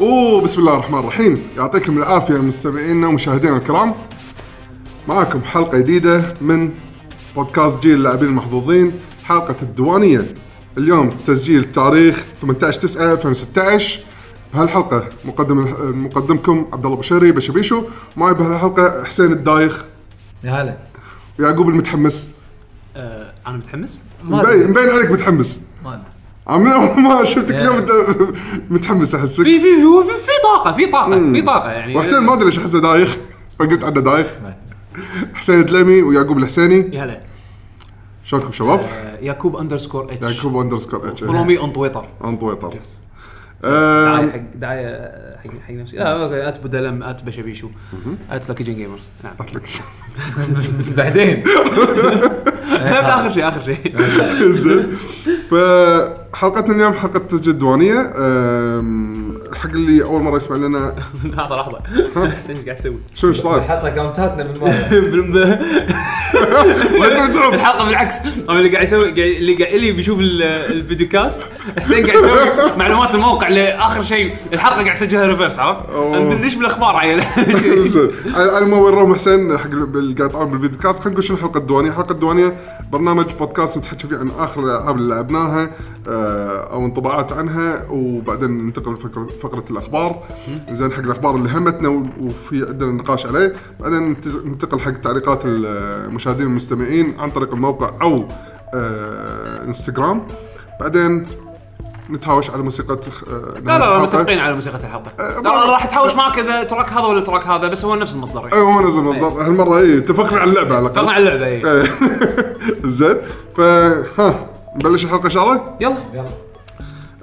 وبسم الله الرحمن الرحيم يعطيكم العافيه مستمعينا ومشاهدينا الكرام معاكم حلقه جديده من بودكاست جيل اللاعبين المحظوظين حلقه الديوانيه اليوم تسجيل تاريخ 18 9 2016 بهالحلقه مقدم مقدمكم عبد الله بشيري بشبيشو معي بهالحلقه حسين الدايخ يا هلا ويعقوب المتحمس آه، انا متحمس ما مبين ادري مبين عليك متحمس ما ادري عم- من اول ما شفتك اليوم انت متحمس احسك في في هو في, في طاقه في طاقه في طاقه يعني وحسين ما ادري ليش احسه دايخ فقلت عنه دايخ حسين الدلمي ويعقوب الحسيني يا هلا شلونكم شباب؟ آه، يعقوب اندرسكور اتش يعقوب اندرسكور اتش فولو مي اون تويتر عن تويتر Yes. آم، دعايه حق دعايه حق حق نفسي لا اوكي ات بدلم ات بشبيشو ات لكي جن جيمرز نعم بعدين اخر آه، شيء اخر شيء زين فحلقتنا اليوم حلقه تسجيل ديوانيه آم، حق اللي اول مره يسمع لنا لحظه لحظه حسين ايش قاعد تسوي؟ شنو ايش طيب. صاير؟ حط اكونتاتنا من مره ولا تبي تعرض؟ الحلقه بالعكس هو اللي قاعد يسوي قاعد- اللي قاعد اللي بيشوف ال- الفيديو كاست حسين قاعد يسوي معلومات الموقع لاخر شيء الحلقه قاعد يسجلها ريفرس عرفت؟ أوه. ندش بالاخبار عيل زين. على ما وين روم حسين حق ال- اللي قاعد يطالع بالفيديو كاست خلينا نقول شنو الحلقه الديوانيه، الحلقه الديوانيه برنامج بودكاست نتحكى فيه عن اخر الالعاب اللي لعبناها آه، او انطباعات عنها وبعدين ننتقل لفقره فقره الاخبار زين حق الاخبار اللي همتنا و- وفي عندنا نقاش عليه، بعدين نت- ننتقل حق تعليقات المشاهدين والمستمعين عن طريق الموقع او آه، انستغرام بعدين نتهاوش على موسيقى آه، لا لا نهاية لا الحلقة. متفقين على موسيقى الحلقه أه، لا ما- لا راح تحوش معك اذا تراك هذا ولا تراك هذا بس هو نفس المصدر يعني اي هو أيوة، نزل مصدر هالمره اي اتفقنا على اللعبه على الاقل اتفقنا على اللعبه اي إيه. زين فا ها نبلش الحلقه ان شاء الله يلا يلا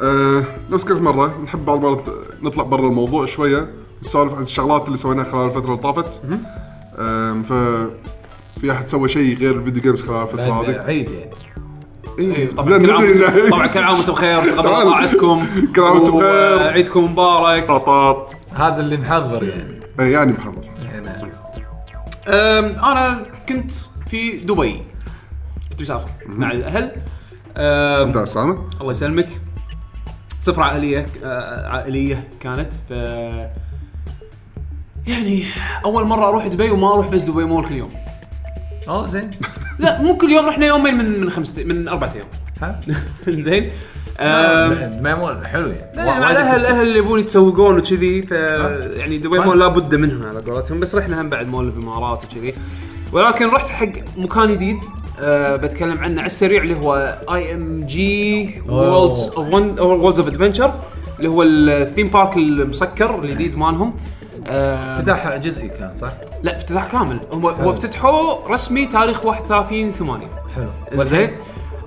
آه، نفس كل مره نحب بعض المرات نطلع برا الموضوع شويه نسولف عن الشغلات اللي سويناها خلال الفتره اللي طافت آم، ف في احد سوى شيء غير الفيديو جيمز خلال الفتره هذه عيد يعني إيه، إيه، طبعا زين كل عام ندري وأنتم- إنه- طبعا كل عام وانتم بخير تعال. تقبلوا طاعتكم كل عام وأنتم بخير. وعيدكم مبارك طاطاط. هذا اللي محضر يعني إيه، يعني محضر يعني طيب. أم، انا كنت في دبي كنت مسافر مع الاهل أم، انت اسامه الله يسلمك سفرة عائلية آه، عائلية كانت ف يعني أول مرة أروح دبي وما أروح بس دبي مول كل يوم اوه زين لا مو كل يوم رحنا يومين من من خمسة من أربعة أيام ها؟ زين أم، ما- ما مول حلو يعني لا، وا- مع وايد آه. الاهل أفكتف. الاهل اللي يبون يتسوقون وكذي ف ها؟ يعني دبي فاهم. مول لابد منها على قولتهم بس رحنا هم بعد مول الامارات وكذي ولكن رحت حق مكان جديد أه بتكلم عنه على السريع اللي هو اي ام جي وورلدز اوف وورلدز اوف ادفنتشر اللي هو الثيم بارك المسكر الجديد مالهم أه إيه. افتتاح جزئي كان صح؟ لا افتتاح كامل هم هو افتتحوه رسمي تاريخ 31 8 حلو زين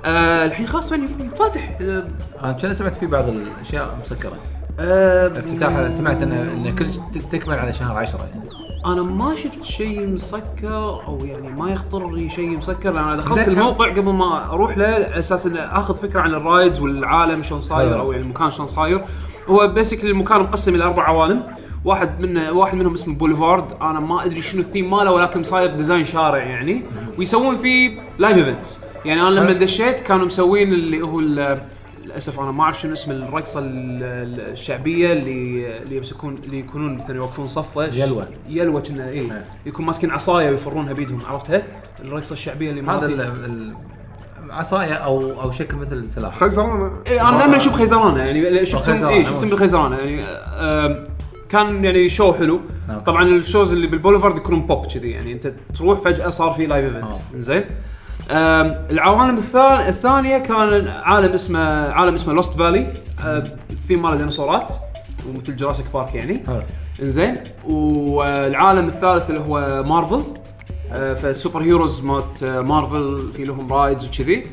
أه الحين خلاص يعني فاتح أه، انا كنا سمعت في بعض الاشياء مسكره أه افتتاح سمعت انه انه كل ش- ت- تكمل على شهر 10 يعني انا ما شفت شيء مسكر او يعني ما يخطر لي شيء مسكر لان انا دخلت زين. الموقع قبل ما اروح له على اساس انه اخذ فكره عن الرايدز والعالم شلون صاير حلو. او يعني المكان شلون صاير هو بيسكلي المكان مقسم الى اربع عوالم واحد منه واحد منهم اسمه بوليفارد انا ما ادري شنو الثيم ماله ولكن صاير ديزاين شارع يعني ويسوون فيه لايف ايفنتس يعني انا لما حلو. دشيت كانوا مسوين اللي هو ال- للاسف انا ما اعرف شنو اسم الرقصه ال- ال- الشعبيه اللي اللي يمسكون اللي يكونون مثلا يوقفون صفه يلوى. يلوى كنا اي إيه. يكون ماسكين عصايه ويفرونها بيدهم عرفتها؟ الرقصه الشعبيه اللي هذا ما ال- ال- عصايه او او شكل مثل السلاح خيزران اي انا دائما اشوف خيزرانه يعني شفتهم خيزرانة، اي شفتهم أوكي. بالخيزرانه يعني آم، كان يعني شو حلو أوكي. طبعا الشوز اللي بالبوليفارد يكونون بوب كذي يعني انت تروح فجاه صار في لايف ايفنت أوه. زين آم، العوالم الثان- الثانيه كان عالم اسمه عالم اسمه لوست فالي في مال ديناصورات ومثل جراسيك بارك يعني حلو انزين والعالم الثالث اللي هو مارفل آه، فالسوبر هيروز مالت آه، مارفل في لهم رايدز وكذي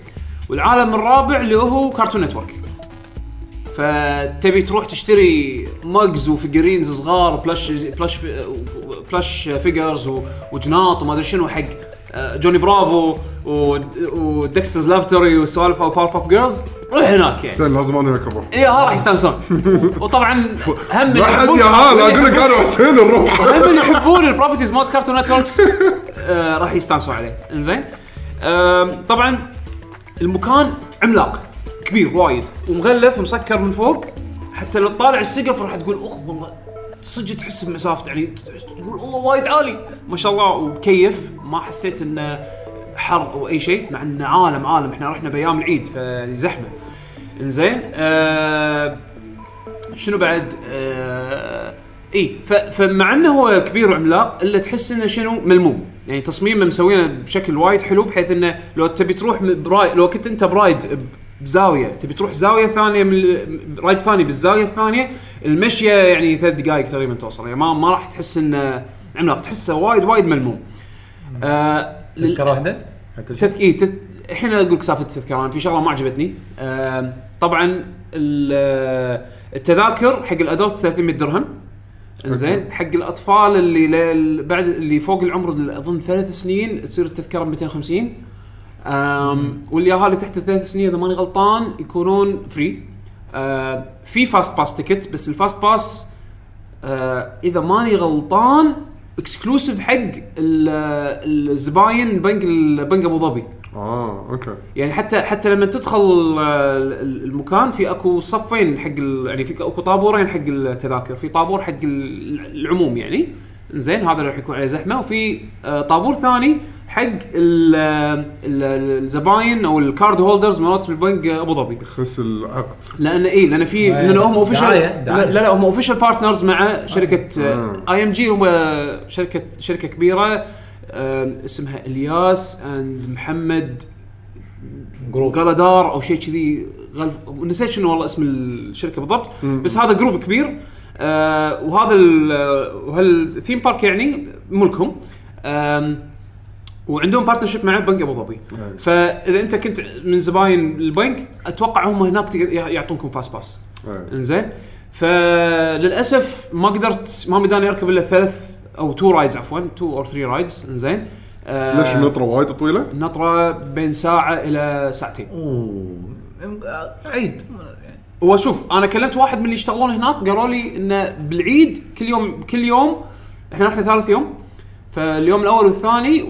والعالم الرابع اللي هو كارتون نتورك فتبي تروح تشتري مجز وفيجرينز صغار بلش بلش بلش فيجرز و- وجناط وما ادري شنو حق آه، جوني برافو و- وديكسترز لابتوري وسوالف او باور بوب جيرلز روح هناك يعني حسين لازم انا وياك أبو. اي ها راح يستانسون وطبعا هم لا حد يا هال اقول لك انا وحسين نروح هم اللي يحبون البروبرتيز مالت كارتون نتوركس آه، راح يستانسوا عليه انزين آم، طبعا المكان عملاق كبير وايد ومغلف ومسكر من فوق حتى لو تطالع السقف راح تقول اخ والله صدق تحس بمسافه يعني تقول والله وايد عالي ما شاء الله ومكيف ما حسيت انه حر او اي شيء مع انه عالم عالم احنا رحنا بايام العيد فزحمه انزين آه شنو بعد آه اي ف- فمع انه هو كبير وعملاق الا تحس انه شنو ملموم يعني تصميمه مسوينه بشكل وايد حلو بحيث انه لو تبي تروح م- براي لو كنت انت برايد ب- بزاويه تبي تروح زاويه ثانيه من ال- رايد ثاني بالزاويه الثانيه المشيه يعني ثلاث دقائق تقريبا توصل يعني ما ما راح تحس انه عملاق تحسه وايد وايد ملموم آه لل- تذكره واحده حق كل شيء تذك... إيه تت... الحين اقول لك سالفه التذكره انا في شغله ما عجبتني آم، طبعا ال- التذاكر حق الادولت 300 درهم زين حق الاطفال اللي لل... بعد اللي فوق العمر ال- اظن ثلاث سنين تصير التذكره ب 250 أم والياها اللي تحت الثلاث سنين اذا ماني غلطان يكونون فري أه في فاست باس تيكت بس الفاست باس آه، اذا ماني غلطان اكسكلوسيف حق ال- الزباين بنك ال- بنك ابو ظبي اه اوكي يعني حتى حتى لما تدخل ال- ال- المكان في اكو صفين حق ال- يعني في اكو طابورين حق التذاكر في طابور حق ال- العموم يعني زين هذا راح يكون عليه زحمه وفي آه، طابور ثاني حق ال- آه، ال- الزباين او الكارد هولدرز مرات البنك ابو ظبي خس العقد لان اي لان إيه، في دعاية. لان هم اوفيشال دعاية، لا دعاية. لا هم اوفيشال بارتنرز مع شركه آه. اي ام جي هم شركه شركه كبيره آه، اسمها الياس اند محمد جروب قلدار او شيء كذي غلف- نسيت شنو والله اسم الشركه بالضبط بس هذا جروب كبير آه وهذا ال- وهالثيم بارك يعني ملكهم آم، وعندهم بارتنرشيب مع بنك ابو ظبي أي. فاذا انت كنت من زباين البنك اتوقع هم هناك تقدر- يعطونكم فاست باس إيه. انزين فللاسف ما قدرت ما مداني اركب الا ثلاث او تو رايدز عفوا تو اور ثري رايدز انزين آه، ليش النطره وايد طويله؟ نطره بين ساعه الى ساعتين اوه أم- عيد هو شوف انا كلمت واحد من اللي يشتغلون هناك قالوا لي انه بالعيد كل يوم كل يوم احنا رحنا ثالث يوم فاليوم الاول والثاني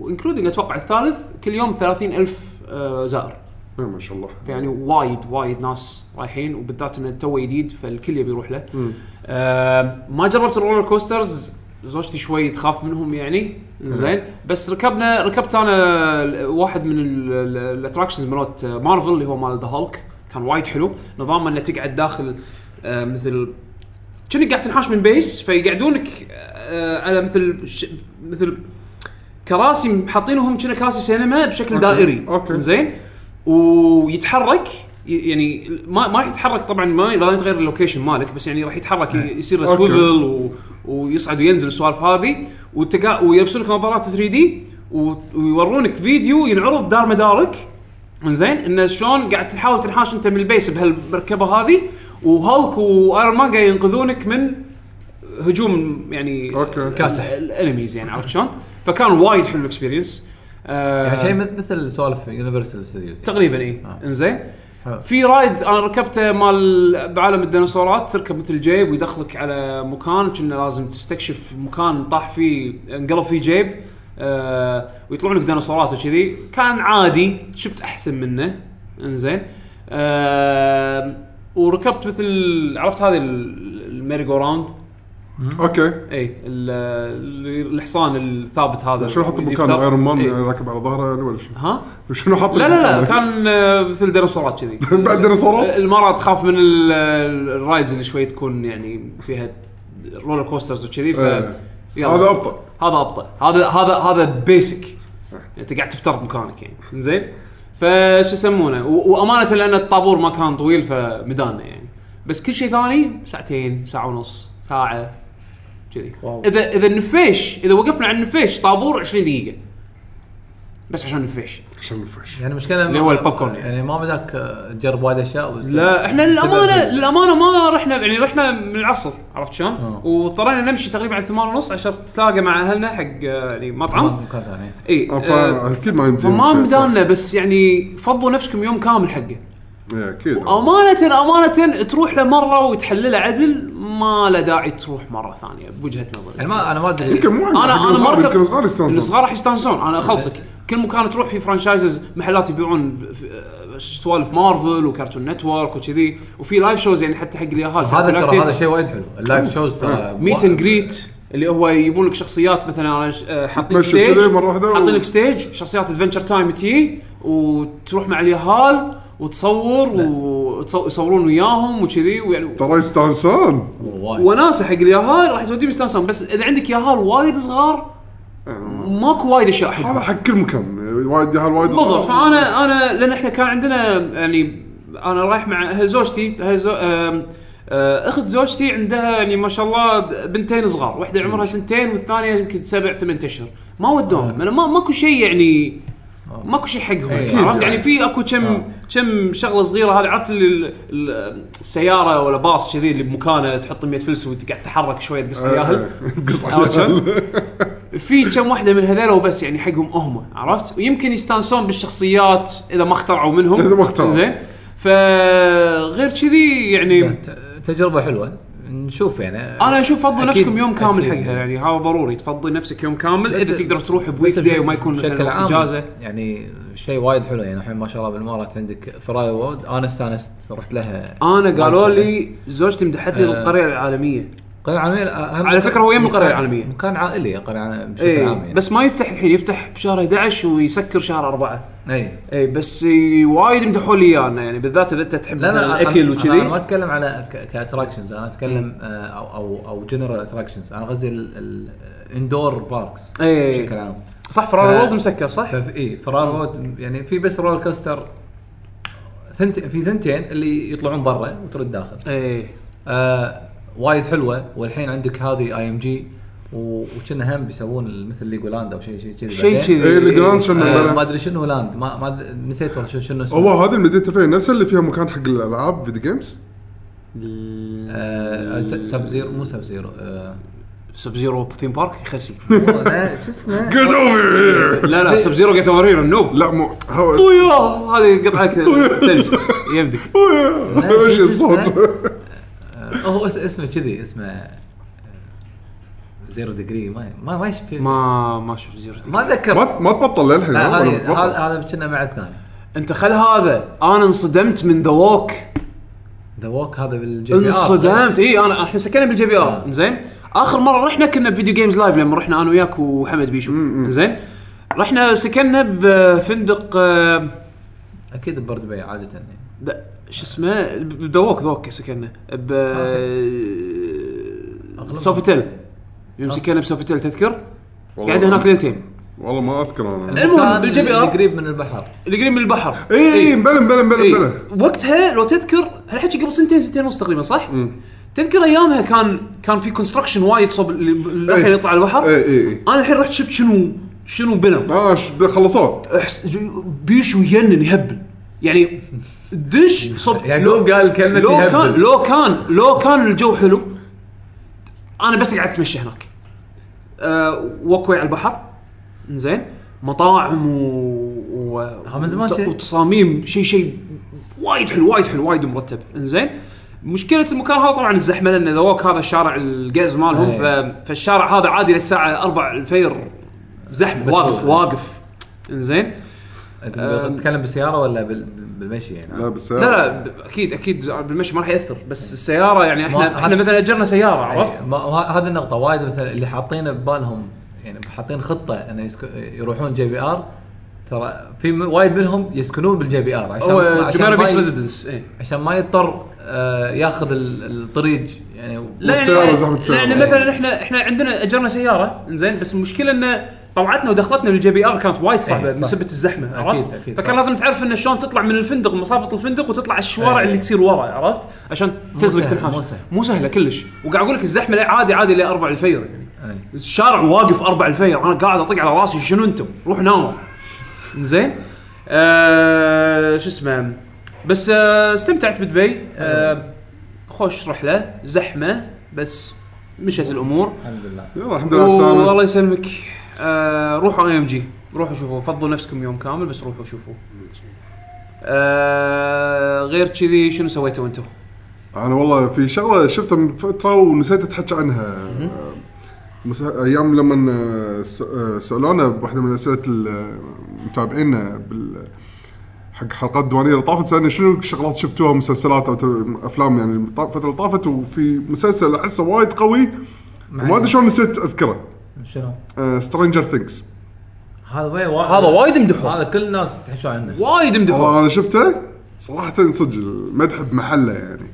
وانكلودنج اتوقع الثالث كل يوم 30000 آه، زائر إيه، ما شاء الله فيعني يعني وايد وايد ناس رايحين وبالذات انه تو جديد فالكل يبي يروح له مم. آه ما جربت الرولر كوسترز زوجتي شوي تخاف منهم يعني زين بس ركبنا ركبت انا ال- واحد من ال- ال- الاتراكشنز مالت مارفل اللي هو مال ذا هولك كان وايد حلو نظامه انه تقعد داخل آه مثل كأنك قاعد تنحاش من بيس فيقعدونك آه على مثل ش... مثل كراسي حاطينهم كنا كراسي سينما بشكل أوكي. دائري أوكي. زين ويتحرك ي- يعني ما ما راح يتحرك طبعا ما لا تغير اللوكيشن مالك بس يعني راح يتحرك ي- يصير له إيه. أوكي. سويفل و... ويصعد وينزل السوالف هذه وتقع... ويلبسونك نظارات 3 دي و... ويورونك فيديو ينعرض دار مدارك زين انه شلون قاعد تحاول تنحاش انت من البيس بهالمركبه هذه وهولك وايرون مان قاعد ينقذونك من هجوم يعني أوكي. كاسح. الانميز يعني عرفت شلون؟ فكان وايد حلو الاكسبيرينس آه يعني شيء مث- مثل سوالف يونيفرسال ستوديوز تقريبا اي آه. انزين حلو. إيه. في رايد انا ركبته مال بعالم الديناصورات تركب مثل جيب ويدخلك على مكان كنا لازم تستكشف مكان طاح فيه انقلب فيه جيب آه ويطلعون لك ديناصورات وكذي كان عادي شفت احسن منه انزين آه وركبت مثل عرفت هذه ال- الميري جو راوند اوكي اي ال- ال- الحصان الثابت هذا شنو حط مكان يفتر- ايرون مان إي. راكب على ظهره يعني ولا شنو؟ ها شنو حط إيه. لا لا إيه، لا كان آه، مثل ديناصورات كذي بعد ديناصورات؟ المرة تخاف من ال- ال- الرايدز اللي شوي تكون يعني فيها رولر كوسترز وكذي ف إيه. يلا. هذا ابطا هذا ابطا هذا هذا هذا بيسك انت قاعد تفتر بمكانك يعني زين فشو يسمونه و- وامانه لان الطابور ما كان طويل فمدانا يعني بس كل شيء ثاني ساعتين ساعه ونص ساعه كذي واو. اذا اذا النفيش اذا وقفنا على النفيش طابور 20 دقيقه بس عشان النفيش عشان نفش يعني مشكلة اللي هو البوب كورن يعني. يعني ما بدك تجرب وايد اشياء وس- لا احنا بسبب- للامانه للامانه ما رحنا يعني رحنا من العصر عرفت شلون؟ آه. واضطرينا نمشي تقريبا على 8 ونص عشان نتلاقى مع اهلنا حق آه، يعني مطعم مكان ثاني اي آه، فاكيد ما يمديهم فما شيء صح. مدانا بس يعني فضوا نفسكم يوم كامل حقه إيه، اكيد امانه امانه تروح له مره وتحلله عدل ما له داعي تروح مره ثانيه بوجهه نظري يعني ما انا ما ادري يمكن مو عندي انا انا ما الصغار يمكن الصغار ركبت يستانسون إيه. الصغار راح يستانسون انا اخلصك كل مكان تروح في فرانشايزز محلات يبيعون ف- ف- سوالف مارفل وكارتون نتورك وكذي وفي لايف شوز يعني حتى حق اليهال هذا ترى هذا شيء وايد حلو اللايف شوز ترى ميت اند جريت اللي هو يجيبون لك شخصيات مثلا أنا ش- آه، حاطين تمشي ستيج كذي مرة واحدة و- حاطين لك ستيج شخصيات ادفنشر تايم تي وتروح مع اليهال وتصور ويصورون وياهم وكذي ويعني ترى يستانسون وايد وناسه حق اليهال راح توديهم يستانسون بس اذا عندك يهال وايد صغار ماكو وايد اشياء حلوه آه. هذا حق كل مكان وايد ياهل وايد صعب. بالضبط فانا انا لان احنا كان عندنا يعني انا رايح مع اهل زوجتي اهل زو... آم، آه، اخت زوجتي عندها يعني ما شاء الله بنتين صغار، واحده عمرها سنتين والثانيه يمكن سبع ثمان اشهر، ما ودوهم، أنا ما ماكو شيء يعني ماكو شيء حقهم أكيد عرفت يعني. يعني في اكو كم آه. كم شغله صغيره هذه عرفت اللي ال- ال- السياره ولا باص كذي اللي بمكانه تحط 100 فلس وتقعد تحرك شويه إيه، تقص آه. الياهل قص عرفت شلون؟ على في كم واحده من هذول وبس يعني حقهم هم عرفت ويمكن يستانسون بالشخصيات اذا ما اخترعوا منهم إذا ما اخترعوا. زين فغير كذي يعني تجربه حلوه نشوف يعني انا اشوف فضوا أكيد- نفسكم يوم كامل أكيد. حقها يعني هذا ضروري تفضي نفسك يوم كامل بس- اذا تقدر تروح بس بويك داي بش- وما يكون بشكل مثلا عام وقت اجازه يعني شيء وايد حلو يعني الحين ما شاء الله بالمارات عندك فراي وود انا استانست رحت لها انا قالوا استانست. لي زوجتي مدحت لي آه. القريه العالميه القريه العالميه أهم على مكان- فكرة هو يم القرية مكان- العالمية. مكان عائلي قريه عالم- بشكل عام اي يعني. إيه، بس ما يفتح الحين يفتح بشهر 11 ويسكر شهر أربعة اي اي بس إي، وايد مدحوا لي ايانا يعني بالذات اذا انت تحب لا لا مثلاً أنا- أنا- الاكل وكذي انا ما اتكلم على كاتراكشنز انا اتكلم آه، او او او جنرال اتراكشنز انا قصدي الاندور باركس إي. بشكل عام صح فرار ف- وولد مسكر صح؟ ففي اي فرار وود يعني في بس رول كوستر ثنت في ثنتين اللي يطلعون برا وترد داخل ايه آه وايد حلوه والحين عندك هذه اي ام جي وكنا هم بيسوون مثل ليجولاند او شيء شيء كذي شيء بعدين. كذي إيه، الجراند إيه. شنو؟ آه ما ادري شنو لاند ما, ما أد- نسيت والله شنو شنو اسمه هو هذه المدينه فين نفسها اللي فيها مكان حق الالعاب فيديو جيمز آه س- سب زيرو مو سب زيرو آه سب زيرو ثيم بارك خسي مو- لا، شو اسمه جيت اوفر لا لا سب زيرو قاعد اوريهم النوب لا مو هو ويا هذه قطعه كذا ثلج يمدك لا، ايش شو اسمه؟ الصوت آه، هو اس- اسمه كذي اسمه آه، زيرو ديجري ما ما ما يشف- ما ما شوف زيرو ما اتذكر ما ما تبطل للحين لا، والله هذه- ما تبطل. هذا هذا كنا مع الثاني انت خل هذا انا انصدمت من ذا ووك ذا ووك هذا بالجي بي آر. انصدمت إيه، اي انا احنا سكننا بالجي بي ار آه. زين اخر مره رحنا كنا بفيديو جيمز لايف لما رحنا انا وياك وحمد بيشو زين رحنا سكننا بفندق آه، اكيد ببرد بي عاده يعني ب- شو اسمه بدوك ذوك سكننا ب سوفتل يوم سكننا بسوفتل تذكر؟ والله قعدنا هناك ليلتين والله ما اذكر انا المهم، المكان بالجي بي آر. اللي قريب من البحر اللي قريب من البحر اي إيه. اي بلا بلا إيه، بلا إي. بلا وقتها لو تذكر هالحكي قبل سنتين سنتين ونص تقريبا صح؟ تذكر ايامها كان كان في كونستراكشن وايد صوب ال- ال- إي. الحين يطلع على البحر إي، إي، إي. انا الحين رحت شفت شنو شنو بنوا اه ش- خلصوه أحس- بيشو يجنن يهبل يعني دش صب يعقوب قال كلمة لو يهبل. كان لو كان لو كان الجو حلو انا بس قاعد اتمشى هناك أه وكوي على البحر زين مطاعم و, و... ها من زمان وت- شي. وتصاميم شيء شيء وايد حلو وايد حلو وايد مرتب انزين مشكلة المكان هذا طبعا الزحمة لان ذا ووك هذا الشارع القز مالهم أي. ف... فالشارع هذا عادي للساعة 4 الفير زحمة بس واقف هو- واقف انزين انت آه. تتكلم بالسياره ولا بال- بالمشي يعني لا بس لا لا ب- اكيد اكيد بالمشي ما راح ياثر بس السياره يعني ما- احنا احنا مثلا اجرنا سياره يعني عرفت؟ ما- وه- هذه النقطه وايد مثلا اللي حاطينه ببالهم يعني حاطين خطه انه يسك... يروحون جي بي ار ترى في م... وايد منهم يسكنون بالجي بي ار عشان هو عشان ما جميرة بيتش ي... ريزيدنس ايه عشان ما يضطر آه ياخذ ال- الطريق يعني لا والسيارة يعني زحمة السيارة. لان مثلا احنا احنا عندنا اجرنا سياره زين بس المشكله ان طلعتنا ودخلتنا للجي بي ار كانت وايد صعبه إيه، صح. بسبه الزحمه أكيد، عرفت؟ أكيد، فكان صح. لازم تعرف انه شلون تطلع من الفندق مسافه الفندق وتطلع على الشوارع إيه. اللي تصير ورا عرفت؟ عشان تزرق سهل، تنحاش مو سهل. مو سهله كلش وقاعد اقول لك الزحمه لا عادي عادي ل 4 الفير يعني أي. الشارع واقف أربع الفير انا قاعد اطق على راسي شنو انتم روح ناموا زين آه شو اسمه بس آه استمتعت بدبي آه خوش رحله زحمه بس مشت الامور الحمد لله يلا الحمد لله و- السلامة الله يسلمك آه روحوا اي ام جي روحوا شوفوا فضوا نفسكم يوم كامل بس روحوا شوفوا آه غير كذي شنو سويتوا انتم؟ انا والله في شغله شفتها من فتره ونسيت اتحكى عنها مس- ايام لما آه، س- آه، سالونا بواحده من اسئله المتابعين بال حق حلقات الديوانيه اللي طافت سالني شنو الشغلات شفتوها مسلسلات او تل- افلام يعني الط- الفتره اللي طافت وفي مسلسل احسه وايد قوي ما ادري شلون نسيت آه، اذكره شنو؟ سترينجر ثينكس هذا وي- وايد هذا وايد مدحوه. هذا كل الناس تحشوا عنه وايد مدحوه والله انا شفته صراحه صدق المدح بمحله يعني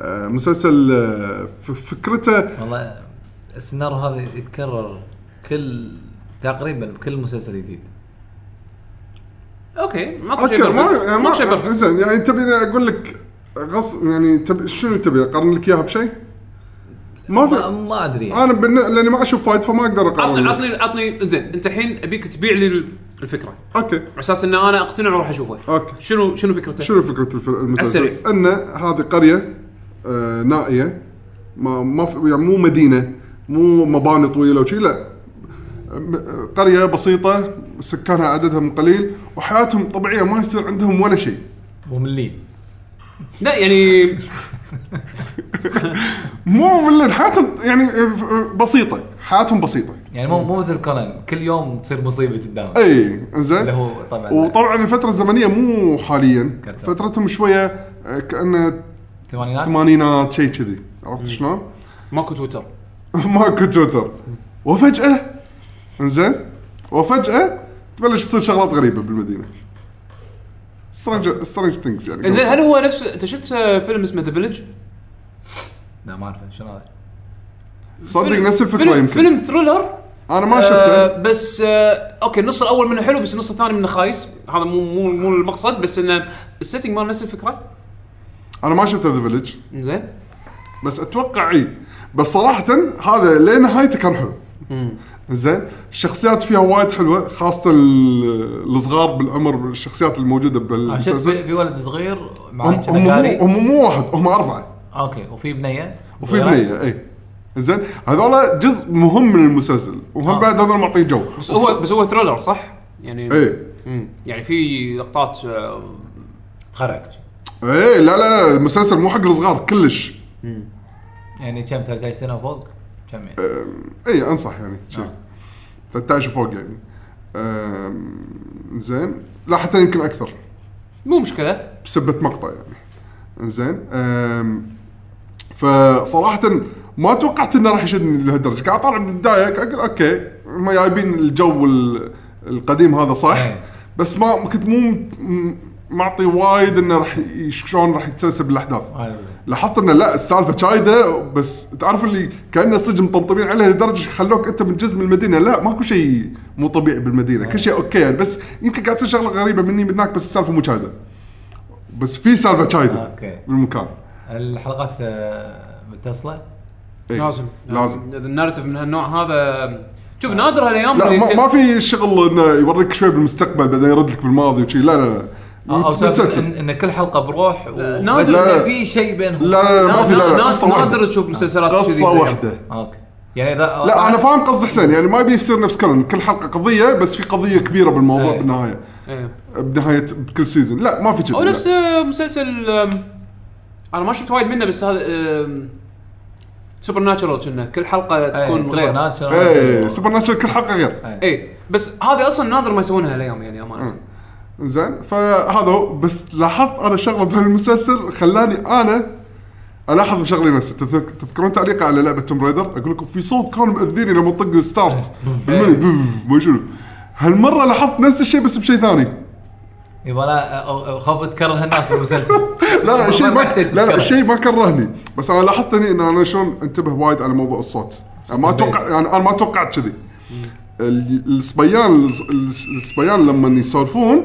آه، مسلسل آه، ف- فكرته والله السيناريو هذا يتكرر كل تقريبا بكل مسلسل جديد اوكي ماكو اوكي شيء آه. ما يعني بيرفكت ماكو شيء ما بيرفكت زين يعني تبيني اقول لك غص يعني تبي شنو تبي اقارن لك اياها بشيء؟ ما ما, في ما ادري يعني. انا بالن- لاني ما اشوف فايت فما اقدر اقارن عطني لك. عطني عطني زين انت الحين ابيك تبيع لي الفكره اوكي على اساس ان انا اقتنع واروح اشوفه اوكي شنو شنو فكرته؟ شنو فكره الف- المسلسل؟ السريع. ان هذه قريه آه، نائيه ما ما في- يعني مو مدينه مو مباني طويله وشي لا م- قريه بسيطه سكانها عددهم قليل وحياتهم طبيعيه ما يصير عندهم ولا شيء مملين لا يعني مو بالله حياتهم يعني آه، بسيطه حياتهم بسيطه يعني مو مو مثل كونان كل يوم تصير مصيبه قدامه اي انزين اللي هو طبعا وطبعا الفتره الزمنيه مو حاليا كرتون. فترتهم شويه آه، كانه ثمانينات ثمانينات شيء كذي عرفت شلون؟ ماكو تويتر ماكو تويتر وفجأة انزين وفجأة تبلش تصير شغلات غريبة بالمدينة سترينج سترينج ثينكس يعني زين هل هو نفس انت شفت آه، فيلم اسمه ذا فيلج؟ لا ما اعرف شنو هذا صدق فيلم- نفس الفكرة فيلم- يمكن فيلم ثريلر انا ما آه شفته بس آه اوكي النص الاول منه حلو بس النص الثاني منه خايس هذا مو مو مو المقصد بس انه السيتنج مال نفس الفكره انا ما شفته ذا فيلج زين بس اتوقع اي بس صراحة هذا لين نهايته كان حلو زين الشخصيات فيها وايد حلوه خاصه ال- الصغار بالعمر الشخصيات آه، الموجوده أنا شفت بالمسلسل في في ولد صغير هم مع هم قاري مو- هم مو واحد هم اربعه اوكي وفي بنيه وفي صغيرة. بنيه اي زين هذول جزء مهم من المسلسل وهم آه. بعد هذول معطيه جو إيه. بس هو بس هو ثريلر صح؟ يعني اي مم. يعني في لقطات آه، تخرج اي إيه، لا لا المسلسل مو حق الصغار كلش يعني كم 13 سنه وفوق كم يعني إيه. اي انصح يعني شي. 13 وفوق يعني أم، زين لا حتى يمكن اكثر مو مشكله بسبه مقطع يعني زين أم، فصراحه ما توقعت انه راح يشدني لهالدرجه قاعد طالع بالبدايه قاعد اقول اوكي هم جايبين الجو ال- القديم هذا صح إيه. بس ما كنت مو مت- م- معطي وايد انه راح ي- شلون راح يتسلسل الاحداث هذا زين. لاحظت انه لا السالفه شايده بس تعرف اللي كانه صدق مطمطمين عليها لدرجه خلوك انت من جزء من المدينه لا ماكو شيء مو طبيعي بالمدينه كل شيء اوكي يعني بس يمكن قاعد تصير شغله غريبه مني من هناك بس السالفه مو شايده بس في سالفه شايده اوكي بالمكان الحلقات آه، متصله إيه. لازم لازم اذا النارتيف من هالنوع هذا شوف نادر هالايام لا اللي ما, يصير- ما في شغل انه يوريك شوي بالمستقبل بعدين يرد لك بالماضي وشي لا لا لا آه، او سالفة متسلسل. ان إن كل حلقه بروح لا، و- نادر. بس لا. إن في شيء بينهم لا لا لا ما في لا لا نادر- قصه واحده نادر تشوف مسلسلات كذي. قصه واحده اوكي يعني اذا لا انا فاهم قصد حسين يعني ما يبي يصير نفس كلام كل حلقه قضيه بس في قضيه كبيره بالموضوع إيه. بالنهايه إيه. بنهايه بكل سيزون لا ما في كذي او نفس لا. آه، مسلسل آم، انا ما شفت وايد منه بس هذا آم، سوبر ناتشرال كنا كل حلقه إيه، تكون غير ايه سوبر ناتشر كل حلقه غير اي بس هذه اصلا نادر ما يسوونها هالايام يعني امانه زين فهذا هو بس لاحظت انا شغله بهالمسلسل خلاني انا الاحظ شغلي نفسي تذك- تذكرون تعليقي على لعبه توم رايدر اقول لكم في صوت كان مؤذيني لما طق ستارت بالمنيو بف، ما شنو هالمره لاحظت نفس الشيء بس بشيء ثاني يبغى لا أو- أو خاف تكره الناس بالمسلسل لا لا الشيء ما يحتاج لا لا تتكلم. الشيء ما كرهني بس انا لاحظت اني ان انا شلون انتبه وايد على موضوع الصوت أنا ما اتوقع يعني انا ما توقعت كذي ال- الصبيان ال- الصبيان لما يسولفون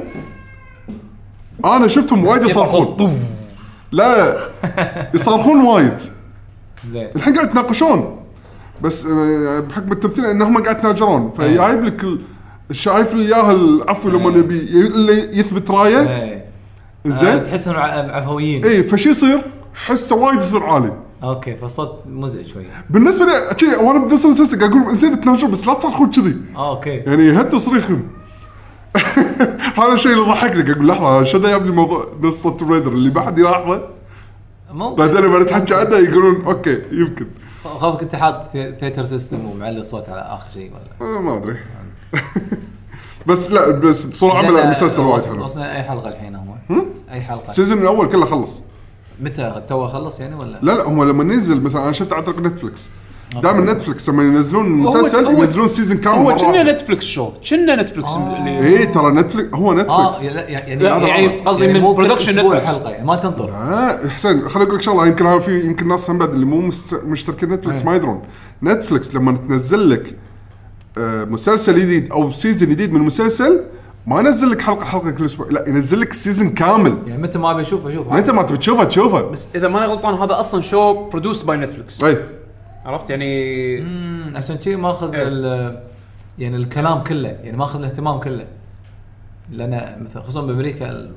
انا شفتهم وايد يصرخون لا يصرخون وايد زين الحين قاعد يتناقشون بس آه، بحكم التمثيل انهم قاعد يتناجرون إيه. فجايب لك ال- شايف اللي ياها العفوي لما يبي اللي يثبت رايه إيه. آه، زين إيه. تحسهم ع- عفويين اي فشو يصير؟ حسه وايد يصير عالي اوكي فالصوت مزعج شوي بالنسبه لي شي وانا بنفس المسلسل قاعد اقول زين تناشر بس لا تصرخون كذي آه، اوكي يعني هتوا صريخهم هذا الشيء اللي ضحكني قاعد اقول لحظه شنو يا ابني موضوع نص توم رايدر اللي ما حد يلاحظه بعدين ممكن لما نتحكى عنه يقولون اوكي يمكن خافك انت حاط ثي- ثيتر سيستم ومعلي الصوت على اخر شيء ولا آه، ما ادري آه، بس لا بس بصوره عامه لا، المسلسل وايد حلو وصلنا اي حلقه الحين هو؟ اي حلقه؟ السيزون الاول كله خلص متى تو خلص يعني ولا؟ لا لا هم لما ننزل مثلا انا شفت عن طريق نتفلكس أوكي. دائما نتفلكس لما ينزلون مسلسل هو- ينزلون سيزون كامل هو مرة واحدة. كنا نتفلكس شو كنا نتفلكس اللي ايه ترى نتفلكس هو اه آه، نتفلكس يعني يعني لا، يعني قصدي من مو كل production أسبوع Netflix. حلقه يعني ما تنطر اه حسين خليني اقول لك شغله يمكن هذا في يمكن ناس هم بعد اللي مو مست... مشتركين نتفلكس إيه. أي. ما يدرون نتفلكس لما تنزل لك آه، مسلسل جديد او سيزون جديد من مسلسل ما ينزل لك حلقه حلقه كل اسبوع لا ينزل لك السيزون كامل يعني متى ما ابي اشوف اشوف متى ما تبي تشوفه تشوفه بس اذا ماني غلطان هذا اصلا شو برودوسد باي نتفلكس اي عرفت يعني مم، عشان كذي ماخذ إيه. ال- يعني الكلام كله يعني ماخذ الاهتمام كله لان مثلا خصوصا بامريكا ال-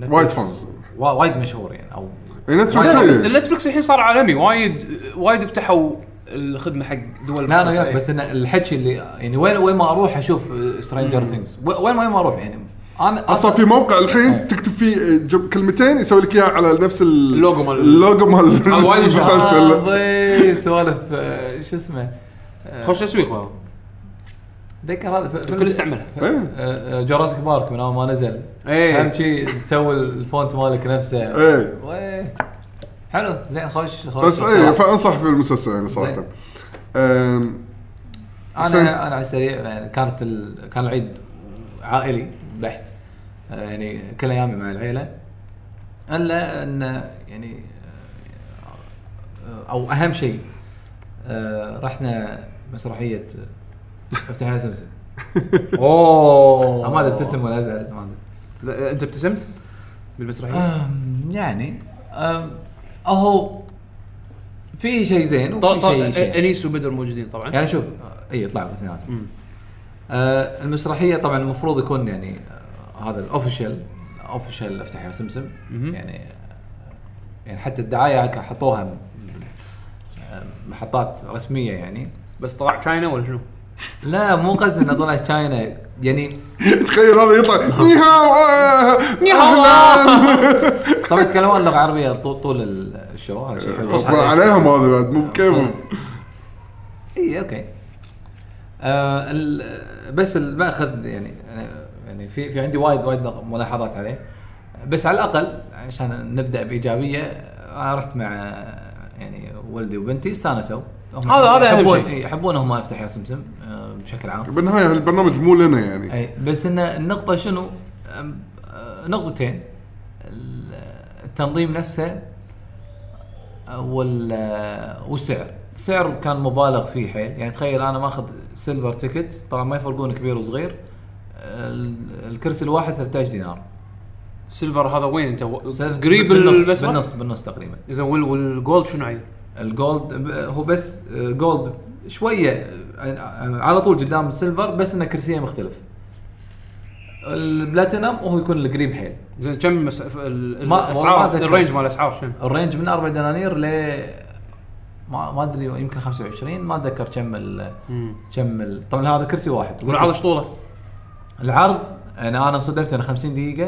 Netflix وايد فانز. وا- وايد مشهور يعني او إي، نتفلكس إي. نتفلكس الحين صار عالمي وايد وايد فتحوا الخدمه حق دول لا انا مختلفة. وياك إيه. بس ان الحكي اللي يعني وين وين ما آه، اروح اشوف سترينجر ثينجز وين ما ما اروح يعني انا اصلا في موقع الحين إيه. أي. تكتب فيه آه، جم- كلمتين يسوي لك اياها على نفس ال- اللوجو مال- اللوجو مال على وايد آه. المسلسل عظيم، آه، سوالف آه، شو اسمه آه، إيه. خوش تسويق هذا ذكر هذا آه، في- كل استعملها إيه. جوراسيك بارك من اول ما نزل إيه. اهم شيء تو الفونت مالك نفسه إيه. ويه. حلو زين خوش خوش بس إيه، اي فانصح في المسلسل يعني صراحه زين. إيه. أم، انا حسين. انا على السريع يعني كانت ال... كان العيد عائلي بحت آه، يعني كل ايامي مع العيله الا ان يعني آه، او اهم شيء آه، رحنا مسرحيه آه، افتح يا سمسم اوه ما ادري ابتسم ولا ازعل ما ادري لا، انت ابتسمت آه، بالمسرحيه آم، يعني آم، اهو في شيء زين طبعا وفي طبعا شيء شيء انيس وبدر موجودين طبعا يعني شوف اي طلعوا اثنيناتهم مم. آه المسرحيه طبعا المفروض يكون يعني آه، هذا الاوفيشال اوفيشال افتح يا سمسم مهم. يعني يعني حتى الدعايه ك- حطوها م- آه، محطات رسميه يعني بس طلع تشاينا ولا شنو؟ لا مو قصدي انه طلع تشاينا يعني تخيل هذا يطلع نيهاو آه، نيهاو. أهلاً. طبعا يتكلمون لغه عربيه طو- طول ال- الشو هذا شيء حلو. غصبا عليهم هذا بعد مو بكيفهم اي اوكي إيه، آه ال- بس الماخذ يعني أنا- يعني في في عندي وايد وايد نق- ملاحظات عليه بس على الاقل عشان نبدا بايجابيه انا رحت مع يعني ولدي وبنتي استانسوا هم هذا- هذا أهم يحبون- إيه، شيء. إي، يحبون هم افتح يا سمسم آه، بشكل عام بالنهايه هالبرنامج مو لنا يعني اي بس ان النقطه شنو أم- آه، نقطتين ال- التنظيم نفسه وال والسعر السعر كان مبالغ فيه حيل يعني تخيل انا ماخذ سيلفر تيكت طبعا ما يفرقون كبير وصغير ال- الكرسي الواحد 13 دينار السيلفر هذا وين انت و- سيلفر قريب بالنص المسرح؟ بالنص بالنص تقريبا اذا وال- والجولد شنو عيل؟ الجولد ب- هو بس آه، جولد شويه آه، على طول قدام السيلفر بس انه كرسيه مختلف البلاتينم وهو يكون القريب حيل زين كم مس... ال- ال- ما- والله ما الاسعار أذكر. الرينج مال الاسعار شنو؟ الرينج من 4 دنانير ل ما ما ادري يمكن 25 ما اتذكر كم ال كم ال... طبعا هذا كرسي واحد والعرض ايش طوله؟ العرض انا انا صدمت انا 50 دقيقه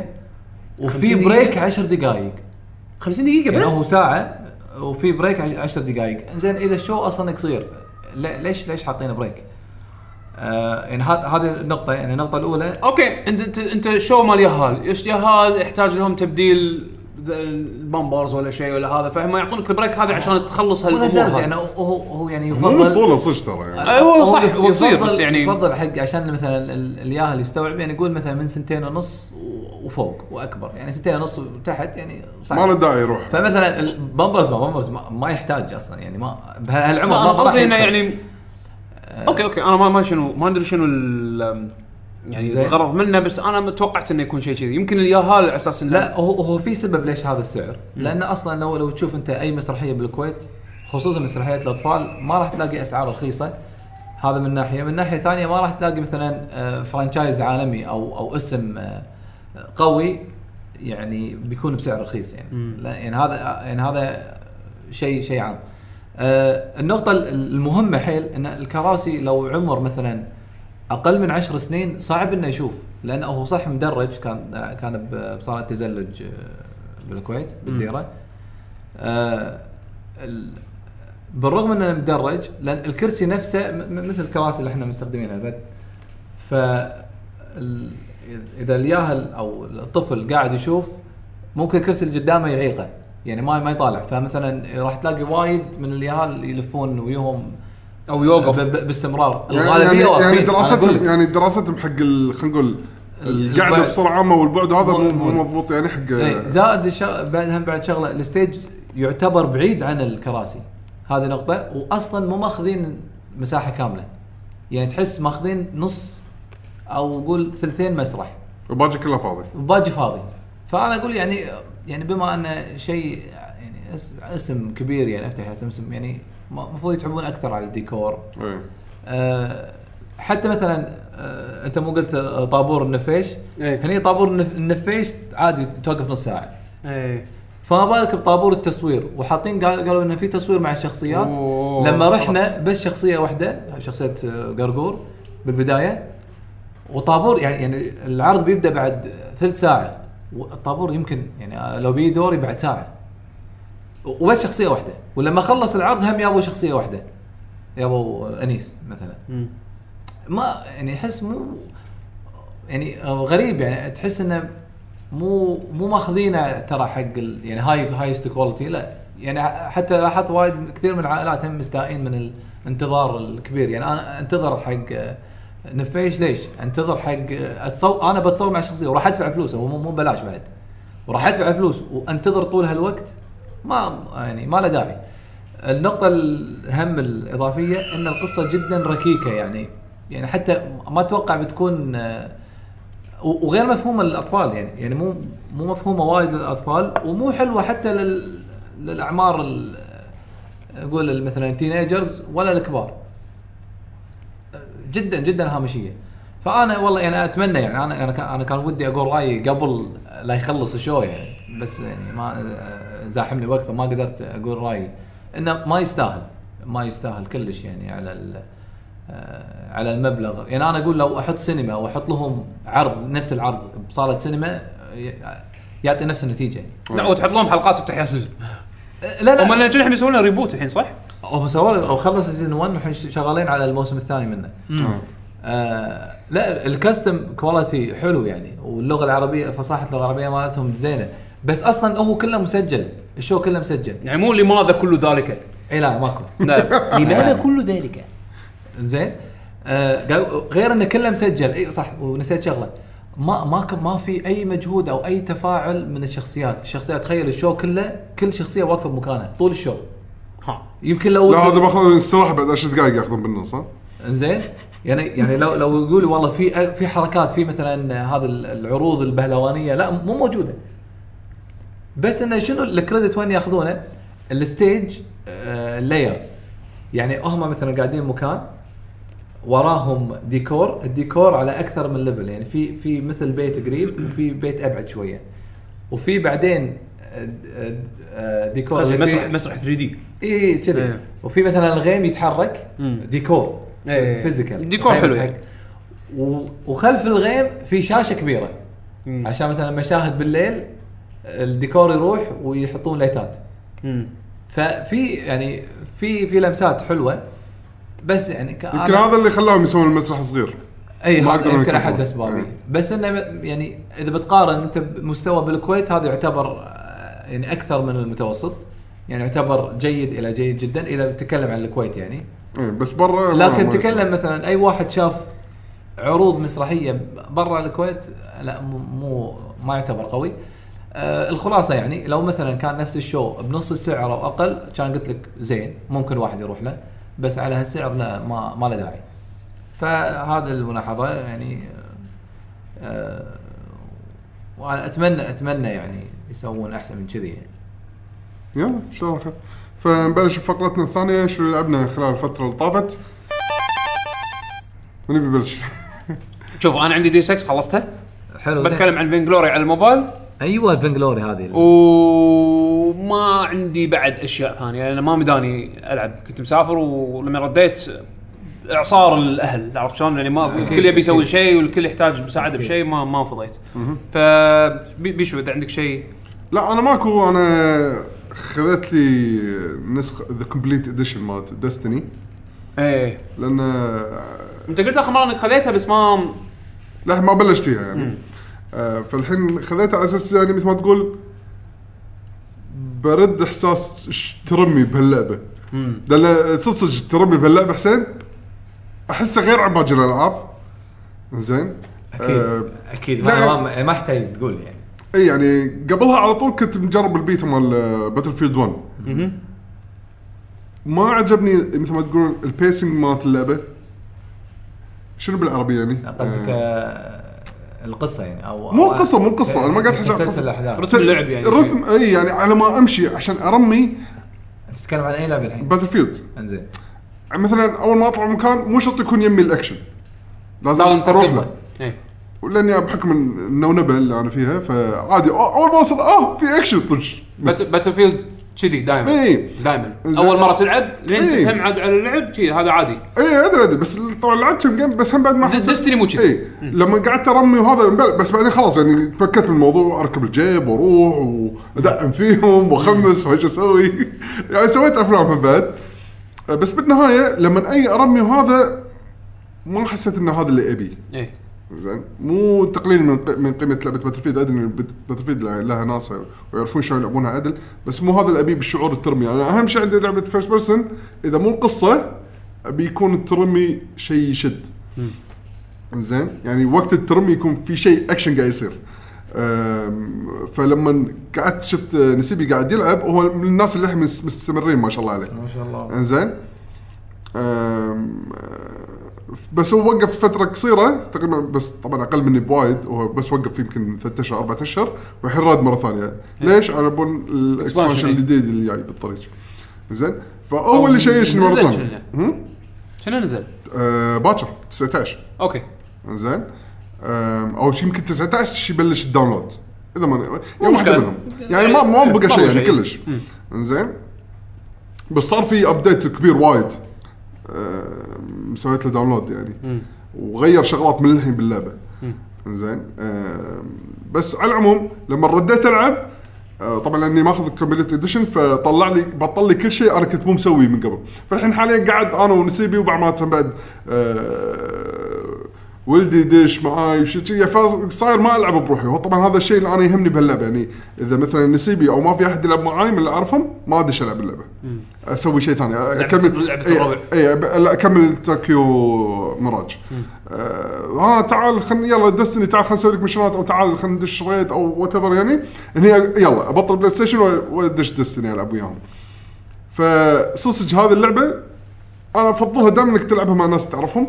50 وفي دقيقة؟ بريك 10 دقائق 50 دقيقة يعني هو بس ساعه وفي بريك 10 دقائق زين اذا الشو اصلا قصير ل- ليش ليش حاطين بريك؟ آه يعني هذ- هذه النقطه يعني النقطه الاولى اوكي انت انت انت شو مال يهال، ايش يهال يحتاج لهم تبديل ذا البامبرز ولا شيء ولا هذا فهم يعطونك البريك هذا عشان تخلص ولا هالامور درجه هذه. آه. يعني هو هو يعني مو يفضل طوله صج ترى يعني أيوة، صح، هو يصير، أه، يفضل- بس يعني- يفضل حق عشان مثلا ال- الياهل يستوعب يعني يقول مثلا من سنتين ونص و- وفوق واكبر يعني سنتين ونص وتحت يعني ما له صعب داعي يروح فمثلا البامبرز ما بامبرز ما, ما يحتاج اصلا يعني ما بهالعمر لا انا ما أه. راح قصدي انه يدخل. يعني اوكي اوكي انا ما ما شنو ما ادري شنو ال- يعني زين. الغرض منه بس انا ما توقعت انه يكون شيء كذي يمكن اليهال على اساس انه لا هو هو في سبب ليش هذا السعر لان اصلا لو لو تشوف انت اي مسرحيه بالكويت خصوصا مسرحيات الاطفال ما راح تلاقي اسعار رخيصه هذا من ناحيه من ناحيه ثانيه ما راح تلاقي مثلا آه، فرانشايز عالمي او او اسم آه، قوي يعني بيكون بسعر رخيص يعني لا يعني هذا يعني هذا شيء شيء عام آه، النقطه ال- المهمه حيل ان الكراسي لو عمر مثلا اقل من عشر سنين صعب انه يشوف لانه هو صح مدرج كان آه، كان ب- بصاله تزلج آه، بالكويت بالديره آه، ال- بالرغم انه مدرج لان الكرسي نفسه م- م- مثل الكراسي اللي احنا مستخدمينها بعد ف ال- اذا الياهل او الطفل قاعد يشوف ممكن الكرسي اللي قدامه يعيقه يعني ما ما يطالع فمثلا راح تلاقي وايد من الياهل يلفون ويهم او يوقف ب- ب- باستمرار يعني يعني, يعني واقفين. أنا أقول دراستهم لك. يعني دراستهم حق ال- خلينا نقول ال- القعده البعد. بسرعه ما والبعد هذا مو مو مو- مو- مضبوط يعني حق إيه، زائد الشغ- بعد هم بعد شغله الستيج يعتبر بعيد عن الكراسي هذه نقطه واصلا مو ماخذين مساحه كامله يعني تحس ماخذين نص او قول ثلثين مسرح وباجي كله فاضي وباجي فاضي فانا اقول يعني يعني بما انه شيء يعني اس- اسم كبير يعني افتح اسم اسم يعني المفروض يتعبون اكثر على الديكور إيه. أه حتى مثلا أه انت مو قلت آه، طابور النفيش إيه. هني طابور النف- النفيش عادي توقف نص ساعه ايه فما بالك بطابور التصوير وحاطين قال- قالوا انه في تصوير مع الشخصيات أوه، لما خلاص. رحنا بس شخصيه واحده شخصيه آه، قرقور بالبدايه وطابور يعني يعني العرض بيبدا بعد ثلث ساعه والطابور يمكن يعني لو بيجي دوري بعد ساعه وبس شخصيه واحده ولما خلص العرض هم يابوا شخصيه واحده يابوا آه، انيس مثلا مم. ما يعني احس مو يعني غريب يعني تحس انه مو مو ماخذينه ترى حق ال يعني هاي هايست كواليتي لا يعني حتى لاحظت وايد كثير من العائلات هم مستائين من الانتظار الكبير يعني انا انتظر حق آه، نفيش ليش؟ انتظر حق آه، اتصور انا بتصور مع شخصيه وراح ادفع فلوس هو مو مو بلاش بعد وراح ادفع فلوس وانتظر طول هالوقت ما يعني ما له داعي النقطة الهم الإضافية أن القصة جدا ركيكة يعني يعني حتى ما أتوقع بتكون آه، و- وغير مفهومة للأطفال يعني يعني مو مو مفهومة وايد للأطفال ومو حلوة حتى لل للأعمار ال- أقول مثلا تينيجرز ولا الكبار جدا جدا هامشيه فانا والله يعني اتمنى يعني انا انا كان- انا كان ودي اقول رايي قبل لا يخلص الشو يعني بس يعني ما زاحمني وقت فما قدرت اقول رايي انه ما يستاهل ما يستاهل كلش يعني على ال- آه، على المبلغ يعني انا اقول لو احط سينما واحط لهم عرض نفس العرض بصاله سينما آه، ي- يعطي نفس النتيجه لا وتحط لهم حلقات افتح يا سجن آه، لا هم لا الحين يسوون له ريبوت الحين صح؟ هم سووا او خلصوا سيزون 1 والحين شغالين على الموسم الثاني منه آه. آه لا الكاستم كواليتي حلو يعني واللغه العربيه فصاحه اللغه العربيه مالتهم زينه بس اصلا هو كله مسجل الشو كله مسجل يعني مو لماذا كل ذلك؟ اي لا ماكو لا لماذا كل ذلك؟ زين آه قالوا- غير انه كله مسجل اي صح ونسيت شغله ما ما كان- ما في اي مجهود او اي تفاعل من الشخصيات الشخصيات تخيل الشو كله كل شخصيه واقفه بمكانها طول الشو ها يمكن لو لا هذا باخذ الاستراحه بعد 10 دقائق ياخذون بالنص ها انزين يعني يعني لو لو يقولوا والله في في حركات في مثلا هذا العروض البهلوانيه لا مو موجوده بس انه شنو الكريدت وين ياخذونه؟ الستيج لايرز يعني هم مثلا قاعدين مكان وراهم ديكور الديكور على اكثر من ليفل يعني في في مثل بيت قريب وفي بيت ابعد شويه وفي بعدين آه، آه، آه، ديكور اللي فيه- مسرح مسرح 3 دي اي كذي إيه. وفي مثلا الغيم يتحرك مم. ديكور إيه. فيزيكال ديكور حلو يتحرك. يعني. و- وخلف الغيم في شاشه كبيره عشان مثلا مشاهد بالليل الديكور يروح ويحطون ليتات ففي يعني في في لمسات حلوه بس يعني ك- يمكن أنا- هذا اللي خلاهم يسوون المسرح صغير اي ما هذا أقدر يمكن أنكر. احد اسبابي إيه. بس انه يعني اذا بتقارن انت بمستوى بالكويت هذا يعتبر آه، يعني اكثر من المتوسط يعني يعتبر جيد الى جيد جدا اذا بتتكلم عن الكويت يعني إيه، بس برا ما- لكن ما تكلم مثلا اي واحد شاف عروض مسرحيه برا الكويت لا مو- مو ما يعتبر قوي آه الخلاصه يعني لو مثلا كان نفس الشو بنص السعر او اقل كان قلت لك زين ممكن واحد يروح له بس على هالسعر لا ما ما له داعي فهذا الملاحظه يعني آه واتمنى اتمنى يعني يسوون احسن من كذي يعني يلا ان شاء الله خير فنبلش بفقرتنا الثانيه شو اللي لعبنا خلال الفتره اللي طافت من بيبلش؟ شوف انا عندي دي 6 خلصتها حلو زين. بتكلم عن فينجلوري على الموبايل ايوه الفنجلوري هذه وما عندي بعد اشياء ثانيه لان ما مداني العب كنت مسافر ولما رديت اعصار الاهل عرفت شلون يعني ما الكل يبي يسوي شيء والكل يحتاج مساعده بشيء ما ما فضيت ف بي- بيشو اذا عندك شيء لا انا ماكو انا خذت لي نسخه ذا كومبليت اديشن مالت ديستني ايه لان انت قلت اخر مره انك خذيتها بس ما للحين ما بلشت فيها يعني آه، فالحين خذيتها على اساس يعني مثل ما تقول برد احساس ش- ترمي بهاللعبه لان صدق صدق ترمي بهاللعبه حسين احسه غير عن باقي الالعاب زين اكيد اكيد لا. ما ما- ما يحتاج تقول يعني اي آه، يعني قبلها على طول كنت مجرب البيتا مال باتل فيلد 1 ما عجبني مثل ما تقول البيسنج مالت اللعبه شنو بالعربي يعني؟ قصدك آه، آه، القصه يعني او مو أو- قصة- مو قصة، أنا ما قاعد أحكي عن تسلسل قصة. الاحداث رتم اللعب يعني الرثم اي يعني على ما امشي عشان ارمي تتكلم عن اي لعبه الحين باتل فيلد انزين مثلا اول يعني ما اطلع من مكان مو شرط يكون يمي الاكشن لازم لازم اروح ترتبها له إيه. لاني بحكم النونبه اللي انا فيها فعادي أو- اول ما اوصل اه في اكشن طش بات- باتل فيلد كذي دائما اي دائما إيه. زين. اول مره تلعب لين إيه. تفهم عاد على اللعب كذي هذا عادي اي ادري ادري إيه، بس طبعا لعبت كم جيم بس هم بعد ما حسيت ديستني مو كذي اي لما قعدت ارمي وهذا بل- بس بعدين خلاص يعني تفكت من الموضوع اركب الجيب واروح وادعم فيهم واخمس وش اسوي يعني سويت افلام من بعد بس بالنهايه لما اي ارمي وهذا ما حسيت ان هذا اللي ابيه إيه. زين مو تقليل من ق- من قيمه لعبه باتل فيلد ادري ان باتل فيلد لها ناس ويعرفون شلون يلعبونها عدل بس مو هذا اللي ابيه بالشعور الترمي انا اهم شيء عندي لعبه فيرست بيرسون اذا مو القصه ابي يكون الترمي شيء يشد زين يعني وقت الترمي يكون في شيء اكشن قاعد يصير أم، فلما قعدت شفت نسيبي قاعد يلعب هو من الناس اللي هم مس- مستمرين ما شاء الله عليه ما شاء الله انزين أم، أه، بس هو وقف فتره قصيره تقريبا بس طبعا اقل مني بوايد هو بس وقف يمكن ثلاث اشهر اربع اشهر والحين راد مره ثانيه ليش؟ على بون الاكسبانشن إيه. الجديد اللي جاي بالطريق زين فهو اللي شيشني مره نزل ثانيه هم؟ شنو نزل؟ أه، باكر 19 اوكي زين أم، او شي يمكن 19 شي يبلش الداونلود اذا ما يعني واحده مشكلة. منهم يعني ما ما بقى شيء ما بقى يعني كلش شيء. زين بس صار في ابديت كبير وايد أم، سويت له داونلود يعني وغير شغلات من الحين باللعبه زين بس على العموم لما رديت العب أه، طبعا لاني ماخذ كومبليت اديشن فطلع لي بطل لي كل شيء انا كنت مو مسويه من قبل فالحين حاليا قاعد انا ونسيبي وبعد ما تم بعد أه، ولدي يدش معاي وشي شي فاز- صاير ما العب بروحي هو طبعا هذا الشيء اللي انا يهمني بهاللعبه يعني اذا مثلا نسيبي او ما في احد يلعب معاي من اللي اعرفهم ما ادش العب اللعبه اسوي شيء ثاني اكمل لعبة الربع. اي أب- لا اكمل طوكيو مراج آه ها تعال خلنا يلا دستني تعال خلنا نسوي لك مشنات او تعال خلنا ندش ريد او وات ايفر يعني هني يلا ابطل بلاي ستيشن و- وادش دستني العب وياهم فصدق هذه اللعبه انا افضلها دائما انك تلعبها مع ناس تعرفهم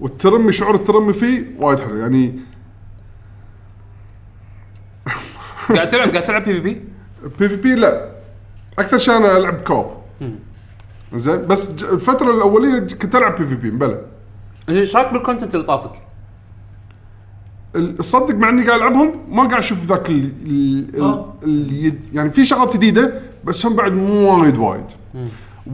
والترمي شعور الترمي فيه وايد حلو يعني قاعد تلعب قاعد تلعب بي في بي بي في بي لا اكثر شيء انا العب كوب زين بس ج- الفتره الاوليه ج- كنت العب بي في بي بلى زين ايش إيه، رايك بالكونتنت اللي طافك؟ ال- صدق مع اني قاعد العبهم ما قاعد اشوف ذاك ال ال ال آه. اليد- يعني في شغلات جديده بس هم بعد مو وايد وايد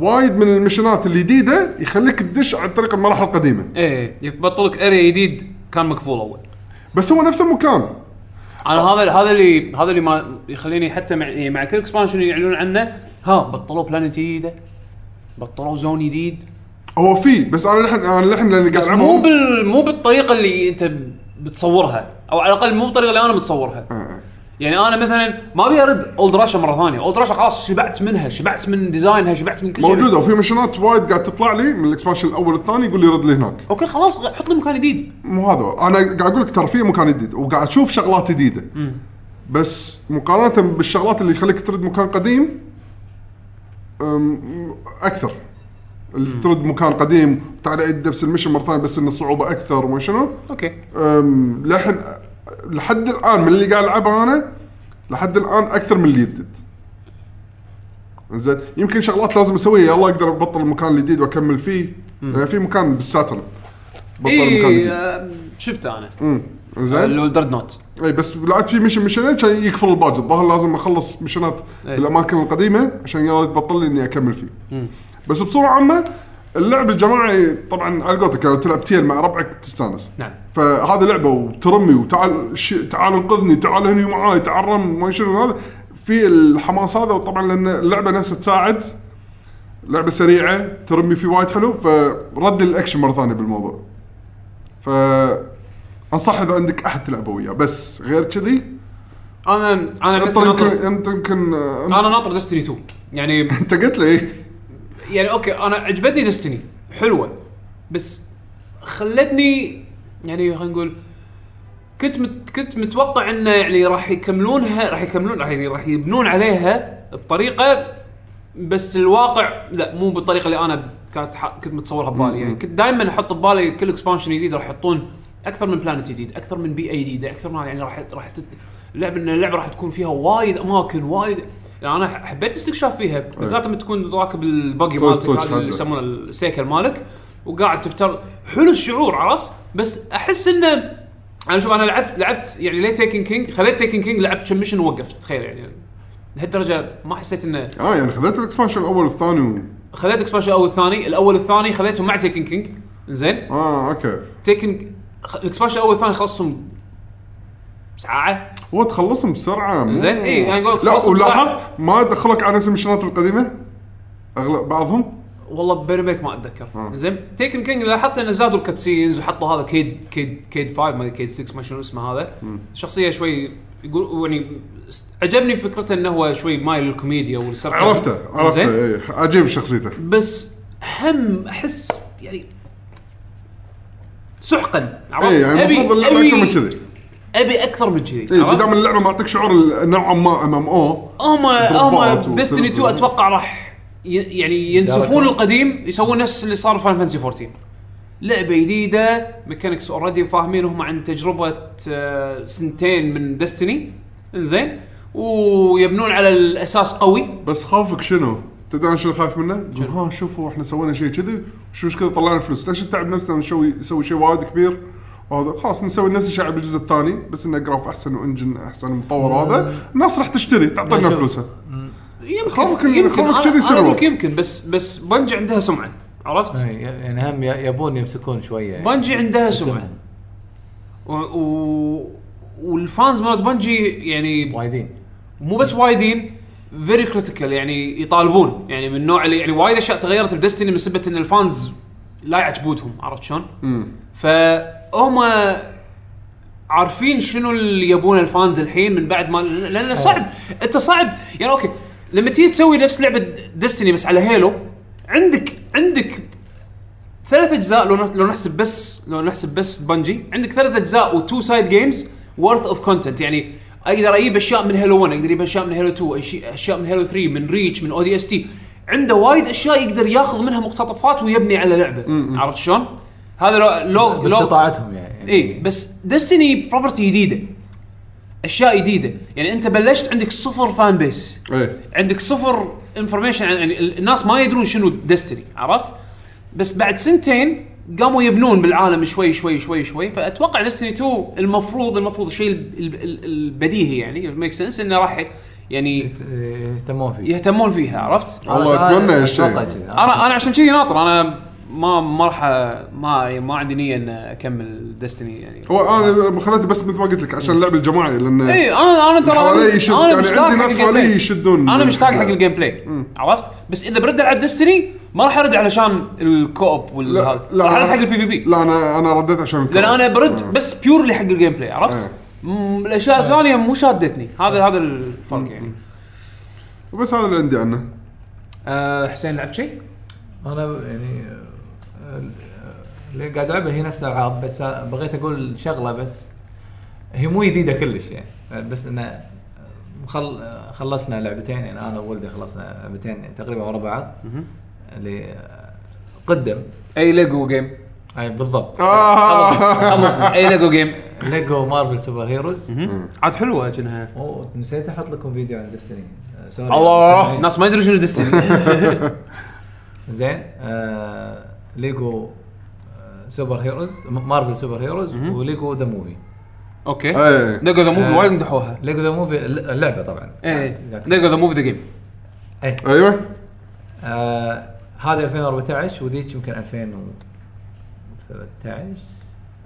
وايد من المشنات الجديده يخليك تدش عن طريق المراحل القديمه ايه يبطلك اري جديد كان مقفول اول بس هو نفس المكان انا هذا هذا اللي هذا اللي ما يخليني حتى مع يعني مع كل اكسبانشن يعلنون عنه ها بطلوا بلانت جديده بطلوا زون جديد هو في بس انا لحن انا لحن لاني قاعد بس مو العبهم بال مو بالطريقه اللي انت بتصورها او على الاقل مو بالطريقه اللي انا متصورها آه. يعني انا مثلا ما ابي ارد اولد راشا مره ثانيه اولد راشا خلاص شبعت منها شبعت من ديزاينها شبعت من كل شيء موجوده وفي مشنات وايد قاعد تطلع لي من الاكسبانشن الاول والثاني يقول لي رد لي هناك اوكي خلاص غ- حط لي مكان جديد مو هذا هو. انا قاعد اقول لك ترى في مكان جديد وقاعد اشوف شغلات جديده بس مقارنه بالشغلات اللي يخليك ترد مكان قديم أم، اكثر اللي ترد مكان قديم تعال عيد نفس المشن مره ثانيه بس ان الصعوبه اكثر وما شنو اوكي أم، لحن لحد الان من اللي قاعد العبها انا لحد الان اكثر من اللي جدد زين يمكن شغلات لازم اسويها يلا اقدر ابطل المكان الجديد واكمل فيه يعني في مكان بالساترن بطل المكان اي الجديد آه، شفته انا امم اللي زين هو الدرد نوت اي بس لعبت في ميشن ميشنين عشان يقفل الباج الظاهر لازم اخلص ميشنات إي. بالاماكن القديمه عشان يلا تبطل لي اني اكمل فيه مم. بس بصوره عامه اللعب الجماعي طبعا على قولتك لو تلعب تيل مع ربعك تستانس نعم. فهذا لعبه وترمي وتعال ش... تعال انقذني تعال هني معاي تعال رم ما شنو هذا في الحماس هذا وطبعا لان اللعبه نفسها تساعد لعبه سريعه ترمي فيه وايد حلو فرد الاكشن مره ثانيه بالموضوع ف انصح اذا عندك احد تلعبه وياه بس غير كذي انا انا بس انطر يمكن ناطر انت يمكن انا ناطر ديستني 2 يعني انت قلت لي إيه. يعني اوكي انا عجبتني ديستني حلوه بس خلتني يعني خلينا نقول كنت مت كنت متوقع انه يعني راح يكملونها راح يكملون راح يعني راح يبنون عليها بطريقه بس الواقع لا مو بالطريقه اللي انا كانت ح- كنت متصورها ببالي يعني كنت دائما احط ببالي كل اكسبانشن جديد راح يحطون اكثر من بلانت جديد اكثر من بيئه جديده اكثر من هذا، يعني راح راح تت... اللعبه إن اللعبه راح تكون فيها وايد اماكن وايد يعني انا ح- حبيت استكشاف فيها بالذات لما تكون راكب البقي صوت- مالتك صوت هذا اللي حادة. يسمونه السيكل مالك وقاعد تفتر حلو الشعور عرفت بس احس انه انا شوف انا لعبت لعبت يعني ليه تيكن كينج خليت تيكن كينج لعبت كم ميشن ووقفت تخيل يعني لهالدرجه ما حسيت انه اه يعني خذيت الاكسبانشن الاول والثاني و... خذيت اكسبانشن الاول والثاني الاول والثاني خذيتهم مع تيكن كينج زين اه اوكي تيكن خ- الاكسبانشن الاول والثاني خلصتهم ساعه هو تخلصهم بسرعه مو- زين، إيه، يعني أقول لك لا تخلصهم بسرعة. ولاحظ ما دخلك على نفس المشنات القديمه اغلب بعضهم والله بيني وبينك ما اتذكر آه. زين تيكن كينج لاحظت انه زادوا الكاتسينز وحطوا هذا كيد كيد كيد 5 ما أدري كيد 6 ما شنو اسمه هذا شخصيه شوي يقول يعني است- عجبني فكرته انه هو شوي مايل للكوميديا والسرقه عرفته عرفته ايه عجيب شخصيته بس هم احس يعني سحقا عرفت؟ اي يعني المفروض اللعبه اكثر من كذي إيه، ابي اكثر من كذي اي عرفت؟ بدام اللعبه معطيك شعور ال- نوعا ما ام ام او هم ضربات هم وسلب ديستني 2 وسلب. اتوقع راح ي- يعني ينسفون دارك. القديم يسوون نفس اللي صار في فان 14 لعبه جديده ميكانكس اوريدي فاهمين هم عن تجربه آه، سنتين من ديستني انزين ويبنون على الاساس قوي بس خافك شنو؟ تدري انا شنو خايف منه؟ تقول ها شوفوا احنا سوينا شيء كذي وش مشكله طلعنا فلوس ليش نتعب نفسنا نسوي نسوي شيء وايد كبير وهذا خلاص نسوي نفس الشيء على الجزء الثاني بس انه جراف احسن وانجن احسن ومطور وهذا آه. الناس راح تشتري تعطينا طيب، شوف. فلوسها يمكن خوفك- يمكن خوفك أنا- كذي أنا يصيرون. أقول لك يمكن بس بس بنجي عندها سمعه عرفت؟ إي، يعني هم ي- يبون يمسكون شويه يعني. بنجي عندها سمعه يسمعون. و... و... والفانز مالت بنجي يعني وايدين مو بس وايدين فيري كريتيكال يعني يطالبون يعني من النوع اللي يعني وايد اشياء تغيرت بدستني من سبه ان الفانز لا يعجبودهم عرفت شلون؟ فهم عارفين شنو اللي يبونه الفانز الحين من بعد ما لان صعب انت صعب يعني اوكي لما تيجي تسوي نفس لعبه دستني بس على هيلو عندك عندك ثلاث اجزاء لو نح- لو نحسب بس لو نحسب بس بنجي عندك ثلاث اجزاء وتو سايد جيمز ورث اوف كونتنت يعني اقدر اجيب اشياء من هيلو 1 اقدر اجيب اشياء من هيلو 2 أشي- اشياء من هيلو 3 من ريتش من او دي اس تي عنده وايد اشياء يقدر ياخذ منها مقتطفات ويبني على لعبه عرفت شلون؟ هذا لو لو لو باستطاعتهم يعني اي إيه، إيه. بس ديستني بروبرتي جديده اشياء جديده يعني انت بلشت عندك صفر فان بيس ايه عندك صفر انفورميشن عن يعني الناس ما يدرون شنو ديستني عرفت؟ بس بعد سنتين قاموا يبنون بالعالم شوي شوي شوي شوي فاتوقع ديستني 2 المفروض المفروض الشيء ال- ال- ال- البديهي يعني ميك سنس انه راح يعني يت- يهتمون إيه. فيه يهتمون فيها عرفت؟ والله أنا- أتمنى أنا هالشيء. أتوقع كذا. انا انا عشان كذي ناطر انا ما ما راح أ- ما ما عندي نيه ان اكمل ديستني يعني هو انا خذيته بس مثل ما قلت لك عشان اللعب الجماعي لان اي انا انا إيه، ترى حوالي يشد- انا يعني مشتاق عندي حق ناس الجيم حوالي بلاي. يشدون انا من مشتاق حق الحلقة. الجيم بلاي عرفت بس اذا برد العب ديستني ما راح ارد علشان الكوب ولا لا هذا. لا راح ارد أنا- حق البي في بي لا انا انا رديت عشان لان الكورة. انا آه. برد بس بيورلي حق الجيم بلاي عرفت آه. مم، الاشياء الثانيه مو شادتني هذا هذا الفرق يعني آه، بس هذا اللي عندي عنه أه، حسين لعب شيء؟ انا يعني آه، اللي قاعد العبها هي نفس الالعاب بس أنا بغيت اقول شغله بس هي مو جديده كلش يعني آه، بس انه مخل... آه، خلصنا لعبتين يعني انا وولدي خلصنا لعبتين تقريبا ورا بعض اللي آه، قدم اي ليجو جيم اي بالضبط آه. خلصنا اي ليجو جيم ليجو مارفل سوبر هيروز عاد حلوه كأنها ونسيت احط لكم فيديو عن ديستني آه، سوري الله مستمعين. الناس ما يدرون شنو ديستني زين آه ليجو آه، سوبر هيروز م- مارفل سوبر هيروز وليجو ذا موفي اوكي إيه. ليجو ذا موفي آه. وايد مدحوها ليجو ذا موفي الل- اللعبه طبعا ايه قاعد- ليجو ذا موفي ذا جيم ايه ايوه آه هذا 2014 وذيك يمكن 2013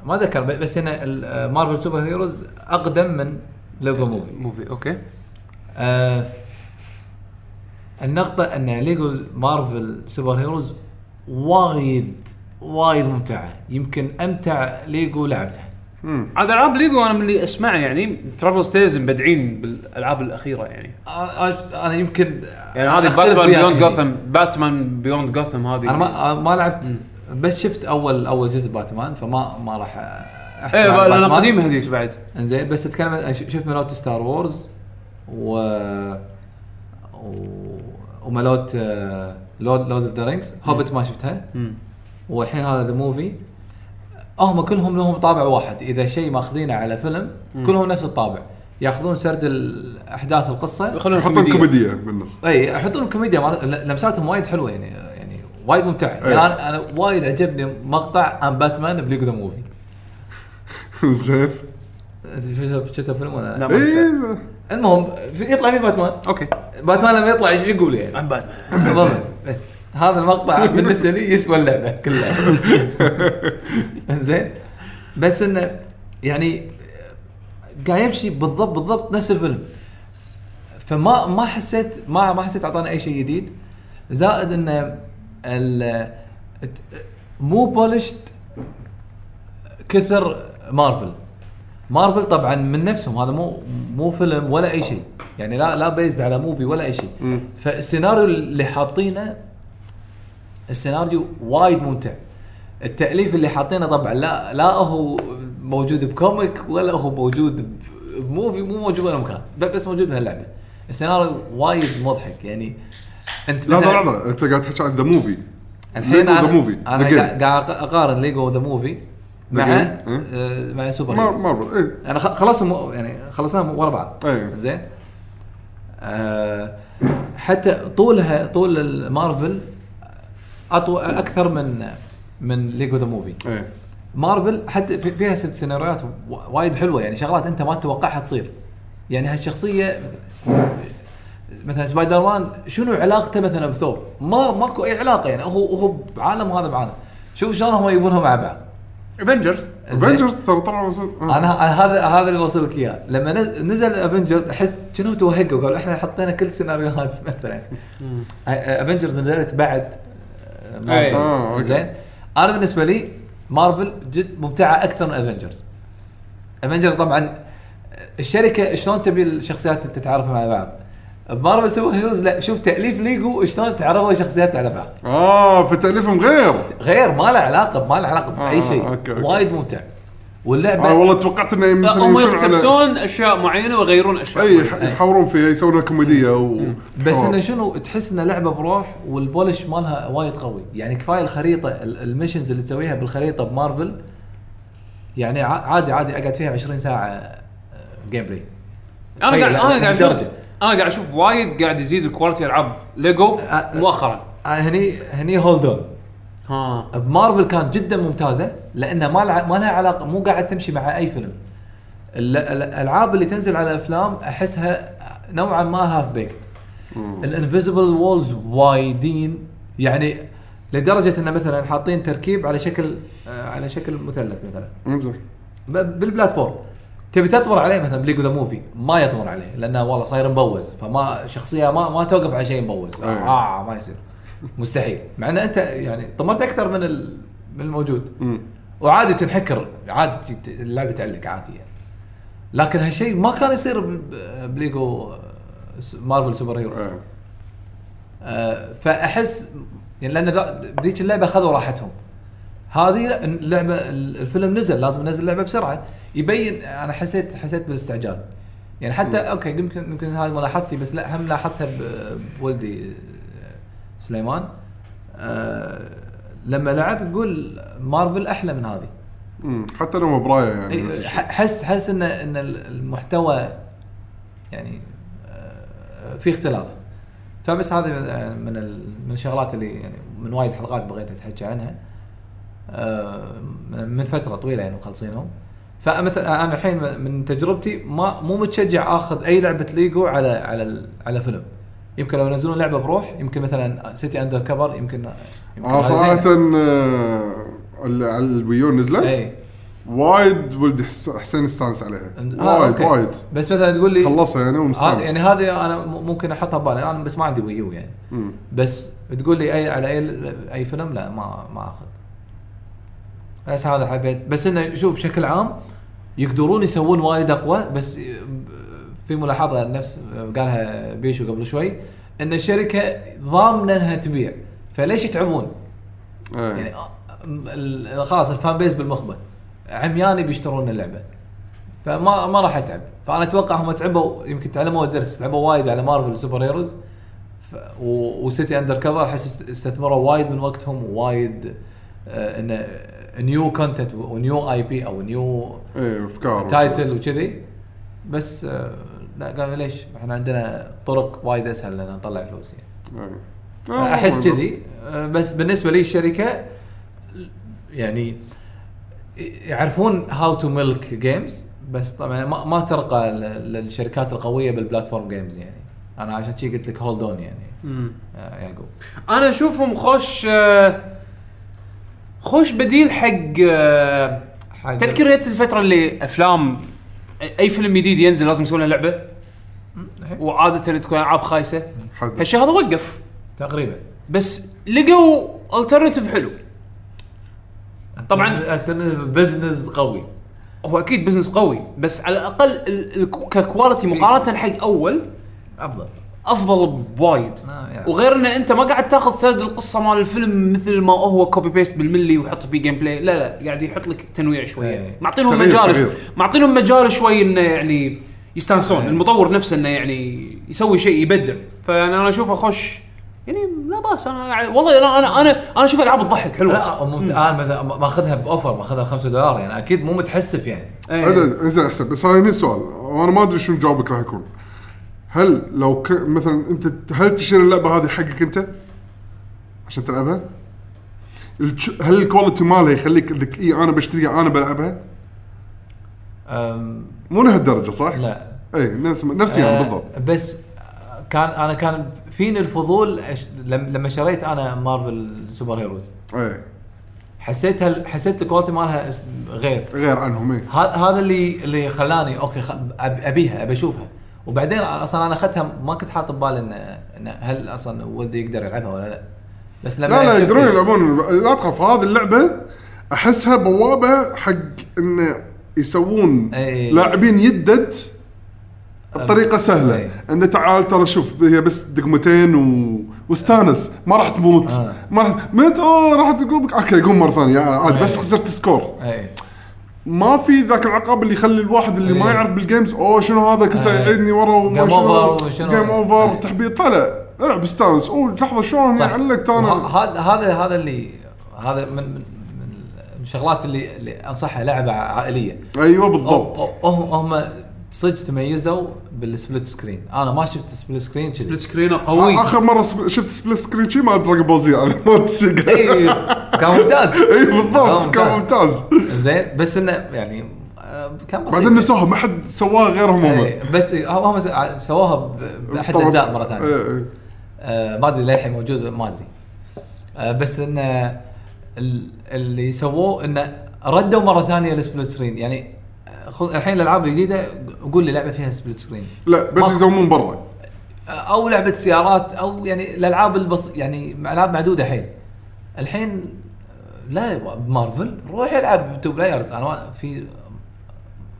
ما ذكر ب- بس ان ال- آه، مارفل سوبر هيروز اقدم من ليجو إيه. موفي موفي اوكي آه النقطة ان ليجو مارفل سوبر هيروز وايد وايد ممتعة يمكن امتع ليجو لعبتها عاد العاب ليجو انا من اللي اسمعه يعني ترافل ستيز مبدعين بالالعاب الاخيره يعني آه، آه، انا يمكن يعني هذه أختلف باتمان وياك بيوند يعني. جوثم باتمان بيوند جوثم هذه انا ما آه، ما لعبت بس شفت اول اول جزء باتمان فما ما راح احكي ايه عن بقى، لان باتمان. قديمه هذيك بعد انزين بس اتكلم عن- ش- شفت ملوت ستار وورز و, و... وملوت آه، لورد لورد اوف ذا رينجز هوبت ما شفتها والحين هذا ذا موفي هم كلهم لهم طابع واحد اذا شيء ماخذينه على فيلم كلهم نفس الطابع ياخذون سرد ال- احداث القصه يخلون يحطون كوميديا كوميديه بالنص اي يحطون الكوميديا مال- ل- لمساتهم وايد حلوه يعني يعني وايد ممتعه يعني أي. انا انا وايد عجبني مقطع عن باتمان بليجو ذا موفي زين إيه. شفت شفت الفيلم ولا نعم. لا، لا ما شفته. اي المهم في- يطلع فيه باتمان اوكي باتمان لما يطلع ايش يقول يعني؟ عن باتمان بالضبط بس هذا المقطع بالنسبه لي يسوى اللعبه كلها زين بس انه يعني قاعد يمشي بالضبط بالضبط نفس الفيلم فما ما حسيت ما ما حسيت اعطانا اي شيء جديد زائد انه ال- ت- مو بولشت كثر مارفل مارفل طبعا من نفسهم هذا مو مو فيلم ولا اي شيء يعني لا لا بيزد على موفي ولا اي شيء فالسيناريو اللي حاطينه السيناريو وايد ممتع التاليف اللي حاطينه طبعا لا لا هو موجود بكوميك ولا هو موجود ب- بموفي مو موجود ولا مكان ب- بس موجود بهاللعبه السيناريو وايد مضحك يعني انت لحظه مثلاً- لحظه انت قاعد تحكي عن ذا موفي الحين ذا انا موفي انا قاعد- قاعد اقارن ليجو ذا موفي مع game. ها؟ آه، مع سوبر هيروز. مارفل اي انا خ- خلاص مو- يعني خلصناها ورا بعض أي. زين آه، حتى طولها طول المارفل اطول اكثر من من ليجو ذا موفي اي مارفل حتى في- فيها ست سيناريوهات و- وايد حلوه يعني شغلات انت ما تتوقعها تصير يعني هالشخصيه مثلا سبايدر مان شنو علاقته مثلا بثور؟ ما ماكو اي علاقه يعني هو هو بعالم وهذا بعالم شوف شلون هم يبونها مع بعض افنجرز زين. افنجرز ترى طلعوا آه. انا انا هذا هذا اللي بوصل لك اياه لما نز- نزل افنجرز احس كانوا توهقوا قالوا احنا حطينا كل سيناريوهات مثلا افنجرز نزلت بعد آه، أي. آه، أوكي. مارفل زين انا بالنسبه لي مارفل جد ممتعه اكثر من افنجرز افنجرز طبعا الشركه شلون تبي الشخصيات تتعرف مع بعض مارفل سوبر هيروز لا شوف تاليف ليجو شلون تعرفوا الشخصيات على بعض اه فتاليفهم غير غير ما له علاقه ما له علاقه باي آه، شيء أوكي، أوكي. وايد ممتع واللعبه انا آه، والله توقعت انه لا، مثلا هم يمشون على- يقتبسون اشياء معينه ويغيرون اشياء اي معينة. يح- يحورون فيها يسوونها كوميديه و آه. بس حوار. انه شنو تحس انه لعبه بروح والبولش مالها وايد قوي يعني كفايه الخريطه ال- الميشنز اللي تسويها بالخريطه بمارفل يعني ع- عادي عادي اقعد فيها 20 ساعه آه، جيم بلاي انا قاعد تخيل انا قاعد اشوف لهالدرجة. انا قاعد اشوف وايد قاعد يزيد الكواليتي العاب ليجو أ- مؤخرا آه، هني هني هولد اون ها بمارفل كانت جدا ممتازه لانها ما لها ما لها علاقه مو قاعد تمشي مع اي فيلم ال- ال- الالعاب اللي تنزل على افلام احسها نوعا ما هاف بيكت الانفيزبل وولز وايدين يعني لدرجه انه مثلا حاطين تركيب على شكل آه، على شكل مثلث مثلا انزين ب- بالبلاتفورم تبي تطور عليه مثلا بليجو ذا موفي ما يطور عليه لانه والله صاير مبوز فما شخصيه ما ما توقف على شيء مبوز أي. اه ما يصير مستحيل مع ان انت يعني طمرت اكثر من ال- من الموجود وعادي تنحكر عادي ت- ت- اللعبه تعلق عادي يعني لكن هالشيء ما كان يصير بال- بليجو آه، س- مارفل سوبر هيروز إيه. آه، فاحس يعني لان ذا- ذيك اللعبه خذوا راحتهم هذه لا، اللعبه الفيلم نزل لازم ننزل اللعبه بسرعه يبين انا حسيت حسيت بالاستعجال يعني حتى اوكي يمكن يمكن هذه ملاحظتي بس لا هم لاحظتها ب- بولدي آه، سليمان آه، لما لعب يقول مارفل احلى من هذه مم. حتى لو مبرايه يعني نفس إيه، الشيء. ح- حس حس ان ان ال- المحتوى يعني آه، في اختلاف فبس هذه من- آه، من ال- من الشغلات اللي يعني من وايد حلقات بغيت اتحكى عنها آه، من فتره طويله يعني مخلصينهم فمثلا انا الحين من تجربتي ما مو متشجع اخذ اي لعبه ليجو على على ال- على فيلم يمكن لو ينزلون لعبه بروح يمكن مثلا سيتي اندر كفر يمكن يمكن اه هذه صراحه زينة. آه، اللي على الويون نزلت اي وايد ولد حس- حسين استانس عليها آه، وايد أوكي. وايد بس مثلا تقول لي خلصها يعني هذا يعني ومستانس هذه انا م- ممكن احطها ببالي انا بس ما عندي ويو يعني مم. بس تقول لي اي على اي اي فيلم لا ما ما اخذ بس هذا حبيت بس انه شوف بشكل عام يقدرون يسوون وايد اقوى بس في ملاحظه نفس قالها بيشو قبل شوي ان الشركه ضامنه انها تبيع فليش يتعبون؟ إيه. يعني ال- خلاص الفان بيز بالمخبه عمياني بيشترون اللعبه فما ما راح اتعب فانا اتوقع هم تعبوا يمكن تعلموا الدرس تعبوا وايد على مارفل سوبر هيروز ف... و... وسيتي اندر كفر احس است- استثمروا وايد من وقتهم ووايد آه انه نيو كونتنت ونيو اي بي او نيو ايه افكار تايتل وكذي بس آه، لا قالوا ليش احنا عندنا طرق وايد اسهل لنا نطلع فلوس يعني إيه. آه، احس والله. كذي أه، بس بالنسبه لي الشركه يعني يعرفون هاو تو ميلك جيمز بس طبعا ما, ما ترقى ل- للشركات القويه بالبلاتفورم جيمز يعني انا عشان شي قلت لك هولد اون يعني أه، يعقوب انا اشوفهم خوش آه، خوش بديل حق آه، حق- تذكر هي الفتره اللي افلام اي فيلم جديد ينزل لازم يسوون له لعبه وعاده تكون العاب خايسه حد. هالشيء هذا وقف تقريبا بس لقوا الترنتيف حلو يعني طبعاً. بزنس قوي هو اكيد بزنس قوي بس على الاقل ال- ال- ككواليتي مقارنه حق اول افضل افضل بوايد آه، يعني. وغير ان انت ما قاعد تاخذ سرد القصه مال الفيلم مثل ما هو كوبي بيست بالملي ويحط فيه جيم بلاي لا لا قاعد يحط لك تنويع شويه إيه. معطينهم تغيير- مجال تغيير. معطينهم مجال شوي انه يعني إيه. يستانسون المطور نفسه انه يعني يسوي شيء يبدع فانا انا اشوفه خوش يعني لا باس انا قاعد- والله انا انا انا انا اشوف العاب تضحك حلوه لا ممت... انا مثلا ما- ماخذها باوفر ماخذها 5 دولار يعني اكيد مو متحسف يعني إيه. عدد انزين احسب بس هاي هني السؤال وانا ما ادري شنو جوابك راح يكون هل لو ك... مثلا انت هل تشتري اللعبه هذه حقك انت؟ عشان تلعبها؟ الج- هل الكواليتي مالها يخليك انك اي انا بشتريها انا بلعبها؟ أم... مو لهالدرجه صح؟ لا اي نفس نفس يعني آه، بالضبط بس كان انا كان فيني الفضول أش... لم- لما شريت انا مارفل سوبر هيروز اي حسيت هال... حسيت الكواليتي مالها اس- غير غير عنهم إيه. اي هذا هذا اللي اللي خلاني اوكي خ... أب- ابيها ابي اشوفها وبعدين أ- اصلا انا اخذتها ما كنت حاط ببالي ان إن هل اصلا ولدي يقدر يلعبها ولا لا بس لما لا لا شفت- يقدرون يلعبون لا تخاف هذه اللعبه احسها بوابه حق انه يسوون أي. لاعبين يدد بطريقه سهله أي. انه تعال ترى شوف هي بس دقمتين و... واستانس ما راح تموت آه. ما راح مت اوه راح تقوم اوكي قوم مره ثانيه عادي بس أي. خسرت سكور اي ما في ذاك العقاب اللي يخلي الواحد اللي ما أي. يعرف بالجيمز اوه شنو هذا كسر أي. يعيدني ورا Game over وشنو. جيم اوفر أي. تحبيط طلع العب استانس اوه لحظه شلون صح. علقت انا وه- هذا هذا هذا اللي هذا من من من الشغلات اللي, اللي انصحها لعبه عائليه ايوه بالضبط أو- أو- هم هم صدق تميزوا بالسبلت سكرين انا ما شفت سبلت سكرين سبلت كذي سكرينه قوي اخر مره سب- شفت سبلت سكرين شي مع دراجون بول زي على مود السيجا اي كان ممتاز اي إيه، آه، بالضبط كان ممتاز زين بس انه يعني آه، كان بسيط بعدين نسوها ما حد سواها غيرهم هم إيه، بس إيه، هم س- سووها ب- باحد الاجزاء مره ثانيه ثانيه آه، ما ادري للحين موجود ما ادري آه، بس انه ال- اللي سووه انه ردوا مره ثانيه السبلت سكرين يعني آه، خو- الحين الالعاب الجديده قول لي لعبه فيها سبلت سكرين لا بس ما- يزومون برا او لعبه سيارات او يعني الالعاب البس يعني العاب معدوده حيل الحين آه، لا مارفل روح العب تو بلايرز انا ما- في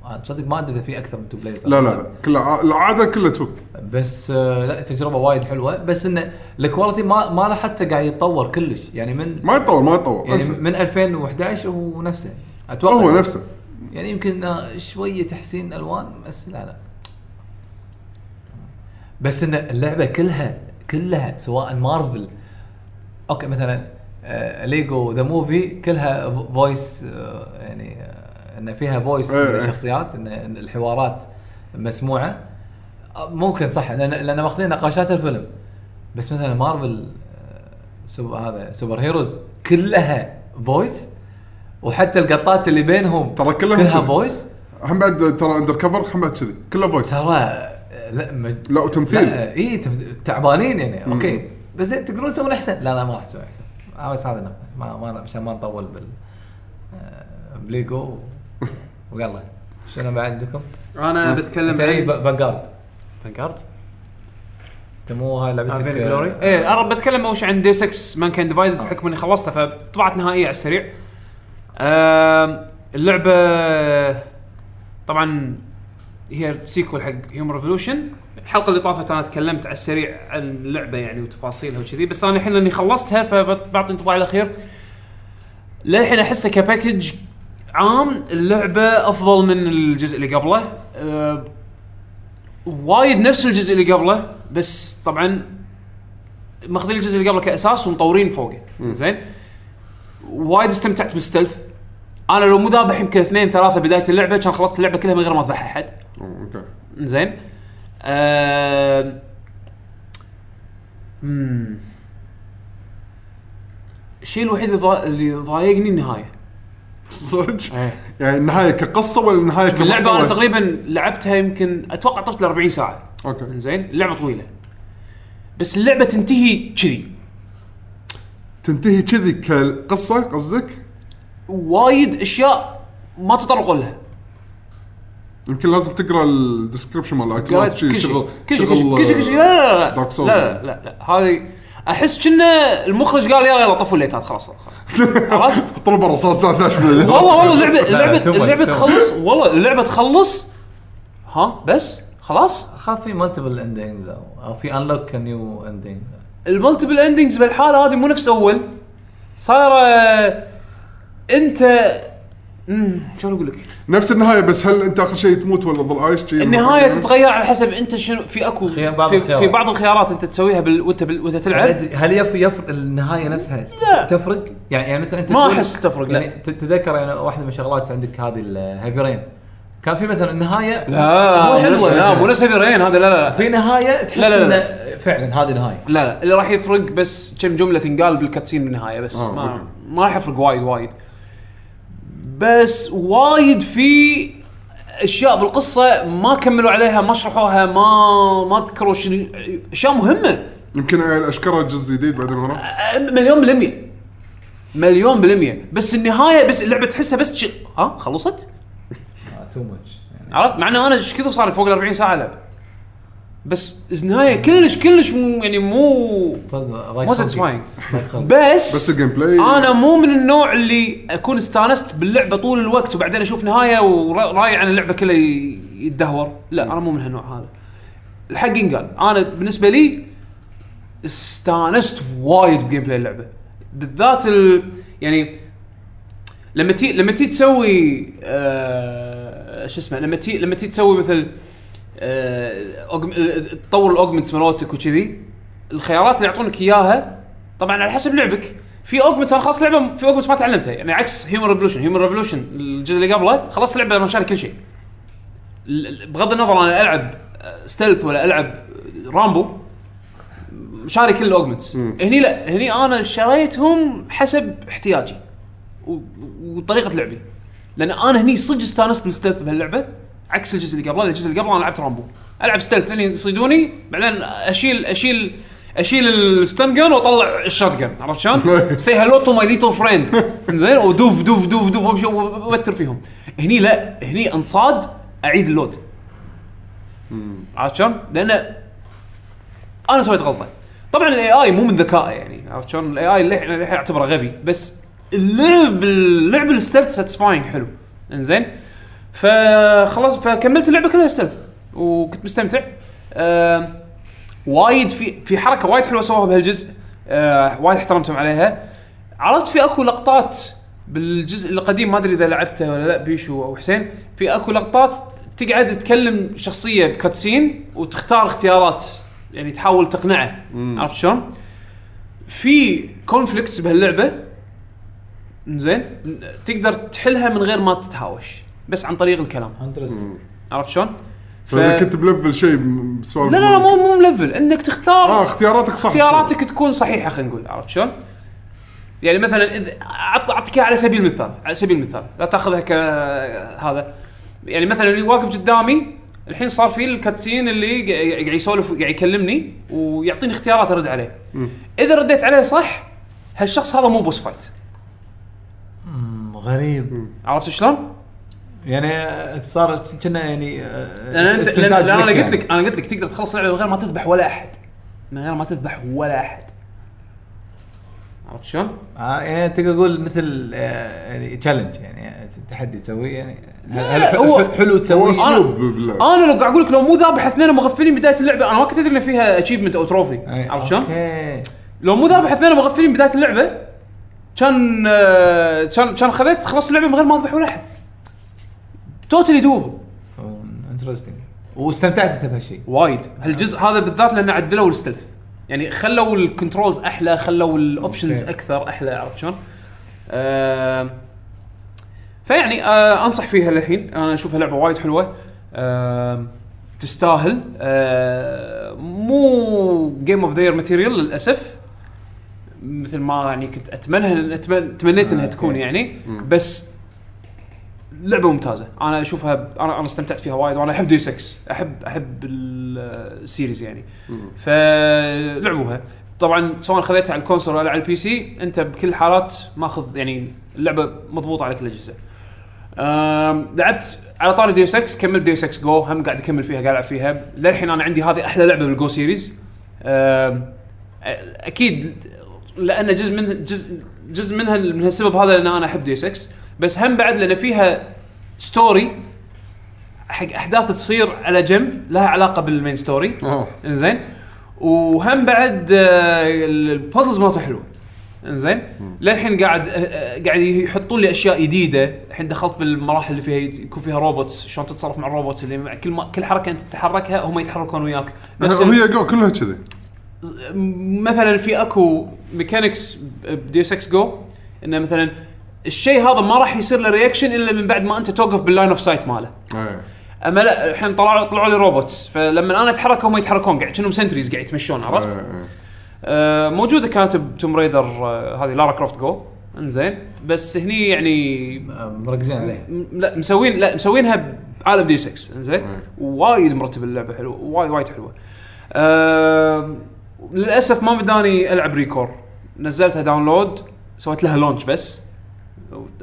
آه، تصدق ما ادري اذا في اكثر من تو بلايرز لا لا لا كلها ع- العاده كلها تو بس آه، لا تجربه وايد حلوه بس انه الكواليتي ما ما له حتى قاعد يتطور كلش يعني من ما يتطور ما يتطور يعني انسى. من 2011 هو نفسه اتوقع هو نفسه يعني يمكن آه، شويه تحسين الوان بس لا لا بس ان اللعبه كلها كلها سواء مارفل اوكي مثلا آه، ليجو ذا موفي كلها فويس آه، يعني آه، ان فيها فويس إيه، إيه. للشخصيات ان إن الحوارات مسموعه آه، ممكن صح لان لان ماخذين نقاشات الفيلم بس مثلا مارفل آه، سوبر هذا سوبر هيروز كلها فويس وحتى القطات اللي بينهم ترى كلهم كلها كذي. فويس هم بعد ترى اندر كفر هم بعد كذي كله فويس ترى آه، لا مج... لا وتمثيل لا اي تعبانين يعني اوكي بس زين تقدرون تسوون احسن لا لا ما راح تسوي احسن آه، بس هذا النقطة. ما ما عشان ما نطول بال آه، بليجو ويلا شنو بعد عندكم؟ إيه، انا بتكلم انت اي فانجارد فانكارد انت مو هاي آه، لعبتك افين جلوري إيه، ايه انا بتكلم اول شيء عن دي 6 مان كان ديفايدد بحكم اني خلصتها فطبعت نهائيه على السريع آم، اللعبه طبعا هي سيكول حق هيومن ريفولوشن الحلقه اللي طافت انا تكلمت على السريع عن اللعبه يعني وتفاصيلها وكذي بس انا الحين لاني خلصتها فبعطي انطباعي الاخير للحين احسه كباكج عام اللعبه افضل من الجزء اللي قبله أه وايد نفس الجزء اللي قبله بس طبعا ماخذين الجزء اللي قبله كاساس ومطورين فوقه زين وايد استمتعت بالستلف انا لو مو ذابح يمكن اثنين ثلاثه بدايه اللعبه كان خلصت اللعبه كلها من غير ما اذبح احد أوه، اوكي زين آه... مم. الشيء الوحيد اللي ضا- اللي ضايقني النهايه صدق إيه. ايه. يعني النهايه كقصه ولا النهايه كمحتوى؟ اللعبه انا تقريبا لعبتها يمكن اتوقع طفت ل 40 ساعه اوكي زين اللعبه طويله بس اللعبه تنتهي كذي تنتهي كذي كقصه قصدك؟ وايد اشياء ما تطرقوا لها يمكن لازم تقرا الديسكربشن مال قالت الايتمات شي كل شيء شغل كل شيء شغل، كل شيء كل شيء لا لا لا Dark Souls. لا لا لا لا لا هذه احس كنا المخرج قال يلا يلا طفوا الليتات خلاص خلاص. عرفت؟ طلع برا صار الساعه 12 بالليل والله والله اللعبه لا، لا، اللعبه تمام، اللعبه تمام. تخلص والله اللعبه تخلص ها بس خلاص خاف في مالتيبل اندينجز او أو في انلوك نيو اندينج المالتيبل اندنجز بالحاله هذه مو نفس آه، اول صايره انت امم شلون اقول لك؟ نفس النهايه بس هل انت اخر شيء تموت ولا تظل عايش شي؟ النهايه تتغير على حسب انت شنو في اكو خيار- بعض في, الخيارات. في بعض الخيارات انت تسويها بال... وانت بال... وانت تلعب هل يف يفرق النهايه نفسها لا. تفرق؟ يعني يعني مثلا انت ما تقول- أحس تفرق، لا. يعني ت- تتذكر يعني واحده من شغلات عندك هذه الهيفي رين كان في مثلا النهايه لا مو مو حلوه لا مو نفس هيفي رين هذا لا لا لا في نهايه تحس لا، لا، انه لا. فعلا هذه نهايه لا لا اللي راح يفرق بس كم جمله تنقال بالكاتسين بالنهايه بس آه، أوكي. ما, ما راح يفرق وايد وايد بس وايد في اشياء بالقصه ما كملوا عليها ما شرحوها ما ما ذكروا شنو اشياء مهمه يمكن اشكره جزء جديد بعدين ورا أ- مليون بالمية مليون بالمية بس النهاية بس اللعبة تحسها بس شي... ها خلصت؟ تو ماتش عرفت؟ مع انه انا ايش كثر صار لي فوق ال 40 ساعة العب بس النهاية كلش كلش مو يعني مو مو ساتسفاينج بس بس الجيم بلاي انا مو من النوع اللي اكون استانست باللعبه طول الوقت وبعدين اشوف نهايه وراي عن اللعبه كلها ي- يتدهور لا انا مو من هالنوع هذا الحق ينقال انا بالنسبه لي استانست وايد بجيم بلاي اللعبه بالذات ال... يعني لما تي لما تي تسوي آه... شو اسمه لما تي لما تي تسوي مثل آه... أوجم- تطور الاوجمنتس مالتك وكذي الخيارات اللي يعطونك اياها طبعا على حسب لعبك في اوجمنت انا خلاص لعبه في اوجمنت ما تعلمتها يعني عكس هيومن ريفولوشن هيومن ريفولوشن الجزء اللي قبله خلصت اللعبه انا شاري كل شيء ال- ال- بغض النظر انا العب ستيلث ولا العب رامبو شاري كل الاوجمنتس هني لا هني انا شريتهم حسب احتياجي و- وطريقه لعبي لان انا هني صدق استانست بالستيلث بهاللعبه عكس الجزء اللي قبله الجزء اللي قبله انا لعبت رامبو العب ستيلث لين يصيدوني بعدين اشيل اشيل اشيل الستان جن واطلع الشوت جن عرفت شلون؟ سي هلو تو ماي ليتل فريند زين ودوف دوف دوف دوف وامشي واوتر فيهم هني لا هني انصاد اعيد اللود عرفت شلون؟ لان انا سويت غلطه طبعا الاي اي مو من ذكائه يعني عرفت شلون الاي اي للحين للحين اعتبره غبي بس اللعب اللعب الستلث ساتسفاينج حلو انزين فخلاص فكملت اللعبه كلها ستلث وكنت مستمتع آه وايد في في حركه وايد حلوه سووها بهالجزء آه وايد احترمتهم عليها عرفت في اكو لقطات بالجزء القديم ما ادري اذا لعبته ولا لا بيشو او حسين في اكو لقطات تقعد تكلم شخصيه بكاتسين وتختار اختيارات يعني تحاول تقنعه عرفت شلون؟ في كونفليكتس بهاللعبه زين تقدر تحلها من غير ما تتهاوش بس عن طريق الكلام عرفت شلون؟ ف... فاذا لا كنت بلفل شيء م- سوالف لا لا مو مو ملفل انك تختار اه اختياراتك صح اختياراتك تكون صحيحه خلينا نقول عرفت شلون؟ يعني مثلا اذا أعط- اعطيك إياها على سبيل المثال على سبيل المثال لا تاخذها ك هذا يعني مثلا اللي واقف قدامي الحين صار في الكاتسين اللي قا- قاعد يسولف قاعد يكلمني ويعطيني اختيارات ارد عليه اذا رديت عليه صح هالشخص هذا مو بوس فايت غريب عرفت شلون؟ يعني صار كنا يعني آه، لان انت لان استنتاج لأن انا قلت يعني. لك انا قلت لك تقدر تخلص اللعبه من غير ما تذبح ولا احد من غير ما تذبح ولا احد عرفت شلون؟ آه، يعني تقدر تقول مثل آه، يعني تشالنج يعني تحدي تسويه يعني هل لا، هل ح- هو- ح- حلو هو تسويه؟ اسلوب بالله انا لو قاعد اقول لك لو مو ذابح اثنين مغفلين بدايه اللعبه انا ما كنت ادري ان فيها اتشيفمنت او تروفي أي، عرفت شلون؟ اوكي لو مو ذابح اثنين مغفلين بدايه اللعبه كان آه، كان كان خذيت خلصت اللعبه من غير ما اذبح ولا احد توتلي دوب انترستنج واستمتعت انت بهالشيء وايد هالجزء هذا بالذات لان عدلوا الستلث يعني خلوا الكنترولز احلى خلوا الاوبشنز أوكي. اكثر احلى عرفت شلون؟ آه، فيعني آه انصح فيها الحين انا اشوفها لعبه وايد حلوه آه تستاهل آه مو جيم اوف ذير ماتيريال للاسف مثل ما يعني كنت اتمنى أتمن- تمنيت انها تكون يعني بس لعبه ممتازه انا اشوفها ب- انا انا استمتعت فيها وايد وانا احب دي 6 احب احب ال- السيريز يعني فلعبوها طبعا سواء خذيتها على الكونسول ولا على البي سي انت بكل الحالات ماخذ يعني اللعبه مضبوطه على كل الاجهزه أم، لعبت على طاري ديو 6 كملت ديو 6 جو هم قاعد اكمل فيها قاعد العب فيها للحين انا عندي هذه احلى لعبه بالجو سيريز أم، اكيد لان جزء من جزء جزء منها من هالسبب هذا لان انا احب ديو 6 بس هم بعد لان فيها ستوري حق احداث تصير على جنب لها علاقه بالمين ستوري اه انزين وهم بعد آه، البازلز مالته حلوه انزين للحين قاعد آه، آه، قاعد يحطون لي اشياء جديده الحين دخلت بالمراحل اللي فيها يكون فيها روبوتس شلون تتصرف مع الروبوتس اللي مع كل ما كل حركه انت تتحركها هم يتحركون وياك نفس ال- هي جو كلها كذي مثلا في اكو ميكانكس بدي 6 جو انه مثلا الشيء هذا ما راح يصير له رياكشن الا من بعد ما انت توقف باللاين اوف سايت ماله إيه. اما لا الحين طلعوا طلعوا لي روبوتس فلما انا اتحرك هم يتحركون قاعد كأنهم سنتريز قاعد يتمشون عرفت؟ إيه، إيه. آه، موجوده كانت بتوم ريدر آه، هذه لارا كروفت جو انزين بس هني يعني م- مركزين عليه لا مسوين لا مسوينها بعالم دي 6 انزين مم. وايد مرتب اللعبه حلوه وايد وايد حلوه آه، للاسف ما بداني العب ريكور نزلتها داونلود سويت لها لونش بس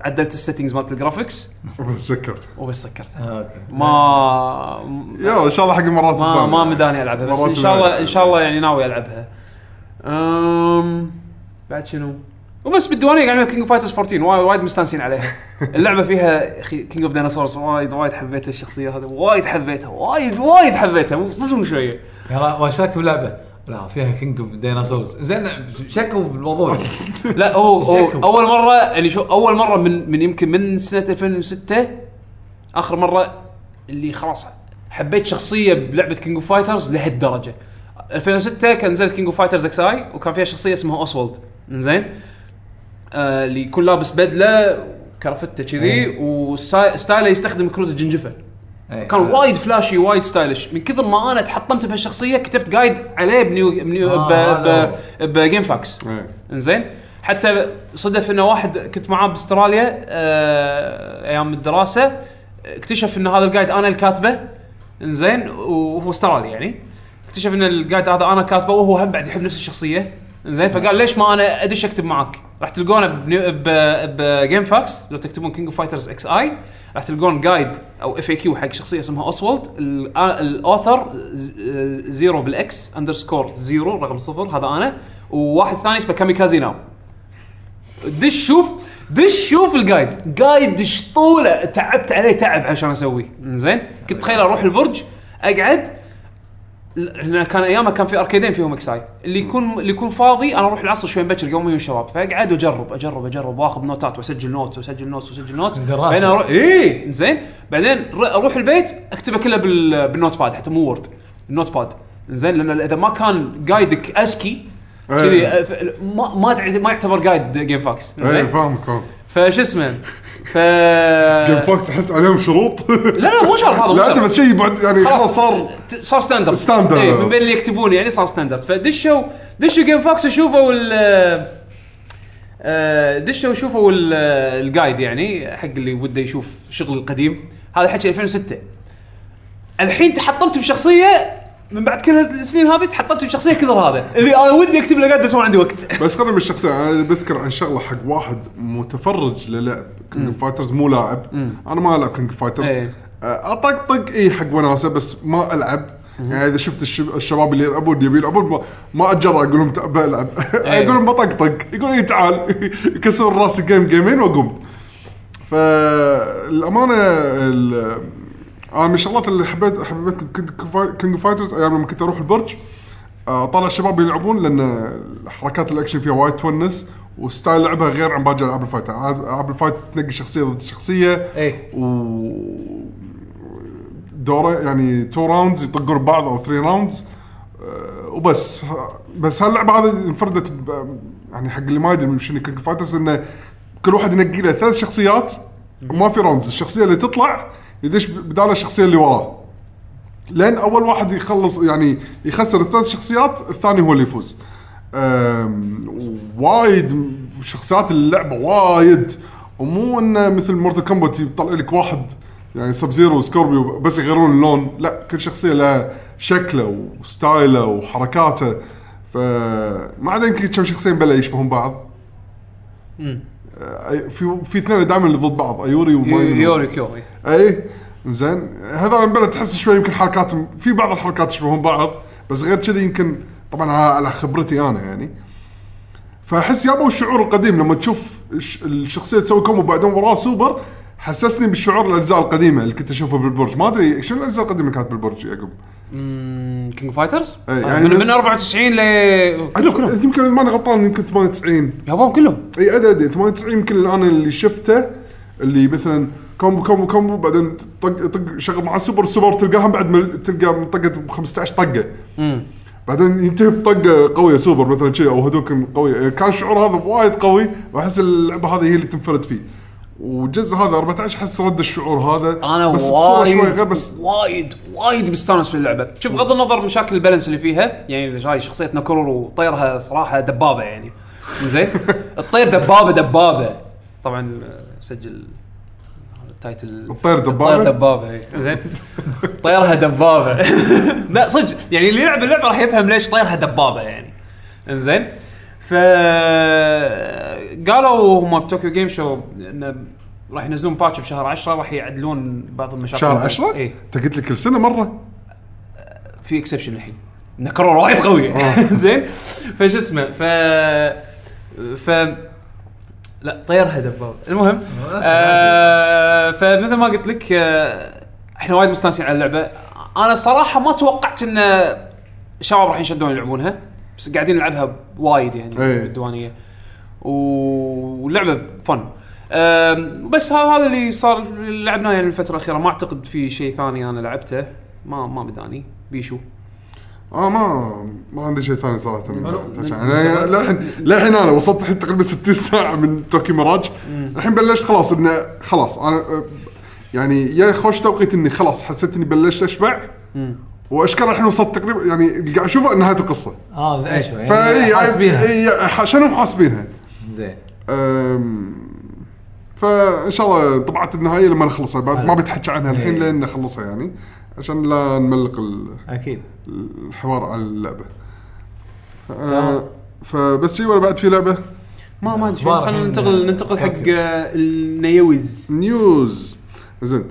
عدلت السيتنجز مالت الجرافكس بس سكرت وبس سكرتها اوكي ما يلا ان شاء الله حق المرات ما الثانية. ما مداني العبها بس مرات ان شاء الله الثانية. ان شاء الله يعني ناوي العبها. أم بعد شنو؟ وبس يعني بالديوانيه قاعد كينج اوف فايترز 14 وايد وايد مستانسين عليها. اللعبه فيها اخي كينج اوف ديناصورز وايد وايد حبيت الشخصيه هذه وايد حبيتها وايد وايد حبيتها مو صدق مو شويه. يلا واش رايك باللعبه؟ لا فيها كينج اوف ديناصورز زين شكوا بالموضوع لا هو هو شكو. اول مره اللي شو اول مره من من يمكن من سنه 2006 اخر مره اللي خلاص حبيت شخصيه بلعبه كينج اوف فايترز لهالدرجه 2006 كان نزلت كينج اوف فايترز اكس اي وكان فيها شخصيه اسمها اوسولد زين آه اللي يكون لابس بدله كرفته إيه. كذي وستايله يستخدم كروت الجنجفه إيه. كان إيه. وايد فلاشي وايد ستايلش من كثر ما انا تحطمت بهالشخصيه كتبت جايد عليه بنيو بنيو آه، ب- هذا ب- بجيم فاكس إيه. انزين حتى صدف انه واحد كنت معاه باستراليا آه ايام الدراسه اكتشف ان هذا الجايد انا اللي كاتبه انزين وهو استرالي يعني اكتشف ان الجايد هذا انا كاتبه وهو هم بعد يحب نفس الشخصيه انزين فقال ليش ما انا ادش اكتب معاك راح تلقونه بنيو- ب- بجيم فاكس لو تكتبون كينج اوف فايترز اكس اي راح تلقون جايد او اف اي كيو حق شخصيه اسمها اوسولد ال- الاوثر ز- زيرو بالاكس اندرسكور زيرو رقم صفر هذا انا وواحد ثاني اسمه كاميكازي ناو دش شوف دش شوف الجايد جايد دش طوله تعبت عليه تعب عشان اسويه زين كنت تخيل اروح البرج اقعد هنا كان ايامها كان في اركيدين فيهم اكساي اللي يكون اللي يكون فاضي انا اروح العصر شوي مبكر يومي والشباب فاقعد واجرب اجرب اجرب واخذ نوتات واسجل نوت واسجل نوت واسجل نوت دراسة. بعدين اروح اي زين بعدين ر- اروح البيت اكتبه كله بال... بالنوت باد حتى مو وورد النوت باد زين لان اذا ما كان جايدك اسكي كذي إيه. أف- ما ما تعد- ما يعتبر جايد جيم فاكس اي زين إيه، فاهمك فاهم فش اسمه ف آه. جيم فوكس احس عليهم شروط لا لا مو شرط هذا مو لا شرط. انت بس شيء بعد يعني خلاص صار ت- صار ستاندرد ستاندرد. اي من بين اللي يكتبون يعني صار ستاندرد فدشوا دشوا جيم فوكس وشوفوا ال آه، دشوا وشوفوا ال- آه، الجايد يعني حق اللي وده يشوف شغل القديم هذا حكي 2006 الحين تحطمت بشخصيه من بعد كل السنين هذه تحطمت بشخصيه كثر هذا اللي انا ودي اكتب له قاعد بس ما عندي وقت بس خلينا من الشخصيه انا اللي بذكر عن شغله حق واحد متفرج للعب كينج اوف فايترز مو لاعب انا ما العب كينج اوف فايترز إيه. آه، اطقطق اي حق وناسه بس ما العب يعني اذا شفت الشب- الشباب اللي يلعبون يبي يلعبون ما, ما اتجرأ اقول لهم تعال بلعب إيه. إيه، اقول لهم بطقطق يقول اي تعال يكسر راسي جيم جيمين واقوم فالامانه ال- انا من الشغلات اللي حبيت حبيت كينج فايترز ايام لما كنت اروح البرج اطالع الشباب يلعبون لان حركات الاكشن فيها وايد تونس وستايل لعبها غير عن باقي العاب الفايت العاب ألعاب الفايت تنقي شخصيه ضد شخصيه اي و دوره يعني تو راوندز يطقون بعض او ثري راوندز أه، وبس ها- بس هاللعبه هذه انفردت ب- يعني حق اللي ما يدري شنو كيك فايترز انه كل واحد ينقي له ثلاث شخصيات ما في راوندز الشخصيه اللي تطلع يدش بداله الشخصيه اللي وراه لين اول واحد يخلص يعني يخسر الثلاث شخصيات الثاني هو اللي يفوز أم، وايد م- شخصيات اللعبه وايد ومو انه مثل مورتال كومبات يطلع لك واحد يعني سب زيرو وسكوربيو بس يغيرون اللون لا كل شخصيه لها شكله وستايله وحركاته فما عدا يمكن كم شخصيه بلا يشبهون بعض أه، في في اثنين دائما اللي ضد بعض ايوري وماينو. يوري كيوري اي إيه؟ زين هذا بلا تحس شوي يمكن حركاتهم في بعض الحركات يشبهون بعض بس غير كذي يمكن طبعا على على خبرتي انا يعني فاحس يابو الشعور القديم لما تشوف الش- الشخصيه تسوي كومبو بعدين وراه سوبر حسسني بالشعور الاجزاء القديمه اللي كنت اشوفها بالبرج ما ادري شنو الاجزاء القديمه اللي كانت بالبرج يعقوب كينج فايترز إيه، يعني يعني من, من- من 94 ل كلهم كلهم يمكن ماني غلطان يمكن 98 يابان كلهم اي ادري ادري 98 يمكن انا اللي شفته اللي مثلا كومبو كومبو كومبو بعدين طق طق شغل مع السوبر السوبر تلقاهم بعد ما تلقى منطقه ب 15 طقه بعدين ينتهي بطقه قويه سوبر مثلا شيء او هدوك قويه كان شعور هذا وايد قوي واحس اللعبه هذه هي اللي تنفرد فيه والجزء هذا 14 احس رد الشعور هذا انا بس بصورة وايد شوي غير بس وايد وايد مستانس في اللعبه شوف بغض النظر مشاكل البالانس اللي فيها يعني هاي شخصيه ناكورور وطيرها صراحه دبابه يعني زين الطير دبابه دبابه طبعا آه، سجل التايتل الطير دبابة؟ الطير دبابه إي. زين طيرها دبابه لا صدق يعني اللي يلعب اللعبه راح يفهم ليش طيرها دبابه يعني انزين ف قالوا هم بطوكيو جيم شو انه راح ينزلون باتش بشهر 10 راح يعدلون بعض المشاكل شهر 10 اي انت قلت لي كل سنه مره في اكسبشن الحين نكرر وايد قوي زين فش اسمه ف ف لا طيرها دباب المهم آه فمثل ما قلت لك آه احنا وايد مستانسين على اللعبه انا صراحه ما توقعت ان الشباب راح ينشدون يلعبونها بس قاعدين نلعبها وايد يعني إيه. بالديوانيه و- واللعبه فن أم، بس ها- هذا اللي صار اللي لعبناه يعني الفتره الاخيره ما اعتقد في شيء ثاني انا لعبته ما ما بداني بيشو اه ما ما عندي شيء ثاني صراحه انا للحين للحين انا وصلت الحين تقريبا 60 ساعه من توكي ميراج الحين بلشت خلاص انه خلاص انا آه، يعني يا خوش توقيت اني خلاص حسيت اني بلشت اشبع واشكر الحين وصلت تقريبا يعني اللي قاعد اشوفه نهايه القصه آه، اه زين شوي فاي يعني حاسبينها إي، شنو محاسبينها؟ زين أم، فان شاء الله طبعت النهايه لما نخلصها بعد ما بتحكي عنها إيه. الحين لين نخلصها يعني عشان لا نملق ال- اكيد الحوار على اللعبه آه فبس شي ولا بعد في لعبه ما ما ادري شو. أخبار خلينا الحين- ننتقل ننتقل حق تأكل. آه، النيوز نيوز زين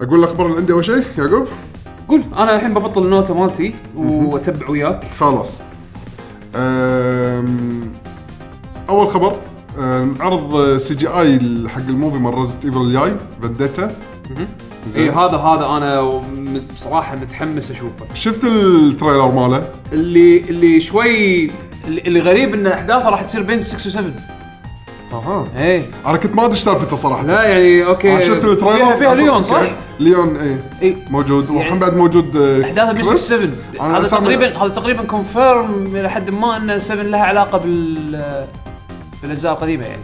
اقول الاخبار اللي عندي اول شيء يعقوب قول انا الحين ببطل النوته مالتي واتبع وياك خلاص أم، اول خبر أم، عرض سي جي اي حق الموفي مال ريزنت ايفل الجاي فنديتا اي زين إيه، هذا هذا انا وم- بصراحه متحمس اشوفه شفت التريلر ماله اللي اللي شوي اللي اللي غريب ان احداثه راح تصير بين 6 و 7 اها اي انا كنت ما ادري إيش سالفته صراحه لا يعني أنا اوكي آه، شفت التريلر فيها, فيها أوكي. ليون صح؟ ليون إيه. اي اي موجود يعني وحين بعد موجود آه، احداثها بين 6 كريس. 7 أنا هذا سامع- تقريبا هذا تقريبا كونفيرم الى حد ما ان 7 لها علاقه بال بالاجزاء القديمه يعني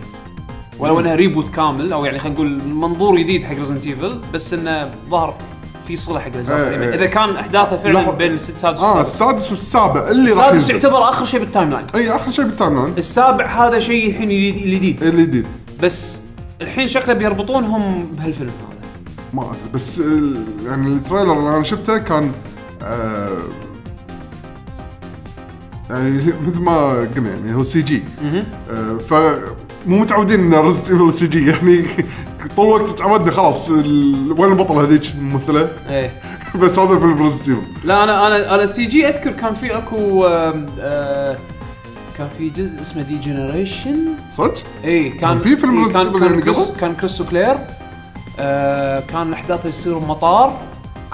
ولو انها ريبوت كامل او يعني خلينا نقول منظور جديد حق ريزنت ايفل بس انه ظهر في صله حق الاجزاء إيه، القديمه إيه. اذا كان احداثه فعلا لحظة. بين السادس اه والسابع السادس والسابع اللي راح السادس ينزل. إيه. يعتبر اخر شيء بالتايم لاين اي اخر شيء بالتايم لاين السابع هذا شيء الحين جديد- جديد اللي جديد بس الحين شكله بيربطونهم بهالفيلم هذا ما ادري بس ال- يعني التريلر اللي انا شفته كان آه يعني مثل ما قلنا يعني هو سي جي آه فمو متعودين ان رزت ايفل سي جي يعني طول الوقت تعودنا خلاص ال- وين البطل هذيك الممثله ايه بس هذا فيلم رزت ايفل لا انا انا انا سي جي اذكر كان في اكو آم، آه، كان في جزء اسمه دي جنريشن صدق؟ اي كان كان في فيلم إيه، Resident كان Evil كان يعني كريس قبل؟ كان كريس وكلير آه كان الاحداث يصير بمطار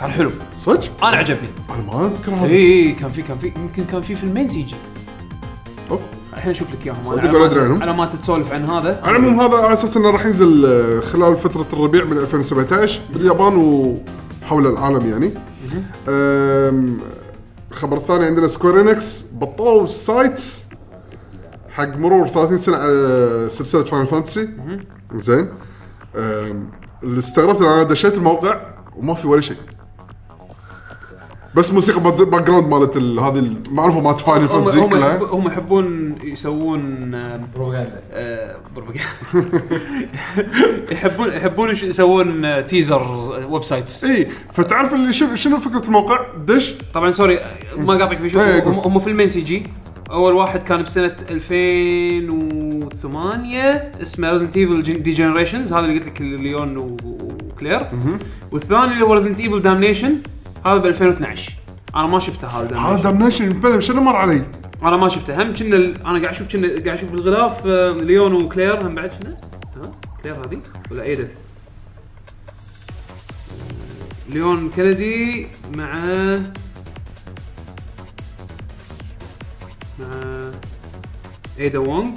كان حلو صدق؟ انا عجبني انا ما اذكر اي هذا اي كان في كان في يمكن كان في فيلمين سيجي اوف الحين اشوف لك اياهم صدق ولا أدري عنهم؟ على ما تتسولف عن هذا على العموم هذا على اساس انه راح ينزل آه، خلال فتره الربيع من 2017 باليابان وحول العالم يعني. آم، خبر ثاني عندنا سكوير انكس بطلوا السايت حق مرور 30 سنه على سلسله فاينل فانتسي زين آم، اللي استغربت إن انا دشيت الموقع وما في ولا شيء بس موسيقى باك جراوند مالت ال- هذه المعروفه مالت فاينل هم فانتسي هم كلها يحب- هم يحبون يسوون آه، بروباغندا آه، propaganda. يحبون يحبون يش- يسوون آه، تيزر ويب سايتس اي إيه، فتعرف اللي شنو شنو فكره الموقع دش طبعا سوري آه، ما قاطعك في شيء إيه، هم- قول. هم فيلمين سي جي اول واحد كان بسنه 2008 اسمه ريزنت ايفل دي جنريشنز هذا اللي قلت لك اللي ليون و- وكلير والثاني اللي هو ريزنت ايفل دامنيشن هذا ب 2012 انا ما شفته هذا هذا Damnation. دامنيشن فيلم شنو مر علي؟ انا ما شفته هم كنا ال- انا قاعد اشوف كنا قاعد اشوف بالغلاف آه، ليون وكلير هم بعد كنا ها كلير هذه ولا ايدا ليون كندي مع مع ايدا وونغ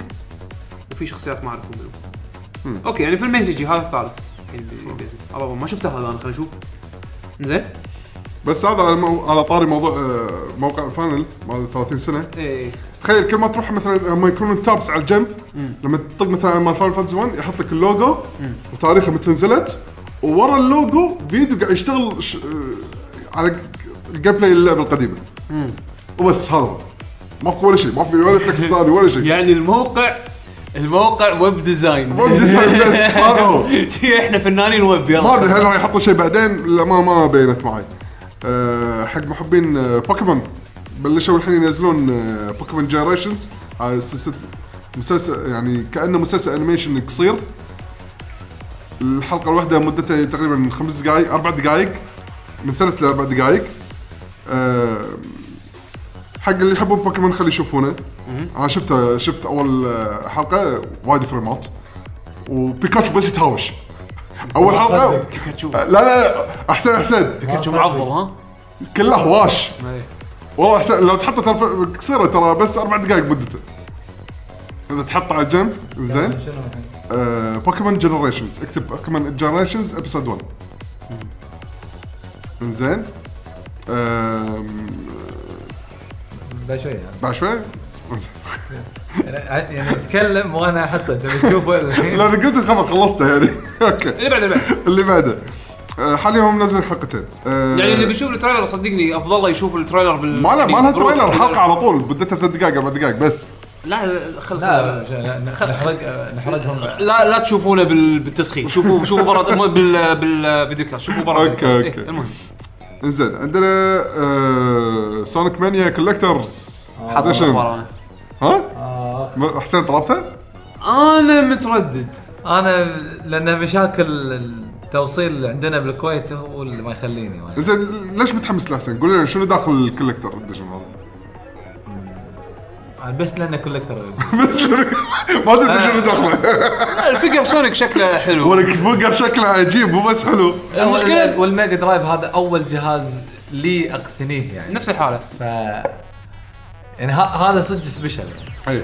وفي شخصيات ما اعرفهم منهم اوكي يعني فيلم ميزيجي هذا الثالث الحين بي- بينزل. الله ما شفته هذا انا خليني اشوف زين بس هذا على, مو... على طاري موضوع آه، موقع فانل مال 30 سنه ايه تخيل كل ما تروح مثلا لما يكونون التابس على الجنب لما تطق مثلا مال فان فانتسي 1 يحط لك اللوجو وتاريخه متى نزلت وورا اللوجو فيديو قاعد يشتغل ش... آه، على ج- الجيم بلاي اللعبه القديمه وبس هذا هو. ماكو ولا شيء ما في ولا تكست ثاني ولا شيء يعني الموقع الموقع ويب ديزاين ويب ديزاين بس، هذا هو. شي احنا فنانين ويب ما ادري يلا هل راح يحطوا شيء بعدين لا ما ما بينت معي أه حق محبين آه، بوكيمون بلشوا الحين ينزلون آه، بوكيمون جنريشنز على سلسله مسلسل يعني كانه مسلسل انيميشن قصير الحلقه الواحده مدتها تقريبا خمس دقائق اربع دقائق من ثلاث لاربع دقائق أه حق اللي يحبون بوكيمون خلي يشوفونه انا شفته شفت اول آه، حلقه وايد فريمات وبيكاتشو بس يتهاوش اول حلقه بيكاتشو لا لا احسن احسن بيكاتشو ما صدق. معضل ها كله هواش إيه. والله احسن لو تحطه ترى قصيره ترى بس اربع دقائق مدته اذا تحطه على جنب زين يعني شنو الحين؟ آه بوكيمون جنريشنز اكتب بوكيمون جنريشنز ابيسود 1 زين آم، لا شوي يعني بعد شوي أنا- يعني اتكلم وانا احطه تبي تشوفه الحين لو قلت الخبر خلصته يعني اوكي اللي بعده اللي بعده اللي بعده آه، حاليا هم منزلين حلقتين آه، يعني اللي بيشوف التريلر صدقني افضل له يشوف التريلر بال ما لها ما لها بالروح. تريلر حلقه على طول مدتها ثلاث دقائق اربع دقائق بس لا لا، خل لا لا لا، لا، نحرق نحرقهم لا لا تشوفونه بال- بالتسخين شوفوا شوفوا برا مو بال بالفيديو كاست شوفوا برا أوكي، الفيديو كاست. أوكي. إيه، المهم انزين عندنا آه سونيك مانيا كولكترز حاط الأخبار أنا. ها آخ. م- حسين طلبته؟ انا متردد انا لان مشاكل التوصيل عندنا بالكويت هو اللي ما يخليني وأنا- انزين ليش متحمس لحسين؟ قول لنا شنو داخل الكولكتر الدشن هذا؟ بس لانه كولكتر بس ما تدري آه. شنو داخله لا، الفيجر سونيك شكله حلو ولك فوقر شكله عجيب مو بس حلو المشكلة- والميجا درايف هذا اول جهاز لي اقتنيه يعني نفس الحاله ف يعني ه- هذا صدق سبيشل اي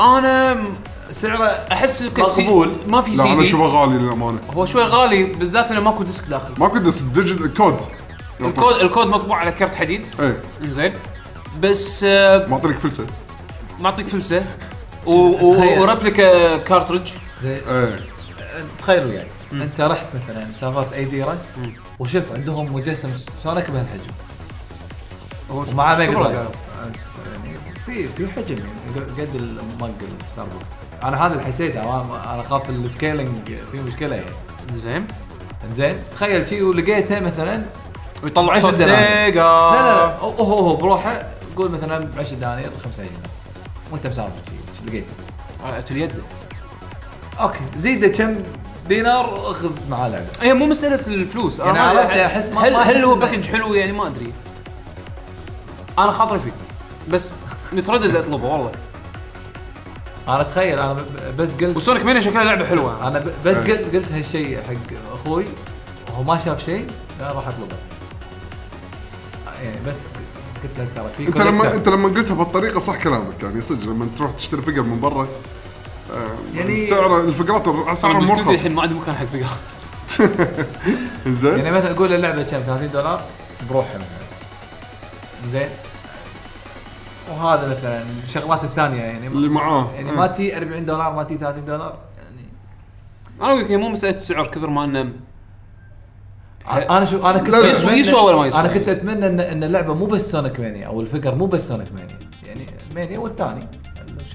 انا م- سعره احس كسي- مقبول. ما في لا سي انا دي اشوفه غالي للامانه هو شوي غالي بالذات انه ماكو ديسك داخل ما كنت بس ديجيتال كود الكود الكود مطبوع على كرت حديد اي زين بس آه، معطيك فلسه معطيك فلسه و- و- تخيل. وربليكا كارترج زي اي تخيلوا يعني انت رحت مثلا سافرت اي ديره وشفت عندهم مجسم سونيك بهالحجم ومعاه ميجا شكراً. درايف يعني في في حجم يعني قد مال ستار وورز انا هذا اللي حسيته أنا- انا خاف السكيلينج فيه مشكله يعني زين زين تخيل شيء ولقيته مثلا ويطلعون صوت صوت دراما. سيجا لا لا لا آه. هو هو بروحه قول مثلا ب 10 دنانير 5 دنانير وانت مسافر شي- شي لقيته آه، علقت اليد اوكي زيده كم دينار واخذ معاه لعبه هي إيه، مو مساله الفلوس يعني ما- عرفت، أحس ما- هل ما هل أحس هو إنه- باكج حلو يعني ما ادري انا خاطري فيه بس متردد اطلبه والله انا اتخيل انا ب- بس قلت وسونيك مانيا شكلها لعبه آه، حلوه انا ب- بس قلت قلت هالشيء حق اخوي وهو ما شاف شيء أنا راح اطلبه يعني بس قلت له ترى في انت لما collector. انت لما قلتها بهالطريقه صح كلامك يعني صدق لما تروح تشتري فقر من برا يعني يعني- سعر الفقرات اسعارهم مشكلتي مرخص الحين ما عندي مكان حق فيها زين يعني مثلا اقول اللعبه كم 30 دولار بروحها مثلا زين وهذا مثلا الشغلات الثانيه يعني اللي ما معاه يعني ما تي 40 دولار ما تي 30 دولار يعني انا اقول لك هي مو مساله سعر كثر ما انه انا شو انا كنت لا، لا. يسوى- أتمنى- يسوى ولا ما يسوى؟ انا كنت اتمنى ان ان اللعبه مو بس سونيك مانيا او الفقر مو بس سونيك مانيا يعني مانيا والثاني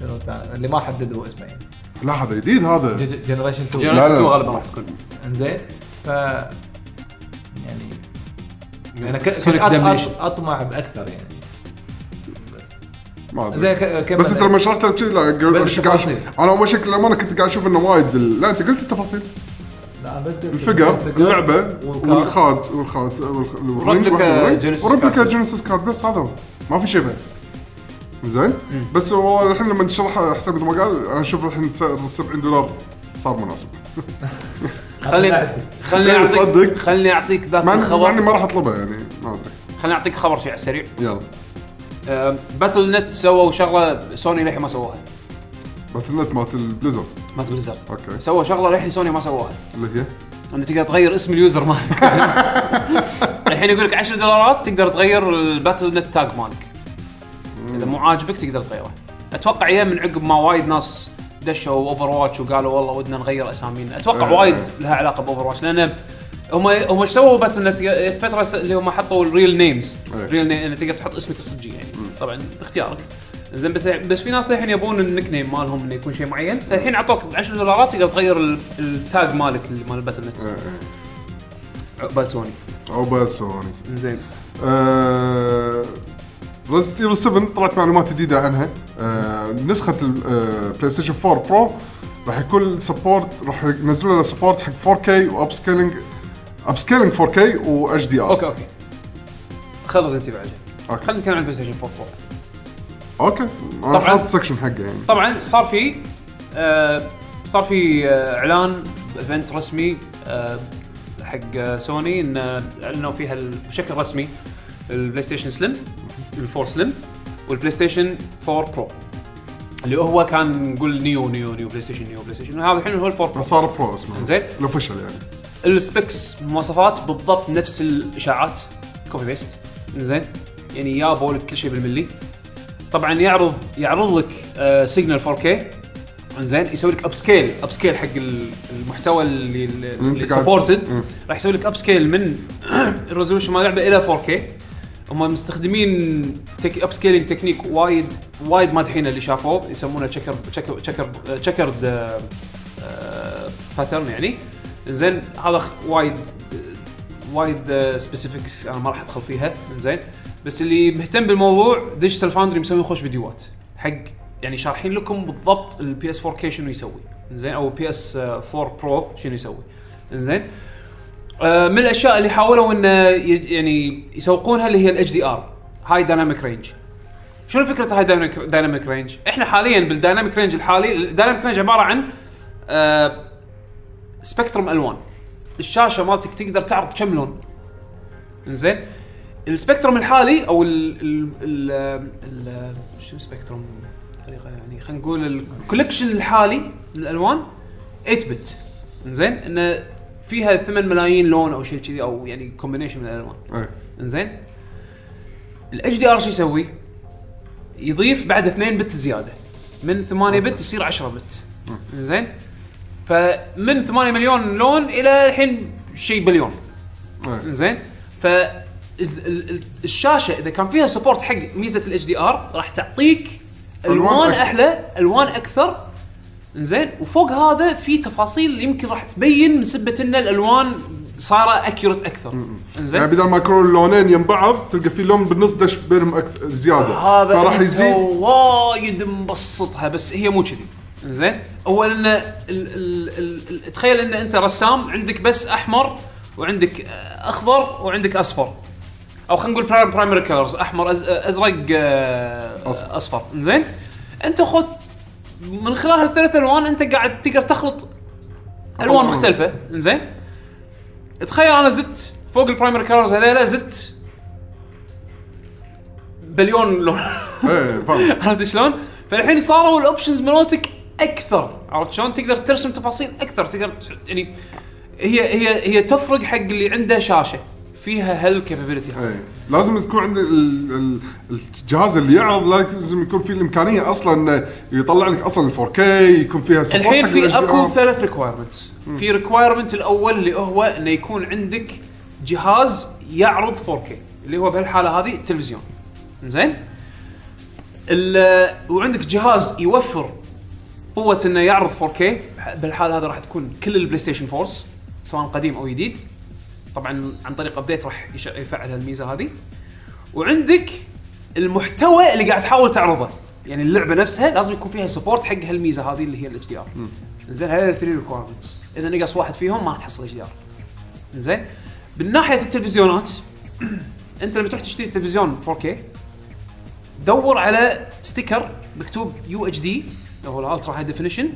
شنو الثاني اللي ما حددوا اسمه يعني لا هذا جديد هذا جنريشن 2 لا، لا. جنرال غالبا راح تكون انزين ف يعني يعني انا ك- كنت Sonic أط- Damnation. أط- اطمع باكثر يعني بس ما ادري زين ك- كمل. بس انت لما شرحتها بشي لا قل- بس قاعد تفاصيل. انا اول شيء للامانه كنت قاعد اشوف انه وايد ال- لا انت قلت التفاصيل لا بس قلت- الفقر قلت- اللعبه والكارت. والخاد والخاد والخ- والرنج وربلكة واحدة والرنج. جينيسيس وربلكة كارت. جينيسيس كارد بس هذا هو ما في شيء بعد زين بس هو الحين لما تشرحها حسب مثل ما قال انا اشوف الحين سعر 70 دولار صار مناسب خليني خليني لا، اعطيك أيوة، صدق. خليني اعطيك ذاك مع إن- مع اني الخبر ما راح اطلبها يعني ما ادري خليني اعطيك خبر شيء على السريع يلا آم، باتل نت سووا شغله سوني للحين ما سووها باتل نت مالت البليزر مالت بليزرد اوكي سووا شغله للحين سوني ما سووها اللي هي انه تقدر تغير اسم اليوزر مالك الحين يقول لك 10 دولارات تقدر تغير الباتل نت تاج مالك اذا مو عاجبك تقدر تغيره اتوقع اياه من عقب ما وايد ناس دشوا اوفر واتش وقالوا والله ودنا نغير اسامينا اتوقع إيه. وايد لها علاقه باوفر واتش لان هم هم ايش سووا باتل نت جت فتره س- اللي هم حطوا الريل نيمز إيه. ريل نيم انه تقدر تحط اسمك الصجي يعني طبعا باختيارك زين بس بس في ناس الحين يبون النك نيم مالهم انه يكون شيء معين الحين اعطوك ب 10 دولارات تقدر تغير ال- التاج مالك اللي مال الباتل نت إيه، إيه. عقبال سوني عقبال سوني زين آه، ريزنت ايفل 7 طلعت معلومات جديده عنها آه، نسخه البلاي ستيشن 4 برو راح يكون سبورت راح ينزلوا له سبورت حق 4K واب سكيلينج اب سكيلينج 4K واتش دي ار اوكي اوكي خلص انت بعد أوكي. خلينا نتكلم عن البلاي ستيشن 4 برو اوكي انا طبعاً. حاط سكشن حقه يعني طبعا صار في آه صار في آه اعلان ايفنت رسمي آه حق آه، سوني ان آه، اعلنوا فيها ال- بشكل رسمي البلاي ستيشن سليم الفور سليم والبلاي ستيشن 4 برو اللي هو كان نقول نيو نيو نيو بلاي ستيشن نيو بلاي ستيشن هذا الحين هو الفور برو صار برو اسمه زين. الاوفيشال يعني السبكس المواصفات بالضبط نفس الاشاعات كوبي بيست زين يعني يابوا لك كل شيء بالملي طبعا يعرض يعرض لك آه، سيجنال 4K زين يسوي لك اب سكيل اب سكيل حق ال- المحتوى اللي, اللي اللي أنت قاعد- سبورتد مم. راح يسوي لك اب سكيل من الريزولوشن مال اللعبه الى 4K هم مستخدمين تك... اب سكيلينج تكنيك وايد وايد مادحين اللي شافوه يسمونه آه، تشكر تشكر تشكر تشكرد باترن يعني زين هذا خ- وايد وايد سبيسيفيكس انا ما راح ادخل فيها زين بس اللي مهتم بالموضوع ديجيتال فاوندري مسوي خوش فيديوهات حق يعني شارحين لكم بالضبط البي اس 4 كي شنو يسوي زين او بي اس 4 برو شنو يسوي زين آه، من الاشياء اللي حاولوا انه ي- يعني يسوقونها اللي هي الاتش دي ار هاي دايناميك رينج شنو فكره هاي دايناميك رينج احنا حاليا بالدايناميك رينج الحالي الدايناميك رينج عباره عن آه، سبكترم الوان الشاشه مالتك تقدر تعرض كم لون زين السبكترم الحالي او ال ال ال ال شو سبكترم طريقه يعني خلينا نقول الكولكشن الحالي من الالوان 8 بت زين انه فيها 8 ملايين لون او شيء كذي او يعني كومبينيشن من الالوان ايه انزين الاتش دي ار شو يسوي؟ يضيف بعد 2 بت زياده من 8 بت يصير 10 بت انزين فمن 8 مليون لون الى الحين شيء بليون ايه انزين ف ال- ال- ال- الشاشه اذا كان فيها سبورت حق ميزه الاتش دي ار راح تعطيك ألوان الوان أكثر. احلى الوان اكثر زين وفوق هذا في تفاصيل يمكن راح تبين من سبه ان الالوان صايره اكيوريت اكثر انزين يعني بدل ما يكونون لونين يم بعض تلقى في لون بالنص دش بينهم أكثر زياده هذا فراح يزيد وايد مبسطها بس هي مو كذي زين اول ان ال ال ال ال تخيل ان انت رسام عندك بس احمر وعندك اخضر وعندك اصفر او خلينا نقول برايمري كلرز احمر أز- ازرق آه، أصفر. اصفر زين انت خذ من خلال هالثلاث الوان انت قاعد تقدر تخلط الوان ألوان. مختلفه زين تخيل انا زدت فوق البرايمري كلرز هذيلا زدت بليون لون ايه فاهم عرفت شلون؟ فالحين صاروا الاوبشنز مالتك اكثر عرفت شلون؟ تقدر ترسم تفاصيل اكثر تقدر ت- يعني هي هي هي تفرق حق اللي عنده شاشه فيها هالكابابيلتي ايه لازم تكون عند ال- ال- الجهاز اللي يعرض لازم يكون فيه الامكانيه اصلا انه يطلع لك اصلا 4K يكون فيها support الحين حق ال في اكو HDR. ثلاث ريكوايرمنتس في ريكوايرمنت الاول اللي هو انه يكون عندك جهاز يعرض 4K اللي هو بهالحاله هذه تلفزيون زين ال- وعندك جهاز يوفر قوه انه يعرض 4K بح- بالحاله هذه راح تكون كل البلاي ستيشن 4 سواء قديم او جديد طبعا عن طريق ابديت راح يش- يفعل هالميزه هذه وعندك المحتوى اللي قاعد تحاول تعرضه يعني اللعبه نفسها لازم يكون فيها سبورت حق هالميزه هذه اللي هي الاتش دي ار زين هذا 3 ريكوايرمنتس اذا نقص واحد فيهم ما راح تحصل اتش دي ار زين بالناحيه التلفزيونات انت لما تروح تشتري تلفزيون 4K دور على ستيكر مكتوب يو اتش دي اللي هو الالترا هاي ديفينيشن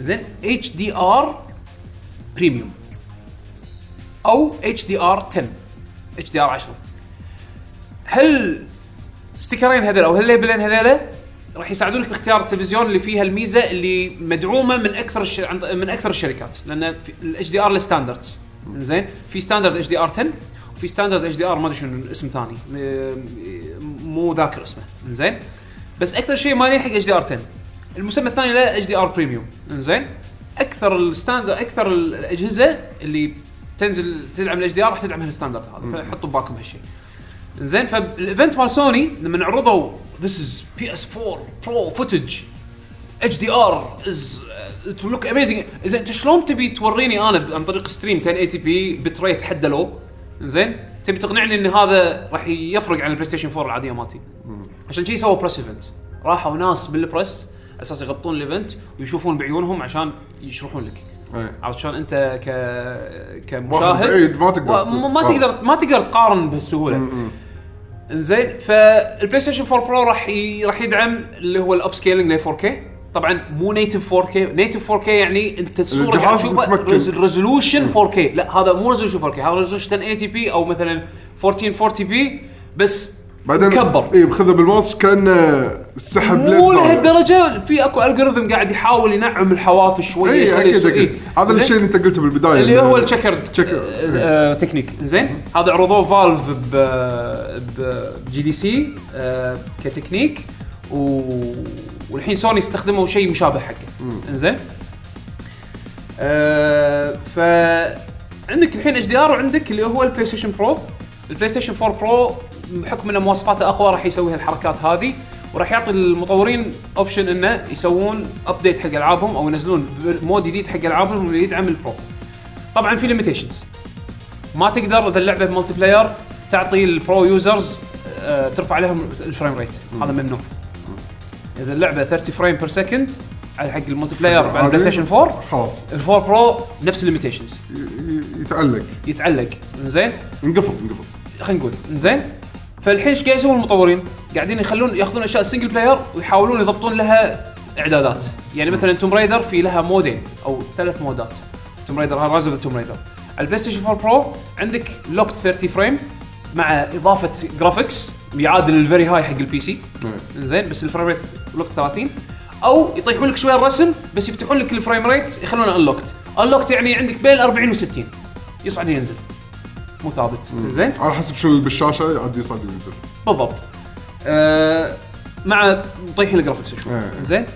زين اتش دي ار بريميوم او اتش دي ار 10 اتش دي ار 10 هل ستيكرين هذول او هالليبلين هذول راح يساعدونك باختيار التلفزيون اللي فيها الميزه اللي مدعومه من اكثر الش... عن- من اكثر الشركات لان الاتش دي ار له ستاندردز زين في ستاندرد اتش دي ار 10 وفي ستاندرد اتش دي ار ما ادري شنو اسم ثاني م- مو ذاكر اسمه زين بس اكثر شيء مالين حق اتش دي ار 10 المسمى الثاني له اتش دي ار بريميوم زين اكثر الستاندرد اكثر الاجهزه اللي تنزل تدعم الاتش دي ار راح تدعم هالستاندرد هذا فحطوا ببالكم هالشيء زين فالايفنت مال سوني لما عرضوا ذيس از بي اس 4 برو فوتج اتش دي ار از لوك اميزنج زين انت شلون تبي توريني انا عن طريق ستريم 1080 بي بتريت حده لو زين تبي تقنعني ان هذا راح يفرق عن البلاي ستيشن 4 العاديه مالتي عشان شي سووا بريس ايفنت راحوا ناس بالبريس اساس يغطون الايفنت ويشوفون بعيونهم عشان يشرحون لك إيه. عرفت شلون انت ك واخذ كمشاهد بعيد ما تقدر و- ما تقارن. تقدر ما تقدر تقارن بهالسهوله انزين فالبلاي ستيشن 4 برو راح ي... راح يدعم اللي هو الاب سكيلينج ل 4K طبعا مو نيتف 4K نيتف 4K يعني انت الصوره الجهاز قاعد تشوفها متمكن. رز- ريزولوشن 4K لا هذا مو ريزولوشن 4K هذا ريزولوشن 1080 بي او مثلا 1440 بي بس بعدين مكبر اي بخذه بالماوس كانه سحب مو لهالدرجه في اكو الجوريثم قاعد يحاول ينعم الحواف شويه اي يخلي اكيد السو- اكيد إيه. هذا زين؟ الشيء اللي انت قلته بالبدايه اللي هو التشيك التشيكر تشيكر. آه، آه، تكنيك زين هذا عرضوه فالف ب ب- جي دي سي آه، كتكنيك و... والحين سوني استخدموا شيء مشابه حقه انزين آه، ف عندك الحين اتش دي ار وعندك اللي هو البلاي ستيشن برو البلاي ستيشن 4 برو بحكم ان مواصفاته اقوى راح يسوي هالحركات هذه وراح يعطي المطورين اوبشن انه يسوون ابديت حق العابهم او ينزلون مود جديد حق العابهم اللي يدعم البرو. طبعا في ليميتيشنز ما تقدر اذا اللعبه مالتي بلاير تعطي البرو يوزرز آه، ترفع لهم الفريم ريت هذا ممنوع اذا اللعبه 30 فريم بير سكند على حق الملتي بلاير على البلاي ستيشن 4 آه، خلاص الفور برو نفس الليميتيشنز ي- ي- يتعلق يتعلق زين ينقفل ينقفل خلينا نقول زين فالحين ايش قاعد يسوون المطورين؟ قاعدين يخلون ياخذون اشياء سنجل بلاير ويحاولون يضبطون لها اعدادات، يعني مثلا توم رايدر في لها مودين او ثلاث مودات. توم رايدر رايز اوف توم رايدر. على البلاي ستيشن 4 برو عندك لوكت 30 فريم مع اضافه جرافيكس يعادل الفيري هاي حق البي سي. زين بس الفريم ريت لوكت 30 او يطيحون لك شويه الرسم بس يفتحون لك الفريم ريت يخلونه انلوكت. انلوكت يعني عندك بين 40 و60 يصعد ينزل. مو ثابت زين على حسب شو اللي بالشاشه عاد يصعد وينزل بالضبط آه مع طيح الجرافكس شوي إيه. زين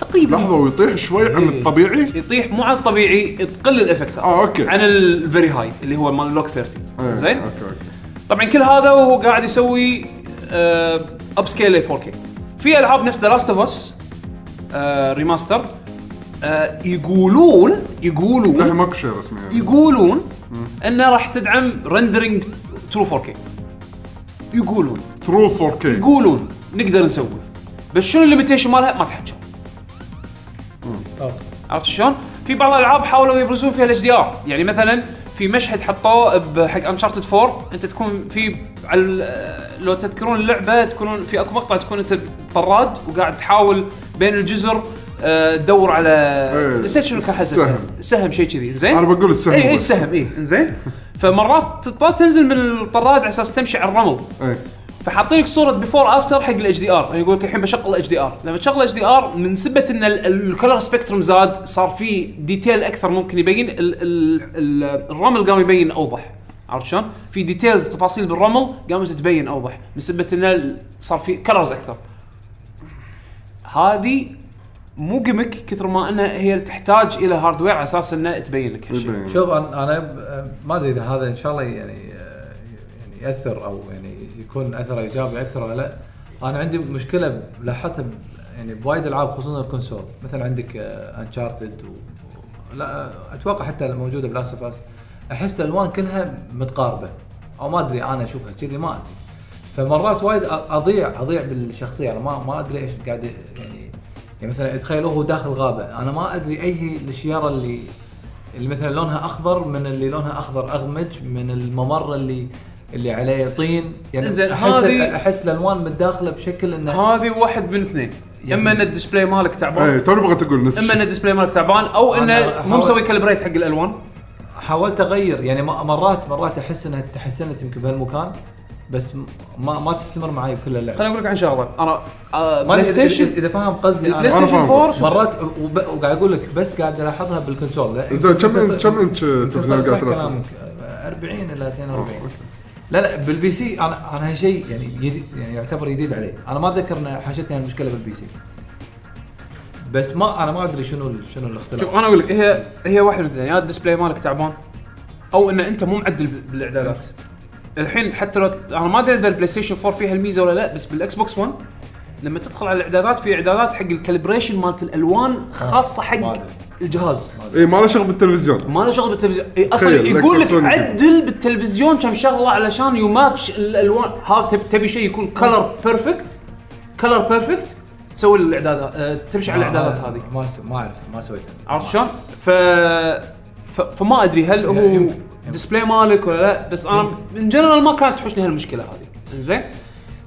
تقريبا لحظه ويطيح شوي عن إيه. الطبيعي يطيح مو على الطبيعي تقل الافكتات آه، أوكي. عن الفيري هاي اللي هو مال لوك 30 إيه، زين اوكي اوكي طبعا كل هذا وهو قاعد يسوي آه، اب سكيل 4 كي في العاب نفس ذا لاست اوف اس ريماستر آه، يقولون يقولون لا ماكو شيء رسمي يعني. يقولون انه راح تدعم رندرنج ترو 4 كي يقولون ترو 4K يقولون نقدر نسوي بس شنو الليميتيشن مالها ما تحكى عرفت شلون؟ في بعض الالعاب حاولوا يبرزون فيها الاتش دي ار يعني مثلا في في مشهد حطوه ب- حق انشارتد 4 انت تكون في على ال- لو تذكرون اللعبه تكونون في اكو مقطع تكون انت طراد وقاعد تحاول بين الجزر آه، تدور على نسيت شنو كان حزتها إيه، السهم. سهم شيء كذي زين إيه، انا بقول السهم اي اي بس. سهم اي زين فمرات تضطر تنزل من الطراد على اساس تمشي على الرمل إيه. فحاطين لك صوره بيفور افتر حق الاتش دي ار يقول لك الحين بشغل الاتش دي ار لما تشغل الاتش دي ار من سبه ان ال- ال- الكولر سبيكترم زاد صار في ديتيل اكثر ممكن يبين ال ال ال الرمل قام يبين اوضح عرفت شلون؟ في ديتيلز تفاصيل بالرمل قامت تبين اوضح من سبه ان ال- صار في كلرز اكثر هذه مو جيمك كثر ما انها هي تحتاج الى هاردوير على اساس انها تبين لك هالشيء يبين. شوف انا انا ب- ما ادري اذا هذا ان شاء الله يعني يعني ياثر او يعني يكون اثره ايجابي اثر ولا لا انا عندي مشكله ب- لاحظتها ب- يعني بوايد العاب خصوصا الكونسول مثلا عندك انشارتد و... لا آه، اتوقع حتى الموجوده بلاست اوف اس احس الالوان كلها متقاربه او ما ادري انا اشوفها كذي ما ادري فمرات وايد أ- اضيع اضيع بالشخصيه انا ما ما ادري ايش قاعد يعني يعني مثلا تخيل هو داخل غابه انا ما ادري اي هي الشياره اللي اللي مثلا لونها اخضر من اللي لونها اخضر اغمج من الممر اللي اللي عليه طين إنزين، يعني احس هذه- احس الالوان متداخله بشكل انه هذه واحد من اثنين يعني- اما ان الديسبلاي مالك تعبان اي إيه، توني بغيت اقول نفس اما ان الشيء الديسبلاي مالك تعبان او أنا انه مو أحاول- مسوي كالبريت حق الالوان حاولت اغير يعني م- مرات مرات احس انها تحسنت يمكن بهالمكان بس م- ما ما تستمر معي بكل اللعبه خليني اقول لك عن شغله انا ما آه بلاي أدري إذا- ستيشن اذا فاهم قصدي انا بلاي أنا ستيشن فاهم 4 بس. شوف- مرات وب- وقاعد اقول لك بس قاعد الاحظها بالكونسول لا، زين كم يمكن- إنش- كم انش تلفزيون صح قاعد صح تلعب؟ كلامك آه، 40 الى 42 لا لا بالبي سي انا انا هالشيء يعني جديد يعني يعتبر جديد علي انا ما اتذكر ان حاشتني هالمشكله بالبي سي بس ما انا ما ادري شنو ال- شنو شوف الاختلاف انا اقول لك هي هي واحد من الاثنين يا الديسبلاي مالك تعبان او ان انت مو معدل بال- بالاعدادات الحين حتى لو انا ما ادري اذا البلاي ستيشن 4 فيها الميزه ولا لا بس بالاكس بوكس 1 لما تدخل على الاعدادات في اعدادات حق الكالبريشن مالت الالوان خاصه آه، ما حق أدري. الجهاز اي إيه، ما له شغل بالتلفزيون ما له شغل بالتلفزيون إي اصلا تخيل، يقول الأكس لك بوكس وين عدل بالتلفزيون كم شغله علشان يماتش الالوان هذا تب- تبي شيء يكون كلر بيرفكت كلر بيرفكت تسوي الاعدادات أه تمشي على الاعدادات ما- هذه ما س- ما اعرف ما سويتها عرفت شلون؟ ف... ف... فما ادري هل لا، هو يمكن. ديسبلاي مالك ولا لا بس انا من جنرال ما كانت تحوشني هالمشكله هذه زين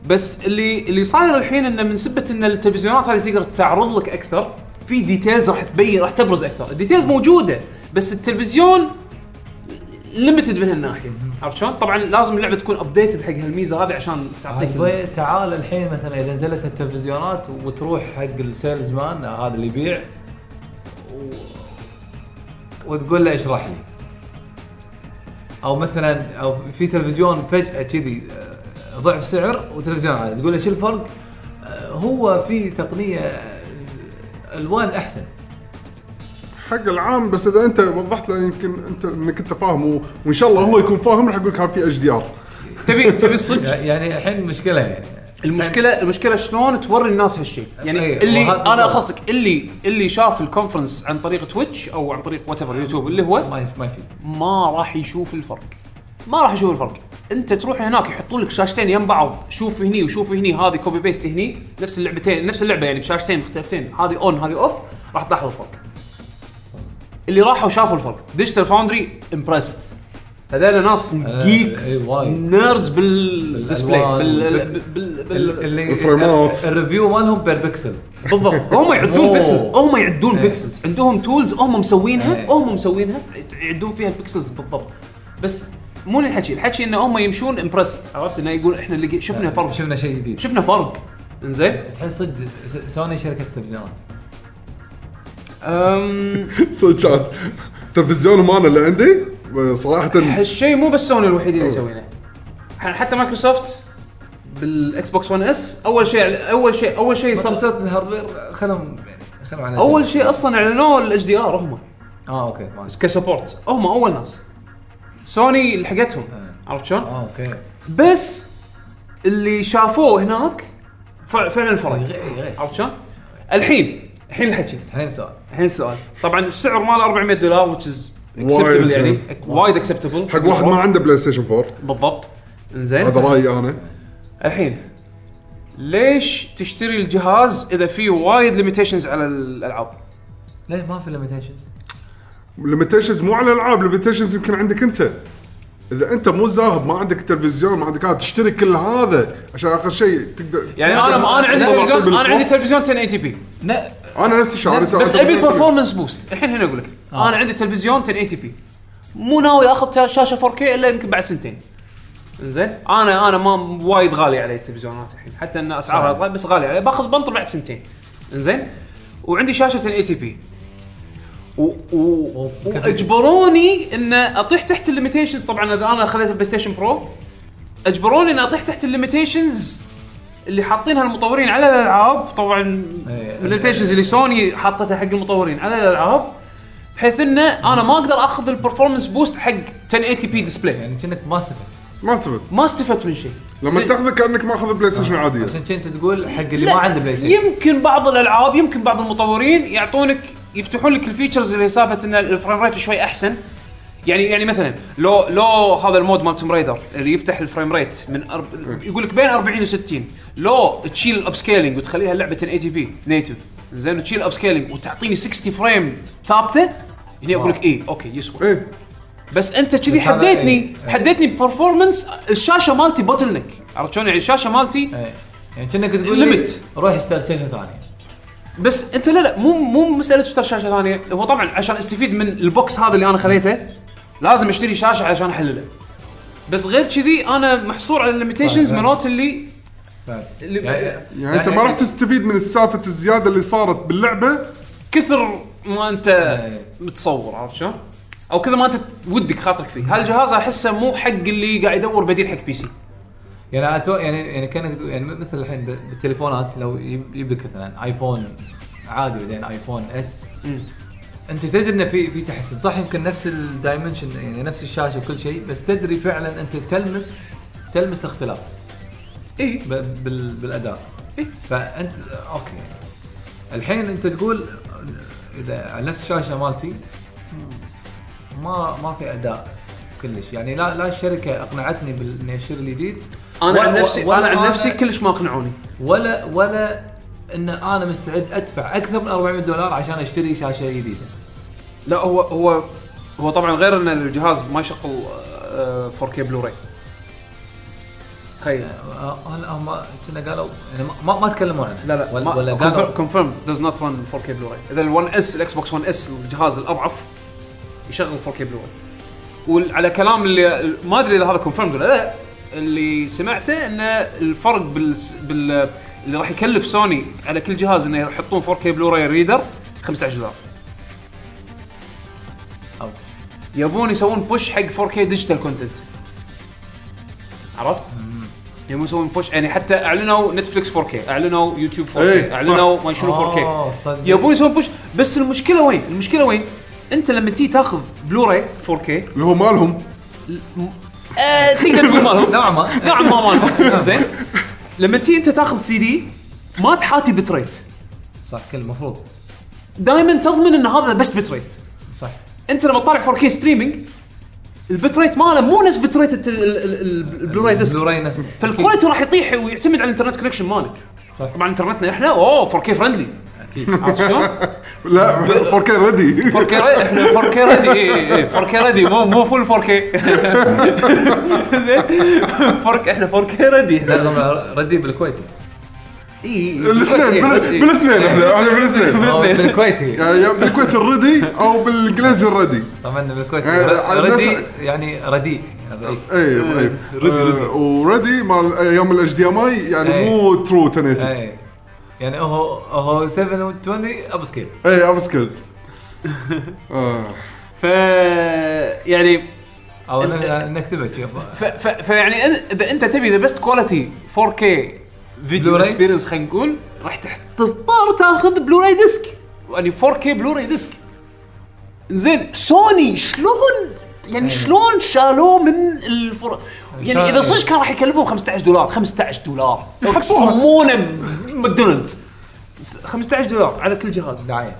بس اللي اللي صاير الحين انه من سبه ان التلفزيونات هذه تقدر تعرض لك اكثر في ديتيلز راح تبين راح تبرز اكثر الديتيلز موجوده بس التلفزيون ليمتد من هالناحيه عرفت شلون؟ طبعا لازم اللعبه تكون ابديتد حق هالميزه هذه عشان تعطيك ال- هاي تعال الحين مثلا اذا نزلت التلفزيونات وتروح حق السيلز مان هذا اللي يبيع و... وتقول له اشرح لي او مثلا او في تلفزيون فجاه كذي آه، ضعف سعر وتلفزيون عادي تقول له شو الفرق؟ آه، هو في تقنيه آه، الوان احسن حق العام بس اذا انت وضحت له يمكن انت انك انت فاهم و- وان شاء الله هو يكون فاهم راح يقول لك ها في اتش دي ار تبي تبي الصدق يعني الحين مشكله يعني المشكله المشكله شلون توري الناس هالشيء يعني أي، اللي إيه، وهذا انا هو. اخصك اللي اللي شاف الكونفرنس عن طريق تويتش او عن طريق وات يوتيوب اللي هو ما ما يفيد ما راح يشوف الفرق ما راح يشوف الفرق انت تروح هناك يحطون لك شاشتين يم بعض شوف هني وشوف هني هذه كوبي بيست هني نفس اللعبتين نفس اللعبه يعني بشاشتين مختلفتين هذه اون هذه اوف راح تلاحظ الفرق اللي راحوا شافوا الفرق ديجيتال فاوندري امبرست هذول ناس جيكس إي، إيه، وايد. نيردز بالديسبلاي بالألوان، بال- بال- بال- بال- اللي الفريمات. الريفيو مالهم بير بكسل بالضبط هم يعدون أوه. بيكسلز هم يعدون إيه. بيكسلز عندهم تولز هم مسوينها إيه. هم مسوينها يعدون فيها البيكسلز بالضبط بس مو الحكي الحكي ان هم يمشون امبرست عرفت انه يقول احنا اللي شفنا فرق شفنا شيء جديد شفنا فرق انزين تحس صدق س- سوني شركه تلفزيونات أم، صدق كانت تلفزيون مانا اللي عندي صراحه هالشيء مو بس سوني الوحيدين اللي يسوينه ح- حتى مايكروسوفت بالاكس بوكس 1 اس اول شيء اول شيء اول شيء صار سلسله الهاردوير خلهم يعني خلهم على اول جنب. شيء اصلا اعلنوه الاتش دي ار هم اه اوكي ما أدري. كسبورت هم اول ناس سوني لحقتهم إيه. عرفت شلون؟ اه اوكي بس اللي شافوه هناك فع- فعلا فرق غير غير عرفت شلون؟ الحين الحين الحكي الحين سؤال الحين السؤال طبعا السعر ماله 400 دولار which is وايد acceptable يعني وايد acceptable حق واحد ما عنده بلاي ستيشن 4 بالضبط انزين هذا رايي انا الحين ليش تشتري الجهاز اذا فيه وايد ليميتيشنز على الالعاب؟ ليه ما في ليميتيشنز؟ ليميتيشنز مو على الالعاب ليميتيشنز يمكن عندك انت اذا انت مو زاهب ما عندك تلفزيون ما عندك هذا تشتري كل هذا عشان اخر شيء تقدر يعني انا انا عندي لا، تلفزيون بالفوق. انا عندي تلفزيون 1080 بي لا انا نفس الشيء أنا بس أنا بس ابي البرفورمانس بوست الحين هنا اقول لك انا عندي تلفزيون 1080 بي مو ناوي اخذ تا- شاشه 4K الا يمكن بعد سنتين زين انا انا ما وايد غالي علي التلفزيونات الحين حتى ان اسعارها طيب بس غالي علي باخذ بنطر بعد سنتين زين وعندي شاشه 1080 بي و... و... واجبروني ان اطيح تحت الليميتيشنز طبعا اذا انا خذيت البلاي ستيشن برو اجبروني ان اطيح تحت الليميتيشنز اللي حاطينها المطورين على الالعاب طبعا إيه. الليميتيشنز اللي سوني حاطتها حق المطورين على الالعاب بحيث انه انا ما اقدر اخذ البرفورمانس بوست حق 1080 بي ديسبلاي يعني كأنك ما سفه ما استفدت ما استفدت من شيء لما زين. تاخذه كانك ماخذ بلاي ستيشن عاديه عشان كنت تقول حق اللي لا، ما عنده بلاي ستيشن يمكن بعض الالعاب يمكن بعض المطورين يعطونك يفتحون لك الفيتشرز اللي سالفه ان الفريم ريت شوي احسن يعني يعني مثلا لو لو هذا المود مال توم رايدر اللي يفتح الفريم ريت من أرب... يقول لك بين 40 و60 لو تشيل الاب سكيلينج وتخليها لعبه 1080 بي نيتف زين وتشيل الاب سكيلينج وتعطيني 60 فريم ثابته هنا اقول لك ايه اوكي يسوى ايه بس انت كذي بس هذا حديتني إيه. حديتني ببرفورمانس الشاشه مالتي بوتل نيك عرفت شلون يعني الشاشه مالتي إيه. يعني كأنك تقول لي Limit. روح اشتري شاشه ثانيه بس انت لا لا مو مو مساله تشتري شاشه ثانيه هو طبعا عشان استفيد من البوكس هذا اللي انا خذيته لازم اشتري شاشه عشان احلله بس غير كذي انا محصور على الليميتيشنز صح. مالت اللي بعد. اللي- يعني انت ما راح تستفيد من السالفه الزياده اللي صارت باللعبه كثر ما انت متصور عرفت شلون؟ او كثر ما انت ودك خاطرك فيه، هالجهاز احسه مو حق اللي قاعد يدور بديل حق بي سي. يعني أتو... يعني يعني كانك تقول- يعني مثل الحين ب- بالتليفونات لو يب- يجيب لك مثلا ايفون عادي بعدين ايفون اس مم. انت تدري انه في في تحسن صح يمكن نفس الدايمنشن يعني نفس الشاشه وكل شيء بس تدري فعلا انت تلمس تلمس اختلاف اي ب... بال... بالاداء اي فانت اوكي الحين انت تقول اذا على نفس الشاشه مالتي ما ما في اداء كلش يعني لا لا الشركه اقنعتني بال- اني اشتري الجديد انا ولا- عن نفسي ولا انا عن نفسي كلش ما اقنعوني. ولا ولا ان انا مستعد ادفع اكثر من 400 دولار عشان اشتري شاشه جديده لا هو هو هو طبعا غير ان الجهاز ما يشغل آه، 4K بلوراي. تخيل آه، هلا هم كنا قالوا يعني ما- ما ما تكلموا عنها لا لا ولا, ولا كونفيرم قالوا كونفيرم داز نوت رن 4K بلوراي اذا ال1 اس الاكس بوكس 1 اس الجهاز الاضعف يشغل 4K بلوراي وعلى كلام اللي ما ادري اذا هذا كونفيرم ولا لا اللي سمعته ان الفرق بال بال اللي راح يكلف سوني على كل جهاز انه يحطون 4K بلوراي ريدر 15 دولار أو. يبون يسوون بوش حق 4K ديجيتال كونتنت عرفت؟ يبون يسوون بوش يعني حتى اعلنوا نتفلكس 4K اعلنوا يوتيوب 4K إيه، صح. اعلنوا ما شنو 4K آه، تصدق. يبون يسوون بوش بس المشكله وين؟ المشكله وين؟ انت لما تيجي تاخذ بلوراي 4K اللي هو مالهم آه، تقدر تقول مالهم نوعا ما نوعا ما مالهم زين لما تيجي انت تاخذ سي دي ما تحاتي بتريت صح كل المفروض دائما تضمن ان هذا بس بتريت صح انت لما تطالع 4K ستريمينج البتريت ماله مو نفس بتريت الت- ال- ال- ال- البلوراي ديسك بلوراي نفسه فالكواليتي راح يطيح ويعتمد على الانترنت كونكشن مالك صح. طبعا انترنتنا احنا اوه 4K فرندلي اكيد عرفت شلون؟ لا 4K ريدي 4K ري- احنا 4K ريدي إيه، اي اي اي 4K ريدي مو مو فول 4K زين 4K احنا 4K ريدي احنا لا لا، ردي بالكويتي اي إيه، الاثنين بال- بالاثنين احنا احنا بالاثنين أو بالكويتي يعني يا بالكويت الردي او بالانجليزي الردي طبعا بالكويتي آه، على الناس- ردي يعني رديء رديء اي اي آه، وردي مال ايام الاتش دي ام اي يعني إيه. مو ترو 1080 اي يعني هو هو 720 اب سكيل اي اب سكيلد آه. ف يعني او ن- نكتبه شوف ف- ف- فيعني أن- اذا انت تبي ذا بيست كواليتي 4K فيديو بلوراي؟ اكسبيرينس خلينا نقول راح تحت- تضطر تاخذ بلوراي ديسك يعني 4K بلوراي ديسك زين سوني شلون يعني شلون شالوه من الفر يعني اذا صدق كان راح يكلفهم 15 دولار 15 دولار يسمونه ماكدونالدز 15 دولار على كل جهاز دعايه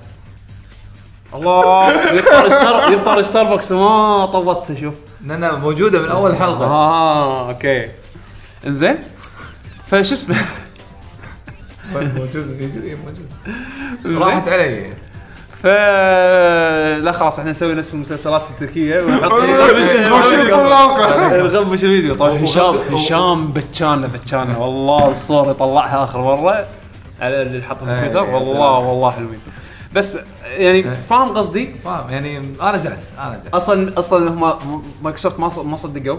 الله يبطل ستار يبطل ستاربكس ما طوطته شوف لانها موجوده من اول حلقه اه اوكي انزين فش اسمه موجود موجود إنزين؟ إيه، راحت علي ف ف لا خلاص احنا نسوي نفس المسلسلات التركيه وشي الطلاقه نغبش الفيديو طيب، طبعا هشام هشام بتشانه بتشانه والله الصور يطلعها اخر مره على اللي حطها في تويتر والله والله حلوين بس يعني فاهم قصدي فاهم يعني انا زعلت انا زعلت اصلا اصلا هم مايكروسوفت ما ما صدقوا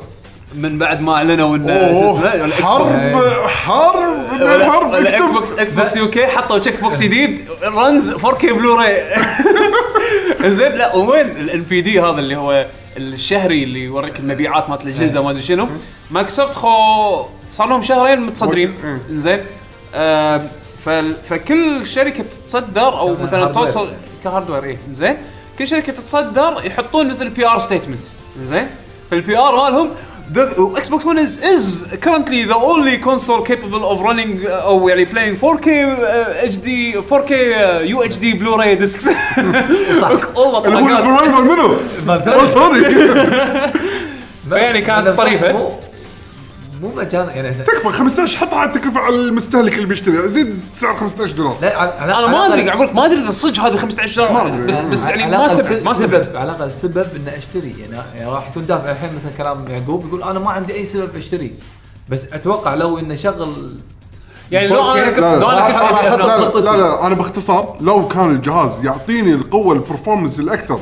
من بعد ما اعلنوا ان شو أوه، اسمه الإكس- حرب حرب من ولا- الحرب ولا اكس اكتب بوكس اكس بوكس يو كي حطوا تشيك بوكس جديد رنز 4 كي بلوراي زين لا وين الان بي دي هذا اللي هو الشهري اللي يوريك المبيعات مالت الاجهزه ما ادري شنو مايكروسوفت خو صار لهم شهرين متصدرين زين آم، فال- فكل شركه بتتصدر او مثلا هاردوير. توصل كهاردوير اي زين كل شركه تتصدر يحطون مثل بي ار ستيتمنت زين فالبي ار مالهم اكس بوكس 1 از از كرنتلي ذا اونلي كونسول كيبل اوف رننج او يعني بلاينج 4K اتش دي 4K يو اتش دي بلوراي ديسكس اللي هو والله البروفايل مال منو؟ أوه، سوري يعني كانت طريفه مو مو مجال يعني إحنا- تكفى 15 حطها على التكلفه على المستهلك اللي بيشتري زيد سعر 15 دولار لا على- على- انا على ما ادري الأقل- قاعد اقول لك ما ادري اذا صدق هذه 15 ما دولار أدري. بس بس يعني على ما الأقل استبعد ما سبب- استبعد على الاقل سبب ان اشتري يعني, يعني راح يكون دافع الحين مثلا كلام يعقوب يقول انا ما عندي اي سبب اشتري بس اتوقع لو انه شغل يعني لو انا كنت لا لا لو انا كنت راح- راح- أبي لا أبلغ. لا, لا لا انا باختصار لو كان الجهاز يعطيني القوه البرفورمنس الاكثر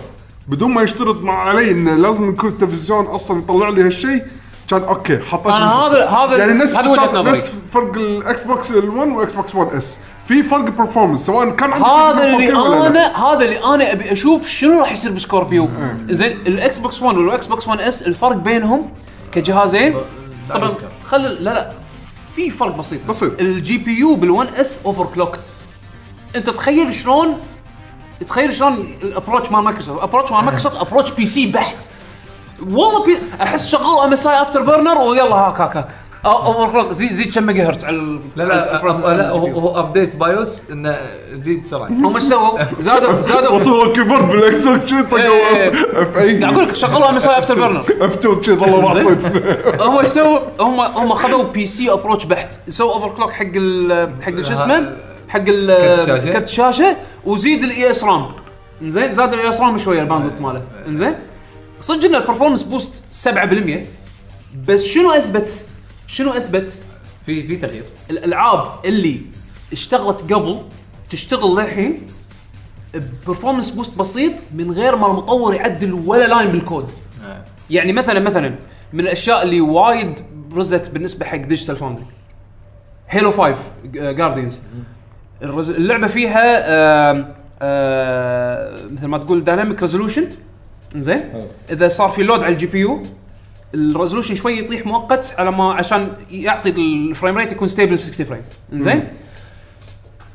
بدون ما يشترط مع علي انه لازم يكون التلفزيون اصلا يطلع لي هالشيء كان اوكي حطيت أنا هذا- هذا- يعني نفس هذا وجهة السالفة- نظري. نفس فرق الاكس بوكس ال1 والاكس بوكس 1 اس في فرق برفورمنس سواء كان عندي هذا تلفزيون اللي 4K ولا لا. انا هذا اللي انا ابي اشوف شنو راح يصير بسكوربيو زين الاكس بوكس 1 والاكس بوكس 1 اس الفرق بينهم كجهازين طبعا يذكر. خل لا لا في فرق بسيط بسيط. الجي بي يو بال1 اس اوفر كلوكت انت تخيل شلون تخيل شلون الابروتش مال مايكروسوفت الابروتش مال مايكروسوفت ابروتش بي سي بحت والله بي... احس شغال ام اس اي افتر برنر ويلا هاك هاك هاك اوفر كلوك زيد زيد كم ميجا هرتز على ال- لا على لا البروسيسور هو- لا هو- الجي بي يو. هو ابديت بايوس انه زيد سرعه هم ايش سووا؟ زادوا زادوا وصلوا كبرت بالاكس بوكس شي إيه. طقوا اف اي قاعد اقول لك شغلوا ام اس اي افتر برنر اف 2 شي ظلوا راسين هم ايش سووا؟ هم هم خذوا بي سي ابروتش بحت سووا اوفر كلوك حق ال حق ال- شو اسمه؟ حق كرت ال- الشاشة. كرت الشاشه وزيد E الاي اس رام زين زاد E الاي اس رام شويه الباندوث ماله زين صدق ان البرفورمنس بوست 7% بس شنو اثبت؟ شنو اثبت؟ في في تغيير الالعاب اللي اشتغلت قبل تشتغل للحين ببرفورمنس بوست بسيط من غير ما المطور يعدل ولا لاين بالكود يعني مثلا مثلا من الاشياء اللي وايد برزت بالنسبه حق ديجيتال فاوندري هيلو 5 جاردينز اللعبه فيها آم، آم، مثل ما تقول دايناميك ريزولوشن زين اذا صار في لود على الجي بي يو الريزولوشن شوي يطيح مؤقت على ما عشان يعطي الفريم ريت يكون ستيبل 60 فريم زين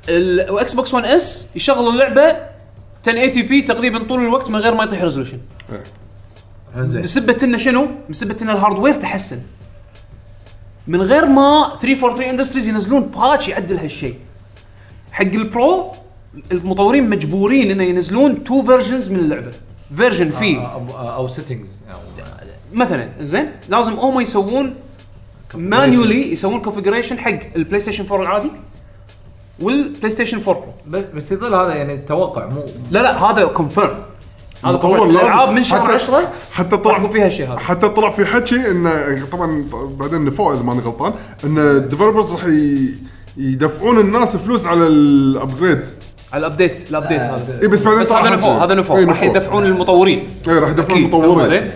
الاكس بوكس 1 اس يشغل اللعبه 1080 بي تقريبا طول الوقت من غير ما يطيح ريزولوشن زين بسبه انه شنو؟ بسبه ان الهاردوير تحسن. من غير ما 343 اندستريز ينزلون باتش يعدل هالشيء. حق البرو المطورين مجبورين انه ينزلون تو فيرجنز من اللعبه. فيرجن آه. فيه او سيتنجز مثلا زين لازم هم يسوون مانيولي يسوون كونفجريشن حق البلاي ستيشن 4 العادي والبلاي ستيشن 4 برو. بس بس يظل هذا يعني توقع مو لا لا هذا كونفيرم. هذا مطور طور لازم. الالعاب من شهر حتى- 10 حتى راح طلع يكون فيها الشيء هذا. حتى طلع في حكي انه طبعا بعدين فوق اذا ماني غلطان ان الديفلوبرز راح ي- يدفعون الناس فلوس على الابجريد على الابديت الابديت لا، هذا اي إيه، بس بعدين بس طلع هذا حكي. نفوق هذا نفوق إي، راح يدفعون المطورين اي إيه، راح يدفعون اكيد تمام، زين المطورين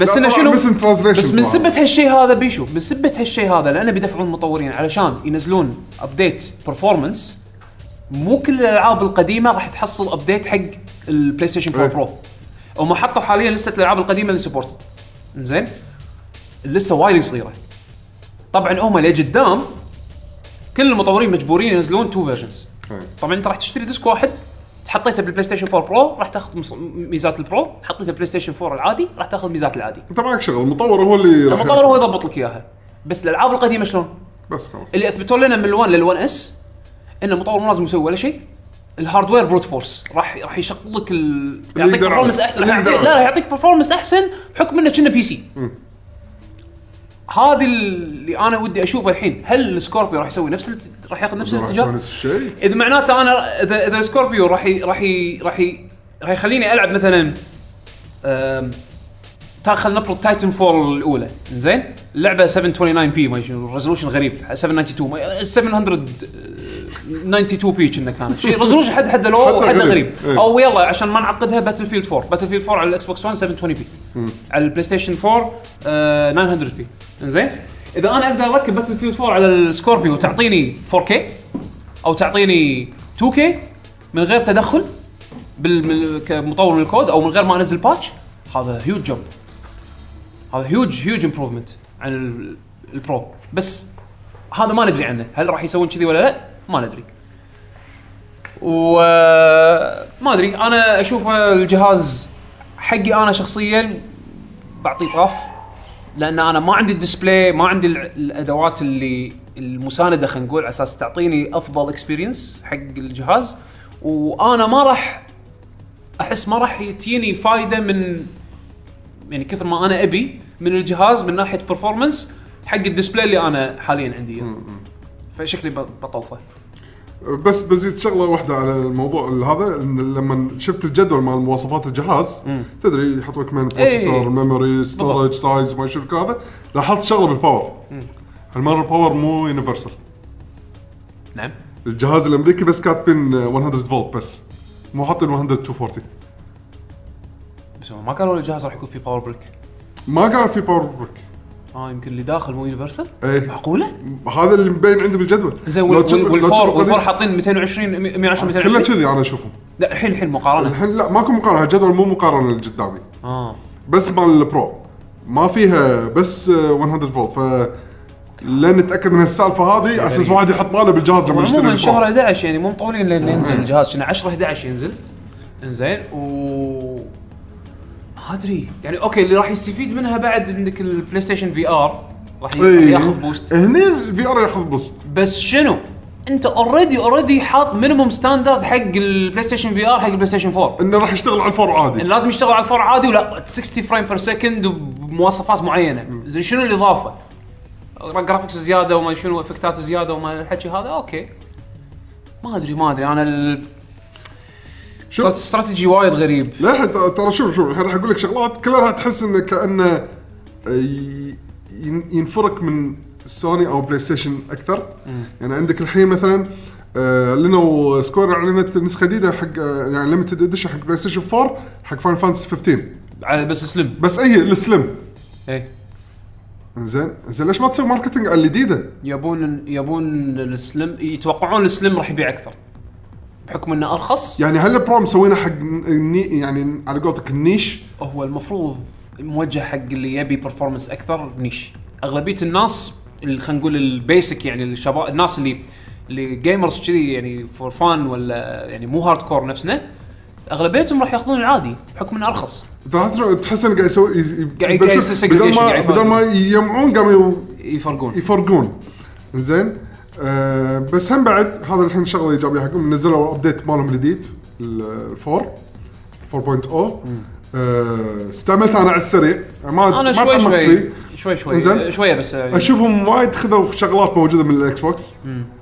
بس لا، انه طبعاً شنو بس in translation بس من طبعاً. سبه هالشيء هذا بيشو من سبه هالشيء هذا لانه بيدفعون المطورين علشان ينزلون ابديت برفورمانس مو كل الالعاب القديمه راح تحصل ابديت حق البلاي ستيشن 4 إيه. برو هم حطوا حاليا لسته الالعاب القديمه اللي سبورتد زين اللسته وايد صغيره طبعا هم لقدام كل المطورين مجبورين ينزلون تو فيرجنز إيه. طبعا انت راح تشتري ديسك واحد حطيته بالبلاي ستيشن 4 برو راح تاخذ مص- ميزات البرو حطيته بالبلاي ستيشن 4 العادي راح تاخذ ميزات العادي انت معك شغل المطور هو اللي راح المطور هو يضبط لك اياها بس الالعاب القديمه شلون؟ بس خلاص اللي اثبتوا لنا من ال1 لل1 اس ان المطور مو لازم يسوي ولا شيء الهاردوير بروت فورس راح راح يشغل لك ال... يعطيك يقدر عليه. برفورمنس احسن اللي راح يقدر يعطيك- لا عليه. راح يعطيك برفورمنس احسن بحكم انه كنا بي سي هذه اللي انا ودي اشوفه الحين هل السكوربيو راح يسوي نفس الت- راح ياخذ نفس راح الاتجاه يسوي نفس الشيء اذا معناته انا اذا اذا السكوربيو راح ي- راح ي- راح ي- راح يخليني العب مثلا أم، تا خلينا نفرض تايتن فول الاولى زين اللعبه 729 بي ما شنو ريزولوشن غريب 792 ما- 792 بي كنا كانت شيء ريزولوشن حد حد لو حد وحده غريب. غريب إيه. او يلا عشان ما نعقدها باتل فيلد 4 باتل فيلد 4 على الاكس بوكس 1 720 بي على البلاي ستيشن 4 آه 900 بي انزين اذا انا اقدر اركب باتل فيلد 4 على السكوربيو وتعطيني 4K او تعطيني 2K من غير تدخل بال- بال- كمطور من الكود او من غير ما انزل باتش هذا هيوج جمب هذا هيوج هيوج امبروفمنت عن ال- البرو بس هذا ما ندري عنه هل راح يسوون كذي ولا لا ما ندري وما آه، ادري انا اشوف الجهاز حقي انا شخصيا بعطيه طاف لان انا ما عندي الديسبلاي ما عندي ال- الادوات اللي المسانده خلينا نقول على اساس تعطيني افضل اكسبيرينس حق الجهاز وانا ما راح احس ما راح تجيني فايده من يعني كثر ما انا ابي من الجهاز من ناحيه برفورمانس حق الديسبلاي اللي انا حاليا عندي إياه. فشكلي ب- بطوفه بس بزيد شغله واحده على الموضوع هذا إن لما شفت الجدول مال مواصفات الجهاز تدري يحط لك من بروسيسور ميموري ستورج بالضبط. سايز ما شنو الكلام هذا لاحظت شغله بالباور هالمره الباور مو يونيفرسال نعم الجهاز الامريكي بس كاتبين 100 فولت بس مو حاطين 100 240 بس هم ما قالوا الجهاز راح يكون فيه باور بريك ما قالوا في باور بريك اه يمكن اللي داخل مو يونيفرسال ايه معقوله؟ هذا اللي مبين عندي بالجدول زين لو تشوف- لو تشوف والفور القديم- والفور حاطين 220 110 كله 220 كذي إيه. انا اشوفهم لا الحين الحين مقارنه الحين لا ماكو مقارنه الجدول مو مقارنه اللي قدامي اه بس مال البرو ما فيها بس آه، 100 فولت ف لن نتاكد من السالفه هذه على اساس واحد يحط باله بالجهاز لما يشتري عموما شهر البرو 11 يعني مو مطولين لين ينزل الجهاز كنا 10 11 ينزل انزين و ما ادري يعني اوكي اللي راح يستفيد منها بعد عندك البلاي ستيشن في ار راح ي- راح إيه. ياخذ بوست هني الفي ار ياخذ بوست بس شنو؟ انت اوريدي اوريدي حاط مينيموم ستاندرد حق البلاي ستيشن في ار حق البلاي ستيشن 4 انه راح يشتغل على الفور عادي لازم يشتغل على الفور عادي ولا 60 فريم بير سكند وبمواصفات معينه زين شنو الاضافه؟ جرافكس زياده وما شنو افكتات زياده وما الحكي هذا اوكي ما ادري ما ادري انا ال- شوف. استراتيجي وايد غريب لا الحين ترى- ترى شوف شوف الحين راح اقول لك شغلات كلها راح تحس انه كانه آه، ي- ين- ينفرك من سوني او بلاي ستيشن اكثر يعني عندك الحين مثلا آه، لنا سكوير اعلنت نسخه جديده حق آه، يعني ليمتد اديشن حق بلاي ستيشن 4 حق فاين فانتسي 15 على- بس إيه. سلم بس إيه، اي السلم اي انزين انزين ليش ما تسوي ماركتنج على الجديده؟ يبون يبون السلم يتوقعون السلم راح يبيع اكثر بحكم انه ارخص يعني هل البرو مسوينه حق الني يعني على قولتك النيش هو المفروض موجه حق اللي يبي برفورمانس اكثر نيش اغلبيه الناس اللي خلينا نقول البيسك يعني الشباب الناس اللي اللي جيمرز كذي يعني فور فان ولا يعني مو هارد كور نفسنا اغلبيتهم راح ياخذون العادي بحكم انه ارخص ترى شلون؟ تحس انه قاعد يسوي ي- ي- قاعد- بدل قاعد شو- يسوي بدل segregation، ما قاعد بدل ما يجمعون قاموا يو- يفرقون يفرقون زين آه بس هم بعد هذا الحين شغله ايجابيه حقهم نزلوا ابديت مالهم الجديد الفور 4.0 آه استعملت انا على السريع ما انا ما شوي تعمقت شوي فيه. شوي إنزين. شوي شويه بس يعني اشوفهم وايد خذوا شغلات موجوده من الاكس بوكس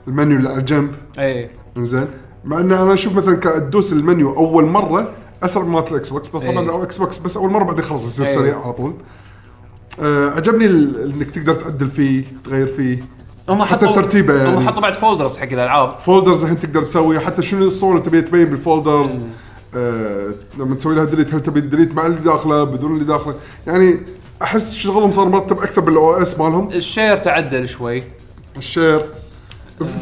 المنيو اللي على الجنب اي انزين مع ان انا اشوف مثلا كادوس المنيو اول مره اسرع من مالت الاكس بوكس بس طبعا إيه. لو اكس بوكس بس اول مره بعدين خلاص يصير إيه. سريع على طول آه عجبني ال- انك تقدر تعدل فيه تغير فيه هم حتى حطوا الترتيبة يعني. هم حطوا بعد فولدرز حق الالعاب فولدرز الحين تقدر تسوي حتى شنو الصور اللي تبي تبين بالفولدرز إيه. آه لما تسوي لها ديليت هل تبي ديليت مع اللي داخله بدون اللي داخله يعني احس شغلهم صار مرتب اكثر بالاو اس مالهم الشير تعدل شوي الشير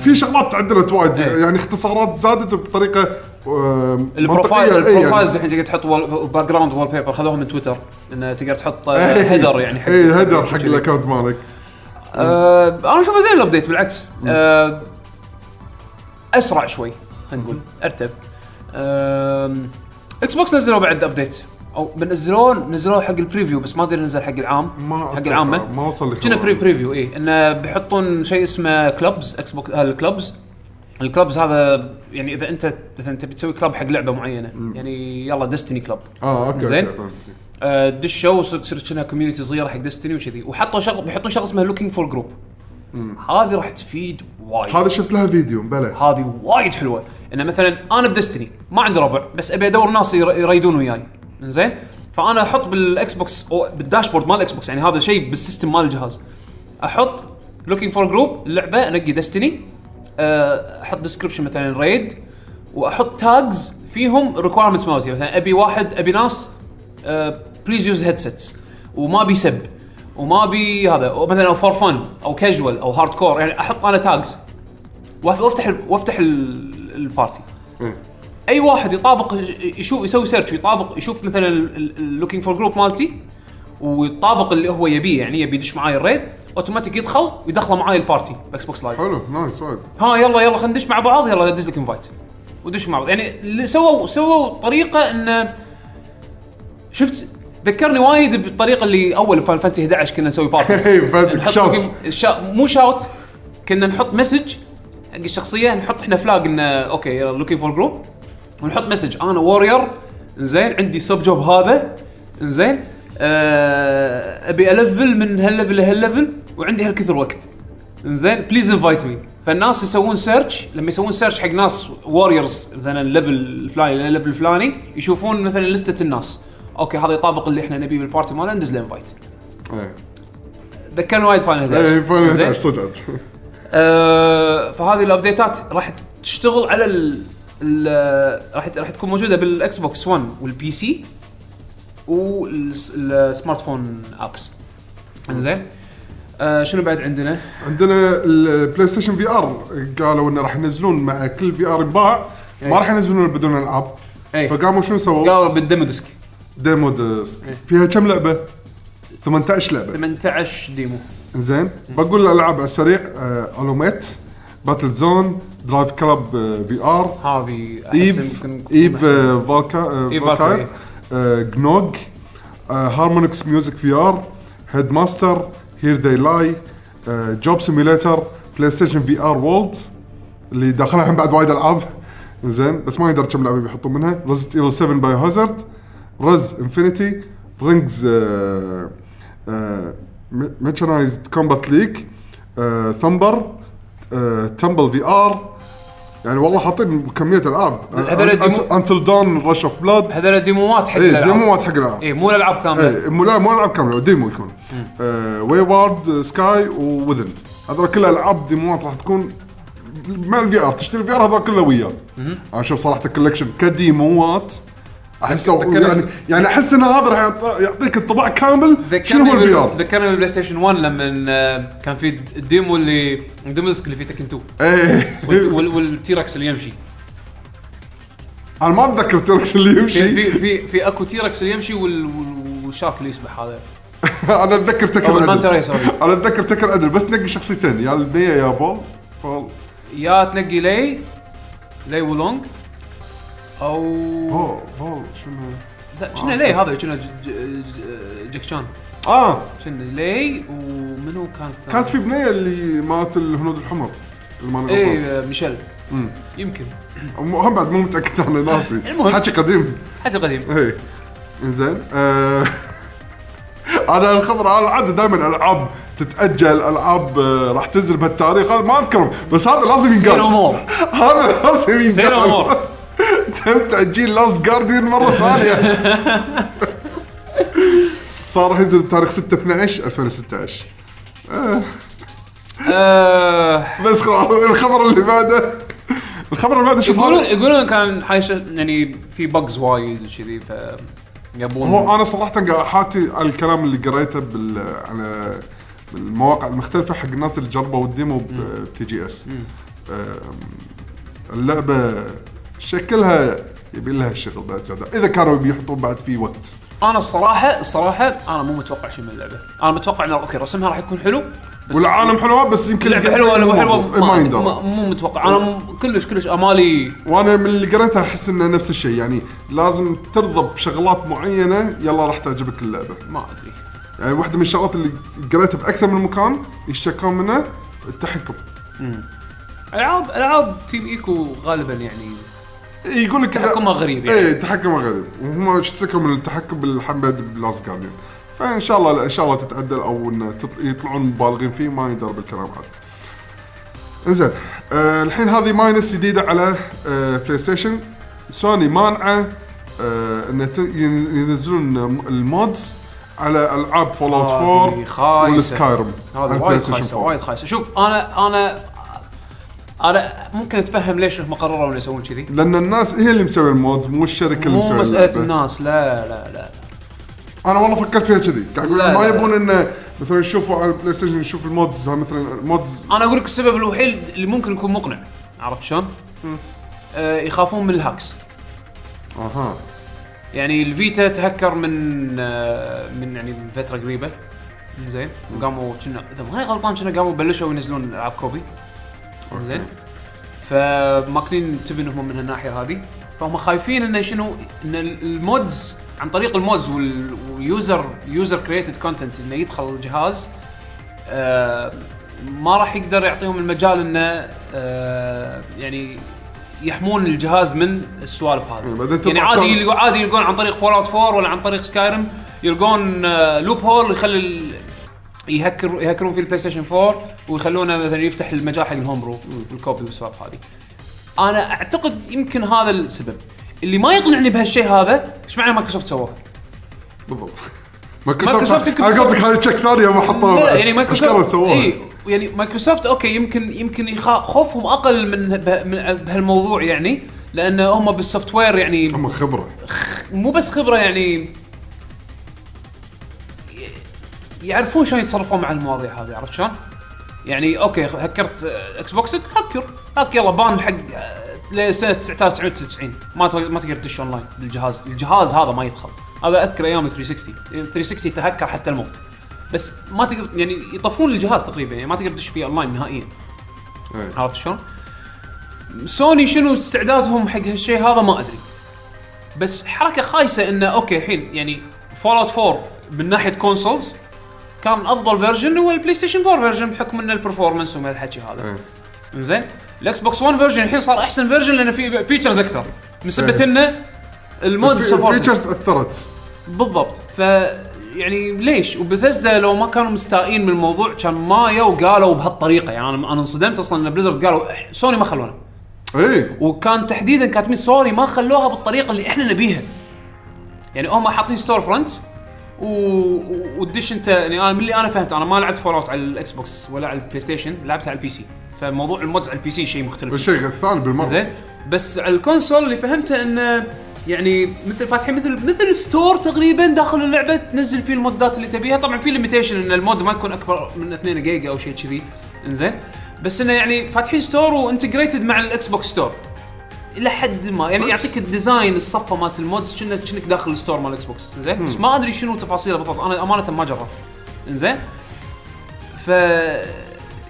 في شغلات تعدلت وايد إيه. يعني اختصارات زادت بطريقه آه، البروفايل منطقية، إيه يعني. البروفايلز الحين تقدر تحط باك جراوند وول بيبر خذوهم من تويتر انه تقدر تحط آه، إيه. هيدر يعني حق اي هيدر حق الاكونت مالك آه، انا اشوفه زين الابديت بالعكس آه، اسرع شوي خلينا نقول ارتب آم، اكس بوكس نزلوا بعد ابديت او نزلوه نزلوه حق البريفيو بس ما ادري نزل حق العام ما حق العامه ما وصل لي كنا خبر. بري بريفيو اي انه بيحطون شيء اسمه كلبز اكس بوكس الكلبز الكلبز هذا يعني اذا انت مثلا تبي تسوي كلب حق لعبه معينه يعني يلا ديستني كلب اه اوكي زين. أوكي، أوكي. آه، دشوا وصرت تصير كنا كوميونتي صغيره حق ديستني وكذي وحطوا شغل بيحطون شغل اسمه لوكينج فور جروب هذه راح تفيد وايد هذا شفت لها فيديو بلى هذه وايد حلوه انه مثلا انا بدستني ما عندي ربع بس ابي ادور ناس ير- يريدون وياي زين فانا احط بالاكس بوكس أو بالداشبورد مال الاكس بوكس يعني هذا شيء بالسيستم مال الجهاز احط لوكينج فور جروب لعبه انقي دستني احط ديسكربشن مثلا ريد واحط تاجز فيهم ريكوايرمنتس مالتي مثلا ابي واحد ابي ناس آه، بليز يوز هيدسيتس وما ابي سب وما ابي هذا أو مثلا او فور فن او كاجوال او هارد كور يعني احط انا تاجز واف- وافتح ال- وافتح ال- البارتي إيه. اي واحد يطابق يشوف يسوي سيرش ويطابق يشوف مثلا اللوكينج فور جروب مالتي ويطابق اللي هو يبيه يعني يبي يدش معاي الريد اوتوماتيك يدخل ويدخله معاي البارتي باكس بوكس لايف حلو نايس وايد ها يلا يلا خلينا ندش مع بعض يلا ادز لك انفايت ودش مع بعض يعني اللي سووا سووا طريقه انه شفت ذكرني وايد بالطريقه اللي اول فان فانتسي 11 كنا نسوي بارتيز إيه، فهمتك، نحط شوت. لوكي- شا... مو شاوت كنا نحط مسج حق الشخصيه نحط احنا فلاج انه اوكي يلا لوكينج فور جروب ونحط مسج انا وورير زين عندي سب جوب هذا زين آه ابي الفل من هالليفل لهالليفل وعندي هالكثر وقت زين بليز انفايت مي فالناس يسوون سيرش لما يسوون سيرش حق ناس ووريرز مثلا ليفل الفلاني ليفل الفلاني يشوفون مثلا لسته الناس اوكي هذا يطابق اللي احنا نبيه بالبارتي مالنا ندز له انفايت ايه ذكرني وايد فاينل 11 ايه فعلا زين؟ 11 صدق آه، فهذه الابديتات راح تشتغل على ال ال- آه، راح راح تكون موجوده بالاكس بوكس 1 والبي سي والسمارت فون ابس زين آه شنو بعد عندنا؟ عندنا البلاي ستيشن في ار قالوا انه راح ينزلون مع كل في ار ينباع ما أي. راح ينزلون بدون العاب اي فقاموا شنو سووا؟ إيه. قالوا بالديمو ديسك ديمو ديسك فيها كم لعبه؟ 18 لعبه 18 ديمو زين بقول الالعاب على السريع آه، الوميت باتل زون درايف كلاب في ار هذه أحس ايف يمكن- ايف آه، فالكا آه، إيف إيه. فالكاير فالكاير. آه، جنوج آه، هارمونكس ميوزك في ار هيد ماستر هير ذي لاي آه، جوب سيميوليتر بلاي ستيشن في ار وولد اللي داخلها الحين بعد وايد العاب زين بس ما يقدر كم لعبه بيحطون منها ريزنت ايفل 7 باي هازارد رز انفينيتي رينجز آه، ميشنايزد كومبات ليج آه، ثمبر تمبل في ار يعني والله حاطين كميه العاب هذول الديمو- انتل دون رش اوف بلاد هذول إيه. ديموات حق اي الالعاب إيه، ديموات حق الالعاب اي مو الالعاب كامله ايه مو لا مو العاب كامله ديمو يكون آه، واي وارد سكاي ووذن هذول كلها العاب ديموات راح تكون مع الفي ار تشتري الفي ار هذول كله وياه انا اشوف صراحه الكولكشن كديموات احس يعني يعني احس ان هذا راح يعط- يعطيك انطباع كامل شنو هو الفي بال- ار ذكرني بالبلاي ستيشن 1 لما آه، كان في الديمو اللي الديمو ديسك اللي فيه تكن 2 والت- ايه وال- والتيركس اللي يمشي انا ما اتذكر تركس اللي في يمشي في في, في اكو تيركس اللي يمشي وال- وال- والشارك اللي يسبح هذا انا اتذكر أو تكر المانتا ريس، عدل sorry. انا اتذكر تكر عدل بس نقي شخصيتين يا البنيه يا بول فال- يا تنقي لي لي ولونج او بول بول شنو لا كنا لي هذا كنا ج- ج- ج- جاك شان اه كنا لي ومنو كان الثاني؟ كانت في بنيه اللي مالت الهنود الحمر اللي ما نعرفها. اي إيه، ميشيل مم. يمكن مو- هم بعد مو متاكد انا ناسي المهم. حكي قديم حاجه قديمه ايه انزين آه، انا الخبر على العاده دائما العاب تتاجل العاب آه، راح تنزل بهالتاريخ أنا ما اذكرهم بس هذا لازم سين ينقال امور هذا لازم ينقال سين أمور. تم تاجيل لاست جارديان مره ثانيه صار راح ينزل بتاريخ 6 12 2016 آه، بس خلاص الخبر اللي بعده الخبر اللي بعده شوف يقولون هذا- يقولون كان حايش يعني في بجز وايد وكذي ف يبون هو انا صراحه قاعد حاتي على الكلام اللي قريته بال على المواقع المختلفه حق الناس اللي جربوا الديمو بتي جي اس أم، اللعبه شكلها يبي لها شغل بعد زيادة، اذا كانوا بيحطون بعد في وقت انا الصراحه الصراحه انا مو متوقع شيء من اللعبه انا متوقع انه اوكي رسمها راح يكون حلو بس والعالم حلوه بس يمكن لعبه حلوه ولا مو حلوه إيه، ما ما- يندرى ما- مو متوقع انا م- كلش كلش امالي وانا من اللي قريته احس انه نفس الشيء يعني لازم ترضى بشغلات معينه يلا راح تعجبك اللعبه ما ادري يعني واحده من الشغلات اللي قريتها باكثر من مكان يشتكون منه التحكم العاب العاب تيم ايكو غالبا يعني يقول لك تحكمها غريب يعني. ايه تحكمها غريب وهم اشتكوا من التحكم يعني. بالحمد بلاست جارديان فان شاء الله ان شاء الله تتعدل او ان تط- يطلعون مبالغين فيه ما يندر بالكلام هذا انزين آه الحين هذه ماينس جديده على آه بلاي ستيشن سوني مانعه آه ان ت- ين- ينزلون المودز على العاب فول اوت 4 خايسة. والسكايرم هذا وايد خايسه وايد خايسه شوف انا انا انا ممكن اتفهم ليش هم قرروا انه يسوون كذي لان الناس هي اللي مسوي المودز مو الشركه اللي مو مسوي مساله اللعبة. الناس لا لا لا انا والله فكرت فيها كذي قاعد اقول لا، ما لا، لا. يبون انه مثلا يشوفوا على البلاي ستيشن يشوف المودز ها مثلا المودز انا اقول لك السبب الوحيد اللي ممكن يكون مقنع عرفت شلون؟ آه يخافون من الهاكس اها يعني الفيتا تهكر من آه من يعني من فتره قريبه زين وقاموا كنا اذا ماني غلطان كنا قاموا بلشوا ينزلون العاب كوبي زين فماكلين تبن هم من الناحيه هذه فهم خايفين انه شنو ان ال- المودز عن طريق المودز وال- واليوزر يوزر كريتد كونتنت انه يدخل الجهاز آه، ما راح يقدر يعطيهم المجال انه آه، يعني يحمون الجهاز من السوالف يعني هذه بعدين تطلع يعني عادي سالفة. يلقوا عادي يلقون عن طريق فول اوت 4 ولا عن طريق سكايرم يلقون آه، لوب هول يخلي ال- يهكر يهكرون في البلاي ستيشن 4 ويخلونه مثلا يفتح المجال حق الهوم برو والكوبي والسوالف هذه انا اعتقد يمكن هذا السبب اللي ما يقنعني بهالشيء هذا ايش معنى مايكروسوفت سووها؟ بالضبط مايكروسوفت مايكروسوفت يمكن انا قصدك تسوي- هاي تشيك ثانيه ما حطوها لا بعد. يعني إيش مايكروسوفت كانوا سووها؟ اي يعني مايكروسوفت اوكي يمكن يمكن يخا- خوفهم اقل من به- من بهالموضوع يعني لان هم بالسوفت وير يعني هم خبره مو بس خبره يعني ي- يعرفون شلون يتصرفون مع المواضيع هذه عرفت شلون؟ يعني اوكي هكرت آه، اكس بوكسك هكر هك يلا بان حق آه، لسنه 1999 ما تق- ما تقدر تدش اونلاين بالجهاز الجهاز هذا ما يدخل هذا اذكر ايام 360 360 تهكر حتى الموت بس ما تقدر يعني يطفون الجهاز تقريبا يعني ما تقدر تدش فيه اونلاين نهائيا إيه. عرفت شلون؟ سوني شنو استعدادهم حق هالشيء هذا ما ادري بس حركه خايسه انه اوكي الحين يعني فول اوت 4 من ناحيه كونسولز كان افضل فيرجن هو البلاي ستيشن 4 فيرجن بحكم ان البرفورمانس وما الحكي هذا إيه. زين الاكس بوكس 1 فيرجن الحين صار احسن فيرجن لانه في فيتشرز اكثر من سبه إيه. انه المود سبورت الفيتشرز اثرت بالضبط ف يعني ليش وبثزدا لو ما كانوا مستائين من الموضوع كان ما يو قالوا بهالطريقه يعني انا انا انصدمت اصلا ان بليزرد قالوا إح- سوني ما خلونا اي وكان تحديدا كاتبين سوني ما خلوها بالطريقه اللي احنا نبيها يعني هم حاطين ستور فرونت و... و- وتدش انت يعني انا من اللي انا فهمت انا ما لعبت فول اوت على الاكس بوكس ولا على البلاي ستيشن لعبتها على البي سي فموضوع المودز على البي سي شيء مختلف والشيء غير الثاني بالمره زين بس على الكونسول اللي فهمته انه يعني مثل فاتحين مثل مثل ستور تقريبا داخل اللعبه تنزل فيه المودات اللي تبيها طبعا في ليميتيشن ان المود ما يكون اكبر من 2 جيجا او شيء كذي انزين بس انه يعني فاتحين ستور وانتجريتد مع الاكس بوكس ستور الى حد ما يعني يعطيك الديزاين الصفه مالت المودز كأنك كأنك داخل الستور مال الاكس بوكس زين بس ما ادري شنو تفاصيله بالضبط انا امانه ما جربت انزين ف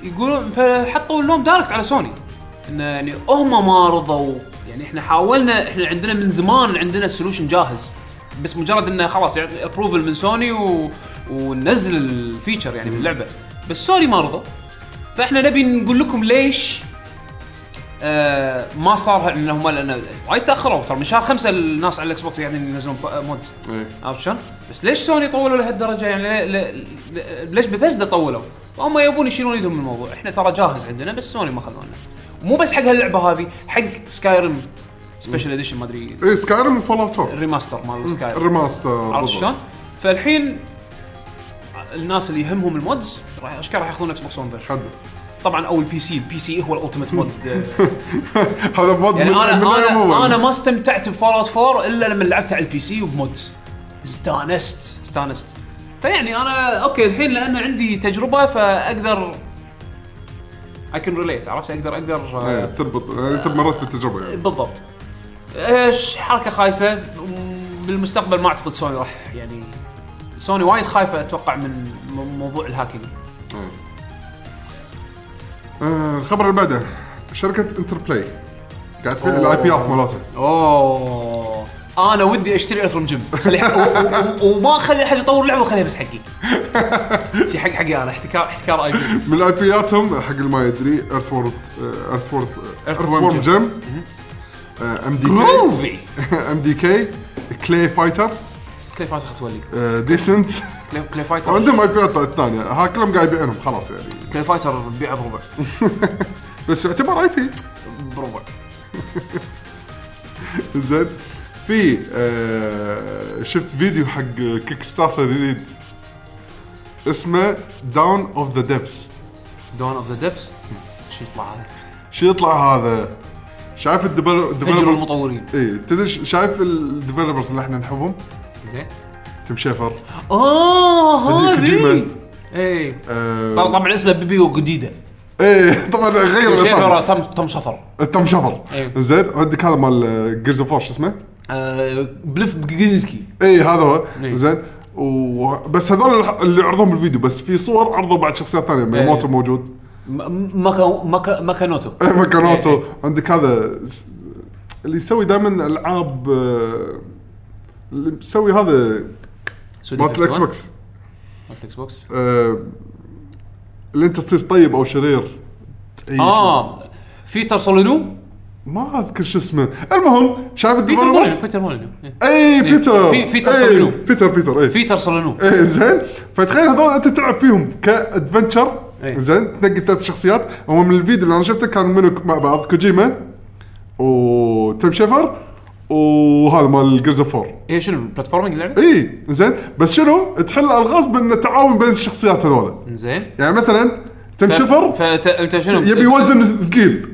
يقولون فحطوا اللوم دايركت على سوني انه يعني هم ما رضوا يعني احنا حاولنا احنا عندنا من زمان عندنا سولوشن جاهز بس مجرد انه خلاص يعطي ابروفل من سوني و... وننزل الفيتشر يعني باللعبه بس سوني ما رضوا فاحنا نبي نقول لكم ليش آه ما صار ان هم لان وايد تاخروا ترى من شهر خمسة الناس على الاكس بوكس قاعدين ينزلون مودز إيه. عرفت شلون؟ بس ليش سوني طولوا لهالدرجه يعني ل- ل- ل- ليش بثزدا طولوا؟ هم يبون يشيلون ايدهم من الموضوع، احنا ترى جاهز عندنا بس سوني ما خذونا. مو بس حق هاللعبه هذه، حق سكايرم سبيشل اديشن ما ادري اي سكايرم وفول اوت 4 الريماستر مال سكايرم الريماستر عرفت بالضبط. شلون؟ فالحين الناس اللي يهمهم المودز راح اشكال راح ياخذون اكس بوكس 1 فيرجن. حد. طبعا او البي سي، البي سي هو الالتيميت مود هذا مود يعني من- انا من الأيام انا أول. انا ما استمتعت بفول اوت 4 الا لما لعبت على البي سي وبمودز استانست استانست فيعني انا اوكي الحين لان عندي تجربه فاقدر اي كان ريليت عرفت اقدر اقدر آه، إيه، تربط يعني تب مرت بالتجربه يعني بالضبط ايش حركه خايسه م- بالمستقبل ما اعتقد سوني راح يعني سوني وايد خايفه اتوقع من م- موضوع الهاكينج آه، الخبر اللي بعده شركه انتربلاي قاعد تبيع الاي بيات مالتها اوه انا ودي اشتري اثرم جيم خلي و- و- و- وما اخلي احد يطور لعبه وخليها بس حقي شي حق حقي انا احتكار احتكار اي بي من الاي بياتهم حق اللي ما يدري آه، ايرث وورد ايرث وورد ايرث Earthworm وورم Jim. جيم ام دي كي جروفي ام دي كي كلي فايتر كلي فايتر تولي ديسنت كلي كلي فايتر عندهم اي بيات بعد ثانيه ها كلهم قاعد يبيعونهم خلاص يعني كلي فايتر بيعه بربع بس اعتبر اي في برافو زين في آه شفت فيديو حق كيك ستارتر جديد اسمه داون اوف ذا ديبس دون اوف ذا ديبس شو يطلع هذا؟ شو يطلع هذا؟ شايف فجروا الديفلوبر المطورين اي إيه، تدري ش- شايف الديفلوبرز اللي احنا نحبهم زين تيم شيفر اوه هيديو كوجيما. هذه إيه. اي آه، طبعا اسمه بيبيو جديده ايه طبعا غير شيفر الاسم تم تم شفر تم شفر إيه. زين عندك هذا مال جيرز اوف شو اسمه؟ آه، بلف بجنسكي اي هذا هو إيه. زين و... بس هذول الح- اللي عرضهم الفيديو بس في صور عرضوا بعد شخصيات ثانيه ميموتو موجود ماكانوتو إيه، ماكانوتو عندك هذا س- اللي يسوي دائما العاب آه، اللي مسوي هذا مالت الاكس بوكس مالت الاكس بوكس آه، اللي انت تصير طيب او شرير تعيش. اه فيتر سولينو ما اذكر شو اسمه المهم شايف بيتر مولينو الديفلوبرز بيتر مولينو إيه. اي بيتر في- بيتر إي، سولينو. بيتر بيتر اي فيتر سولينو ايه زين فتخيل هذول انت تلعب فيهم كادفنتشر إيه. زين تنقي ثلاث شخصيات هم من الفيديو اللي انا شفته كانوا منو مع بعض كوجيما وتيم شيفر وهذا مال جيرز اوف 4 اي شنو بلاتفورمينج لعبه؟ اي إيه، زين بس شنو تحل الغاز بان التعاون بين الشخصيات هذول زين يعني مثلا تيم شيفر فانت شنو يبي يوزن ثقيل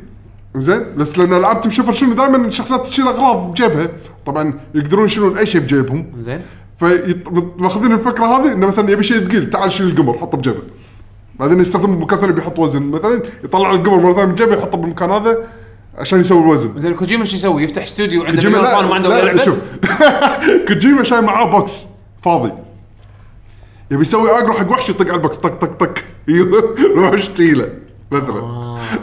زين بس لان العاب تيم شيفر شنو دائما الشخصيات تشيل اغراض بجيبها طبعا يقدرون يشيلون اي شيء بجيبهم زين فماخذين الفكره هذه انه مثلا يبي شيء ثقيل تعال شيل القمر حطه بجيبه بعدين يستخدمه بمكان ثاني بيحط وزن مثلا يطلع القمر مره ثانيه من جيبه يحطه بالمكان هذا عشان يسوي الوزن زين كوجيما شو يسوي؟ يفتح استوديو عنده كوجيما مليون لا, طالب ما عنده ولا لا لعبه؟ شوف كوجيما شايل معاه بوكس فاضي يبي يسوي اقرع حق وحش يطق على البوكس طق طق طق ايوه الوحش تيله مثلا آه.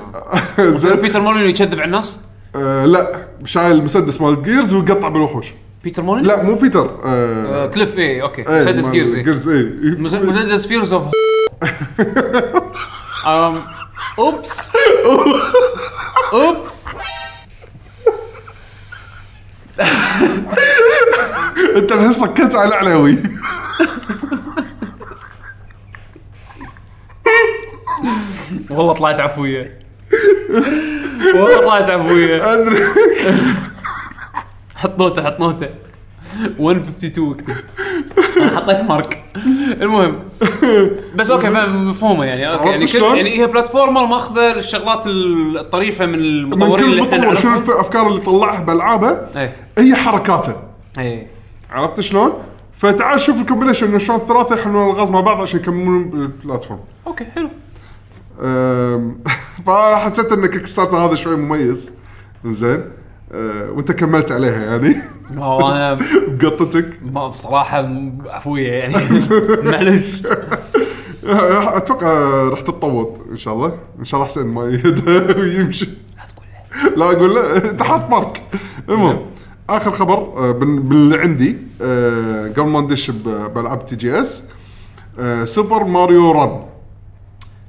زين زين بيتر مولينو يكذب على الناس؟ آه، لا شايل مسدس مال جيرز ويقطع بالوحوش بيتر مولينو؟ لا مو بيتر آه، آه، كليف اي اوكي إيه، مسدس مال جيرز إيه. جيرز اي مس- مسدس فيرز اوف أم، اوبس اوبس انت الحين صكيت على العلوي والله طلعت عفويه والله طلعت عفويه ادري حط نوته حط نوته 152 اكتب أنا حطيت مارك المهم بس اوكي فاهم- مفهومه يعني اوكي يعني عرفت كل شلون؟ يعني هي بلاتفورمر ماخذه الشغلات الطريفه من من المطورين كل اللي احنا مطور شنو نعرفهم الف- الافكار اللي طلعها بالعابه ايه هي حركاته ايه عرفت شلون؟ فتعال شوف الكومبينيشن انه شلون الثلاثه يحملون الغاز مع بعض عشان يكملون بالبلاتفورم. اوكي حلو أم، فحسيت ان كيك ستارتر هذا شوي مميز زين أه، وانت كملت عليها يعني هو انا بقطتك ما بصراحه م- عفويه يعني معلش أه، اتوقع راح تتطوط ان شاء الله ان شاء الله حسين ما يهدها ويمشي لا تقول إيه. لها. لا اقول له انت حاط مارك نعم. المهم اخر خبر آه، بال- باللي عندي آه، قبل ما ندش ب- بالعاب تي جي اس آه، سوبر ماريو رن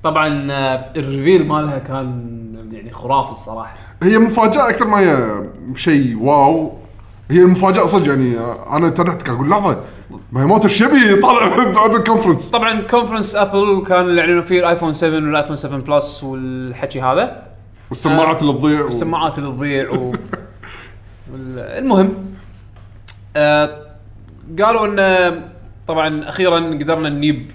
طبعا آه، الريفيل مالها كان يعني خرافي الصراحه هي مفاجاه اكثر ما هي شيء واو هي المفاجاه صدق يعني آه، انا تنحت اقول لحظه ما هي موت ايش يبي طالع بعد الكونفرنس طبعا كونفرنس ابل كان اللي اعلنوا فيه الايفون 7 والايفون 7 بلس والحكي هذا والسماعات اللي تضيع و- السماعات اللي تضيع و... وال- المهم آه قالوا ان طبعا اخيرا قدرنا نجيب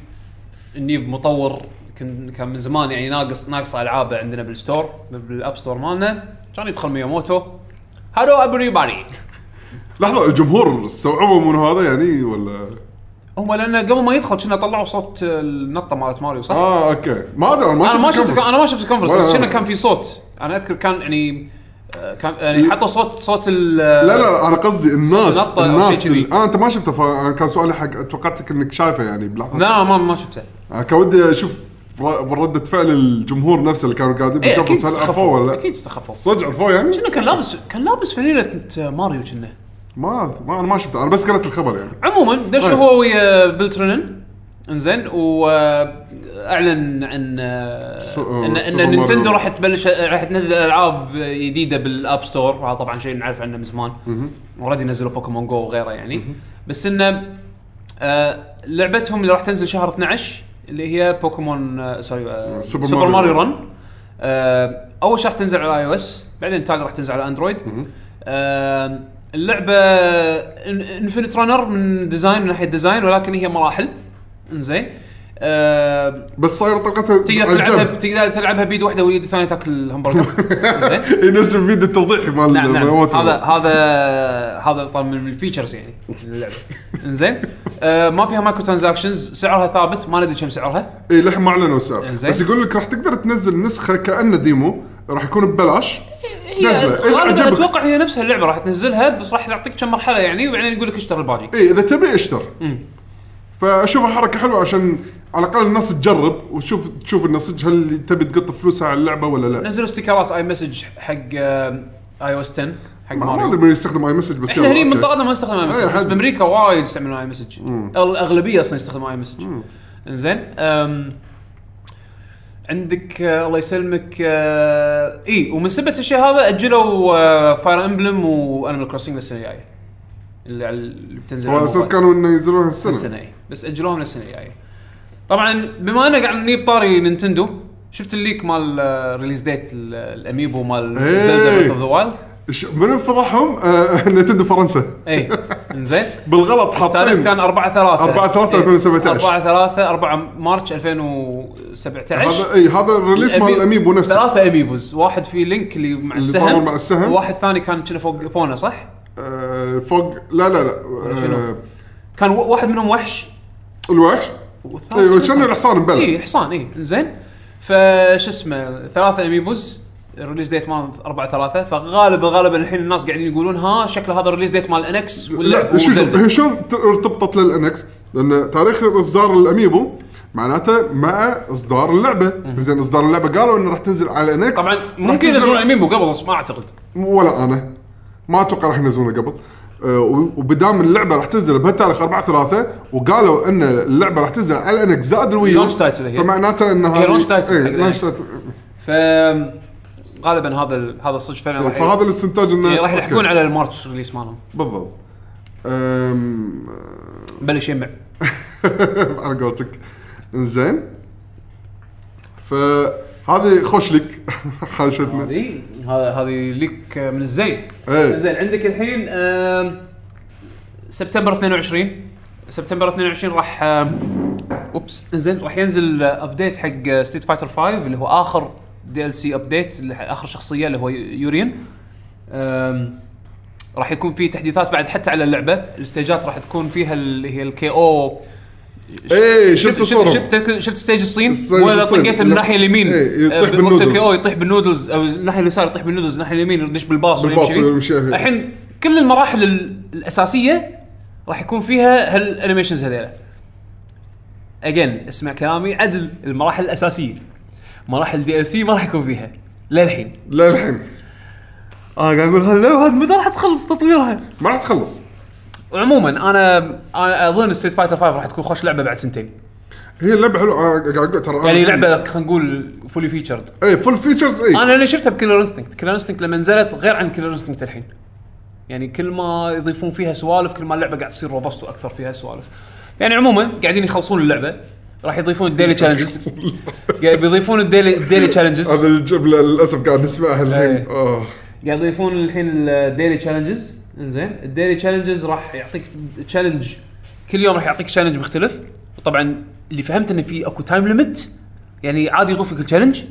نجيب مطور كن كان من زمان يعني ناقص ناقص العابه عندنا بالستور بالاب ستور مالنا كان يدخل مياموتو هالو everybody لحظه الجمهور استوعبوا من هذا يعني ولا هم لان قبل ما يدخل كنا طلعوا صوت النطه مالت ماريو صح؟ اه اوكي ما ادري انا ما انا ما شفت الكونفرنس. انا ما شفت الكونفرنس ولا بس أنا. كنا كان في صوت انا اذكر كان يعني آه، كان يعني حطوا صوت صوت ال لا لا انا قصدي الناس آه، نطة أو الناس شيء كذي. ال- اه انت ما شفته فانا كان سؤالي حق توقعتك انك شايفه يعني بلحظه لا ما ما شفته انا كان ودي اشوف ر- ردة فعل الجمهور نفسه اللي كانوا قاعدين ايه اكيد بالكونفرنس، هل عرفوه استخفوا ولا لا؟ اكيد استخفوا صدق عرفوه يعني؟ كنا كان لابس كان لابس فنيله ماريو كنا ما ما انا ما شفته انا بس قريت الخبر يعني عموما دش طيب. هو ويا بلترنن انزين واعلن عن آه، س- آه، ان سوبر ان نينتندو ماريو. راح تبلش راح تنزل العاب جديده بالاب ستور وهذا طبعا شيء نعرف عنه من زمان اوريدي نزلوا بوكيمون جو وغيره يعني بس انه آه، لعبتهم اللي راح تنزل شهر 12 اللي هي بوكيمون آه، سوري آه، سوبر سوبر ماريو ماريو رن آه، اول شيء راح تنزل على اي او اس بعدين تالي راح تنزل على اندرويد آه، اللعبه انفنت رانر من ديزاين من ناحيه ديزاين ولكن هي مراحل انزين آه، بس صاير طاقتها تقدر على تلعبها الجنب. تقدر تلعبها بيد واحده واليد الثانيه تاكل الهمبرجر إنزين؟ ينزل إيه، فيديو التوضيحي مال نعم نعم مال- هذا هذا هذا طبعا من الفيتشرز يعني اللعبه انزين آه ما فيها مايكرو ترانزاكشنز سعرها ثابت ما ندري كم سعرها اي إيه، للحين ما اعلنوا السعر إيه، زين. بس يقول لك راح تقدر تنزل نسخه كانه ديمو راح يكون ببلاش نزله إيه، غالبا عجبك. اتوقع هي نفسها اللعبه راح تنزلها بس راح تعطيك كم مرحله يعني وبعدين يقول لك اشتري الباقي اي اذا إيه، تبي اشتر مم. فاشوفها حركه حلوه عشان على الاقل الناس تجرب وتشوف تشوف الناس هل تبي تقط فلوسها على اللعبه ولا لا نزلوا استيكرات اي مسج حق اي او اس 10 حق ما ما ماريو ادري من يستخدم اي مسج بس احنا يلا، هني أوكي. منطقتنا ما نستخدم اي إيه، مسج بس حد. بامريكا وايد يستعملون اي مسج الاغلبيه اصلا يستخدمون اي مسج انزين أم، عندك آه، الله يسلمك آه، اي ومن سبه الشيء هذا آه، اجلوا فاير امبلم وانيمال كروسنج للسنه الجايه اللي على- اللي بتنزل على هو اساس الموبايل. كانوا انه ينزلونها السنه السنه اي بس اجلوهم للسنه الجايه طبعا بما انا قاعد نجيب طاري نينتندو شفت الليك مال آه، ريليز ديت الاميبو مال إيه. زلدا بريث اوف ذا وايلد إيش- من فضحهم آه، نتندو فرنسا اي انزين بالغلط التاريخ حاطين كان إيه. 4 3 4 3 2017. 4 3 4 مارش 2017 هذا اي إيه، هذا الريليس مال الاميبو نفسه ثلاثة اميبوز، واحد في لينك اللي مع اللي السهم طالع مع السهم. واحد ثاني كان كنا فوق بونا صح؟ آه، فوق لا لا لا شنو؟ آه، كان و- واحد منهم وحش الوحش والثاني اي شنو كان كان؟ إيه، الحصان مبلع اي حصان اي زين فش اسمه ثلاثة اميبوز الريليز ديت مال 4 3 فغالبا غالبا الحين الناس قاعدين يقولون ها شكل هذا الريليز ديت مال انكس ولا لا شوف وزلدة. هي شلون ت- ارتبطت للانكس؟ لان تاريخ اصدار الاميبو معناته مع اصدار اللعبه زين اصدار اللعبه قالوا انه راح تنزل على الانكس طبعا راح ممكن تنزل- ينزلون اميبو قبل بس ما اعتقد ولا انا ما اتوقع راح ينزلونه قبل آه، و- وبدام اللعبه راح تنزل بهالتاريخ 4 3 وقالوا ان اللعبه راح تنزل على الانكس زائد الويو Launch title هي. فمعناته ان هذه launch title إيه، حق الأنكس. launch title. ف غالبا هذا ال... هذا الصج فعلا راح فهذا الاستنتاج انه يعني راح يلحقون أوكي. على المارتش ريليس مالهم بالضبط أم، بلش يجمع على قولتك انزين فهذه خوش لك حاشتنا هذه هذا هذه لك من الزين إيه. زين عندك الحين آم، سبتمبر 22 سبتمبر 22 راح آم، اوبس زين راح ينزل ابديت حق ستيت فايتر 5 اللي هو اخر دي ال سي ابديت اخر شخصيه اللي هو يورين آم، راح يكون في تحديثات بعد حتى على اللعبه الستيجات راح تكون فيها اللي هي الكي او ايه شفت شفت الصوره شفت شفت, شفت ستيج الصين ستيج ولا الصين. طقيته من الناحيه اليمين إيه، يطيح آه، بوقت بالنودلز. الكي او يطيح بالنودلز او الناحيه اليسار يطيح بالنودلز الناحيه اليمين يدش بالباص بالباص ويمشي. ويمشي. الحين كل المراحل ال- الاساسيه راح يكون فيها هالانيميشنز هذيلا اجين اسمع كلامي عدل المراحل الاساسيه مراحل دي ال سي ما راح يكون فيها للحين لا الحين انا آه، قاعد اقول هاللعبه هذه متى راح تخلص تطويرها؟ ما راح تخلص عموما انا انا اظن ستيت فايتر 5 راح تكون خوش لعبه بعد سنتين هي اللعبه حلوه أنا قاعد اقول ترى أنا- يعني لعبه خلينا نقول فولي فيتشرد ايه فول فيتشرز ايه انا اللي شفتها بكلر انستنكت كلر انستنكت لما نزلت غير عن كلر انستنكت الحين يعني كل ما يضيفون فيها سوالف كل ما اللعبه قاعد تصير روبست واكثر فيها سوالف يعني عموما قاعدين يخلصون اللعبه راح يضيفون الديلي تشالنجز قاعد بيضيفون الديلي الديلي هذا تشالنجز الجمله للاسف قاعد نسمعها الحين إيه. اه قاعد يضيفون الحين الديلي تشالنجز انزين الديلي تشالنجز راح يعطيك تشالنج كل يوم راح يعطيك تشالنج مختلف وطبعا اللي فهمت انه في اكو تايم ليميت يعني عادي يطوفك التشالنج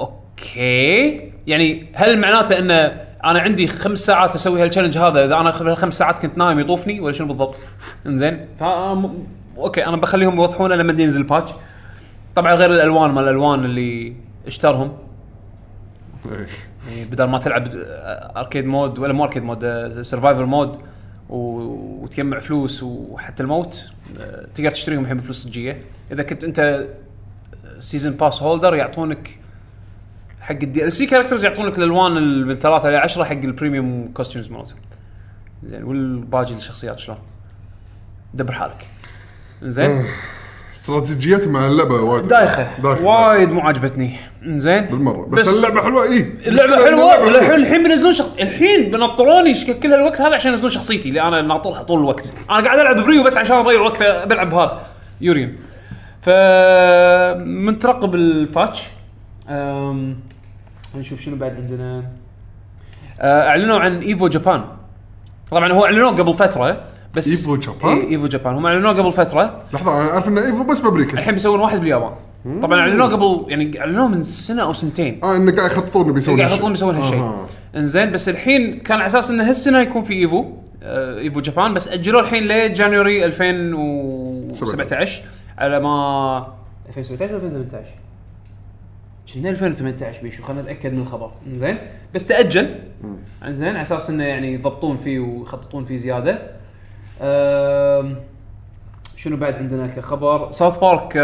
اوكي يعني هل معناته انه انا عندي خمس ساعات اسوي هالتشالنج هذا اذا انا خلال خمس ساعات كنت نايم يطوفني ولا شنو بالضبط؟ انزين فا- م- اوكي انا بخليهم يوضحونه لما ينزل باتش طبعا غير الالوان مال الالوان اللي اشترهم إيه. يعني بدل ما تلعب آه، اركيد مود ولا مو اركيد مود آه، سرفايفل مود و- وتجمع فلوس وحتى الموت آه، تقدر تشتريهم الحين بفلوس صجيه اذا كنت آه، انت سيزون باس هولدر يعطونك حق الدي ال سي كاركترز يعطونك الالوان ال- من ثلاثة الى 10 حق البريميوم كوستيومز مالتهم زين والباقي الشخصيات شلون؟ دبر حالك زين استراتيجيتي مع اللعبه وايد دايخه دايخة. وايد مو عجبتني زين بالمره بس, اللعبه حلوه ايه اللعبه المشكلة إن حلوه اللعبة الحين الحين بينزلون شخ... الحين بنطروني ش- كل هالوقت هذا عشان ينزلون شخصيتي اللي انا ناطرها طول الوقت انا قاعد العب بريو بس عشان اضيع وقت بلعب هذا يورين ف مترقب الباتش أم، نشوف شنو بعد عندنا آه، اعلنوا عن ايفو جابان طبعا هو اعلنوه قبل فتره بس إيفو جابان؟ إي- ايفو جابان هم اعلنوه قبل فتره لحظه انا اعرف ان ايفو بس بامريكا الحين بيسوون واحد باليابان طبعا اعلنوه قبل يعني اعلنوه من سنه او سنتين اه انه قاعد يخططون بيسوون آه، قاعد هالشيء. يحطون بيسوون هالشيء أها. انزين بس الحين كان على اساس انه هالسنه يكون في ايفو آه، ايفو جابان بس اجلوه الحين لجانوري 2017 على ما 2017 ولا 2018 كنا 2018 بيشو خلينا نتاكد من الخبر زين بس تاجل زين على اساس انه يعني يضبطون فيه ويخططون فيه زياده أم، شنو بعد عندنا كخبر آه، ساوث بارك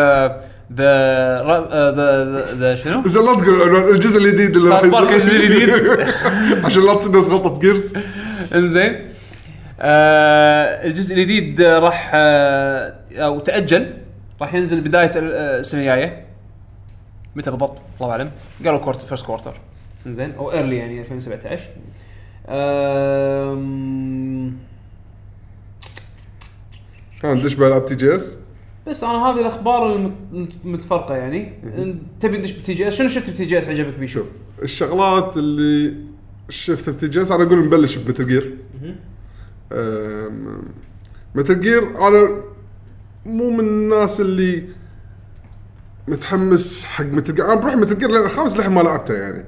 ذا ذا ذا شنو زين لا تقول عنوان الجزء الجديد اللي صار راح بارك ينزل. الجزء الجديد. عشان لا تصير نفس غلطه جيرز انزين آه الجزء الجديد آه، راح آه او تاجل راح ينزل بدايه ال- آه، السنه الجايه متى بالضبط؟ الله اعلم قالوا كوارتر فيرست كوارتر انزين او ايرلي يعني 2017 آم، ها ندش بالعاب تي جي اس بس انا هذه الاخبار المت- المتفرقه يعني تبي تدش بتي جي اس شنو شفت بتي جي اس عجبك بيشو؟ شوف الشغلات اللي شفتها بتي جي اس انا اقول نبلش بمتل جير متل جير انا مو من الناس اللي متحمس حق متل جير انا بروح متل جير لان الخامس للحين ما لعبته يعني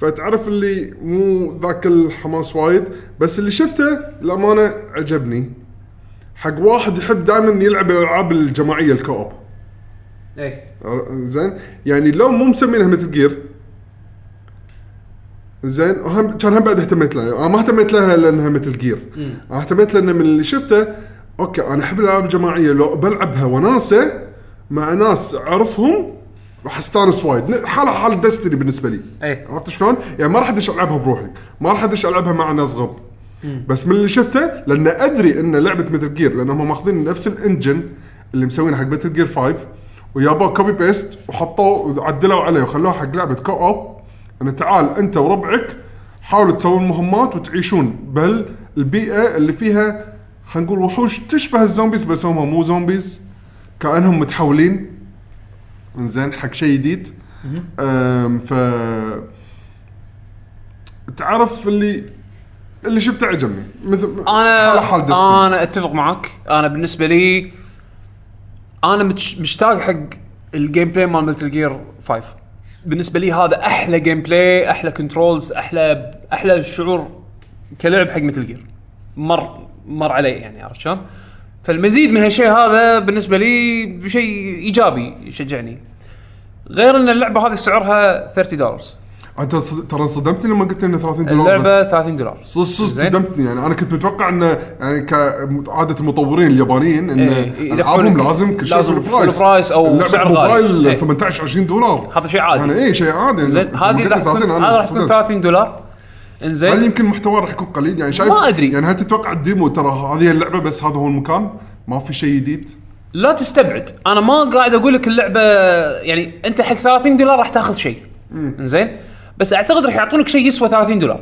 فتعرف اللي مو ذاك الحماس وايد بس اللي شفته للامانه عجبني حق واحد يحب دائما يلعب الالعاب الجماعيه الكوب اي زين يعني لو مو مسمينها مثل جير زين وهم كان هم بعد اهتميت لها انا ما اهتميت لها لانها مثل جير أنا اهتميت لان من اللي شفته اوكي انا احب الالعاب الجماعيه لو بلعبها وناسه مع ناس اعرفهم راح استانس وايد حالها حال دستني بالنسبه لي أي. عرفت شلون؟ يعني ما راح ادش العبها بروحي ما راح ادش العبها مع ناس غب بس من اللي شفته لان ادري ان لعبه مثل جير لان هم ماخذين نفس الانجن اللي مسوينه حق مثل جير 5 ويابوه كوبي بيست وحطوه وعدلوا عليه وخلوه حق لعبه كو اوب انه تعال انت وربعك حاولوا تسوون مهمات وتعيشون بهالبيئه اللي فيها خلينا نقول وحوش تشبه الزومبيز بس هم مو زومبيز كانهم متحولين زين حق شيء جديد أم، ف تعرف اللي اللي شفته عجبني مثل على حال انا دستني انا اتفق معك انا بالنسبه لي انا متش- مشتاق حق الجيم بلاي مال متل جير 5 بالنسبه لي هذا احلى جيم بلاي احلى كنترولز احلى احلى شعور كلعب حق متل جير مر مر علي يعني عرفت شلون؟ فالمزيد من هالشيء هذا بالنسبه لي شيء ايجابي يشجعني غير ان اللعبه هذه سعرها 30 دولار انت صد- ترى انصدمتني لما قلت انه 30 دولار اللعبه بس. 30 دولار صدق صدق زين. صدمتني يعني انا كنت متوقع انه يعني كعاده المطورين اليابانيين ان إيه، إيه، العابهم يدفعونك- لازم كل شيء لازم فول برايس فول برايس أو لعبة سعر غالي. موبايل إيه. 18 20 دولار هذا شيء عادي. يعني اي شيء عادي يعني زين لما هذه قلت راح تكون 30 أنا هذا راح تكون انصدمت. 30 دولار هل انزين يمكن محتواه راح يكون قليل يعني شايف إيه؟ ما أدري. يعني هل تتوقع الديمو ترى هذه اللعبه بس هذا هو المكان ما في شيء جديد لا تستبعد انا ما قاعد اقول لك اللعبه يعني انت حق 30 دولار راح تاخذ شيء انزين بس اعتقد راح يعطونك شيء يسوى 30 دولار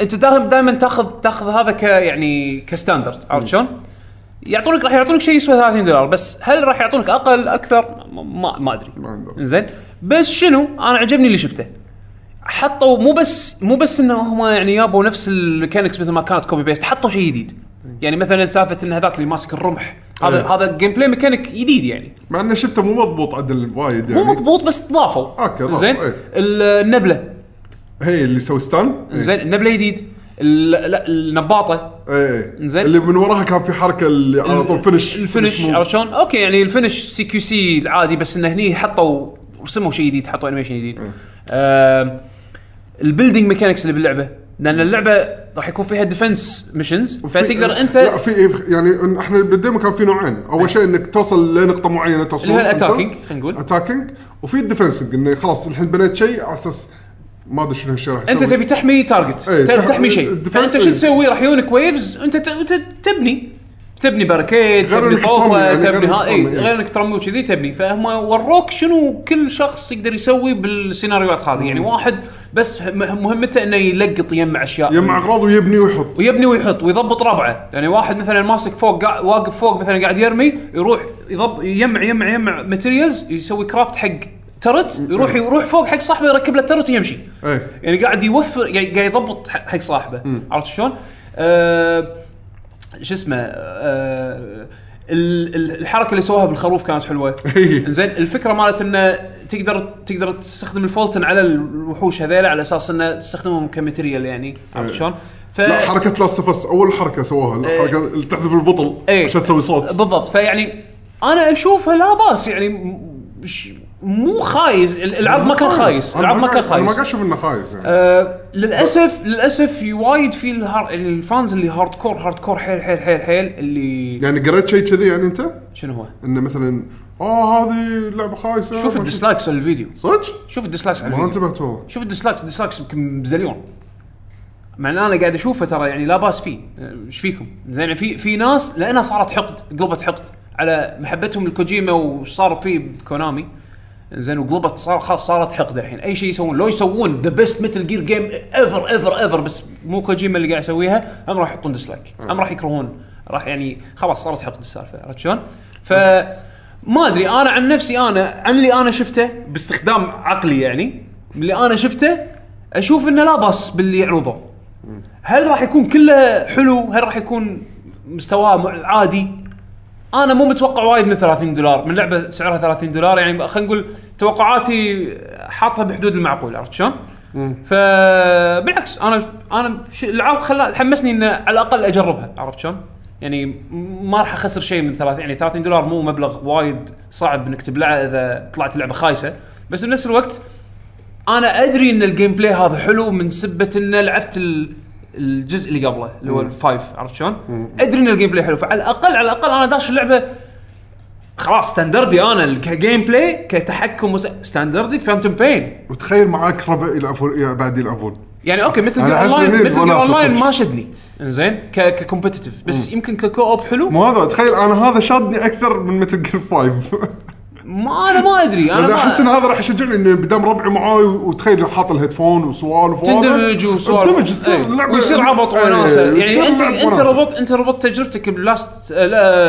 انت دائما تاخذ تاخذ هذا ك يعني كستاندرد عرفت شلون؟ يعطونك راح يعطونك شيء يسوى 30 دولار بس هل راح يعطونك اقل اكثر ما ما ادري ما عندهم. زين بس شنو انا عجبني اللي شفته حطوا مو بس مو بس انه هم يعني يابوا نفس الميكانكس مثل ما كانت كوبي بيست حطوا شيء جديد يعني مثلا سالفه ان هذاك اللي ماسك الرمح هذا إيه. هذا جيم بلاي ميكانيك جديد يعني مع انه شفته مو مضبوط عدل وايد مو يعني مضبوط بس ضافوا أوكي، ضافوا، زين إيه. ال- النبله هي اللي يسوي ستان إيه. زين النبله جديد ال- لا النباطه ايه زين. زين اللي من وراها كان في حركه اللي على طول فينش الفينش عرفت شلون؟ اوكي يعني الفينش سي كيو سي العادي بس انه هني حطوا رسموا شيء جديد حطوا انيميشن جديد آم، البيلدينج ميكانكس اللي باللعبه لان اللعبه راح يكون فيها ديفنس ميشنز فتقدر انت لا في يعني احنا بالديمو كان في نوعين اول شيء انك توصل لنقطه معينه توصل إيه. اللي هو الاتاكينج خلينا نقول اتاكينج وفي الديفنسنج انه خلاص الحين بنيت شيء على اساس ما ادري شنو هالشيء راح يسوي انت تبي تحمي تارجت إيه، تبي تح- تحمي شيء الديفنس فانت شو إيه. تسوي راح يجونك ويفز انت ت- أنت تبني تبني باركيد غير تبني إنك خوفه ترمي، يعني غير تبني إنك ها اي ترمي، إيه. غير انك ترمي وكذي تبني فهم وروك شنو كل شخص يقدر يسوي بالسيناريوهات هذه يعني واحد بس مه- مهمته انه يلقط يجمع اشياء يجمع اغراض ويبني ويحط ويبني ويحط ويضبط ربعه يعني واحد مثلا ماسك فوق قاع- واقف فوق مثلا قاعد يرمي يروح يضب يجمع يجمع يجمع ماتيريالز يسوي كرافت حق ترت يروح يروح فوق حق صاحبه يركب له الترت ويمشي ايه يعني قاعد يوفر قاعد قاعد يضبط ح- حق صاحبه عرفت شلون؟ آه، شو اسمه آه، ال- ال- الحركه اللي سواها بالخروف كانت حلوه زين الفكره مالت انه تقدر تقدر تستخدم الفولتن على الوحوش هذيلا على اساس انه تستخدمهم كماتيريال يعني عرفت شلون؟ ف... لا حركه لاست اوف اول حركه سووها الحركه اللي تحذف البطل إيه. عشان تسوي صوت بالضبط فيعني انا اشوفها لا باس يعني م- مش- مو خايس ال- العرض ما كان خايس أنا العرض ما كان قاعد- أنا ما خايس قاعد اشوف انه خايس يعني آه، للاسف للاسف وايد في الهار... الفانز اللي هارد كور هارد كور حيل حيل حيل حيل اللي يعني قريت شيء كذي يعني انت؟ شنو هو؟ انه مثلا اه هذه لعبه خايسه شوف أمم. ما الديسلايكس على الفيديو صدق؟ شوف الديسلايكس على ما الفيديو انتبهت والله شوف الديسلايكس الديسلايكس يمكن بزليون مع ان انا قاعد اشوفه ترى يعني لا باس فيه أه، ايش فيكم؟ زين في في ناس لانها صارت حقد قلبت حقد على محبتهم لكوجيما وش صار فيه بكونامي زين وقلبت صار خلاص صارت حقد الحين اي شيء يسوون لو يسوون ذا بيست متل جير جيم ايفر ايفر ايفر بس مو كوجيما اللي قاعد يسويها هم راح يحطون ديسلايك هم راح يكرهون راح يعني خلاص صارت حقد السالفه عرفت شلون؟ ف ما ادري انا عن نفسي انا عن اللي انا شفته باستخدام عقلي يعني من اللي انا شفته اشوف انه لا باس باللي يعرضه هل راح يكون كله حلو؟ هل راح يكون مستواه مع- عادي؟ انا مو متوقع وايد من 30 دولار من لعبه سعرها 30 دولار يعني خلينا نقول توقعاتي حاطها بحدود المعقول عرفت شلون؟ فبالعكس انا انا ش... العرض خلا حمسني انه على الاقل اجربها عرفت شلون؟ يعني م- ما راح اخسر شيء من 30 يعني 30 دولار مو مبلغ وايد صعب انك تبلعه اذا طلعت لعبه خايسه بس بنفس الوقت انا ادري ان الجيم بلاي هذا حلو من سبه ان لعبت ال- الجزء اللي قبله اللي هو الفايف عرفت شلون؟ ادري ان الجيم بلاي حلو فعلى الاقل على الاقل انا داش اللعبه خلاص ستاندردي انا كجيم بلاي كتحكم وس- ستاندردي فانتوم بين وتخيل معاك ربع يلعبون يا- بعد يلعبون يعني اوكي مثل أنا جير أحس اونلاين إني مثل جير وناسة اونلاين صدق. ما شدني انزين ك- ككومبتتف بس يمكن ككوب حلو مو هذا تخيل انا هذا شادني اكثر من متل جير 5 ما انا ما ادري انا لان ما- احس ان هذا راح يشجعني انه بدام ربعي معاي وتخيل حاط الهيدفون وسوالف وهذا. تندمج وسوالف تندمج تصير إيه. اللعبة- ويصير عبط إيه، وناسه تصير يعني انت لعبة انت وناسة. ربطت انت ربطت تجربتك بلاست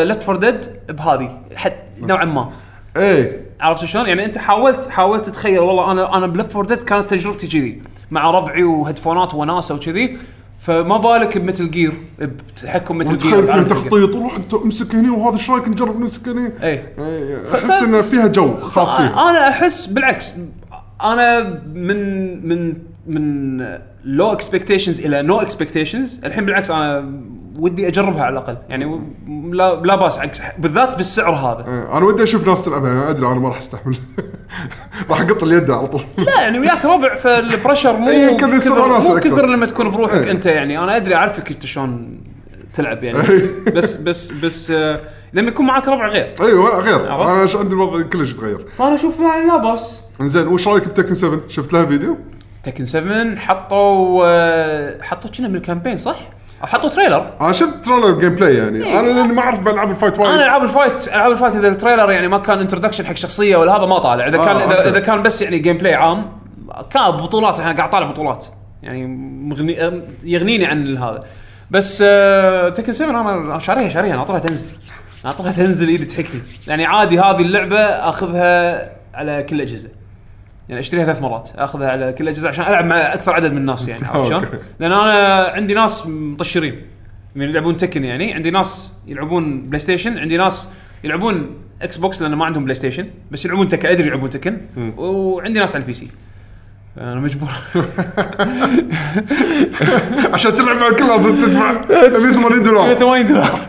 ليفت فور ديد بهذه حتى نوعا ما ايه عرفت شلون؟ يعني انت حاولت حاولت تتخيل والله انا انا بليفت فور ديد كانت تجربتي كذي مع ربعي وهيدفونات وناسه وكذي فما بالك بمثل جير بتحكم مثل جير وتخيل فيها بعالم Metal Gear. تخطيط روح انت امسك هني وهذا ايش رايك نجرب نمسك هني ايه إيه، ف- احس ف- آه. انه فيها جو خاص فيها انا احس بالعكس انا من من من لو اكسبكتيشنز الى نو اكسبكتيشنز الحين بالعكس انا ودي اجربها على الاقل يعني و- لا لا باس عكس بالذات بالسعر هذا إيه، انا ودي اشوف ناس تلعبها انا ادري انا ما راح استحمل راح اقط اليد على طول لا يعني وياك ربع فالبرشر مو إيه، يمكن يصير كثر وناسة مو أكثر. كثر لما تكون بروحك إيه. انت يعني انا ادري اعرفك انت شلون تلعب يعني إيه. بس بس بس آه، لما يكون معك ربع غير ايوه غير عرفت؟ انا ش- عندي الوضع كلش تغير فانا اشوف ما لا باس زين وش رايك بتكن 7 شفت لها فيديو؟ تكن 7 حطوا آه، حطوا كنا من الكامبين صح؟ او حطوا تريلر انا شفت ترولر جيم بلاي إيه. يعني انا لاني ما اعرف بلعب الفايت وايد انا العاب الفايت العاب الفايت اذا التريلر يعني ما كان انتروداكشن حق شخصيه ولا هذا ما طالع اذا آه، كان اذا, أوكي. إذا كان بس يعني جيم بلاي عام كان بطولات احنا قاعد طالع بطولات يعني مغني أم- يغنيني عن هذا بس آه تكن 7 انا أنا شاريها شاريها ناطرها تنزل ناطرها تنزل ايدي تحكني يعني عادي هذه اللعبه اخذها على كل اجهزه يعني اشتريها ثلاث مرات اخذها على كل اجهزه عشان العب مع اكثر عدد من الناس يعني عرفت شلون؟ أوكي. لان انا عندي ناس مطشرين من يلعبون تكن يعني عندي ناس يلعبون بلاي ستيشن عندي ناس يلعبون اكس بوكس لان ما عندهم بلاي ستيشن بس يلعبون تكن ادري يلعبون تكن وعندي ناس على البي سي انا مجبور عشان تلعب مع الكل لازم تدفع 180 دولار 80 دولار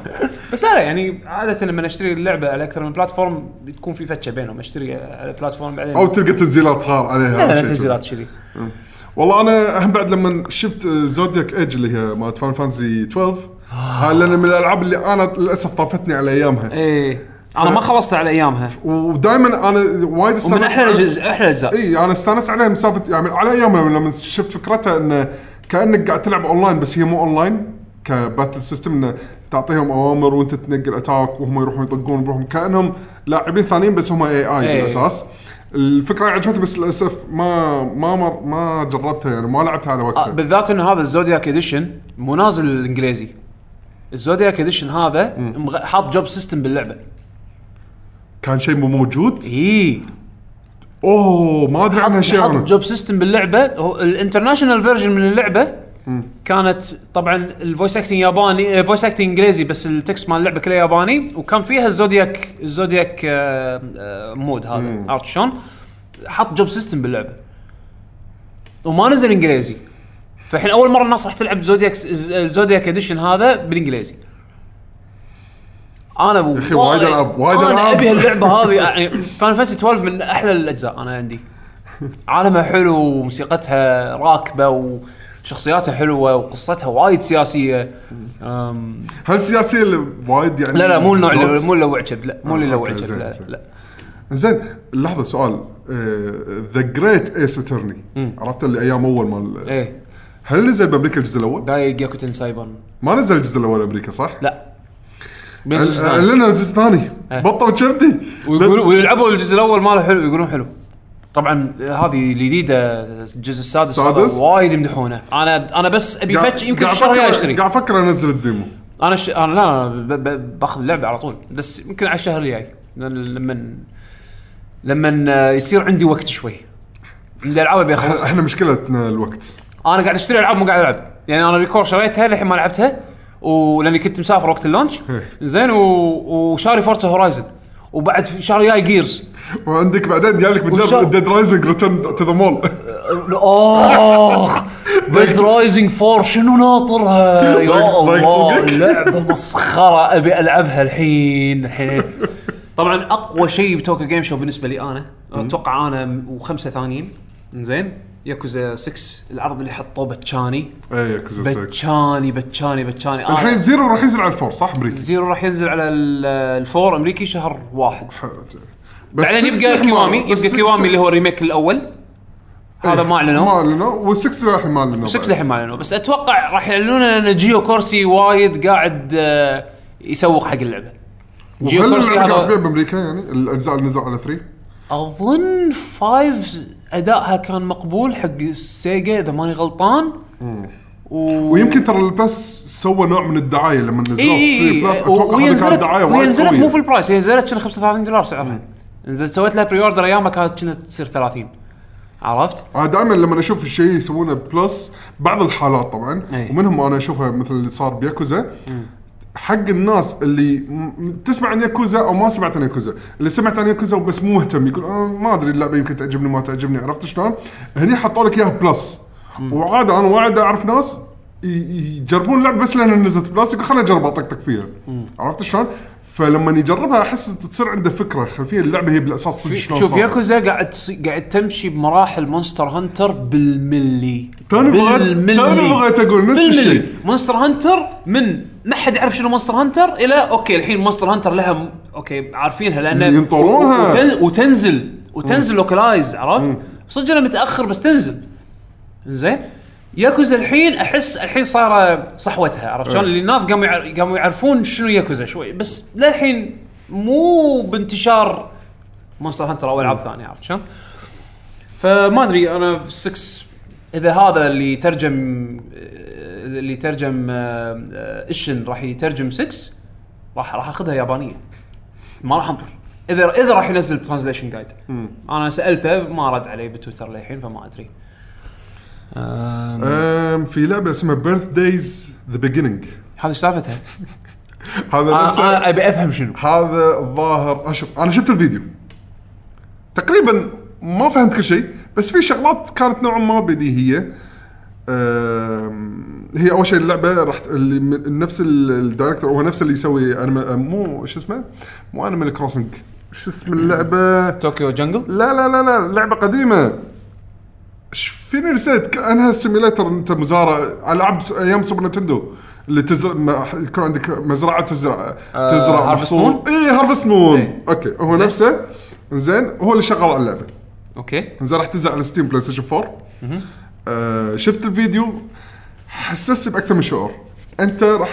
بس لا لا يعني عاده لما اشتري اللعبه على اكثر من بلاتفورم بتكون في فتشه بينهم اشتري على بلاتفورم بعدين او تلقى تنزيلات صار عليها لا، أو لا، شيء تنزيلات كذي والله انا اهم بعد لما شفت زودياك ايج اللي هي مالت فان فانزي 12 هاي لان من الالعاب اللي انا للاسف طافتني على ايامها ايه انا ما خلصت على ايامها ودائما انا وايد ومن استانست احلى على- الأجز- احلى الاجزاء اي انا استانست عليها مسافه يعني على ايامها لما شفت فكرتها انه كانك قاعد تلعب اونلاين بس هي مو اونلاين كباتل سيستم انه تعطيهم اوامر وانت تنقل اتاك وهم يروحون يطقون بروحهم كانهم لاعبين ثانيين بس هم اي اي إيه. بالاساس الفكره عجبتني بس للاسف ما ما مر ما جربتها يعني ما لعبتها على آه، وقتها بالذات ان هذا الزودياك اديشن مو نازل الانجليزي الزودياك اديشن هذا مغ- حاط جوب سيستم باللعبه إيه. كان شيء مو موجود اي اوه ما ادري عن هالشيء حط انا جوب سيستم باللعبه هو الانترناشونال فيرجن من اللعبه كانت طبعا الفويس اكتنج ياباني آه، فويس اكتنج انجليزي بس التكست مال اللعبه كله ياباني وكان فيها الزودياك الزودياك آه، آه، مود هذا عرفت شلون؟ حط جوب سيستم باللعبه وما نزل انجليزي فالحين اول مره الناس راح تلعب زودياك زودياك اديشن هذا بالانجليزي انا يا أخي وايد ألعاب، وايد انا ألعاب. ابي هاللعبه هذه يعني فان فانسي 12 من احلى الاجزاء انا عندي عالمها حلو وموسيقتها راكبه وشخصياتها حلوه وقصتها وايد سياسيه أم، هل سياسيه اللي وايد يعني لا لا مو النوع اللي فلوت؟ مو اللي وعجب لا مو اللي لو أوكي، عجب زين، لا زين. لا زين لحظه سؤال آه، ذا جريت ايس اترني عرفت اللي ايام اول مال ايه هل نزل بامريكا الجزء الاول؟ دايق ياكوتن سايبان ما نزل الجزء الاول بامريكا صح؟ لا أعل- اعلنوا الجزء الثاني إيه. بطوا كبدي ويقولوا ويلعبوا الجزء الاول ماله حلو يقولون حلو طبعا هذه الجديده الجزء السادس السادس؟ هذا وايد يمدحونه انا انا بس ابي فتش يمكن قاعد الشهر الجاي أفكر- اشتري قاعد افكر انزل الديمو انا ش... انا لا ب... ب... باخذ اللعبه على طول بس يمكن على الشهر الجاي لما لما يصير عندي وقت شوي الالعاب ابي إحنا- اخلصها احنا مشكلتنا الوقت انا قاعد اشتري العاب مو قاعد العب يعني انا ريكور شريتها للحين ما لعبتها ولاني كنت مسافر وقت اللونش زين و... وشاري فورتس هورايزن وبعد شهر جاي جيرز وعندك بعدين جالك والشهر- بالدب ديد رايزنج ريتيرن تو ذا مول اخ ديد رايزنج 4 شنو ناطرها ضيق- يا ضيق الله صدقك؟ لعبه مسخره ابي العبها الحين الحين طبعا اقوى شيء بتوكيو جيم شو بالنسبه لي انا اتوقع انا وخمسه ثانيين زين ياكوزا 6 العرض اللي حطوه بتشاني اي كوزو سيك. بتشاني بتشاني بتشاني أنا- الحين زيرو راح ينزل على الفور صح امريكي زيرو راح ينزل على ال- الفور امريكي شهر واحد بس بعدين six يبقى للحين ما- كيوامي بس يبقى six- كيوامي اللي هو الريميك الاول هذا ما اعلنوه ما اعلنوا و6 للحين ما اعلنوا 6 للحين ما اعلنوا بس اتوقع راح يعلنون ان جيو كورسي وايد قاعد آه، يسوق حق اللعبه جيو هل كورسي قاعد تبيع هذا بامريكا يعني الاجزاء اللي نزلوا على 3 اظن 5 ادائها كان مقبول حق سيجا اذا ماني غلطان و... ويمكن ترى البلس سوى نوع من الدعايه لما نزلوا اي اي 3 بلس اتوقع وهي هذا كان نزلت دعايه وهي وايد نزلت مو في قويه البرايس هي نزلت كنا 35 دولار سعرها اذا سويت لها بري اوردر ايامها كانت كنا تصير 30 عرفت؟ انا دائما آه، لما اشوف الشيء يسوونه بلس بعض الحالات طبعا إي. ومنهم انا اشوفها مثل اللي صار بياكوزا حق الناس اللي م- م- تسمع عن ياكوزا او ما سمعت عن ياكوزا، اللي سمعت عن ياكوزا وبس مو مهتم يقول آه ما ادري اللعبه يمكن تعجبني ما تعجبني عرفت شلون؟ هني حطوا لك اياها بلس وعاده انا واعد اعرف ناس ي- ي- يجربون اللعبه بس لان نزلت بلس يقول خليني اجرب اطقطق فيها عرفت شلون؟ فلما يجربها احس تصير عنده فكره خلفيه اللعبه هي بالاساس صدق شلون شوف صارت. ياكوزا قاعد تص- قاعد تمشي بمراحل مونستر هانتر بالملي توني بغيت توني بغيت اقول نفس بالملي الشيء مونستر هانتر من ما حد يعرف شنو مونستر هانتر الى اوكي الحين مونستر هانتر لها م- اوكي عارفينها لان ينطرونها. وتن- وتنزل وتنزل لوكلايز عرفت؟ صدق انا متاخر بس تنزل زين ياكوزا الحين احس الحين صايره صحوتها عرفت شلون؟ اللي الناس قاموا يعر- قاموا يعرفون شنو ياكوزا شوي بس للحين مو بانتشار مونستر هانتر او العاب ثانيه عرفت شلون؟ فما ادري انا 6 اذا هذا اللي ترجم آه، اللي ترجم آه، آه، اشن راح يترجم 6 راح راح اخذها يابانيه ما راح انطر اذا اذا راح ينزل ترانزليشن جايد انا سالته ما رد علي بتويتر للحين فما آه، ادري آم، أم، في لعبه اسمها بيرث دايز ذا بيجيننج هذه آه، ايش سالفتها؟ هذا أنا- نفسه انا ابي افهم شنو هذا الظاهر أنا شف- انا شفت الفيديو تقريبا ما فهمت كل شيء بس في شغلات كانت نوعا ما بديهيه أم، هي اول شيء اللعبه راح ت- اللي من- نفس ال- الدايركتور هو نفس اللي يسوي أنيمال- مو شو اسمه مو انيمال كروسنج شو اسم اللعبه طوكيو جنجل؟ لا لا لا لا لعبه قديمه ايش فيني نسيت كانها سيميليتر انت مزارع العاب س- ايام سوبر نتندو اللي تزرع ما- يكون عندك مزرعه تزرع آه، تزرع Harvest محصول Moon؟ اي هارفست مون إيه. اوكي هو نفسه زين هو اللي شغال على اللعبه اوكي زين راح تنزل على ستيم بلاي ستيشن 4 آه شفت الفيديو حسسني باكثر من شعور انت راح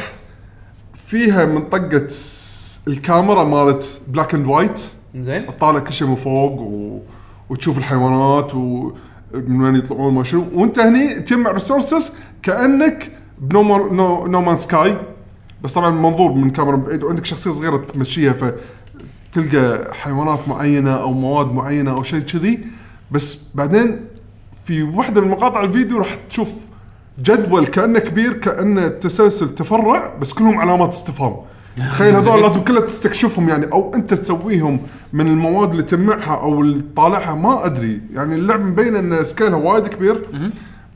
فيها منطقه الكاميرا مالت بلاك اند وايت زين تطالع كل شيء من فوق و... وتشوف الحيوانات و من وين يطلعون ما شنو وانت هني تجمع ريسورسز كانك بنومر نو نومان سكاي بس طبعا منظور من كاميرا بعيد وعندك شخصيه صغيره تمشيها فتلقى حيوانات معينه او مواد معينه او شيء كذي بس بعدين في وحده من مقاطع الفيديو راح تشوف جدول كانه كبير كانه تسلسل تفرع بس كلهم علامات استفهام تخيل هذول لازم كلها تستكشفهم يعني او انت تسويهم من المواد اللي تجمعها او اللي تطالعها ما ادري يعني اللعب مبين ان سكيلها وايد كبير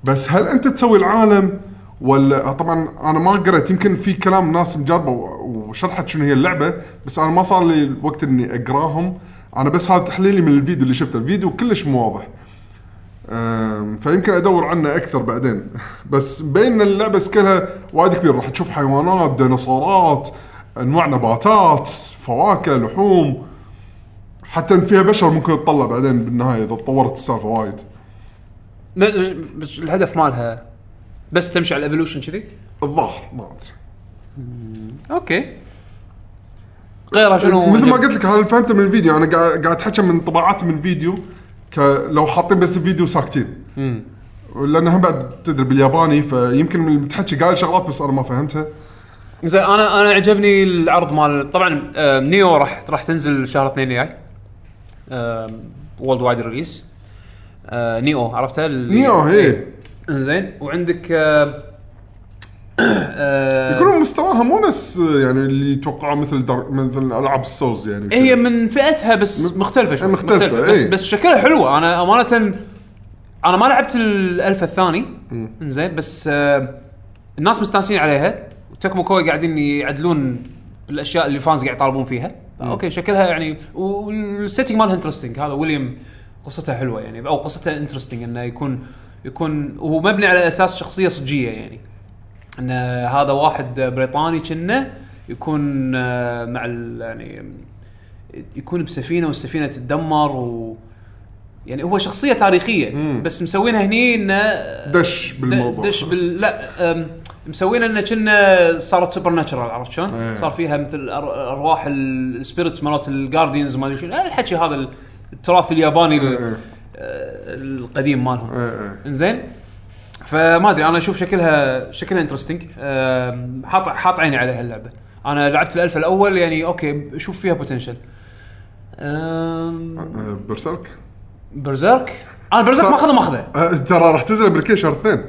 بس هل انت تسوي العالم ولا طبعا انا آه، ما قريت يمكن في كلام ناس مجربه و- وشرحت شنو هي اللعبه بس انا ما صار لي الوقت اني اقراهم انا بس هذا تحليلي من الفيديو اللي شفته الفيديو كلش مو واضح أم، فيمكن ادور عنه اكثر بعدين بس بين اللعبه سكيلها وايد كبير راح تشوف حيوانات ديناصورات انواع نباتات فواكه لحوم حتى إن فيها بشر ممكن تطلع بعدين بالنهايه اذا تطورت السالفه وايد ب- بس الهدف مالها بس تمشي على الايفولوشن كذي الظاهر ما ادري اوكي غيرها شنو مثل ما قلت لك انا فهمته من الفيديو انا قاعد قاعد اتحكى من طباعات من الفيديو ك- لو حاطين بس الفيديو ساكتين مم. لان هم بعد تدري بالياباني فيمكن من المتحكي قال شغلات بس انا ما فهمتها زين انا انا عجبني العرض مال طبعا آه، نيو راح راح تنزل شهر اثنين الجاي وولد وايد ريليس آه، نيو عرفتها ال- نيو إيه. هي إيه. زين وعندك آه، آه، يقولون مستواها مو نفس يعني اللي يتوقعوا مثل در... مثل العاب السوز يعني إيه، هي من فئتها بس م- مختلفه شوي مختلفة، بس, إيه. بس شكلها حلوه انا امانه انا ما لعبت الالف الثاني زين بس آه الناس مستانسين عليها وتكمو كوي قاعدين يعدلون بالاشياء اللي فانز قاعد يطالبون فيها اوكي شكلها يعني والسيتنج مالها انترستنج هذا ويليام قصتها حلوه يعني او قصتها انترستنج انه يكون يكون وهو مبني على اساس شخصيه صجيه يعني ان هذا واحد بريطاني كنه يكون آه، مع ال- يعني يكون بسفينه والسفينه تتدمر و يعني هو شخصيه تاريخيه مم. بس مسوينها هني انه دش بالموضوع دش بال لا أم، مسوينه انه كنا صارت سوبر ناتشرال عرفت شلون؟ إيه. صار فيها مثل أر- ارواح السبيرتس مالت الجارديانز ما ادري شنو آه، الحكي هذا ال- التراث الياباني ال- إيه. آه، القديم مالهم إيه إيه. انزين فما ادري انا اشوف شكلها شكلها انترستنج حاط حاط عيني على هاللعبه انا لعبت الالف الاول يعني اوكي اشوف فيها بوتنشل أه، برسلك برزيرك انا برزيرك ما اخذه ما اخذه أه، ترى راح تنزل امريكيه شهر اثنين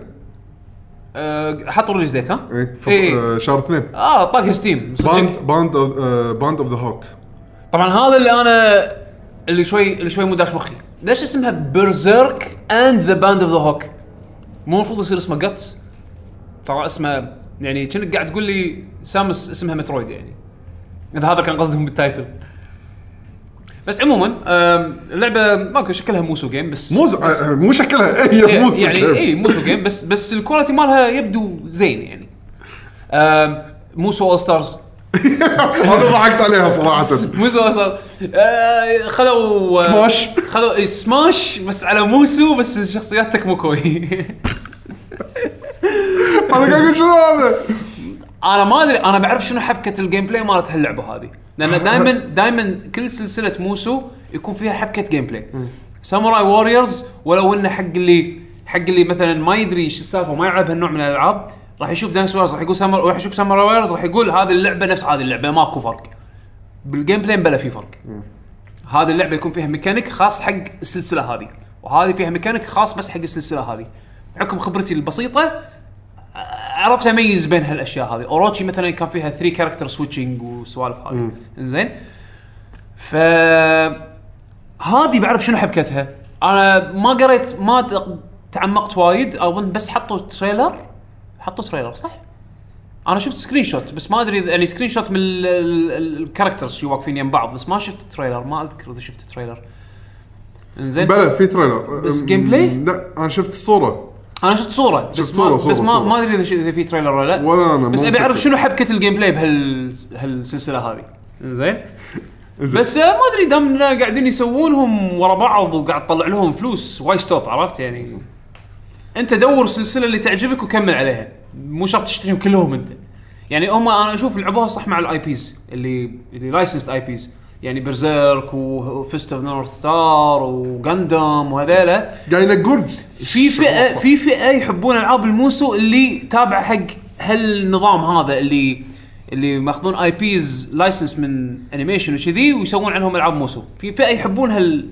أه، حطوا ريليز ديت ها؟ إيه، ف- إيه. أه، شهر اثنين اه طاق ستيم باند صدق باند أوف- أه، باند اوف ذا هوك طبعا هذا اللي انا اللي شوي اللي شوي مو داش مخي ليش اسمها برزيرك اند ذا باند اوف ذا هوك مو المفروض يصير اسمه جاتس ترى اسمه يعني كأنك قاعد تقول لي سامس اسمها مترويد يعني اذا هذا كان قصدهم بالتايتل بس عموما آم، اللعبه ماكو شكلها موسو جيم بس مو ز- أه، أه، مو شكلها إيه، هي إيه، مو سكر. يعني اي مو سو جيم بس بس الكواليتي مالها يبدو زين يعني آم، مو سو اول ستارز انا ضحكت عليها صراحه موسو وصل آه خذوا آه، سماش. خذوا إيه، سماش بس على موسو بس الشخصيات تكمكوي انا قاعد اقول شنو هذا انا ما ادري انا بعرف شنو حبكه الجيم بلاي مالت هاللعبه هذه لان دائما دائما كل سلسله موسو يكون فيها حبكه جيم بلاي ساموراي ووريرز ولو انه حق اللي حق اللي مثلا ما يدري ايش السالفه وما يلعب هالنوع من الالعاب راح يشوف دانس وورز راح يقول سامر راح يشوف ساموراي ووريرز راح يقول هذه اللعبه نفس هذه اللعبه ماكو فرق بالجيم بلاي بلا في فرق هذه اللعبه يكون فيها ميكانيك خاص حق السلسله هذه وهذه فيها ميكانيك خاص بس حق السلسله هذه بحكم خبرتي البسيطه عرفت اميز بين هالاشياء هذه اوروتشي مثلا كان فيها 3 كاركتر سويتشنج وسوالف هذه زين ف هذه بعرف شنو حبكتها انا ما قريت ما تق- تعمقت وايد اظن بس حطوا تريلر حطوا تريلر صح؟ انا شفت سكرين شوت بس ما ادري إذا- يعني سكرين شوت من ال- ال- ال- الكاركترز شي واقفين يم بعض بس ما شفت تريلر ما اذكر اذا شفت تريلر انزين بلى في تريلر بس أم، جيم بلاي؟ لا انا شفت الصوره انا شفت صوره بس شفت ما صورة- صورة- بس ما, صورة. ما ادري إذا ش- اذا في تريلر ولا لا ولا أنا، بس مو ابي اعرف متأكد. شنو حبكه الجيم بلاي بهال هالسلسله هذه زين إنزين. بس آه، ما ادري دام إنه قاعدين يسوونهم ورا بعض وقاعد تطلع لهم فلوس واي ستوب عرفت يعني انت دور السلسله اللي تعجبك وكمل عليها مو شرط تشتريهم كلهم انت يعني هم انا اشوف لعبوها صح مع الاي بيز اللي اللي لايسنسد اي بيز يعني برزيرك وفيست اوف نورث ستار وغندم وهذيلا قاعد ينقون في فئه في فئه يحبون العاب الموسو اللي تابعه حق هالنظام هذا اللي اللي ماخذون اي بيز لايسنس من انيميشن وكذي ويسوون عنهم العاب موسو في فئه يحبون هال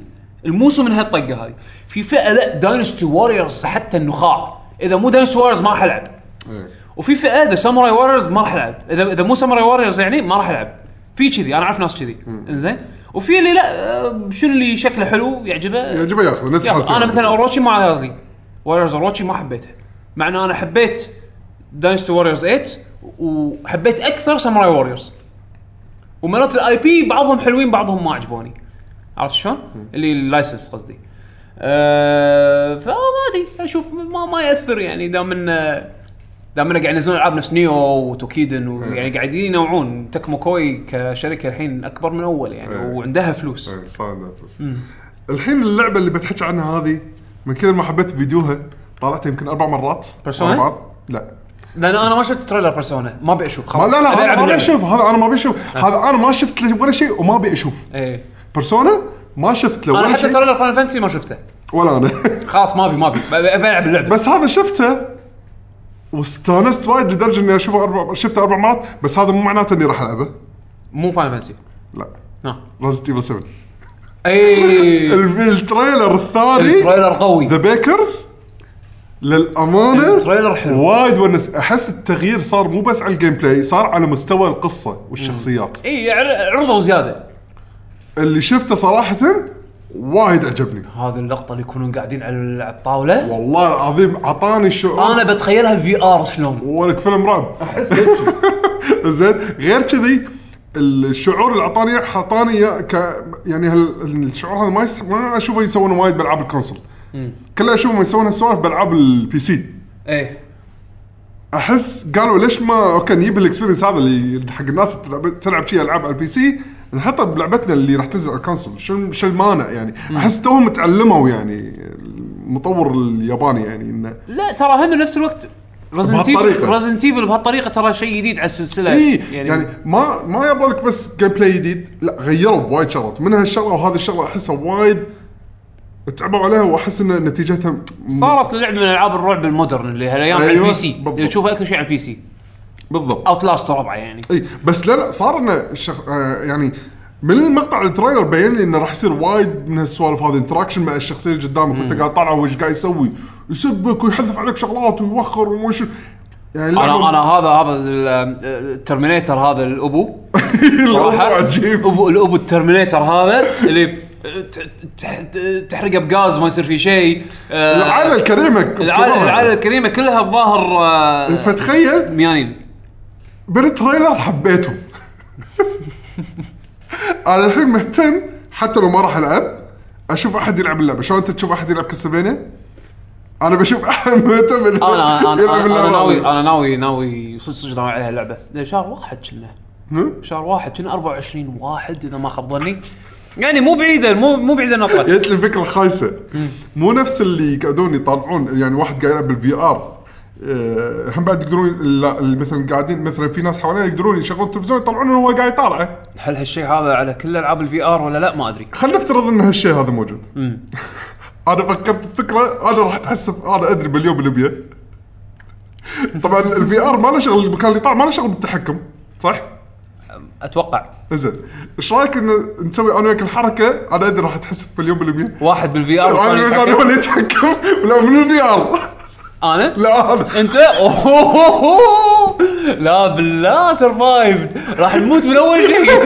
الموسم من هالطقه هذه في فئه لا داينستي ووريرز حتى النخاع اذا مو داينستي ووريرز ما راح العب إيه. وفي فئه اذا ساموراي ووريرز ما راح العب اذا اذا مو ساموراي ووريرز يعني ما راح العب في كذي انا اعرف ناس كذي زين وفي اللي لا آه، شنو اللي شكله حلو يعجبه يعجبه ياخذ نفس يلا حالتي انا مثلا اوروتشي ما يازلي ووريرز اوروتشي ما حبيته مع ان انا حبيت داينستي ووريرز 8 وحبيت اكثر ساموراي ووريرز ومرات الاي بي بعضهم حلوين بعضهم ما عجبوني عرفت شلون؟ اللي اللايسنس قصدي أه فما ادري اشوف ما ما ياثر يعني دام انه دام انه قاعد ينزلون العاب نفس نيو وتوكيدن ويعني قاعدين ينوعون تكمو كوي كشركه الحين اكبر من اول يعني إيه. وعندها فلوس إيه، صار عندها فلوس. الحين اللعبه اللي بتحكي عنها هذه من كثر ما حبيت فيديوها طالعتها يمكن اربع مرات Persona؟ ورا بعض. لا لان انا ما شفت تريلر بيرسونا ما ابي اشوف ما خلاص لا لا أبي هذا ألعب انا ما اللعبة. بشوف هذا انا ما بشوف هذا انا ما شفت له ولا شيء وما ابي اشوف ايه بيرسونا ما شفت له انا ولا حتى شيء تريلر فاينل فانتسي ما شفته ولا انا خلاص ما ابي ما ابي ب- ب- بلعب اللعبه بس هذا شفته واستانست وايد لدرجه اني اشوفه اربع شفته اربع مرات بس هذا مو معناته اني راح العبه مو فاينل فانتسي لا ها رزت ايفل 7 اي ال- التريلر الثاني التريلر قوي ذا بيكرز للامانه التريلر حلو. وايد ونس احس التغيير صار مو بس على الجيم بلاي صار على مستوى القصه والشخصيات اي عر- عرضه وزياده اللي شفته صراحه وايد عجبني هذه اللقطه اللي يكونون قاعدين على على الطاوله والله العظيم اعطاني شعور انا بتخيلها في ار شلون ولك فيلم رعب احس هيك. زين غير كذي الشعور اللي اعطاني إياه- اعطاني إياه ك يعني هال... الشعور هذا ما يس... ما اشوفه يسوونه وايد بالعاب الكونسول كله اشوفهم يسوون هالسوالف بالعاب البي سي ايه احس قالوا ليش ما اوكي نجيب الاكسبيرينس هذا اللي حق الناس تلعب تلعب شي العاب على البي سي نحطه بلعبتنا اللي راح تنزل على الكونسول شو شو المانع يعني احس توهم تعلموا يعني المطور الياباني يعني انه لا ترى هم نفس الوقت رزنت ايفل بهالطريقة. رزنت ايفل بهالطريقه ترى شيء جديد على السلسله اي يعني, يعني ما ما يبغى لك بس جيم بلاي جديد لا غيروا بوايد شغلات من هالشغله وهذه الشغله احسها وايد تعبوا عليها واحس ان نتيجتها م- صارت لعبه من العاب الرعب المودرن اللي هالايام على أيوة، البي سي بالضبط. اللي تشوفها اكثر شيء على البي سي بالضبط اوت لاست ربعه يعني اي بس لا لا صار انه الشخ... آه يعني من المقطع التريلر بين لي انه راح يصير وايد من هالسوالف هذه انتراكشن مع الشخصيه اللي قدامك وانت قاعد طالعه وش قاعد يسوي يسبك ويحذف عليك شغلات ويوخر ومش يعني اللعبة- انا انا هذا هذا ال- الترمينيتر هذا الابو الموضوع عجيب الابو الابو الترمينيتر هذا اللي ت- ت- ت- تحرقه بغاز ما يصير فيه شيء آه، العائله الكريمه العائله العائله الكريمه كلها الظاهر آه، فتخيل ميانين بالتريلر حبيتهم انا الحين مهتم حتى لو ما راح العب اشوف احد يلعب اللعبه شلون انت تشوف احد يلعب كاسلفينيا انا بشوف احد مهتم إنه انا انا يلعب انا, أنا اللعبة ناوي هذه. انا ناوي ناوي صدق صدق ناوي عليها لعبه لأن شهر واحد كنا هم؟ شهر واحد كنا 24 واحد اذا ما خاب ظني يعني مو بعيده مو مو بعيده نطلع جت لي فكره خايسه مو نفس اللي يقعدون يطالعون يعني واحد قاعد يلعب بالفي ار آه، هم بعد يقدرون لا، مثلا قاعدين مثلا في ناس حواليه يقدرون يشغلون التلفزيون يطلعون انه هو قاعد يطالعه هل هالشيء هذا على كل العاب الفي ار ولا لا ما ادري خلينا نفترض ان هالشيء هذا موجود انا فكرت بفكره انا راح اتحسف انا ادري باليوم اللي بيه طبعا الفي ار ما له شغل المكان اللي طالع ما له شغل بالتحكم صح؟ اتوقع زين ايش رايك ان نسوي انا وياك الحركه انا ادري راح اتحسف باليوم اللي بيه واحد بالفي ار انا والثاني هو اللي يتحكم ولا من الفي ار انا لا انا انت اوه لا بالله سرفايفد راح نموت من اول شيء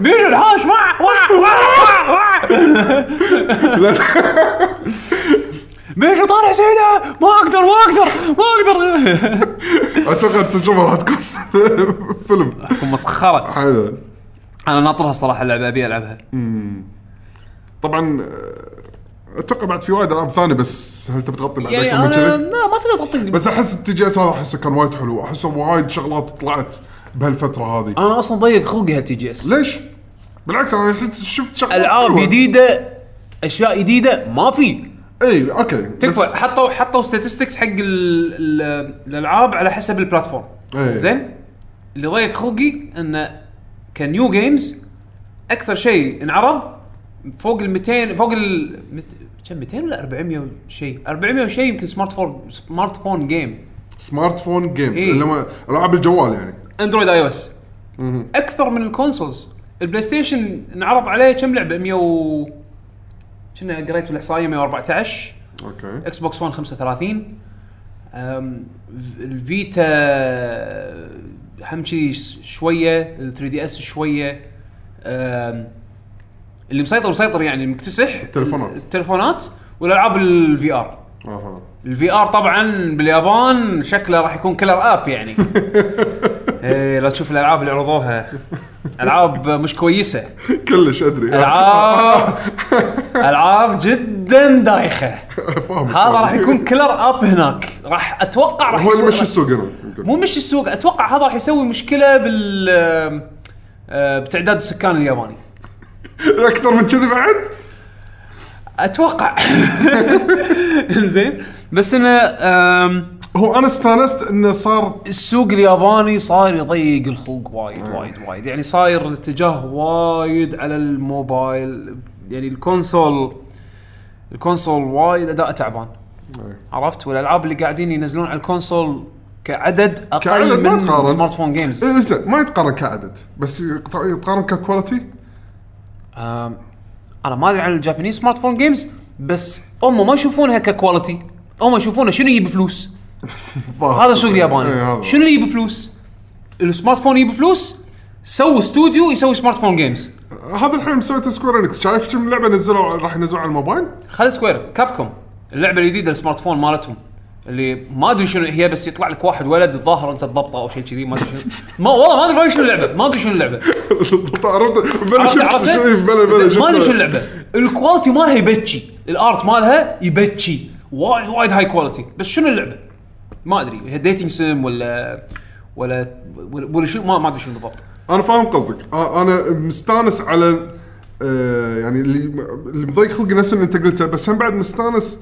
بير الحاش وع وع وع وع بيشو طالع سيده ما اقدر ما اقدر ما اقدر اتوقع التجربه راح تكون فيلم مسخره هذا انا ناطرها الصراحه اللعبه ابي العبها طبعا آه، اتوقع بعد في وايد العاب ثانيه بس هل تبي تغطي بعد يعني أكثر من انا كذي؟ لا ما تقدر تطق بس احس التي جي اس هذا احسه كان وايد حلو احسه وايد شغلات طلعت بهالفتره هذه انا اصلا ضيق خلقي هالتي جي اس ليش؟ بالعكس انا حس- شفت شغلات العاب حلوة. جديده اشياء جديده ما في اي اوكي بس- تكفى حطوا حطوا ستاتستكس حق ال- ال- الالعاب على حسب البلاتفورم إيه. زين اللي ضيق خلقي انه كنيو جيمز اكثر شيء انعرض فوق ال 200 فوق ال مت- كم 200 ولا 400 شيء 400 شيء يمكن سمارت فون سمارت فون جيم سمارت فون جيمز إي. اللي هم العاب الجوال يعني اندرويد اي او اس اكثر من الكونسولز البلاي ستيشن انعرض عليه كم لعبه 100 و كنا قريت بالاحصائيه 114 اوكي اكس بوكس 1 35 أم، الفيتا هم شي شويه 3 دي اس شويه أم، اللي مسيطر مسيطر يعني مكتسح التلفونات. التلفونات والالعاب الفي ار اها الفي ار طبعا باليابان شكله راح يكون كلر اب يعني ايه لو تشوف الالعاب اللي عرضوها العاب مش كويسه كلش ادري العاب العاب جدا دايخه فاهم هذا راح يكون كلر اب هناك راح اتوقع راح هو اللي يكون- مشي السوق هنا مو مش السوق اتوقع هذا راح يسوي مشكله بال آه، بتعداد السكان الياباني اكثر من كذي بعد اتوقع زين بس انه آم، هو انا استانست انه صار السوق الياباني صاير يضيق الخلق وايد وايد وايد يعني صاير الاتجاه وايد على الموبايل يعني الكونسول الكونسول وايد اداء تعبان عرفت والالعاب اللي قاعدين ينزلون على الكونسول كعدد اقل كعدد ما من تقارن. سمارت فون جيمز إيه، زين ما يتقارن كعدد بس يق- يتقارن ككواليتي أم، انا ما ادري عن الجابانيز سمارت فون جيمز بس هم ما يشوفونها ككواليتي هم يشوفونها شنو يجيب فلوس هذا السوق إيه، الياباني هذا. شنو اللي يجيب فلوس السمارت فون يجيب فلوس سووا استوديو يسوي سمارت فون جيمز هذا الحين مسويته سكوير انكس شايف كم لعبه نزلوا راح ينزلوها على الموبايل خالد سكوير كابكوم اللعبه الجديده السمارت فون مالتهم اللي ما ادري شنو هي بس يطلع لك واحد ولد الظاهر انت تضبطه او شيء كذي ما ادري شنو ما والله ما ادري ما أدري شنو اللعبه ما ادري شنو اللعبه عرفت بلا عرفت شفت- عرفت إيه، بلا بلا زين، ما ادري شفت- شو اللعبه الكواليتي مالها يبكي الارت مالها يبكي وايد وايد هاي كواليتي بس شنو اللعبه؟ ما ادري هي ديتنج سيم ولا ولا ولا, ولا شو ما ما ادري شو بالضبط انا فاهم قصدك آه، انا مستانس على آه، يعني اللي اللي مضيق خلقي نفس اللي انت قلته بس هم بعد مستانس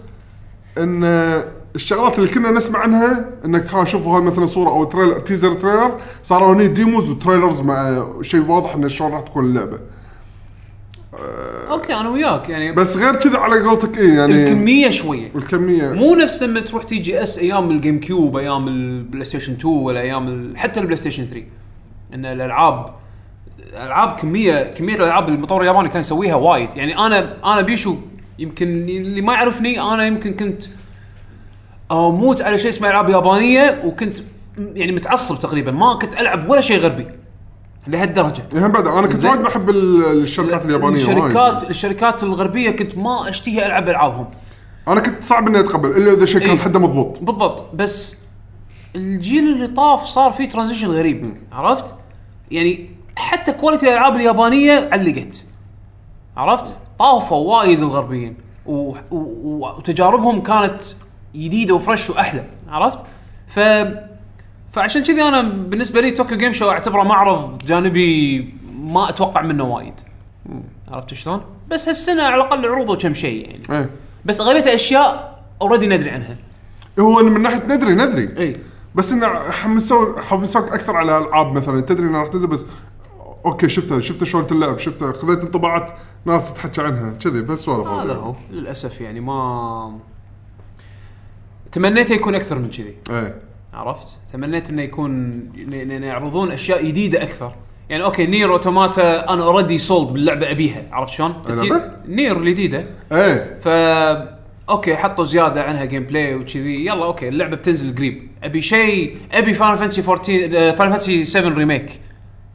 ان آه، الشغلات اللي كنا نسمع عنها انك ها شوف هاي مثلا صوره او تريلر تيزر تريلر صاروا هني ديموز وتريلرز مع شيء واضح انه شلون راح تكون اللعبه اوكي انا وياك يعني بس غير كذا على قولتك ايه يعني الكميه شويه الكميه مو نفس لما تروح تي جي اس ايام الجيم كيوب ايام البلاي ستيشن 2 ولا ايام ال... حتى البلاي ستيشن 3 ان الالعاب العاب كميه كميه الالعاب اللي المطور الياباني كان يسويها وايد يعني انا انا بيشو يمكن اللي ما يعرفني انا يمكن كنت اموت على شيء اسمه العاب يابانيه وكنت م- يعني متعصب تقريبا ما كنت العب ولا شيء غربي لهالدرجه يعني هم بعد انا كنت زين. وايد بحب ال- الشركات اليابانيه وايد. الشركات الشركات الغربيه كنت ما اشتهي العب العابهم انا كنت صعب اني اتقبل الا اذا شيء كان إيه. حده مضبوط بالضبط بس الجيل اللي طاف صار فيه ترانزيشن غريب عرفت؟ يعني حتى كواليتي الالعاب اليابانيه علقت عرفت؟ طافوا وايد الغربيين و... و... و... وتجاربهم كانت جديده وفرش واحلى عرفت؟ ف فعشان كذي انا بالنسبه لي طوكيو جيم شو اعتبره معرض جانبي ما اتوقع منه وايد عرفت شلون؟ بس هالسنه على الاقل عروضه كم شيء يعني ايه بس اغلبيه اشياء اوريدي ندري عنها هو من ناحيه ندري ندري اي بس انه حمسوا حمسوك اكثر على العاب مثلا تدري انها راح تنزل بس اوكي شفتها شفتها شلون تلعب شفتها خذيت انطباعات ناس تتحكى عنها كذي بس سوالف هذا هو للاسف يعني ما تمنيته يكون اكثر من كذي ايه عرفت؟ تمنيت انه يكون إن- إن يعرضون اشياء جديده اكثر يعني اوكي نير اوتوماتا انا اوريدي سولد باللعبه ابيها عرفت شلون؟ اللعبة؟ نير الجديده ايه ف اوكي حطوا زياده عنها جيم بلاي وكذي يلا اوكي اللعبه بتنزل قريب ابي شيء ابي فاينل فانتسي 14 فاينل فانتسي 7 ريميك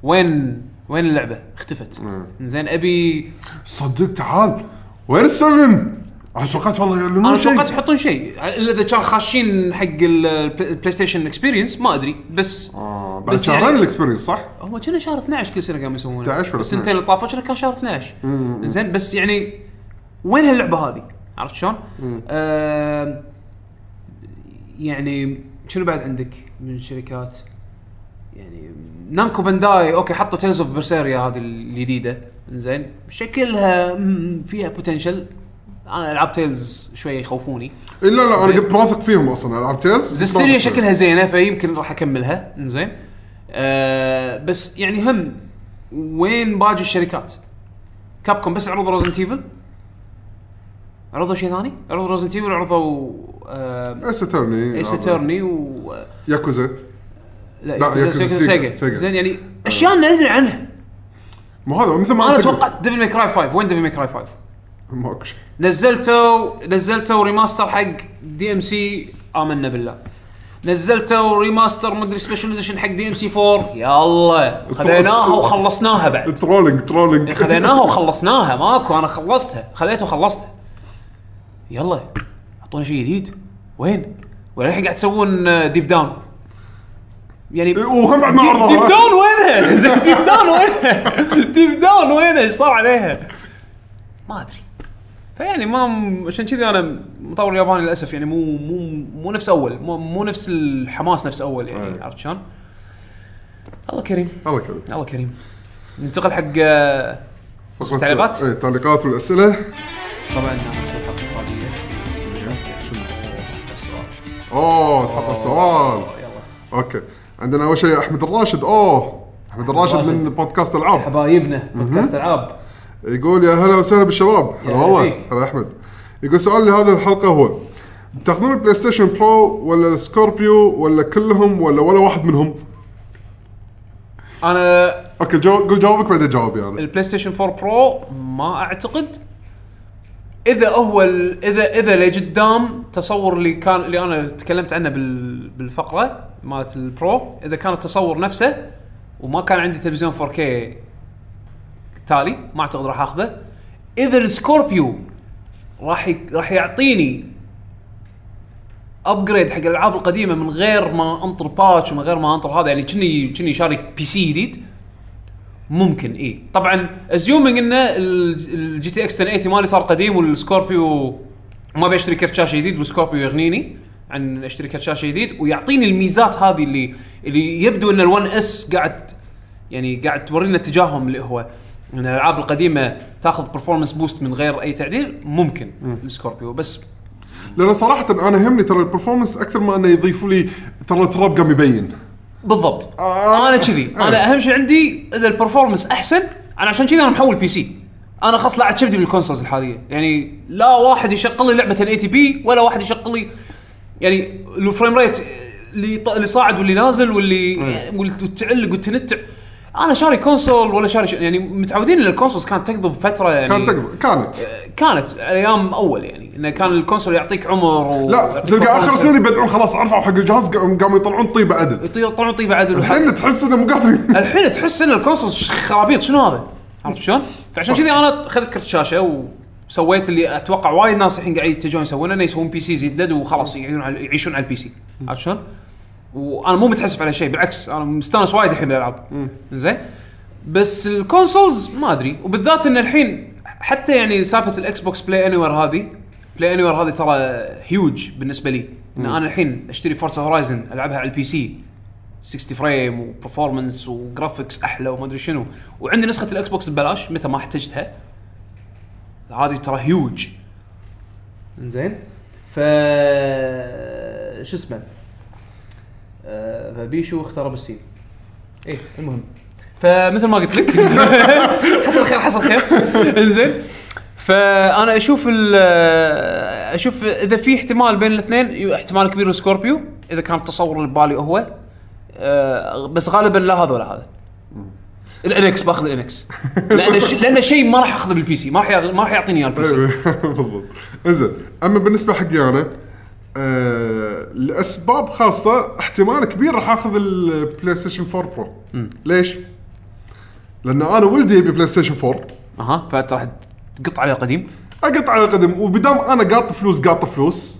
وين وين اللعبه اختفت مم. زين ابي صدق تعال وين السفن؟ أنا توقعت والله انا يعلنون توقعت شيء يحطون شيء الا اذا كانوا خاشين حق ال- البل- البلاي ستيشن اكسبيرينس ما ادري بس آه، بعد بس شهرين يعني- الاكسبيرينس صح؟ هو كنا شهر 12 كل سنه قاموا يسوونه 11 ولا السنتين 12. اللي طافوا كنا كان شهر 12 زين بس يعني وين هاللعبه هذه؟ عرفت شلون؟ آم، يعني شنو بعد عندك من شركات؟ يعني نامكو بانداي اوكي حطوا تيلز اوف برسيريا هذه الجديده زين شكلها مم، فيها بوتنشل انا العاب تيلز شويه يخوفوني إيه، لا لا انا كنت واثق فيهم اصلا العاب تيلز زستيريا شكلها زينه فيمكن راح اكملها زين آه بس يعني هم وين باقي الشركات؟ كابكم بس عرضوا ريزنت ايفل عرضوا شيء ثاني؟ عرضوا ريزنت ايفل عرضوا آه ايس اترني ايس اترني و ياكوزا لا ياكوزا سيجا. سيجا سيجا. زين يعني اشياء ندري عنها مو هذا مثل ما انا أنت قلت. توقعت ديفل ميك راي 5 وين ديفل ميك راي 5؟ ماكو شيء نزلتوا نزلتوا ريماستر حق دي ام سي امنا بالله نزلتوا ريماستر مدري سبيشل اديشن حق دي ام سي 4 يلا خذيناها وخلصناها بعد ترولينج ترولينج خذيناها وخلصناها ماكو انا خلصتها خذيتها وخلصتها يلا اعطونا شيء جديد وين؟ وللحين قاعد تسوون ديب داون يعني وهم بعد ما ديب عرضوها داون وينها؟ زين ديب داون وينها؟ ديب داون وينها؟ ايش صار عليها؟ ما ادري فيعني ما عشان كذي انا مطور الياباني للاسف يعني مو مو مو نفس اول مو, مو نفس الحماس نفس اول يعني أي. عرفت شلون؟ الله كريم الله يكرمك الله كريم ننتقل حق آه، فقرة- تعليقات؟ ايه التعليقات والاسئله طبعا الفقرة اوه تحط السؤال يلا اوكي عندنا اول شيء احمد الراشد اوه احمد الراشد من بودكاست العاب حبايبنا بودكاست العاب يقول يا هلا وسهلا بالشباب هلا هلا والله فيك. هلا احمد يقول سؤال لهذه الحلقه هو تاخذون البلاي ستيشن برو ولا السكوربيو ولا كلهم ولا ولا واحد منهم؟ انا اوكي جو... قول جوابك بعدين جوابي انا البلاي ستيشن 4 برو ما اعتقد اذا هو ال- اذا اذا لقدام تصور اللي كان اللي انا تكلمت عنه بال بالفقره مالت البرو اذا كان التصور نفسه وما كان عندي تلفزيون 4K تالي ما اعتقد راح اخذه اذا السكوربيو راح ي- راح يعطيني ابجريد حق الالعاب القديمه من غير ما انطر باتش ومن غير ما انطر هذا يعني كني كني شاري بي سي جديد ممكن إيه. اي طبعا ازيومينج ان الجي تي اكس 1080 مالي صار قديم والسكوربيو ما بيشتري كرت شاشه جديد والسكوربيو يغنيني عن اشتري كرت شاشه جديد ويعطيني الميزات هذه اللي اللي يبدو ان ال1 اس قاعد يعني قاعد تورينا اتجاههم اللي هو ان الالعاب القديمه تاخذ برفورمانس بوست من غير اي تعديل ممكن السكوربيو بس لان صراحه انا يهمني ترى البرفورمنس اكثر ما انه يضيفوا لي ترى التراب قام يبين بالضبط آه. انا كذي انا اهم شيء عندي اذا البرفورمنس احسن انا عشان كذي انا محول بي سي انا خلاص لعبت كبدي بالكونسولز الحاليه يعني لا واحد يشغل لي لعبه الاي تي بي ولا واحد يشغل لي يعني الفريم ريت اللي ط- اللي صاعد واللي نازل واللي إيه. والت- والتعلق والتنتع انا شاري كونسول ولا شاري ش... يعني متعودين ان الكونسولز كانت تكذب فتره يعني كانت تقدر كانت كانت ايام اول يعني انه كان الكونسول يعطيك عمر و... لا تلقى اخر سنه يبدعون خلاص عرفوا حق الجهاز قام- قاموا يطلعون طيبه عدل يطلعون طيبه عدل الحين تحس انه مو قادرين الحين تحس ان الكونسول ش- خرابيط شنو هذا؟ عرفت شلون؟ فعشان كذي انا خذت كرت شاشه وسويت اللي اتوقع وايد ناس الحين قاعد يتجهون يسوونه انه يسوون بي سي زدد وخلاص يعيشون على يعيشون على البي سي عرفت شلون؟ وانا مو متحسف على شيء بالعكس انا مستانس وايد الحين بالالعاب زين بس الكونسولز ما ادري وبالذات ان الحين حتى يعني سالفه الاكس بوكس بلاي اني هذه بلاي اني هذه ترى هيوج بالنسبه لي ان انا الحين اشتري فورتس هورايزن العبها على البي سي 60 فريم وبرفورمانس وجرافكس احلى وما ادري شنو وعندي نسخه الاكس بوكس ببلاش متى ما احتجتها هذه ترى هيوج زين ف شو اسمه آه، فبيشو اختار بالسين ايه المهم فمثل ما قلت لك حصل خير حصل خير زين فانا اشوف ال- اشوف اذا في احتمال بين الاثنين يو- احتمال كبير سكوربيو اذا كان التصور اللي ببالي هو آه، بس غالبا لا هذا ولا هذا الانكس باخذ الانكس لان ش- لان شيء ما راح اخذه بالبي سي ما راح يع- ما راح يعطيني اياه أيوة، البي سي بالضبط انزين اما بالنسبه حقي انا آه لاسباب خاصه احتمال كبير راح اخذ البلاي ستيشن 4 برو ليش؟ لان انا ولدي يبي بلاي ستيشن 4 اها فانت راح تقط عليه قديم اقطع على القدم وبدام انا قاط فلوس قاط فلوس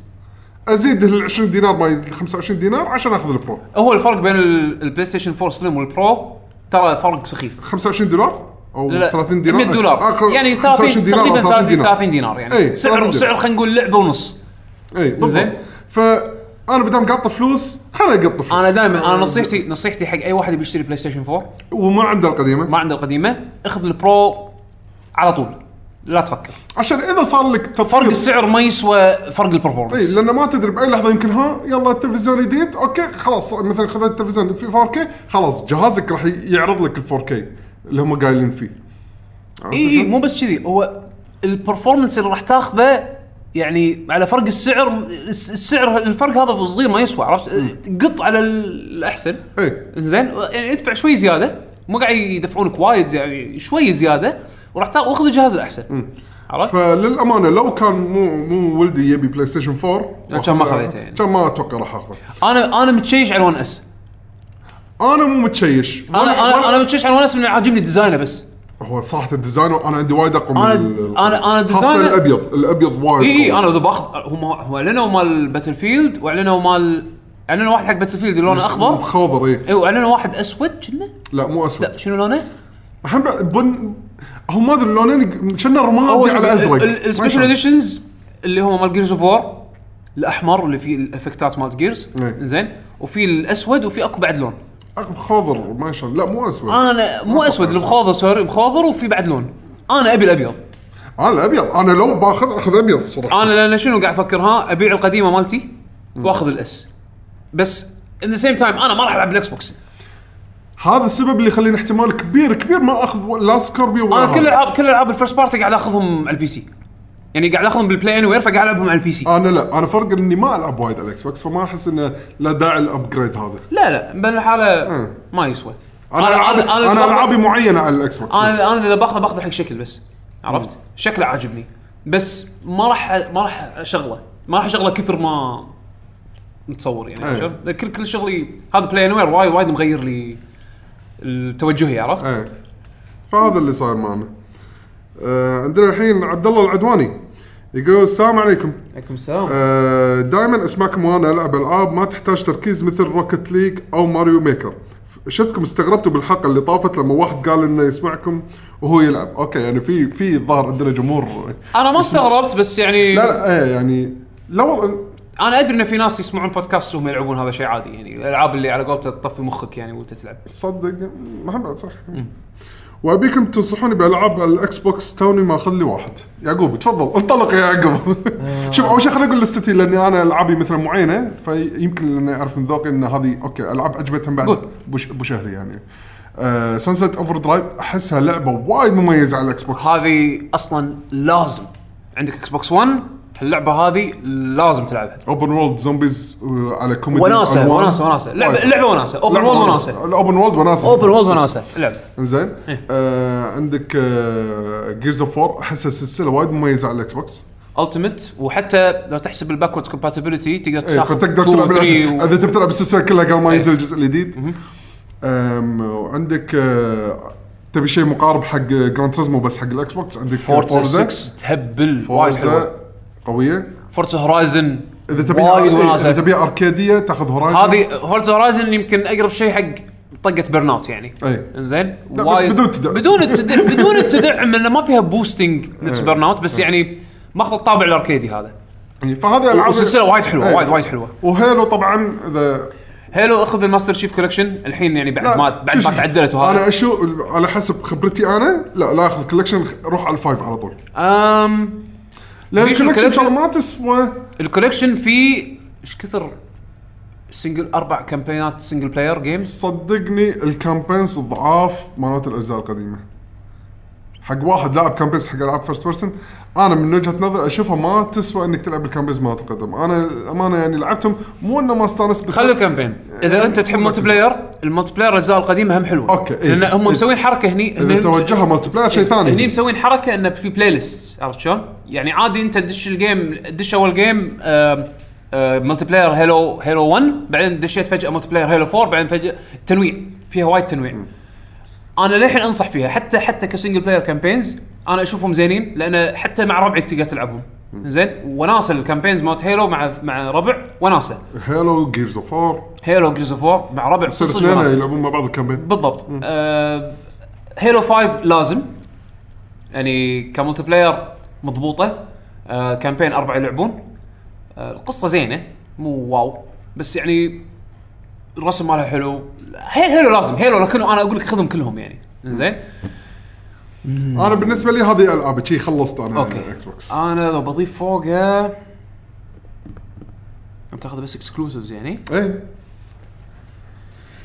ازيد ال 20 دينار ماي 25 دينار عشان اخذ البرو هو الفرق بين ال- البلاي ستيشن 4 سليم والبرو ترى فرق سخيف 25 دولار او لا، 30 دينار 100 دولار آه، خ- يعني 25 30 دينار تقريبا او 30 30 دينار دينار 30 دينار يعني إيه، سعر 30 سعر دينار. إيه. خلينا نقول لعبه ونص اي بالضبط زين. فانا بدام قاط فلوس خليني اقط فلوس انا دائما انا نصيحتي نصيحتي حق اي واحد يبي يشتري بلاي ستيشن 4 وما عنده القديمه ما عنده القديمه اخذ البرو على طول لا تفكر عشان اذا صار لك فرق تفرق السعر ما يسوى فرق اي البرفورمانس لان ما تدري باي لحظه يمكن ها يلا التلفزيون جديد اوكي خلاص مثلا خذيت التلفزيون في 4K خلاص جهازك راح يعرض لك ال 4K اللي هم قايلين فيه عرفت اي شلون؟ إيه، مو بس كذي هو البرفورمانس اللي راح تاخذه يعني على فرق السعر السعر الفرق هذا صغير ما يسوى عرفت قط على الاحسن اي زين يعني ادفع شوي زياده مو قاعد يدفعونك وايد يعني شوي زياده وراح تا- واخذ الجهاز الاحسن عرفت؟ فللامانه لو كان مو مو ولدي يبي بلاي ستيشن 4 لا، كان ما وأخذ- خذيته يعني. كان ما اتوقع راح اخذه انا انا متشيش على ون اس انا مو متشيش انا انا انا متشيش على ون اس من عاجبني ديزاينه بس هو صراحه الديزاين انا عندي وايد اقوى من أنا- ال- أنا- أنا خاصه ديزاين- الابيض الابيض وايد اي اي قوي. انا اذا باخذ هم هم اعلنوا مال باتل فيلد واعلنوا مال اعلنوا واحد حق باتل فيلد لونه اخضر خضر اي اي واعلنوا إيه، واحد اسود كنا لا مو اسود لا شنو لونه؟ الحين بعد بن هو ما ادري اللونين كنا رمادي على ازرق السبيشل ما شاء. اديشنز اللي هم مال جيرز اوف وور الاحمر اللي فيه الافكتات مال جيرز إيه. زين وفي الاسود وفي اكو بعد لون أخ- خضر ما شاء الله. لا مو اسود انا مو أتوقع اسود اللي بخوضر سوري بخوضر وفي بعد لون انا ابي الابيض انا الابيض انا لو باخذ اخذ ابيض صراحه انا لان شنو قاعد افكر ها ابيع القديمه مالتي إيه. واخذ الاس بس ان ذا سيم تايم انا ما راح العب الاكس بوكس هذا السبب اللي يخليني احتمال كبير كبير ما اخذ و- لا سكوربيو ولا انا كل هذا. العاب كل العاب الفيرست بارتي قاعد اخذهم على البي سي يعني قاعد اخذهم بالبلاي اني وير فقاعد العبهم على البي سي انا آه، لا انا فرق اني ما العب وايد على الاكس بوكس فما احس انه لا داعي الابجريد هذا لا لا بالحاله مم. ما يسوى انا العابي أنا- انا العابي معينه على الاكس بوكس بس. انا انا اذا باخذه باخذه حق شكل بس عرفت؟ شكله عاجبني بس ما راح ما راح اشغله ما راح اشغله كثر ما متصور يعني أي. شلون؟ كل كل شغلي هذا بلاي وير وايد وايد مغير لي التوجهي عرفت؟ ايه فهذا اللي صاير معنا آه عندنا الحين عبد الله العدواني يقول السلام عليكم عليكم السلام آه دائما اسمعكم وانا العب العاب ما تحتاج تركيز مثل روكت ليج او ماريو ميكر شفتكم استغربتوا بالحلقه اللي طافت لما واحد قال انه يسمعكم وهو يلعب اوكي يعني في في الظاهر عندنا جمهور انا ما استغربت بس يعني لا لا ايه يعني لو انا ادري ان في ناس يسمعون بودكاست وهم يلعبون هذا شيء عادي يعني الالعاب اللي على قولته تطفي مخك يعني وانت تلعب تصدق محمد صح وابيكم تنصحوني بالعاب على الاكس بوكس توني ما اخذ لي واحد يعقوب تفضل انطلق يا يعقوب آه. شوف اول شيء خليني اقول لستي لاني انا العابي مثلا معينه فيمكن اني اعرف من ذوقي ان هذه اوكي العاب عجبتهم بعد قول. بوش- بشهري يعني سانسيت اوفر درايف احسها لعبه وايد مميزه على الاكس بوكس هذه اصلا لازم عندك اكس بوكس 1 اللعبه هذه لازم تلعبها اوبن وورلد زومبيز آه، على كوميدي وناسه ألوان. وناسه وناسه لعبه وايد. لعبه وناسه اوبن لعبة وولد وناسه الاوبن وورلد وناسه اوبن وولد وناسه لعبه انزين إيه. آه عندك آه، جيرز اوف 4 احسها سلسله وايد مميزه على الاكس بوكس التيمت وحتى لو تحسب الباكوردز كومباتيبلتي تقدر إيه، تاخذ فتقدر 2 و تلعب 3 و- إيه. الع- اذا تبي تلعب السلسله كلها قبل ما ينزل الجزء الجديد آم، وعندك آه، تبي شيء مقارب حق جراند تريزمو بس حق الاكس بوكس عندك فورتزا فورزا 6 تهبل وايد حلوه فورزا قويه فورتزا هورايزن اذا تبي وايد إيه، اذا وناسه تبي اركيديه تاخذ هورايزن هذه فورتزا هورايزن يمكن اقرب شيء حق طقه برن اوت يعني إيه. انزين لا، بس وايد- بدون تدعم. بدون التدعم بدون التدعم لانه ما فيها بوستنج نفس برن اوت بس يعني ماخذ الطابع الاركيدي هذا إيه، فهذه العاب وسلسله وايد حلوه إيه. وايد وايد حلوه وهيلو طبعا اذا هيلو اخذ الماستر شيف كولكشن الحين يعني بعد لا، ما شو- بعد شو- ما تعدلت انا وهذا اشو على حسب خبرتي انا لا لا اخذ كولكشن روح على الفايف على طول امم لان ليش الكولكشن الكولكشن؟ ترى ما تسوى الكولكشن فيه ايش كثر سنجل اربع كامبينات سنجل بلاير جيمز صدقني الكامبينز ضعاف مالت الاجزاء القديمه حق واحد لاعب كامبينز حق العاب فيرست بيرسون انا من وجهه نظري اشوفها ما تسوى انك تلعب الكامبينز مالت القدم انا امانه يعني لعبتهم مو انه ما استانس بس إيه، خلي الكامبين اذا انت تحب ما ملتي تزعل. بلاير الملتي بلاير الاجزاء القديمه هم حلوه أوكي، إيه. لان هم إيه. مسوين حركه هني إيه. اذا توجهها مالتي بلاير شيء ثاني هني مسوين حركه انه في بلاي ليست عرفت شلون؟ يعني عادي انت تدش الجيم تدش اول جيم آم، آم، ملتي بلاير هيلو هيلو 1 بعدين دشيت فجاه ملتي بلاير هيلو 4 بعدين فجاه تنويع فيها وايد تنويع انا للحين انصح فيها حتى حتى كسنجل بلاير كامبينز انا اشوفهم زينين لان حتى مع ربعك تقدر تلعبهم زين وناسه الكامبينز مالت هيلو مع مع ربع وناسه هيلو جيرز اوف 4 هيلو جريز اوف وور مع ربع صير صدق اثنين وناسه يلعبون مع بعض الكامبين بالضبط آه هيلو 5 لازم يعني كملتي بلاير مضبوطه آه كامبين اربعه يلعبون آه القصه زينه مو واو بس يعني الرسم مالها حلو هي هيلو لازم هيلو لكن انا اقول لك خذهم كلهم يعني زين انا بالنسبه لي هذه العاب شي خلصت انا اوكي الاكس بوكس انا لو بضيف فوقها عم تاخذ بس اكسكلوسيفز يعني ايه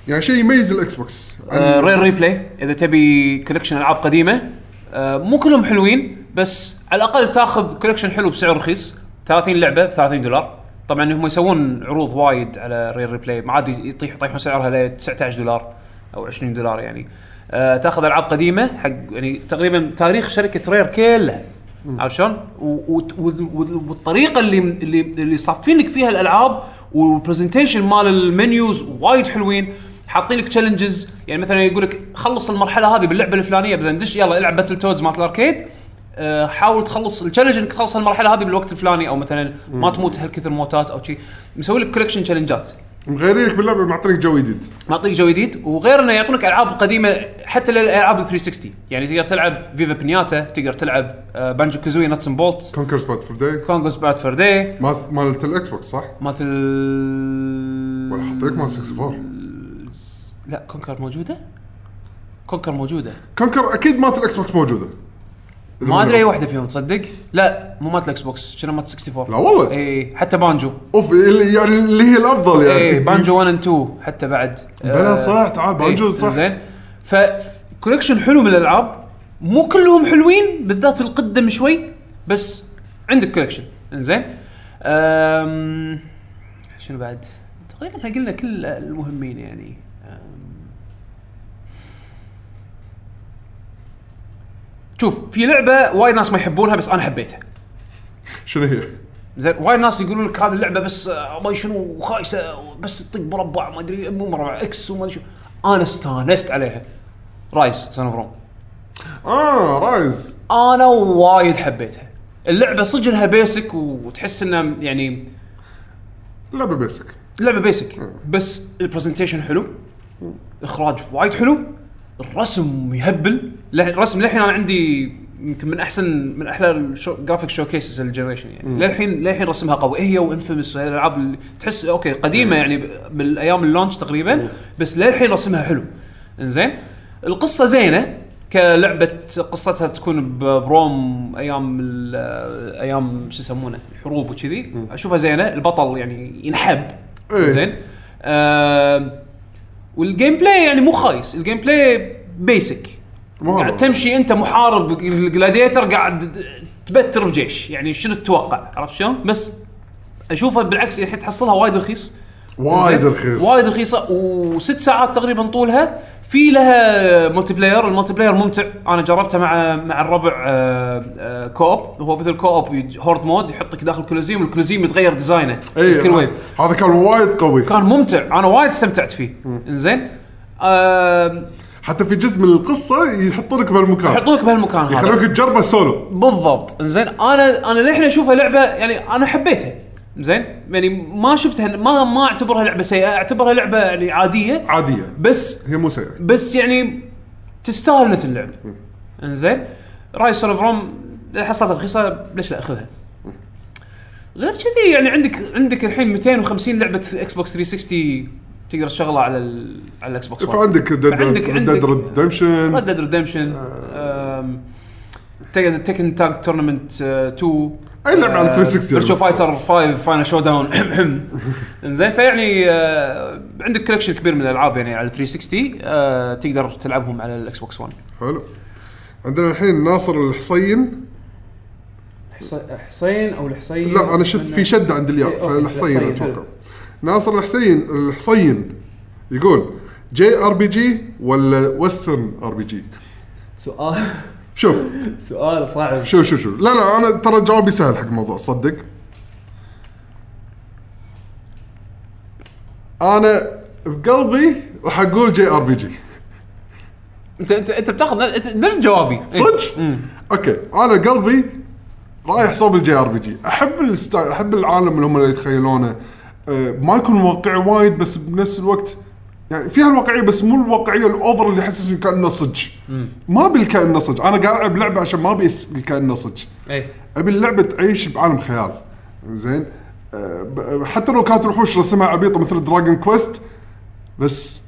يعني شيء يميز الاكس بوكس آه، رير ريبلاي اذا تبي كولكشن العاب قديمه آه، مو كلهم حلوين بس على الاقل تاخذ كولكشن حلو بسعر رخيص 30 لعبه ب 30 دولار طبعا هم يسوون عروض وايد على رير ريبلاي ما عاد يطيح يطيحون سعرها ل 19 دولار او 20 دولار يعني آه، تاخذ العاب قديمه حق يعني تقريبا تاريخ شركه رير كلها عرفت شلون؟ و- و- و- والطريقه اللي اللي اللي صافين لك فيها الالعاب والبرزنتيشن مال المنيوز وايد حلوين حاطين لك تشالنجز يعني مثلا يقول لك خلص المرحله هذه باللعبه الفلانيه بعدين دش يلا العب باتل تودز مالت الاركيد آه، حاول تخلص التشالنج انك تخلص المرحله هذه بالوقت الفلاني او مثلا ما تموت هالكثر موتات او شيء مسوي لك كولكشن تشالنجات مغيرينك باللعبه معطينك جو جديد معطيك جو جديد وغير انه يعطونك العاب قديمه حتى للالعاب ال 360 يعني تقدر تلعب فيفا بنياتا تقدر تلعب آه، بانجو كازوي نتس اند بولت كونكر سبات فور داي كونغوز باد فور داي مال مالت الاكس بوكس صح؟ مالت ال ولا حاطين لك مال 64 لا كونكر موجوده؟ كونكر موجوده كونكر اكيد مالت الاكس بوكس موجوده ما ادري اي واحده فيهم تصدق؟ لا مو مالت الاكس بوكس شنو مالت 64 لا والله. اي إيه، حتى بانجو اوف اللي- يعني اللي هي الافضل يعني اي إيه، بانجو 1 اند 2 حتى بعد بلا آه، صح تعال بانجو إيه، صح زين فكولكشن حلو من الالعاب مو كلهم حلوين بالذات القدم شوي بس عندك كولكشن انزين أم... شنو بعد؟ تقريبا احنا قلنا كل المهمين يعني أم... شوف في لعبه وايد ناس ما يحبونها بس انا حبيتها شنو هي؟ زين وايد ناس يقولون لك هذه اللعبه بس آه، ما شنو خايسه بس تطق مربع ما ادري مو مربع اكس وما ادري شو انا استانست عليها رايز سون اوف روم اه رايز انا وايد حبيتها اللعبه صدق انها بيسك وتحس انها يعني لعبه بيسك لعبه بيسك بس البرزنتيشن حلو اخراج وايد حلو الرسم يهبل لا- الرسم للحين انا عندي يمكن من احسن من احلى الجرافيك شو كيسز الجنريشن يعني للحين للحين رسمها قوي هي وانفيمس الالعاب اللي تحس اوكي قديمه يعني ب- من ايام اللونش تقريبا بس للحين رسمها حلو انزين القصه زينه كلعبه قصتها تكون ب- بروم ايام ال- ايام شو يسمونه الحروب وكذي اشوفها زينه البطل يعني ينحب آه، إيه. زين آم، والجيم بلاي يعني مو خايس الجيم بلاي بيسك مو قاعد هذا. تمشي انت محارب الجلاديتر قاعد تبتر بجيش يعني شنو تتوقع عرفت شلون بس اشوفها بالعكس الحين تحصلها وايد رخيص وايد زين؟ رخيص وايد رخيصه وست ساعات تقريبا طولها في لها ملتي بلاير الملتي بلاير ممتع انا جربتها مع مع الربع آه، آه، كوب هو مثل كوب يج- هورد مود يحطك داخل كولوزيوم الكولوزيوم يتغير ديزاينه اي كل ويف إيه، هذا كان وايد قوي كان ممتع انا وايد استمتعت فيه انزين آه، حتى في جزء من القصه يحطونك بهالمكان يحطونك بهالمكان هذا يخلوك تجربه سولو بالضبط زين انا انا للحين اشوفها لعبه يعني انا حبيتها زين يعني ما شفتها ما ما اعتبرها لعبه سيئه اعتبرها لعبه يعني عاديه عاديه بس هي مو سيئه بس يعني تستاهل نت اللعبه انزين رايس اوف روم حصلت رخيصه ليش لا اخذها غير كذي يعني عندك عندك الحين 250 لعبه اكس بوكس 360 تقدر تشغلها على ال على الاكس بوكس فعندك عندك- عندك- ديد ريد ريدمشن ديد ريدمشن Uh, um, تقدر تكن تاج تورنمنت 2 أي لعبة uh, على 360 فيرتشو يعني. فايتر 5 فاينل شو داون انزين فيعني آه، عندك كولكشن كبير من الالعاب يعني على 360 آه، تقدر تلعبهم على الاكس بوكس 1 حلو عندنا الحين ناصر الحصين حسين او الحسين لا انا شفت في شده عند الياء إيه، أوكي، فالحصين الحصين، اتوقع حلو. ناصر الحسين الحصين يقول جي ار بي جي ولا وسترن ار بي جي سؤال شوف سؤال صعب شوف شوف شوف لا لا انا ترى جوابي سهل حق الموضوع صدق انا بقلبي راح اقول جي ار بي جي انت انت انت بتاخذ أنت- نفس جوابي إيه. صدق؟ اوكي انا إيه. قلبي رايح صوب الجي ار بي جي، احب الستايل احب العالم اللي هم اللي يتخيلونه أه ما يكون واقعي وايد بس بنفس الوقت يعني فيها الواقعيه بس مو الواقعيه الاوفر اللي احسس إن كانه صدق. ما ابي كانه صدق، انا قاعد العب لعبه عشان ما ابي كانه صدق. اي ابي اللعبه تعيش بعالم خيال زين أه، ب- حتى لو كانت الوحوش رسمها عبيطه مثل دراجون كويست بس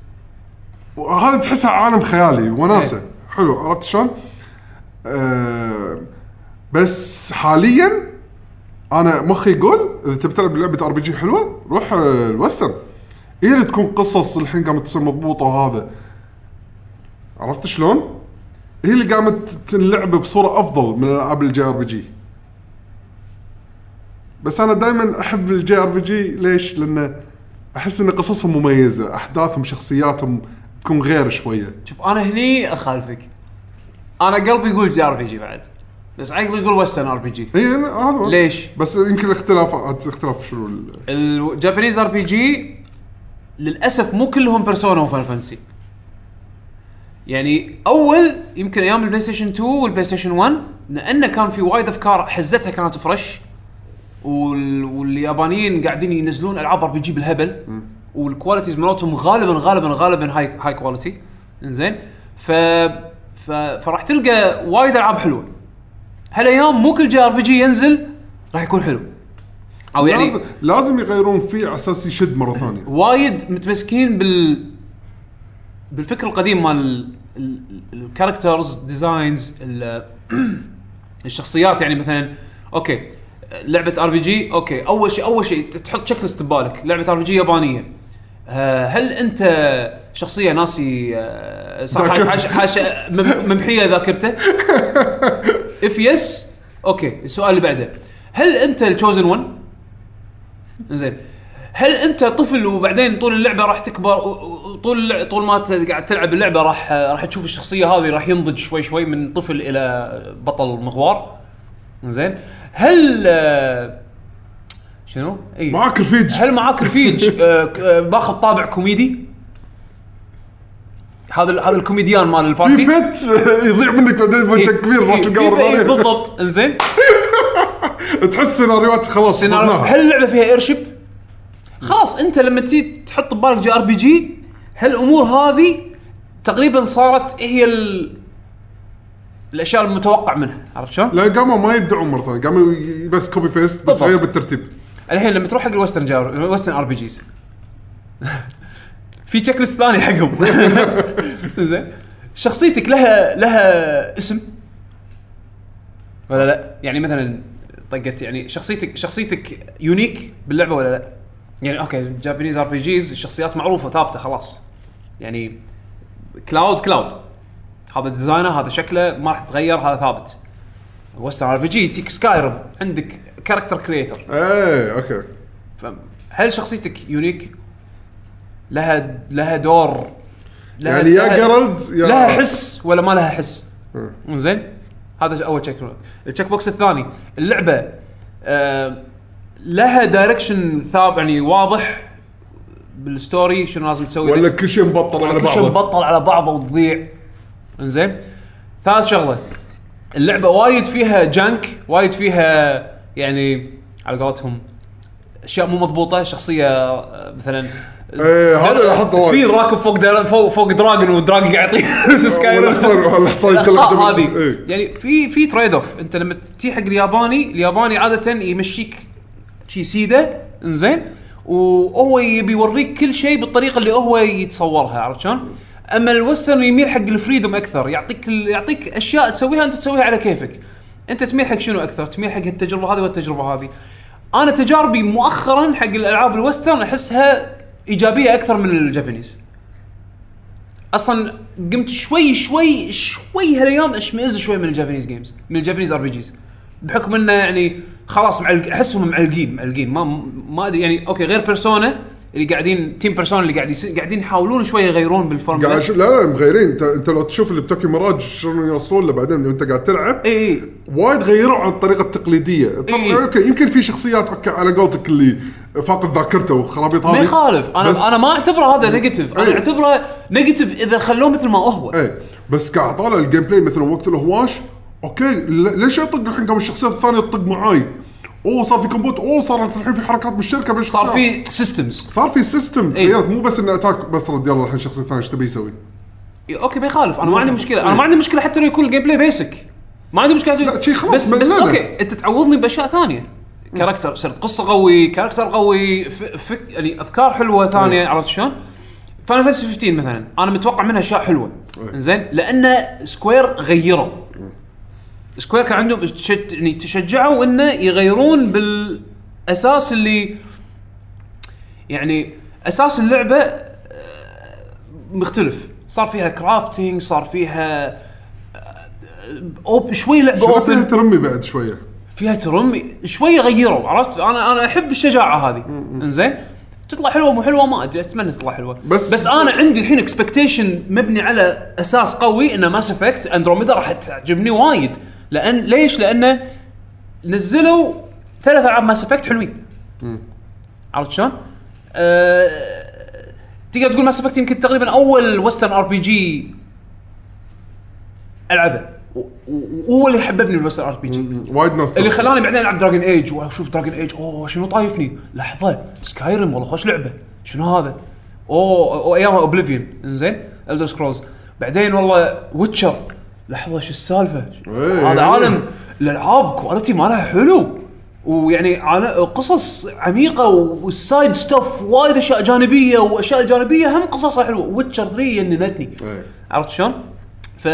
وهذا تحسها عالم خيالي وناسه حلو عرفت شلون؟ أه، بس حاليا انا مخي يقول اذا تبي تلعب لعبه ار بي جي حلوه روح أه، الوسترن هي اللي تكون قصص الحين قامت تصير مضبوطه وهذا عرفت شلون؟ هي اللي قامت تنلعب بصوره افضل من العاب الجي ار بي جي بس انا دائما احب الجي ار بي جي ليش؟ لان احس ان قصصهم مميزه، احداثهم شخصياتهم تكون غير شويه. شوف انا هني اخالفك انا قلبي يقول جي ار بي جي بعد بس عقلي يقول وسترن ار بي جي اي لا، هذا هو. ليش؟ بس يمكن الاختلافات اختلاف شنو ال- الجابانيز ار بي جي للاسف مو كلهم بيرسونا وفان فانسي يعني اول يمكن ايام البلاي ستيشن 2 والبلاي ستيشن 1 لانه كان في وايد افكار حزتها كانت فريش وال... واليابانيين قاعدين ينزلون العاب ار بي جي بالهبل والكواليتيز مالتهم غالبا غالبا غالبا هاي هاي كواليتي انزين ف... ف... فراح تلقى وايد العاب حلوه هالايام مو كل جي ار بي جي ينزل راح يكون حلو او يعني لازم, لازم يغيرون فيه على اساس يشد مره ثانيه وايد متمسكين بال بالفكر القديم مال ال- ال- الكاركترز ديزاينز ال- الشخصيات يعني مثلا اوكي لعبه ار بي جي اوكي اول شيء اول شيء تحط تشيك ليست ببالك لعبه ار بي جي يابانيه آه، هل انت شخصيه ناسي آه، صح ذاكرته. حاش حاش مم- ممحيه ذاكرته اف يس اوكي السؤال اللي بعده هل انت التشوزن 1 زين هل انت طفل وبعدين طول اللعبه راح تكبر و- و- طول اللع- طول ما ت- قاعد تلعب اللعبه راح راح تشوف الشخصيه هذه راح ينضج شوي شوي من طفل الى بطل مغوار زين هل آه، شنو؟ اي معاك رفيج هل معاك رفيج آه، ك- آه، باخذ طابع كوميدي؟ هذا ال- هذا الكوميديان مال في البارتي بيت يضيع منك بعدين إيه، وانت كبير راح إيه، تلقى في مره بيت، ثانيه بالضبط انزين تحس سيناريوهات خلاص سيناريو فضناها. هل اللعبه فيها ايرشيب؟ خلاص انت لما تجي تحط ببالك جي ار بي جي هالامور هذه تقريبا صارت هي ال... الاشياء المتوقع منها عرفت شلون؟ لا قاموا ما يبدعون مره ثانيه قاموا ي- بس كوبي بيست بس بالضبط. غير بالترتيب الحين لما تروح حق الوسترن جار وسترن ار بي جيز في تشيك ليست ثاني حقهم زين شخصيتك لها لها اسم ولا لا؟ يعني مثلا طقت يعني شخصيتك شخصيتك يونيك باللعبه ولا لا؟ يعني اوكي جابانيز ار بي جيز الشخصيات معروفه ثابته خلاص يعني كلاود كلاود هذا ديزاينه هذا شكله ما راح يتغير هذا ثابت وسترن ار بي جي تيك سكايرم عندك كاركتر كريتر ايه اوكي فاهم؟ هل شخصيتك يونيك؟ لها لها دور لها يعني يا لها- جيرالد يا لها حس ولا ما لها حس؟ مم. زين هذا اول تشيك بوكس. التشيك بوكس الثاني اللعبه آه لها دايركشن ثاب يعني واضح بالستوري شنو لازم تسوي ولا كل شيء مبطل على كل شيء بعضه مبطل على بعضه وتضيع انزين ثالث شغله اللعبه وايد فيها جانك وايد فيها يعني على قولتهم اشياء مو مضبوطه شخصيه آه، مثلا إيه، هذا لاحظته وايد. في راكب فوق درا- فوق فوق دراجون والدراجون قاعد يطير نفس ولا سكايرم. حصان ولا حصان الاخطاء يتلقى هذه إيه. يعني في في تريد اوف انت لما تجي حق الياباني الياباني عاده يمشيك شي سيده انزين وهو يبي يوريك كل شيء بالطريقه اللي هو يتصورها عرفت شلون؟ اما الوسترن يميل حق الفريدوم اكثر يعطيك ال- يعطيك اشياء تسويها انت تسويها على كيفك. انت تميل حق شنو اكثر؟ تميل حق التجربه هذه والتجربه هذه. انا تجاربي مؤخرا حق الالعاب الوسترن احسها ايجابيه اكثر من الجابانيز. اصلا قمت شوي شوي شوي هالايام اشمئز شوي من الجابانيز جيمز من الجابانيز ار بي جيز بحكم انه يعني خلاص معلق احسهم معلقين معلقين ما ما ادري يعني اوكي غير بيرسونا اللي قاعدين تيم بيرسونا اللي قاعد يس- قاعدين يحاولون شوي يغيرون قاعد بالفورمولا أشوف- لا لا مغيرين انت انت لو تشوف اللي بتوكي مراج شلون يوصلون له بعدين وانت قاعد تلعب اي اي وايد غيروا عن الطريقه التقليديه طب إيه. اوكي يمكن في شخصيات اوكي على قولتك اللي فاقد ذاكرته وخرابيط هذه ما يخالف بس- انا انا ما اعتبره هذا نيجاتيف انا إيه. اعتبره نيجاتيف اذا خلوه مثل ما هو ايه بس قاعد اطالع الجيم بلاي مثلا وقت الهواش اوكي ل- ليش يطق الحين قام الشخصيه الثانيه تطق معاي اوه صار في كومبوت اوه صار الحين في حركات بالشركه بالشخصيات. صار في سيستمز صار في سيستم إيه. تغيرت مو بس انه اتاك بس رد يلا الحين شخصيه ثانيه ايش تبي يسوي؟ اوكي إيه، ما يخالف انا ما عندي مشكله انا ما عندي مشكله حتى لو يكون الجيم بلاي بيسك ما عندي مشكله إيه. لا، شي خلاص بس بس ملنا. اوكي انت تعوضني باشياء ثانيه كاركتر صرت قصه قوي كاركتر قوي ف... ف... يعني افكار حلوه إيه. ثانيه عرفت شلون؟ فاينل فانتسي 15 مثلا انا متوقع منها اشياء حلوه إيه. زين لان سكوير غيروا سكوير كان عندهم تشت... يعني تشجعوا انه يغيرون بالاساس اللي يعني اساس اللعبه آه، مختلف صار فيها كرافتنج صار فيها آه، أوب شوي لعبه شوف فيها اوبن ترمي بعد شويه فيها ترمي شوي غيروا عرفت انا انا احب الشجاعه هذه انزين تطلع حلوه مو حلوه ما ادري اتمنى تطلع حلوه بس- بس انا عندي الحين اكسبكتيشن مبني على اساس قوي ان ماس افكت اندروميدا راح تعجبني وايد لان ليش؟ لانه نزلوا ثلاث العاب ماس افكت حلوين عرفت شلون؟ أه... تقدر تقول ماس افكت يمكن تقريبا اول وسترن ار بي جي العبه و- و- وهو اللي حببني بالوسترن ار بي جي وايد ناس اللي خلاني بعدين العب دراجن ايج واشوف دراجن ايج اوه شنو طايفني لحظه سكايرم والله خوش لعبه شنو هذا اوه أو ايامها اوبليفيون زين الدر سكرولز بعدين والله ويتشر لحظه شو السالفه إيه. هذا عالم الالعاب كواليتي مالها حلو ويعني عال- قصص عميقه و- والسايد ستاف وايد اشياء جانبيه واشياء جانبيه هم قصصها حلوه ويتشر 3 يننتني إيه. عرفت شلون؟ ف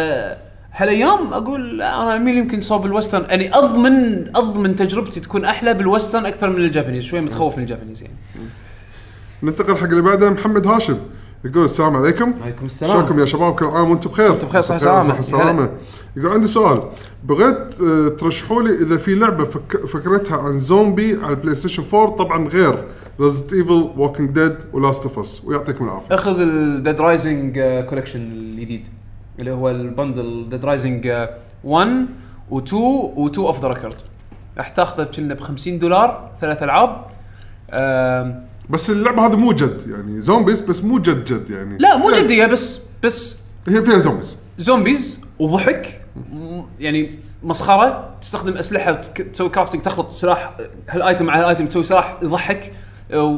هالايام اقول انا اميل يمكن صوب الويسترن يعني اضمن اضمن تجربتي تكون احلى بالويسترن اكثر من الجابانيز شوي متخوف من الجابانيز يعني ننتقل حق اللي بعده محمد هاشم يقول السلام عليكم عليكم السلام. شلونكم يا شباب كل عام وانتم بخير وانتم بخير، صحة وسلامة. صحة وسلامة يقول عندي سؤال بغيت آه، ترشحوا لي اذا في لعبه فك... فكرتها عن زومبي على البلاي ستيشن 4 طبعا غير ريزنت ايفل ووكينج ديد ولاست اوف اس ويعطيكم العافيه اخذ الديد رايزنج كولكشن آه، الجديد اللي هو البندل آه، ديد رايزنج 1 و2 و2 اوف ذا ريكورد راح تاخذه كنا ب 50 دولار ثلاث العاب آم، بس اللعبه هذه مو جد يعني زومبيز بس مو جد جد يعني لا مو فيها- جديه بس بس هي فيها زومبيز زومبيز وضحك م- يعني مسخره تستخدم اسلحه وتك- تسوي كرافتنج تخلط سلاح هالايتم مع هالايتم تسوي سلاح يضحك و-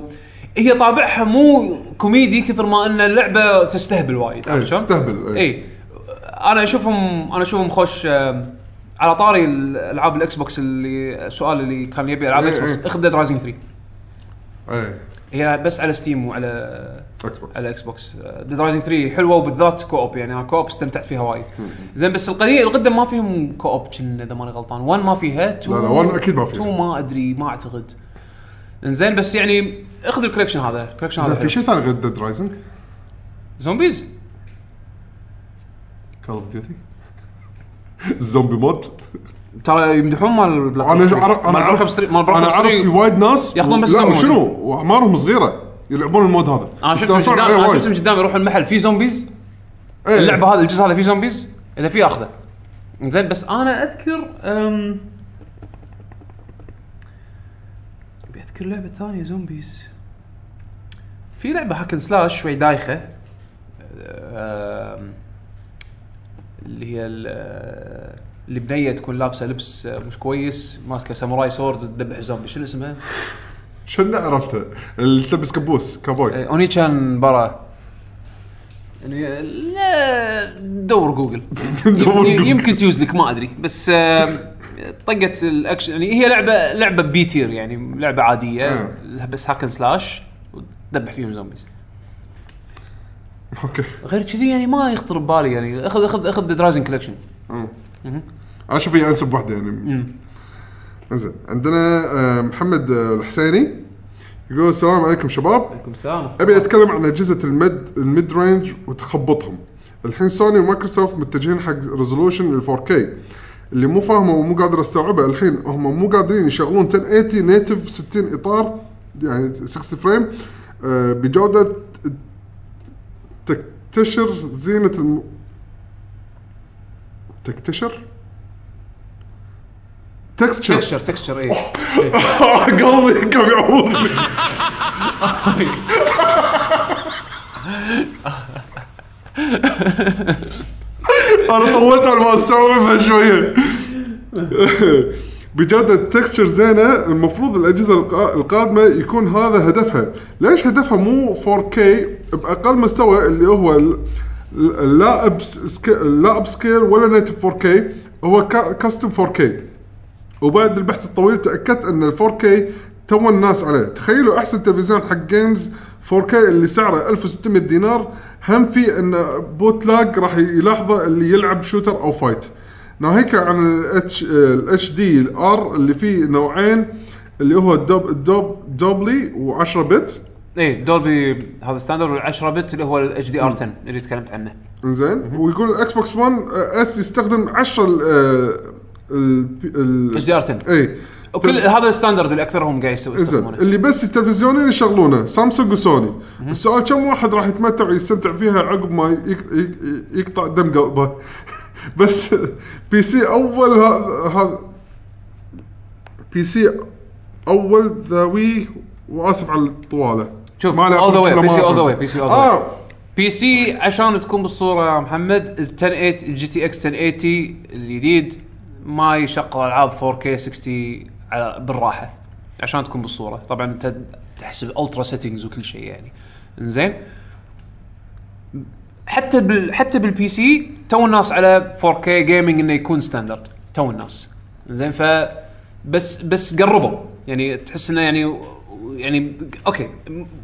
هي طابعها مو كوميدي كثر ما ان اللعبه تستهبل وايد إيه، عرفت أه، شلون؟ تستهبل، إيه. اي انا اشوفهم انا اشوفهم خوش آم، على طاري الالعاب الاكس بوكس اللي السؤال اللي كان يبي العاب إيه، اكس بوكس إيه. اخذ ديد رايزنج 3 ايه هي بس على ستيم وعلى اكس بوكس على آه، الاكس بوكس ديد رايزنج 3 حلوه وبالذات كوب يعني انا كوب استمتعت فيها وايد زين بس القليل القدم ما فيهم كوب كنا اذا ماني غلطان 1 ما فيها 2 لا، 1 أكيد ما فيها. 2 ما ادري ما اعتقد زين بس يعني اخذ الكولكشن هذا الكولكشن هذا زين في حلو. شيء ثاني غير ديد رايزنج زومبيز كول اوف ديوتي الزومبي مود ترى يمدحون مال البلاك انا أوبس اعرف انا مال اعرف بلاك أوبس 3 مال بلاك انا أوبس اعرف 3. في وايد ناس ياخذون بس لا زومبي. شنو واعمارهم صغيره يلعبون المود هذا انا شفتهم يستانسون قدام عليه انا وايد. شفتهم قدام يروحون المحل في زومبيز إيه. اللعبه هذا الجزء هذا فيه زومبيز اذا فيه اخذه زين بس انا اذكر أم... ابي اذكر لعبه ثانيه زومبيز في لعبه هاكن سلاش شوي دايخه أم... اللي هي ال- اللي بنيه تكون لابسه لبس مش كويس ماسكه ساموراي سورد تذبح زومبي شنو اسمها؟ شنو عرفته اللي تلبس كابوس كابوي اوني إيه، كان برا يعني لا دور جوجل آه، دور يمكن- جوجل. يمكن تيوز لك ما ادري بس آه، طقت الاكشن يعني هي لعبه لعبه بي تير يعني لعبه آه. عاديه بس هاكن سلاش وتذبح فيهم زومبيز اوكي غير كذي يعني ما يخطر ببالي يعني اخذ اخذ اخذ ذا درايزنج كولكشن آه. انا اشوف هي انسب واحده يعني زين عندنا آه، محمد آه، الحسيني يقول السلام عليكم شباب عليكم السلام ابي اتكلم عن اجهزه المد الميد رينج وتخبطهم الحين سوني ومايكروسوفت متجهين حق ريزولوشن ال 4K اللي مو فاهمه ومو قادر استوعبه الحين هم مو قادرين يشغلون 1080 نيتف 60 اطار يعني 60 فريم آه، بجوده تكتشر زينه الم... تكتشر تكستشر تكشر تكشر اي إيه. قلبي كم يعور انا طولت على ما استوعبها شويه بجد التكستشر زينه المفروض الاجهزه القا- القادمه يكون هذا هدفها ليش هدفها مو 4K باقل مستوى اللي هو ال- ال- اللاعب سك- اللاعب سكيل ولا نيتف 4K هو كاستم 4K وبعد البحث الطويل تاكدت ان ال 4K تو الناس عليه تخيلوا احسن تلفزيون حق جيمز 4K اللي سعره 1600 دينار هم في ان بوت لاج راح يلاحظه اللي يلعب شوتر او فايت ناهيك عن الاتش الاتش دي الار اللي فيه نوعين اللي هو الدوب الدوب دوبلي و10 بت اي دولبي إيه، هذا ستاندرد وال10 بت اللي هو الاتش دي ار 10 اللي تكلمت عنه انزين ويقول الاكس بوكس 1 اس يستخدم 10 ال آه، ال إيه. اتش دي ار 10 اي وكل هذا الستاندرد اللي اكثرهم قاعد يسوي- زين يستخدمونه اللي بس التلفزيونين يشغلونه سامسونج وسوني السؤال كم واحد راح يتمتع ويستمتع فيها عقب ما يك- يك- يقطع دم قلبه بس بي سي اول هذا بي سي اول ذوي واسف على الطواله شوف ما عليه all the أخذ way، كله PC ما all the أخذ. way، PC all the way. اه بي سي عشان تكون بالصوره يا محمد ال 1080 الجي تي اكس 1080 الجديد ما يشغل العاب 4K 60 على- بالراحه عشان تكون بالصوره طبعا انت تحسب الترا سيتنجز وكل شيء يعني زين حتى بال حتى بالبي سي تو الناس على 4K جيمنج انه يكون ستاندرد تو الناس زين ف بس بس قربوا يعني تحس انه يعني يعني اوكي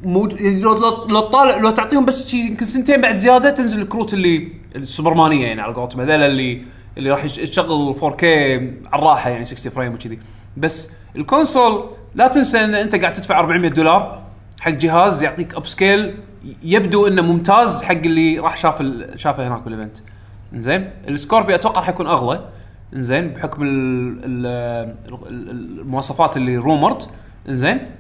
مو يعني لو لو لو تطالع لو تعطيهم بس شي يمكن سنتين بعد زياده تنزل الكروت اللي السوبرمانيه يعني على قولتهم هذول اللي اللي راح يش- يشغل 4K على الراحه يعني 60 فريم وكذي بس الكونسول لا تنسى ان انت قاعد تدفع 400 دولار حق جهاز يعطيك اب سكيل يبدو انه ممتاز حق اللي راح شاف ال- شافه هناك بالايفنت زين السكوربي اتوقع راح يكون اغلى زين بحكم ال- ال- ال- المواصفات اللي رومرت زين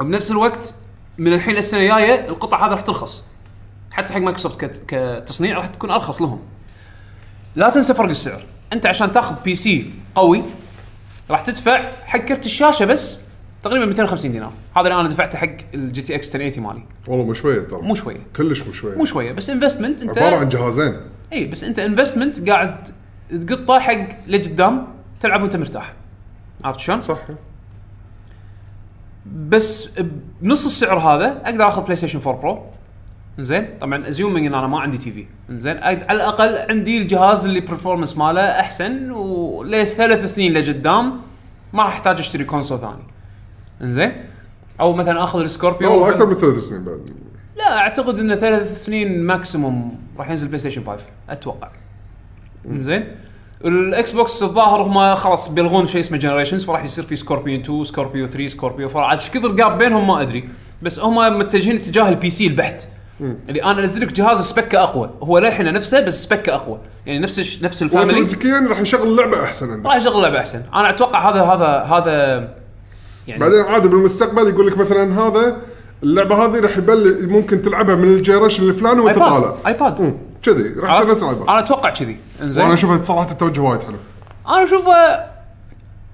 وبنفس الوقت من الحين السنه الجايه القطع هذه راح ترخص حتى حق مايكروسوفت كت- كتصنيع راح تكون ارخص لهم لا تنسى فرق السعر انت عشان تاخذ بي سي قوي راح تدفع حق كرت الشاشه بس تقريبا 250 دينار هذا اللي انا دفعته حق الجي تي اكس 1080 مالي والله مو شويه ترى مو شويه كلش مو شويه مو شويه بس انفستمنت انت عباره عن جهازين اي بس انت انفستمنت قاعد تقطه حق لقدام تلعب وانت مرتاح عرفت شلون؟ صح بس بنص السعر هذا اقدر اخذ بلاي ستيشن 4 برو زين طبعا ازيومينج ان انا ما عندي تي في زين على الاقل عندي الجهاز اللي برفورمانس ماله احسن ولثلاث سنين لقدام ما راح احتاج اشتري كونسول ثاني زين او مثلا اخذ السكوربيو والله اكثر من ثلاث سنين بعد لا اعتقد انه ثلاث سنين ماكسيموم راح ينزل بلاي ستيشن 5 اتوقع زين الاكس بوكس الظاهر هم خلاص بيلغون شيء اسمه جنريشنز فراح يصير في سكوربيون 2 سكوربيو 3 سكوربيو 4 عاد ايش كثر جاب بينهم ما ادري بس هم متجهين اتجاه البي سي البحت اللي انا انزل لك جهاز سبكه اقوى هو للحين نفسه بس سبكه اقوى يعني نفس الش- نفس الفاميلي اوتوماتيكيا راح يشغل لعبه احسن عندك راح يشغل لعبه احسن انا اتوقع هذا هذا هذا يعني بعدين عادي بالمستقبل يقول لك مثلا هذا اللعبه هذه راح يبل ممكن تلعبها من الجيريشن الفلاني وانت ايباد طالع ايباد مم، كذي راح يصير عرفت؟ نفس الايباد انا اتوقع كذي انزين وانا اشوفها صراحه التوجه وايد حلو انا اشوفه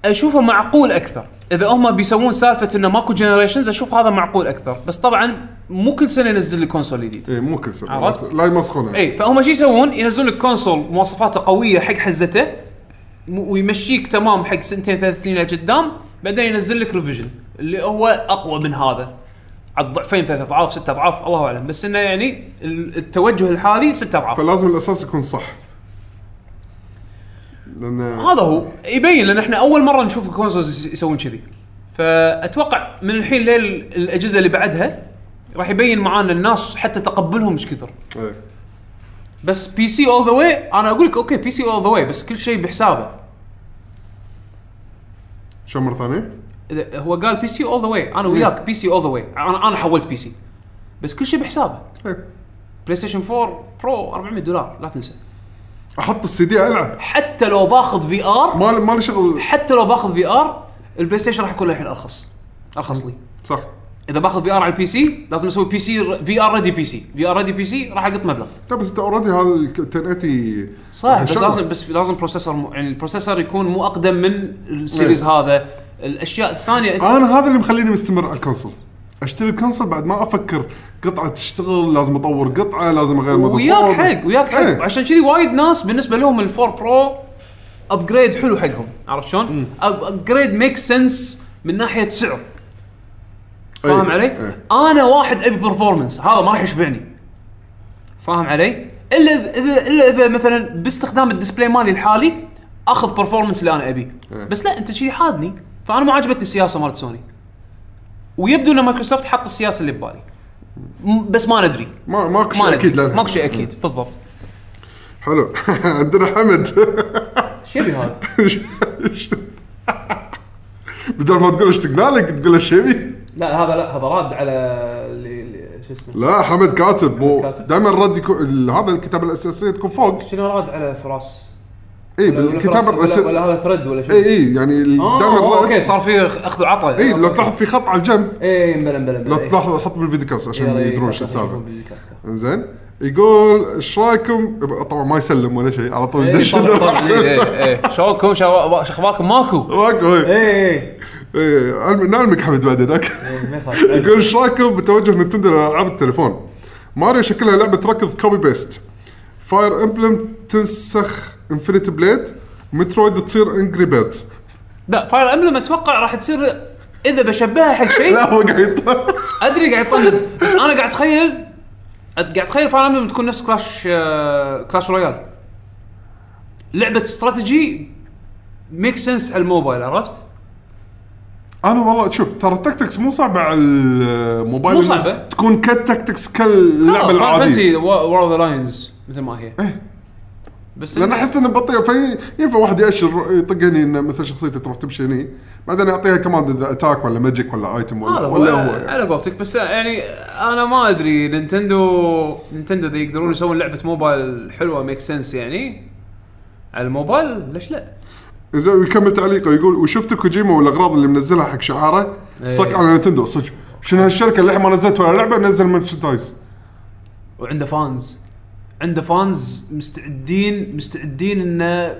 اشوفه معقول اكثر اذا هم بيسوون سالفه انه ماكو جنريشنز اشوف هذا معقول اكثر بس طبعا مو كل سنه ينزل لي كونسول جديد اي إيه، مو كل سنه عرفت؟ إيه. لا يمسخونها اي فهم شو يسوون ينزلون لك كونسول مواصفاته قويه حق حزته م- ويمشيك تمام حق سنتين ثلاث سنين لقدام بعدين ينزل لك ريفيجن اللي هو اقوى من هذا على ضعفين ثلاث اضعاف ست اضعاف الله اعلم بس انه يعني ال- التوجه الحالي ست اضعاف فلازم الاساس يكون صح لان هذا هو يبين لان احنا اول مره نشوف الكونسولز يس- يسوون كذي فاتوقع من الحين ليل الاجهزه اللي بعدها راح يبين معانا الناس حتى تقبلهم ايش كثر إيه. بس بي سي اول ذا واي انا اقول لك اوكي بي سي اول ذا واي بس كل شيء بحسابه شو مره ثانيه؟ إذا- هو قال بي سي اول ذا واي انا وياك بي سي اول ذا واي انا انا حولت بي سي بس كل شيء بحسابه إيه. بلاي ستيشن 4 برو 400 دولار لا تنسى احط السي دي العب حتى لو باخذ في ار ما ما لي شغل حتى لو باخذ في ار البلاي ستيشن راح يكون الحين ارخص ارخص لي صح اذا باخذ في ار على البي سي لازم اسوي بي سي في ار ريدي بي سي في ار ريدي بي سي راح اقط مبلغ لا بس انت اوريدي هذا ال 1080 صح راح بس يشغل. لازم بس لازم بروسيسور م... يعني البروسيسور يكون مو اقدم من السيريز هذا الاشياء الثانيه انت انا هذا اللي مخليني مستمر على الكونسول اشتري الكونسول بعد ما افكر قطعه تشتغل لازم اطور قطعه لازم اغير مذر وياك بورد. حق وياك حق إيه. عشان كذي وايد ناس بالنسبه لهم الفور برو ابجريد حلو حقهم عرفت شلون؟ ابجريد ميك سنس من ناحيه سعر فاهم إيه. علي؟ إيه. انا واحد ابي برفورمنس هذا ما راح يشبعني فاهم علي؟ الا إذا- اذا الا اذا مثلا باستخدام الديسبلاي مالي الحالي اخذ برفورمنس اللي انا ابيه إيه. بس لا انت كذي حادني فانا ما عجبتني السياسه مالت سوني ويبدو ان مايكروسوفت حط السياسه اللي ببالي م- بس ما ندري ما ماكو ما شيء ندري اكيد للحين. ماكو شيء اكيد بالضبط حلو عندنا حمد شبي هذا بدل ما تقول اشتقنا لك تقول له شبي لا هذا لا هذا راد على اللي- اللي- شو اسمه لا حمد كاتب مو كاتب. دائما الرد يكون ال- هذا الكتاب الاساسيه تكون فوق شنو راد على فراس اي ولا- ولا بالكتاب فراس- ولا, ولا الاساسي هذا ثريد ولا شو اي اي يعني ال- آه، دائما اوكي الرد صار في أخ- اخذ وعطاء اي لو تلاحظ في خط على الجنب إيه، اي مبلا مبلا إيه، لو تلاحظ حط بالفيديو كاست عشان يدرون شو السالفه السالفه انزين يقول ايش رايكم طبعا ما يسلم ولا شيء على إيه، إيه، طول يدش شلونكم شو اخباركم ماكو ماكو إيه. اي إيه، علم- نعلمك حمد بعدين أوكي. إيه. يقول ايش رايكم بتوجه نتندو لالعاب التليفون؟ ماريو شكلها لعبه تركض كوبي بيست فاير امبلم تنسخ انفنتي بليد مترويد تصير انجري بيردز لا فاير امبلم اتوقع راح تصير اذا بشبهها حق شيء لا هو قاعد يطلع. ادري قاعد يطنز بس انا قاعد اتخيل قاعد اتخيل فاير امبلم تكون نفس كلاش آه، كلاش رويال لعبه استراتيجي ميك سنس على الموبايل عرفت؟ انا والله شوف ترى التكتكس مو صعبه على الموبايل مو صعبة. تكون كالتكتكس آه، كاللعبه العاديه وور ذا لاينز مثل ما هي إيه. بس لان إنه- احس انه بطيء في ينفع واحد ياشر يطق هني انه مثلا شخصيته تروح تمشي هني بعدين اعطيها كمان اذا اتاك ولا ماجيك ولا ايتم ولا هذا هو ولا هو يعني. على قولتك بس يعني انا ما ادري نينتندو نينتندو اذا يقدرون يسوون لعبه موبايل حلوه ميك سنس يعني على الموبايل ليش لا؟ زين ويكمل تعليقه يقول وشفت كوجيما والاغراض اللي منزلها حق شعاره إيه. صك على نتندو صدق شنو هالشركه اللي إحنا ما نزلت ولا لعبه نزل مرشندايز وعنده فانز عنده فانز مستعدين مستعدين انه ي-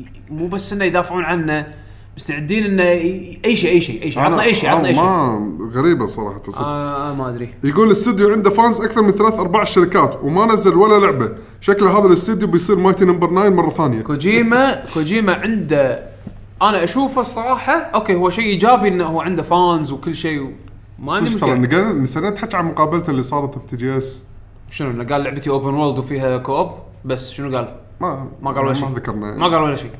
ي- مو بس انه يدافعون عنه مستعدين انه ي- اي شيء اي شيء اي شيء عطنا اي شيء عطنا اي شيء ما غريبه صراحه صدق انا ما ادري يقول الاستوديو عنده فانز اكثر من ثلاث ارباع الشركات وما نزل ولا لعبه شكل هذا الاستوديو بيصير مايتي نمبر 9 مره ثانيه كوجيما كوجيما عنده انا اشوفه الصراحه اوكي هو شيء ايجابي انه هو عنده فانز وكل شيء و- ما عندي صدق ترى مشكله نقل- نسينا نحكي عن مقابلته اللي صارت في تي جي اس شنو انه قال لعبتي اوبن وورلد وفيها كوب بس شنو قال؟ ما ما قال ولا شيء ما ذكرنا ما قال ولا شيء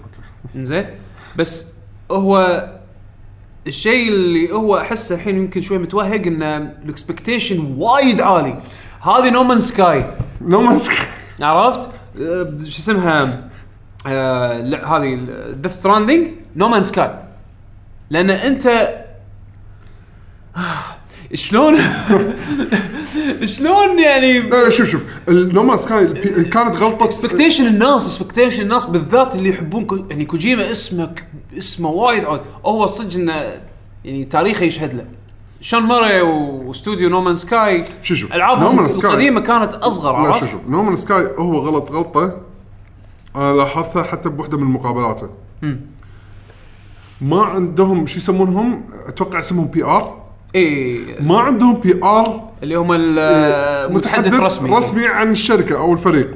انزين بس هو الشيء اللي هو احسه الحين يمكن شوي متوهق ان الاكسبكتيشن وايد عالي هذه نومان سكاي نو ماسك عرفت؟ أه، شو اسمها؟ أه، لع- هذه ذا ستراندنج نو مان سكاي لان انت آه، شلون شلون يعني شوف شوف نو ماسك هاي كانت غلطه اكسبكتيشن الناس اكسبكتيشن الناس بالذات اللي يحبون كو... يعني كوجيما اسمه ك... اسمه وايد عود هو صدق انه يعني تاريخه يشهد له شون ماري واستوديو نومان سكاي شو شو العابهم No Man's Sky. القديمه كانت اصغر لا شوف عرفت؟ شوف نومان سكاي هو غلط غلطه انا لاحظتها حتى بوحده من مقابلاته ما عندهم شو يسمونهم اتوقع اسمهم بي ار اي ما عندهم بي ار إيه، اللي هم المتحدث آه، رسمي إيه، رسمي عن الشركه او الفريق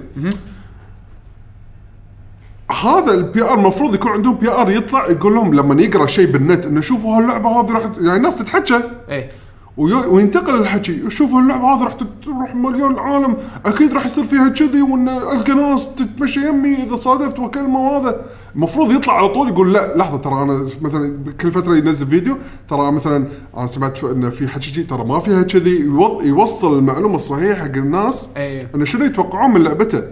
هذا البي ار المفروض يكون عندهم بي ار يطلع يقول لهم لما يقرا شيء بالنت انه شوفوا هاللعبه هذه راح يعني الناس تتحكى اي وي- وينتقل الحكي شوفوا اللعبه هذه راح تت- تروح مليون العالم اكيد راح يصير فيها كذي وان القى ناس تتمشى يمي اذا صادفت واكلمه وهذا المفروض يطلع على طول يقول لا لحظه ترى انا مثلا كل فتره ينزل فيديو ترى مثلا انا سمعت ان في حكي جي، ترى ما فيها كذي يوض- يوصل المعلومه الصحيحه حق الناس أيوه. انه شنو يتوقعون من لعبته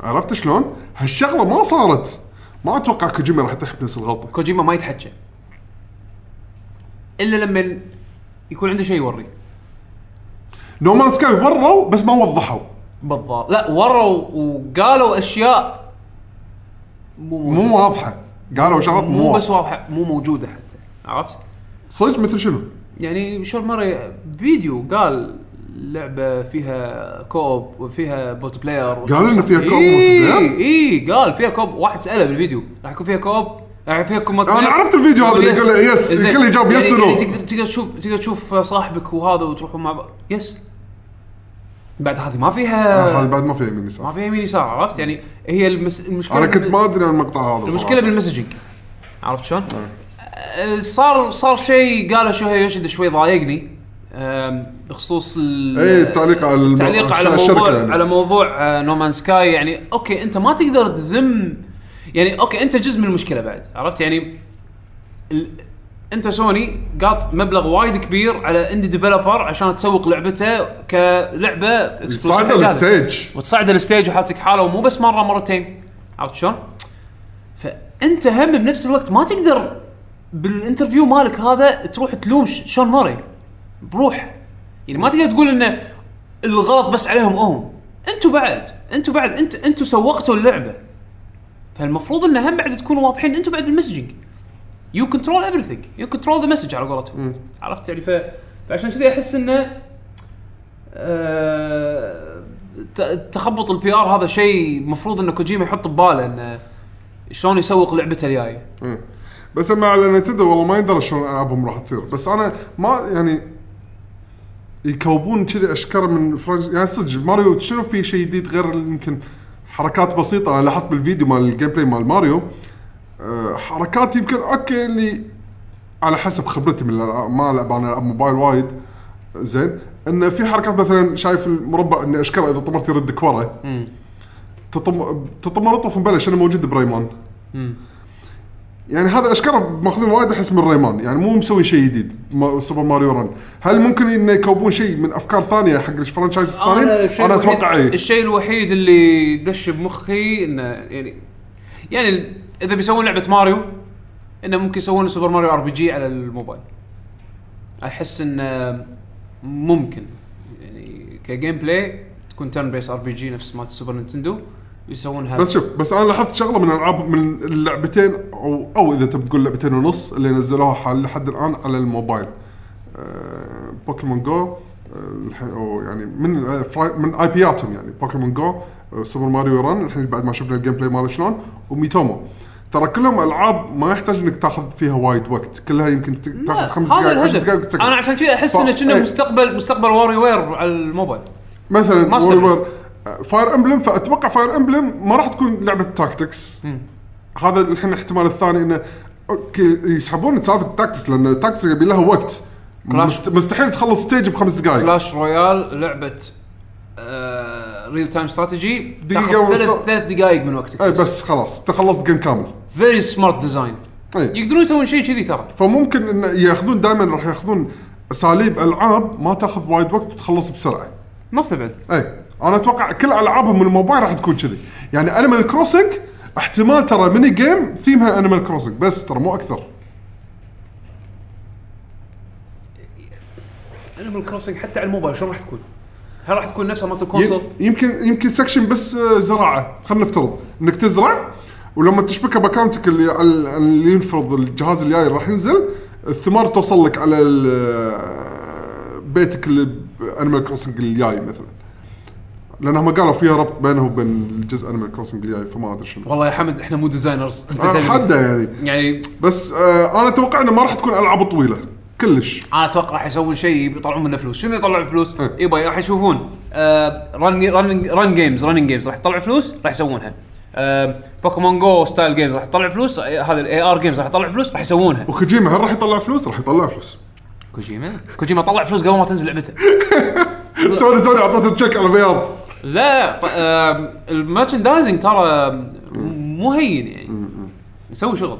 عرفت شلون؟ هالشغله ما صارت ما اتوقع كوجيما راح يطيح بنفس الغلطه كوجيما ما يتحكى الا لما يكون عنده شيء يوري نو مان سكاي وروا بس ما وضحوا بالضبط لا وروا وقالوا اشياء مو موجودة. مو واضحه قالوا شغلات مو, مو واضحة. بس واضحه مو موجوده حتى عرفت؟ صدق مثل شنو؟ يعني شون ماري فيديو قال لعبه فيها كوب وفيها بوت بلاير قال إن فيها كوب اي multiplayer؟ اي إيه، قال فيها كوب واحد ساله بالفيديو راح يكون فيها كوب راح يكون فيها كوب multiplayer؟ أنا عرفت الفيديو هذا اللي يقول يقول يس، زين. الكل يجاوب يس يعني- ونو. يعني تقدر تقدر تشوف تقدر تشوف صاحبك وهذا وتروحوا مع بعض يس بعد هذه ما آه، هذا فيها بعد ما في يمين ما يسار فيها يمين يسار عرفت يعني هي المس... المشكله انا كنت بال- ما ادري عن المقطع هذا المشكله صراحة. نعم. بالمسجنج عرفت شلون؟ آه، صار صار شيء قاله شو يوشد شوي ضايقني آم، بخصوص ال- اي إيه، التعليق على الم- تعليق على الشركة موضوع يعني. على موضوع نومان سكاي يعني اوكي انت ما تقدر تذم يعني اوكي انت جزء من المشكله بعد عرفت يعني ال... انت سوني قاط مبلغ وايد كبير على اندي ديفلوبر عشان تسوق لعبته كلعبه exclusive صعد حجازة. الستيج وتصعد الستيج وحاطك حاله ومو بس مره مرتين عرفت شلون؟ فانت هم بنفس الوقت ما تقدر بالانترفيو مالك هذا تروح تلوم ش- شون موري بروح يعني ما تقدر تقول انه الغلط بس عليهم هم انتوا بعد انتوا بعد انت انتوا سوقتوا اللعبه فالمفروض انه هم بعد تكونوا واضحين انتوا بعد بالمسجنج يو كنترول everything يو كنترول ذا مسج على قولتهم عرفت يعني ف... فعشان كذي احس انه آه، ت- تخبط البي ار هذا شيء المفروض ان كوجيما يحط بباله انه شلون يسوق لعبته الجايه إيه. بس لما اعلنت تدري والله ما يدرى شلون العابهم راح تصير بس انا ما يعني يكوبون كذي اشكال من فرنج يعني صدق ماريو شنو في شيء جديد غير يمكن حركات بسيطه انا لاحظت بالفيديو مال الجيم بلاي مال ماريو أه حركات يمكن اوكي اللي على حسب خبرتي من الألعاب- ما العب انا العب موبايل وايد زين انه في حركات مثلا شايف المربع ان اشكال اذا طمرت يردك ورا تطم تطمر طوف مبلش انا موجود بريمان يعني هذا اشكره ماخذين وايد احس من ريمان يعني مو مسوي شيء جديد ما- سوبر ماريو رن هل ممكن انه يكوبون شيء من افكار ثانيه حق الفرنشايز الثانيين الشيء انا الوحيد- اتوقع اي الشيء الوحيد اللي دش بمخي انه يعني يعني ال- اذا بيسوون لعبه ماريو انه ممكن يسوون سوبر ماريو ار بي جي على الموبايل احس انه ممكن يعني كجيم بلاي تكون ترن بيس ار بي جي نفس مالت السوبر نينتندو يسوونها بس شوف بس انا لاحظت شغله من العاب من اللعبتين او او اذا تبي تقول لعبتين ونص اللي نزلوها حال لحد الان على الموبايل أه بوكيمون جو آه، الحين او يعني من آه، فرا- من اي بياتهم يعني بوكيمون جو آه، سوبر ماريو ران الحين بعد ما شفنا الجيم بلاي ماله شلون وميتومو ترى كلهم العاب ما يحتاج انك تاخذ فيها وايد وقت كلها يمكن ت- تاخذ خمس هذا دقائق عشر الهدف. دقائق وتسكر. انا عشان كذا احس ف- انه كنا إيه. مستقبل مستقبل واري وير على الموبايل مثلا ماستر. وور فاير امبلم فاتوقع فاير امبلم ما راح تكون لعبه تاكتكس هذا الحين الاحتمال الثاني انه اوكي يسحبون سالفه التاكتكس لان التاكتكس يبي لها وقت كلاش. مست- مستحيل تخلص ستيج بخمس دقائق كلاش رويال لعبه آه ريل تايم استراتيجي دقيقة تاخذ ونص. ثلاث ثلاث دقائق من وقتك اي إيه، بس خلاص تخلصت جيم كامل فيري سمارت ديزاين اي يقدرون يسوون شيء كذي ترى فممكن انه ياخذون دائما راح ياخذون اساليب العاب ما تاخذ وايد وقت وتخلص بسرعه ما استبعد اي انا اتوقع كل العابهم من الموبايل راح تكون كذي يعني انيمال كروسنج احتمال ترى ميني جيم ثيمها انيمال كروسنج بس ترى مو اكثر انيمال كروسنج حتى على الموبايل شلون راح تكون؟ هل راح تكون نفسها مالت ي- الكونسول؟ يمكن يمكن سكشن بس آه، زراعه خلينا نفترض انك تزرع ولما تشبكها باكونتك اللي على- اللي ينفرض الجهاز الجاي راح ينزل الثمار توصل لك على ال- بيتك اللي بانيمال كروسنج الجاي مثلا لانهم قالوا فيها ربط بينه وبين الجزء انيمال كروسنج الجاي فما ادري شنو والله يا حمد احنا مو ديزاينرز انت أنا تدري. حده يعني يعني بس آه انا اتوقع انه ما راح تكون العاب طويله كلش انا اتوقع راح يسوون شيء يطلعون منه فلوس، شنو يطلعون فلوس؟ إيه. يبا راح يشوفون آه، رن رن رن جيمز رننج جيمز راح تطلع فلوس راح يسوونها. آه، بوكيمون جو ستايل جيمز راح تطلع فلوس آه، هذه الاي ار جيمز راح تطلع فلوس راح يسوونها. وكوجيما هل راح يطلع فلوس؟ راح يطلع فلوس كوجيما كوجيما طلع فلوس قبل ما تنزل لعبته. سوني سوني اعطته التشيك على بياض لا ط- آه، المرشندايزنج ترى مو هين يعني يسوي شغل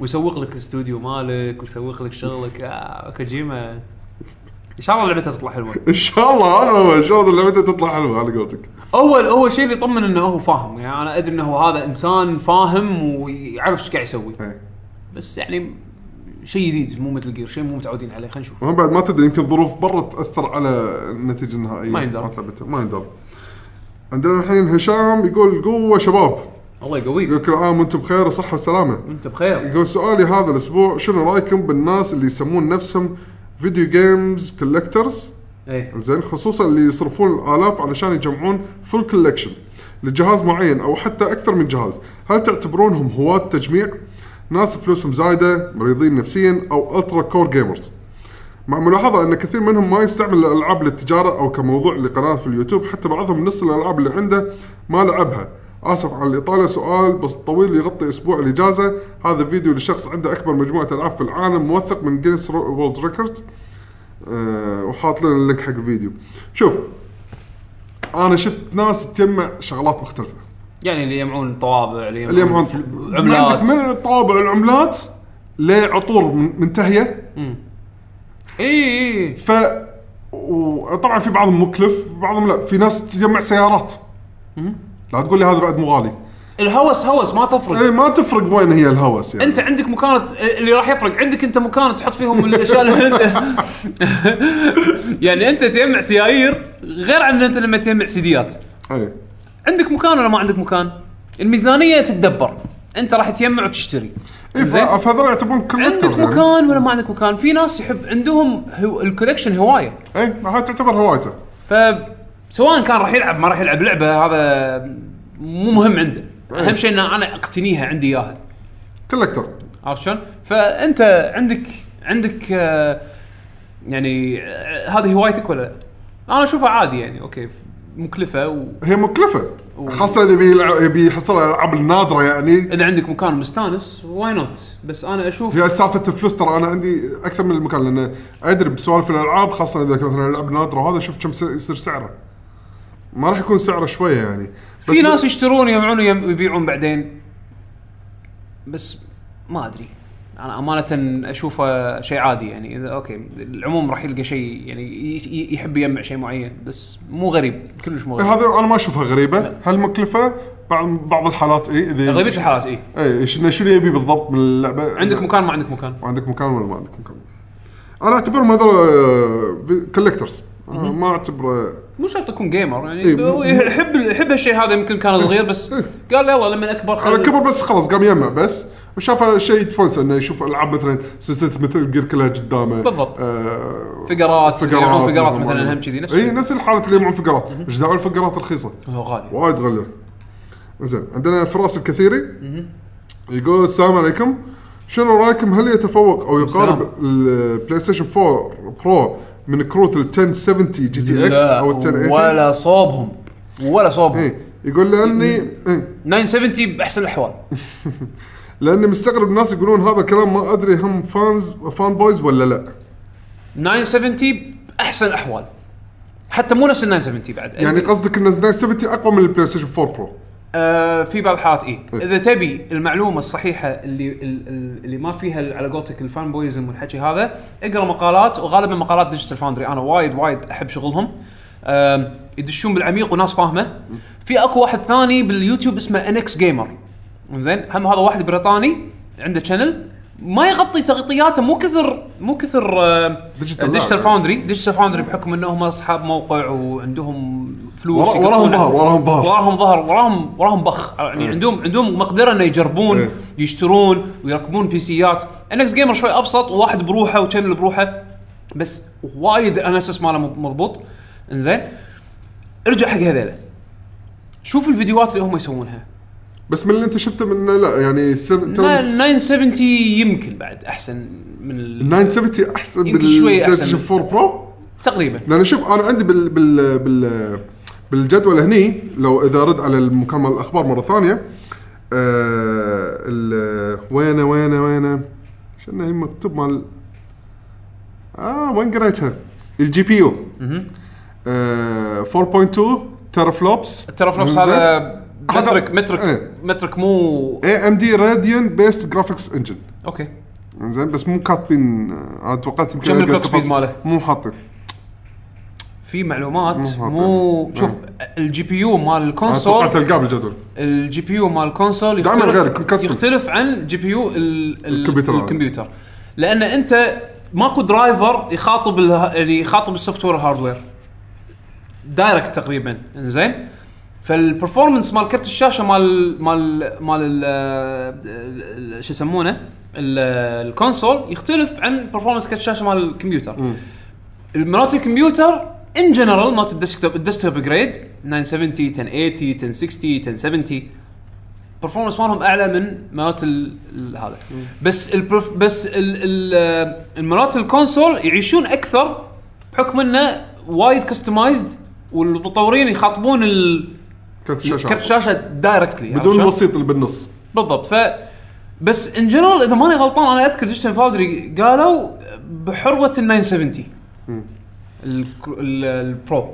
ويسوق لك الاستوديو مالك ويسوق لك شغلك آه كوجيما ان شاء الله لعبته تطلع حلوه ان شاء الله هذا هو ان شاء الله لعبته تطلع حلوه على قولتك اول اول شيء اللي يطمن انه هو فاهم يعني انا ادري انه هو هذا انسان فاهم ويعرف ايش قاعد يسوي إيه. بس يعني شيء جديد مو مثل جير شيء مو متعودين عليه خلينا نشوف وهم بعد ما تدري يمكن ظروف برا تاثر على النتيجه النهائيه ما يندرى. تلعبته ما يندرى عندنا الحين هشام يقول قوه شباب الله يقويك يقول كل عام وانتم بخير وصحه وسلامه انت بخير يقول سؤالي هذا الاسبوع شنو رايكم بالناس اللي يسمون نفسهم فيديو جيمز كولكترز ايه زين خصوصا اللي يصرفون الالاف علشان يجمعون فول كولكشن لجهاز معين او حتى اكثر من جهاز، هل تعتبرونهم هواة تجميع؟ ناس فلوسهم زايده، مريضين نفسيا او الترا كور جيمرز. مع ملاحظة أن كثير منهم ما يستعمل الألعاب للتجارة أو كموضوع لقناة في اليوتيوب حتى بعضهم نص الألعاب اللي عنده ما لعبها آسف على الإطالة سؤال بس طويل يغطي أسبوع الإجازة هذا فيديو لشخص عنده أكبر مجموعة ألعاب في العالم موثق من جينيس وورلد ريكورد آه، وحاط لنا اللينك حق الفيديو شوف انا شفت ناس تجمع شغلات مختلفه يعني اللي يجمعون طوابع اللي اللي يجمعون فل- عندك عملات من الطوابع العملات لعطور من- منتهيه اي اي ف وطبعا في بعضهم مكلف بعضهم لا في ناس تجمع سيارات لا تقول لي هذا بعد مو غالي الهوس هوس ما تفرق إيه، ما تفرق وين هي الهوس يعني انت عندك مكان اللي راح يفرق عندك انت مكان تحط فيهم الاشياء اللي انت يعني انت تجمع سيايير غير عن انت لما تجمع سيديات اي عندك مكان ولا ما عندك مكان؟ الميزانيه تتدبر انت راح تجمع وتشتري اي زين. فا- إيه، فهذول يعتبرون يعني. عندك كولكترز مكان ولا ما عندك مكان في ناس يحب عندهم هو الكولكشن هوايه اي إيه، هاي تعتبر هوايته فسواء كان راح يلعب ما راح يلعب لعبه هذا مو مهم عنده اهم شيء ان انا اقتنيها عندي اياها كولكتر عرفت شلون؟ فانت عندك عندك آه، يعني آه، هذه هوايتك ولا لا؟ انا اشوفها عادي يعني اوكي مكلفه و... هي مكلفه خاصه اللي بيلع- يبي يحصل على الالعاب النادره يعني اذا عندك مكان مستانس واي نوت بس انا اشوف هي سالفه الفلوس ترى انا عندي اكثر من المكان لان ادري بسوالف الالعاب خاصه اذا كان مثلا لعب نادره وهذا شوف كم س- يصير سعره ما راح يكون سعره شويه يعني بس في ناس يشترون يجمعون ويم- ويبيعون بعدين بس ما ادري انا امانه اشوفه شيء عادي يعني اذا اوكي العموم راح يلقى شيء يعني ي- ي- يحب يجمع شيء معين بس مو غريب كلش مو إيه غريب هذا انا ما اشوفها غريبه هل مكلفه بعض بعض الحالات إيه، اي اذا اغلبيه الحالات اي اي شنو شنو يبي بالضبط من اللعبه إيه. عندك مكان ما عندك مكان عندك مكان ولا ما عندك مكان انا اعتبرهم هذول كولكترز ما اعتبره مو شرط تكون جيمر يعني إيه، هو مو- يحب يحب هالشيء هذا يمكن كان صغير بس إيه. قال يلا لما اكبر خل- على كبر بس خلاص قام يجمع بس وشاف شيء تونس انه يشوف العاب مثلا سلسله مثل جير كلها قدامه بالضبط. آه فقرات يجمعون فقرات نعم، مثلا نعم. هم كذي نفس اي الشيء. نفس الحاله اللي يجمعون فقرات ايش دعوه الفقرات الرخيصه هو غالي وايد غاليه زين عندنا فراس الكثيري يقول السلام عليكم شنو رايكم هل يتفوق او يقارب البلاي ستيشن 4 برو من كروت ال 1070 جي تي اكس لا، او ال 1080 ولا صوبهم ولا صوبهم إيه، يقول لاني إيه، 970 باحسن الاحوال لاني مستغرب الناس يقولون هذا كلام ما ادري هم فانز فان بويز ولا لا 970 باحسن الاحوال حتى مو نفس ال 970 بعد يعني قصدك ان 970 اقوى من البلاي ستيشن 4 برو آه في بعض الحالات اي إيه. اذا تبي المعلومه الصحيحه اللي ال- ال- اللي ما فيها ال- على قولتك الفان بويزم والحكي هذا اقرا مقالات وغالبا مقالات ديجيتال فاوندري انا وايد وايد احب شغلهم آم، يدشون بالعميق وناس فاهمه في اكو واحد ثاني باليوتيوب اسمه انكس جيمر زين هم هذا واحد بريطاني عنده شانل ما يغطي تغطياته مو كثر مو كثر آه، Digital Lab. ديجيتال فاوندري ديجيتال فاوندري بحكم انهم اصحاب موقع وعندهم فلوس ورا- وراهم يقطون- ظهر وراهم ظهر وراهم ظهر وراهم وراهم بخ يعني عندهم عندهم مقدره انه يجربون إيه. يشترون ويركبون بي سيات انكس جيمر شوي ابسط وواحد بروحه وشانل بروحه بس وايد الاناليسس ماله مض- مضبوط انزين ارجع حق هذيلا شوف الفيديوهات اللي هم يسوونها بس من اللي انت شفته من لا يعني سب- تو- نا- 970 يمكن بعد احسن من ال- 970 احسن من يمكن شوي البلاي أحسن. ستيشن 4 برو تقريبا لان شوف انا عندي بال بال بال بالجدول هني لو اذا ارد على المكان مال الاخبار مره ثانيه آه ال- وينه وينه وينه شنو هي مكتوب مال اه وين قريتها؟ الجي بي يو مهم. آه 4.2 تيرا فلوبس الترافلوبس هذا مترك مترك إيه. مترك مو اي ام دي راديان بيست جرافيكس انجن اوكي زين بس مو كاتبين آه، انا توقعت يمكن كم ألقى الكلوك سبيد تفاصيل. ماله؟ مو حاطين في معلومات مو إيه. مو خاطر. شوف الجي بي يو مال انا توقعت الكونسول تلقاه بالجدول الجي بي يو مال الكونسول دائماً غير كل يختلف custom. يختلف عن جي بي يو الكمبيوتر. الكمبيوتر لان انت ماكو درايفر يخاطب اله- اللي يخاطب السوفت وير والهاردوير دايركت تقريبا زين فالبرفورمانس مال كرت الشاشه مال مال مال ال- ال- شو يسمونه ال- الكونسول يختلف عن برفورمانس كرت الشاشه مال الكمبيوتر مرات الكمبيوتر ان جنرال مالت الديسكتوب الديسكتوب جريد 970 1080 1060 1070 برفورمانس مالهم اعلى من مرات ال- ال- هذا بس البرف بس ال- ال- المرات الكونسول يعيشون اكثر بحكم انه وايد كستمايزد والمطورين يخاطبون ال- كرت الشاشه كرت الشاشه دايركتلي بدون الوسيط اللي بالنص بالضبط ف بس ان جنرال اذا ماني غلطان انا اذكر ديجيتال فاودري قالوا بحروه ال 970 الكرو- ال- البرو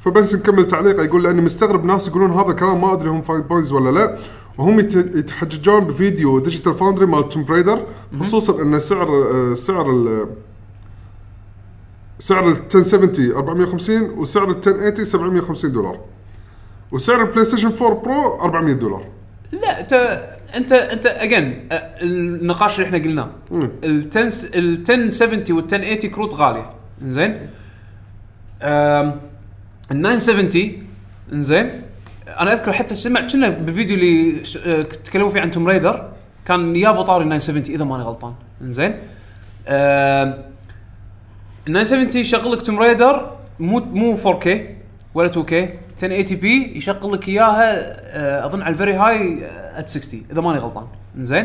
فبس نكمل تعليقه يقول لاني مستغرب ناس يقولون هذا كلام ما ادري هم فاين بويز ولا لا وهم يت- يتحججون بفيديو ديجيتال فاوندري مال توم بريدر خصوصا ان سعر آه، سعر ال سعر ال 1070 450 وسعر ال 1080 750 دولار وسعر البلاي ستيشن 4 برو 400 دولار لا انت انت انت اجين النقاش اللي احنا قلناه مم. ال 10 ال 1070 وال 1080 كروت غاليه زين ال 970 انزين انا اذكر حتى سمعت كنا بالفيديو اللي ش- آه، تكلموا فيه عن توم رايدر كان يا ابو طاري 970 اذا ماني غلطان انزين آم، 970 يشغل لك توم ريدر مو مو 4K ولا 2K 1080 بي يشغل لك اياها آه، اظن على آه، الفيري هاي ات 60 اذا ماني غلطان انزين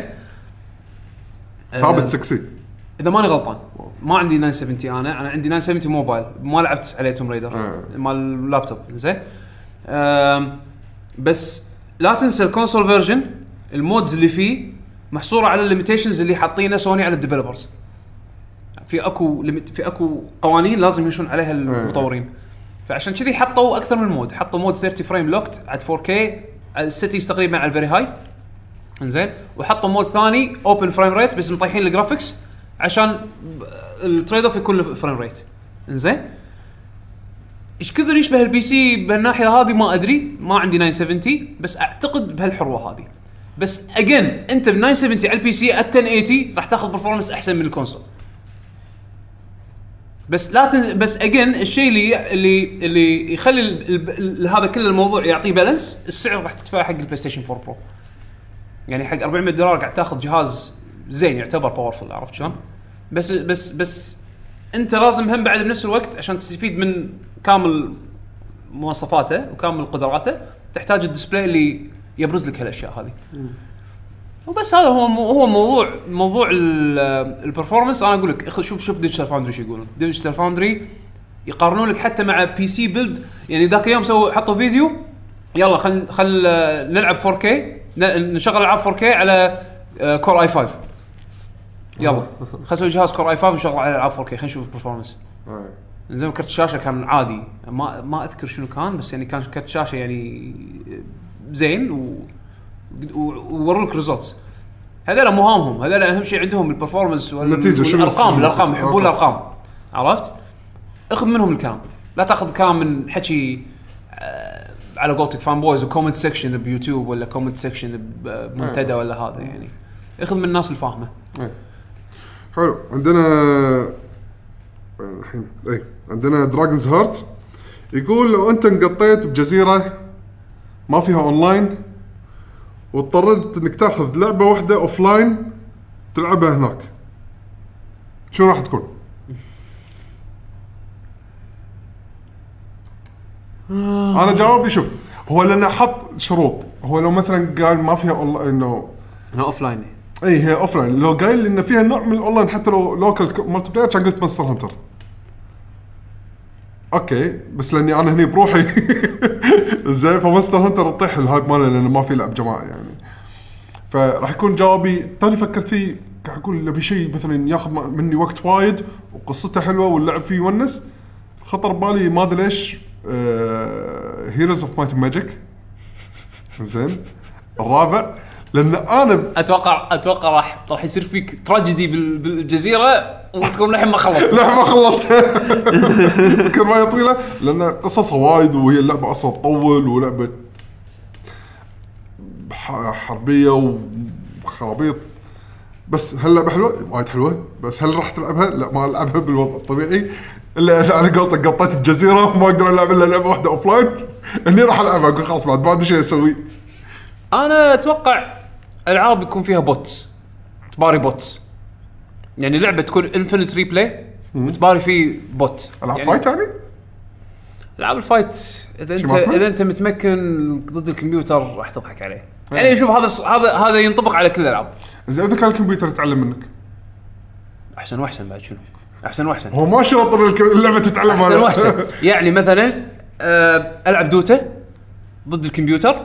آه، ثابت سكسي اذا ماني غلطان ما عندي 970 انا انا عندي 970 موبايل ما لعبت عليه توم ريدر آه. مال اللابتوب زين آم، بس لا تنسى الكونسول فيرجن المودز اللي فيه محصوره على الليميتيشنز اللي حاطينها سوني على الديفلوبرز في اكو limit- في اكو قوانين لازم يمشون عليها المطورين فعشان كذي حطوا اكثر من مود حطوا مود 30 فريم لوكت على 4K على السيتيز تقريبا على الفيري هاي انزين وحطوا مود ثاني اوبن فريم ريت بس مطيحين الجرافكس عشان ب- التريد اوف يكون فريم ريت انزين ايش كثر يشبه البي سي بهالناحيه هذه ما ادري ما عندي 970 بس اعتقد بهالحروه هذه بس اجين انت ب 970 على البي سي على 1080 راح تاخذ برفورمانس احسن من الكونسول بس لا تن... بس اجين الشيء اللي اللي اللي يخلي ال... ال... ال... هذا كل الموضوع يعطيه بالانس السعر راح تدفعه حق البلاي ستيشن 4 برو يعني حق 400 دولار قاعد تاخذ جهاز زين يعتبر باورفل عرفت شلون؟ بس بس بس انت لازم هم بعد بنفس الوقت عشان تستفيد من كامل مواصفاته وكامل قدراته تحتاج الديسبلاي اللي يبرز لك هالاشياء هذه. وبس هذا هو هو موضوع موضوع ال- البرفورمانس انا اقول لك اخ- شوف شوف ديجيتال فاوندري شو يقولون ديجيتال فاوندري يقارنون لك حتى مع بي سي بيلد يعني ذاك اليوم سووا حطوا فيديو يلا خل خل آه، نلعب 4K ن- نشغل العاب 4K على آه، كور اي 5 يلا خل نسوي جهاز كور اي 5 ونشغل على العاب 4K خلينا نشوف البرفورمانس آه. زين كرت الشاشه كان عادي ما ما اذكر شنو كان بس يعني كان كرت شاشه يعني زين و ووروك ريزولتس هذول مو هامهم هذول اهم شيء عندهم البرفورمانس وال- النتيجة، شنو والارقام الصورة؟ الارقام يحبون أوكي. الارقام عرفت؟ اخذ منهم الكلام لا تاخذ كلام من حكي آه، على قولتك فان بويز وكومنت سكشن بيوتيوب ولا كومنت سكشن بمنتدى نعم. ولا هذا يعني اخذ من الناس الفاهمه إيه. حلو عندنا الحين اي عندنا دراجونز هارت يقول لو انت انقطيت بجزيره ما فيها اونلاين واضطريت انك تاخذ لعبه واحده اوف لاين تلعبها هناك شو راح تكون؟ انا جوابي شوف هو لانه حط شروط هو لو مثلا قال ما فيها اونلاين انه انا اوف لاين اي إيه، هي اوف لاين لو قايل ان فيها نوع من الاونلاين حتى لو لوكال مالتي بلاير كان قلت مونستر هانتر اوكي بس لاني انا هني بروحي زين فمونستر هانتر تطيح الهايب ماله لانه ما في لعب جماعي يعني فراح يكون جوابي توني فكرت فيه قاعد اقول ابي شيء مثلا ياخذ م- مني وقت وايد وقصته حلوه واللعب فيه يونس خطر ببالي ما ادري ليش آه، هيروز اوف مايت ماجيك زين الرابع لان انا اتوقع اتوقع راح راح يصير فيك تراجيدي بال- بالجزيره وتكون للحين ما خلص لا ما خلصت يمكن روايه طويله لان قصصها وايد وهي اللعبه اصلا تطول ولعبه ح- حربيه وخرابيط بس هل لعبه حلوه؟ وايد حلوه بس هل راح تلعبها؟ لا ما العبها بالوضع الطبيعي الا إذا على قولتك قطيت بجزيره وما اقدر العب الا لعبه واحده اوف لاين هني راح العبها اقول خلاص بعد ما عندي شيء اسوي انا اتوقع العاب يكون فيها بوتس تباري بوتس يعني لعبه تكون انفنت ريبلاي وتباري فيه بوت العب يعني فايت يعني؟ العاب الفايت اذا انت شماكو؟ اذا انت متمكن ضد الكمبيوتر راح تضحك عليه يعني شوف هذا الص- هذا هذا ينطبق على كل الالعاب زين اذا كان الكمبيوتر يتعلم منك احسن واحسن بعد شنو احسن واحسن هو ما شرط إن الك- اللعبه تتعلم احسن على- واحسن يعني مثلا آه، العب دوتا ضد الكمبيوتر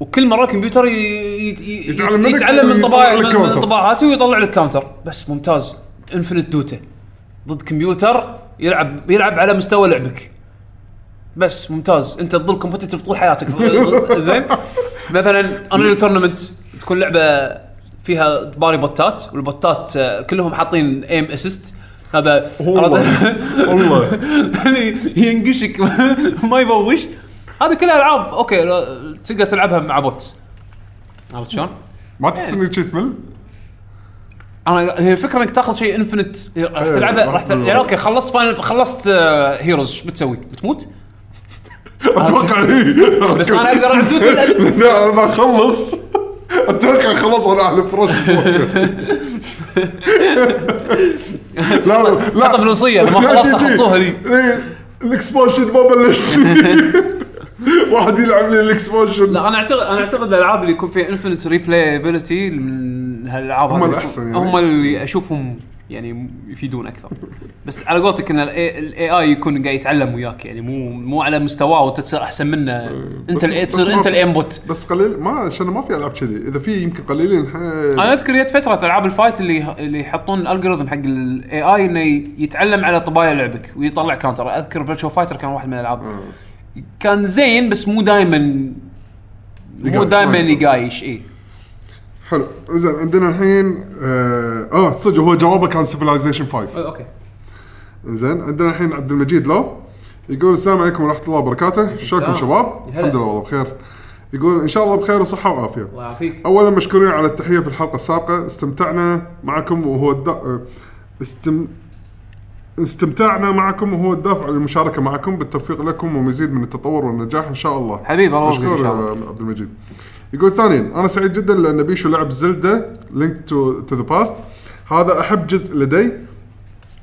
وكل مره الكمبيوتر ي- ي- ي- يتعلم منك يتعلم من ويطلع طباع لك من- من كاونتر. طباعاتي ويطلع لك كاونتر بس ممتاز انفنت دوتا ضد كمبيوتر يلعب يلعب على مستوى لعبك بس ممتاز انت تظل كومبتتف طول حياتك زين مثلا انريل تورنمنت تكون لعبه فيها باري بوتات والبوتات آه، كلهم حاطين ايم اسيست هذا والله والله ينقشك ما يبوش هذه كلها العاب اوكي لو- تقدر تلعبها مع بوتس عرفت شلون؟ ما تحس انك شي تمل؟ انا هي الفكره انك تاخذ شيء انفنت راح إيه، تلعبه راح راح تلعب تلعب. يعني اوكي خلصت فاينل خلصت آه، هيروز شو بتسوي؟ بتموت؟ اتوقع إيه. بس انا اقدر اعزوك لا انا بخلص اتوقع خلاص انا على فراش الموت. لا لا لا حطها بالوصية، لما لا، خلصت شي- شي. حطوها ذي. إيه، الاكسبانشن ما بلشت واحد يلعب لي الاكسبانشن لا انا اعتقد انا اعتقد الالعاب اللي يكون فيها انفنت ريبلايبيلتي من هالالعاب هم هذه الأحسن يعني. هم اللي اشوفهم يعني يفيدون اكثر بس على قولتك ان الاي اي يكون قاعد يتعلم وياك يعني مو مو على مستواه وانت تصير احسن منه انت ال- إيه، بس- تصير بس انت ما- الانبوت بس قليل ما عشان ما في العاب كذي اذا في يمكن قليلين ح- انا اذكر جت فتره العاب الفايت اللي اللي يحطون الالجوريثم حق الاي اي انه يتعلم على طبايع لعبك ويطلع كاونتر اذكر فيرتشوال فايتر كان واحد من الالعاب آه. كان زين بس مو دائما مو يقايش. دائما يقايش إيه. اي حلو زين عندنا الحين اه آه، صدق هو جوابه كان سيفلايزيشن 5 اوكي زين عندنا الحين عبد المجيد لو يقول السلام عليكم ورحمه الله وبركاته شلونكم السلام. شباب؟ هلا. الحمد لله والله بخير يقول ان شاء الله بخير وصحه وعافيه الله يعافيك اولا مشكورين على التحيه في الحلقه السابقه استمتعنا معكم وهو الد... استم... استمتعنا معكم وهو الدافع للمشاركه معكم بالتوفيق لكم ومزيد من التطور والنجاح ان شاء الله حبيبي الله يوفقك ان مشكور شاء الله آه، عبد المجيد يقول ثانيا انا سعيد جدا لان بيشو لعب زلدة لينك تو تو ذا باست هذا احب جزء لدي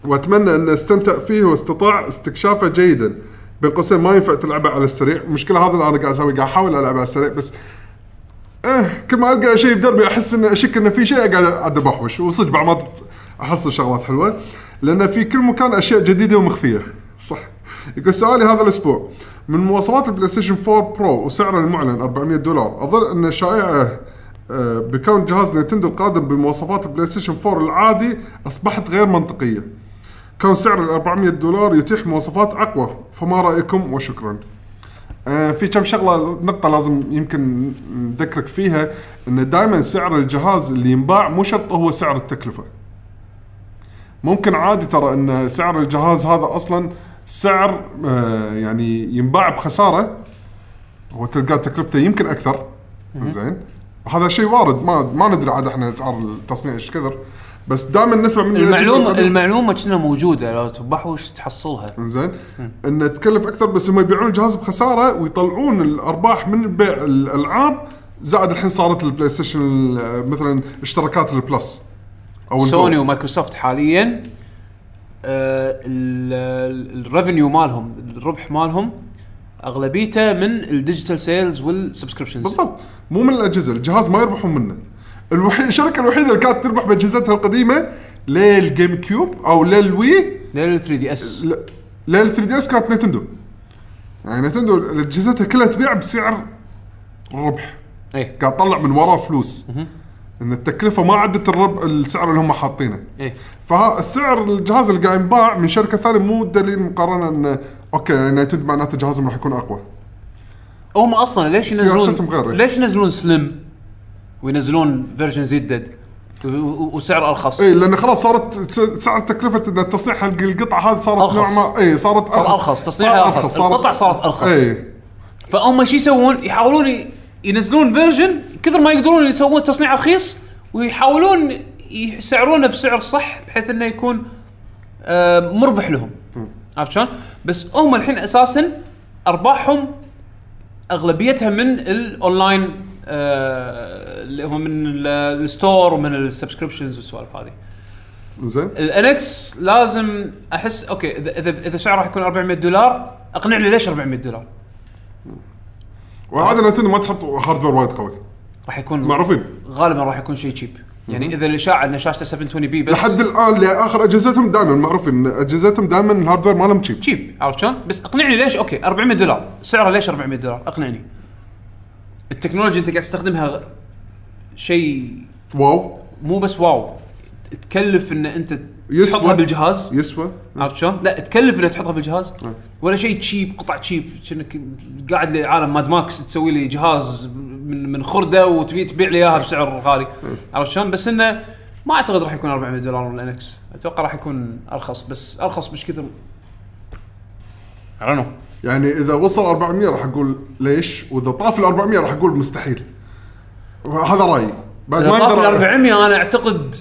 واتمنى ان استمتع فيه واستطاع استكشافه جيدا بين قوسين ما ينفع تلعبه على السريع المشكله هذا اللي انا قاعد اسوي قاعد احاول العبه على السريع بس اه كل ما القى شيء بدربي احس انه اشك انه في شيء قاعد ادب احوش وصدق بعض ما احصل شغلات حلوه لان في كل مكان اشياء جديده ومخفيه صح يقول سؤالي هذا الاسبوع من مواصفات البلاي ستيشن 4 برو وسعره المعلن 400 دولار اظن ان شائعه آه، بكون جهاز نينتندو القادم بمواصفات البلاي ستيشن 4 العادي اصبحت غير منطقيه كون سعر ال 400 دولار يتيح مواصفات اقوى فما رايكم وشكرا آه، في كم شغله نقطه لازم يمكن نذكرك فيها ان دائما سعر الجهاز اللي ينباع مو شرط هو سعر التكلفه ممكن عادي ترى ان سعر الجهاز هذا اصلا سعر آه، يعني ينباع بخساره وتلقى تكلفته يمكن اكثر زين هذا شيء وارد ما ما ندري عاد احنا اسعار التصنيع ايش كثر بس دائما نسمع من الأجهزة المعلومه القديمة- المعلومه كنا موجوده لو تبحوش تحصلها زين انه تكلف اكثر بس هم يبيعون الجهاز بخساره ويطلعون الارباح من بيع الالعاب زائد الحين صارت البلاي ستيشن آه، مثلا اشتراكات البلس او الجولد. سوني ومايكروسوفت حاليا آه، ال- ال- الريفنيو مالهم الربح مالهم اغلبيته من الديجيتال سيلز والسبسكريبشنز بالضبط مو من الاجهزه الجهاز ما يربحون منه الوحيد الشركه الوحيده اللي كانت تربح باجهزتها القديمه للجيم كيوب او للوي لل 3 دي اس ل- لل 3 دي اس كانت نتندو يعني نتندو اجهزتها كلها تبيع بسعر الربح ايه قاعد تطلع من وراه فلوس ان التكلفه ما عدت الربع السعر اللي هم حاطينه ايه فالسعر الجهاز اللي قاعد ينباع من شركه ثانيه مو دليل مقارنه ان اوكي يونايتد معناته جهازهم راح يكون اقوى هم اصلا ليش سياستهم غير. ينزلون ليش ينزلون سليم وينزلون فيرجن زدد و- و- وسعر ارخص اي لان خلاص صارت س- سعر تكلفه ان تصنيع حق القطعه هذه صارت أرخص. نوع ما اي صارت صار أرخص، تصنيعها صار إيه. أرخص. القطع صارت أرخص. اي فهم شو يسوون؟ يحاولون ي- ينزلون فيرجن كثر ما يقدرون يسوون تصنيع رخيص ويحاولون يسعرونه بسعر صح بحيث انه يكون آه، مربح لهم عرفت شلون؟ بس هم الحين اساسا ارباحهم اغلبيتها من الاونلاين آه، اللي هو من ال- الستور ومن السبسكريبشنز والسوالف هذه. زين الانكس لازم احس اوكي اذا اذا اذا سعره راح يكون 400 دولار اقنعني ليش 400 دولار؟ وعاده نتندو ما تحط هاردوير وايد قوي راح يكون معروفين غالبا راح يكون شيء تشيب يعني اذا الاشاعه ان شاشته 720 بي بس لحد الان لاخر اجهزتهم دائما معروفين إن اجهزتهم دائما الهاردوير مالهم تشيب تشيب عرفت شلون؟ بس اقنعني ليش اوكي 400 دولار سعره ليش 400 دولار؟ اقنعني التكنولوجيا انت قاعد تستخدمها غ- شيء واو مو بس واو تكلف ان انت يسوى. تحطها بالجهاز يسوى عرفت شلون؟ لا تكلف ان تحطها بالجهاز نعم. ولا شيء تشيب قطع تشيب كأنك قاعد لعالم ماد ماكس تسوي لي جهاز من من خرده وتبي تبيع لي اياها بسعر غالي عرفت شلون؟ بس انه ما اعتقد راح يكون 400 دولار من الانكس اتوقع راح يكون ارخص بس ارخص مش كثر I don't know. يعني اذا وصل 400 راح اقول ليش واذا طاف ال 400 راح اقول مستحيل هذا رايي بعد اذا ما طاف ال اقدر 400 انا اعتقد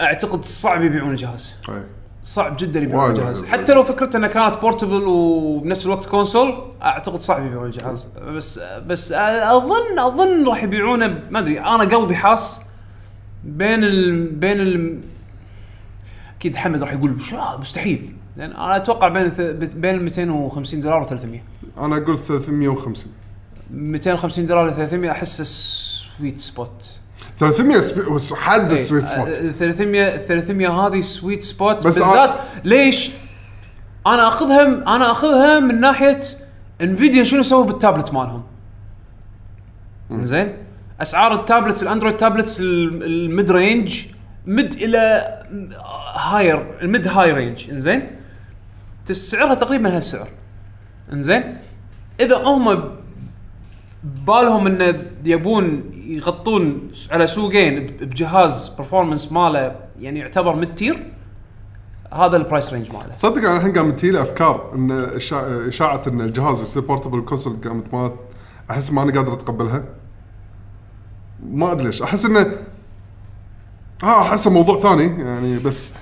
اعتقد صعب يبيعون الجهاز أي. صعب جدا يبيعون وايد الجهاز وايد. حتى لو فكرته انها كانت بورتبل وبنفس الوقت كونسول اعتقد صعب يبيعون الجهاز بس بس اظن اظن راح يبيعونه ما ادري انا قلبي حاس بين ال بين ال اكيد حمد راح يقول شو مستحيل لان انا اتوقع بين الث- بين 250 دولار و300 انا اقول 350 250 دولار ل 300 احس سويت سبوت 300 سبي... وس- حد السويت آه، سبوت 300 300 هذه سويت سبوت بس بس بالذات ليش؟ انا اخذها انا اخذها من ناحيه انفيديا شنو سووا بالتابلت مالهم؟ زين اسعار التابلتس الاندرويد تابلتس ال- الميد رينج ميد الى هاير الميد هاي رينج زين سعرها تقريبا هالسعر انزين اذا هم بالهم ان يبون يغطون على سوقين ب- بجهاز برفورمانس ماله يعني يعتبر ميد تير هذا البرايس رينج ماله تصدق انا الحين قامت تجي افكار ان إشا- اشاعه ان الجهاز يصير بورتبل كونسول قامت ما احس ما انا قادر اتقبلها ما ادري ليش احس انه ها احسه موضوع ثاني يعني بس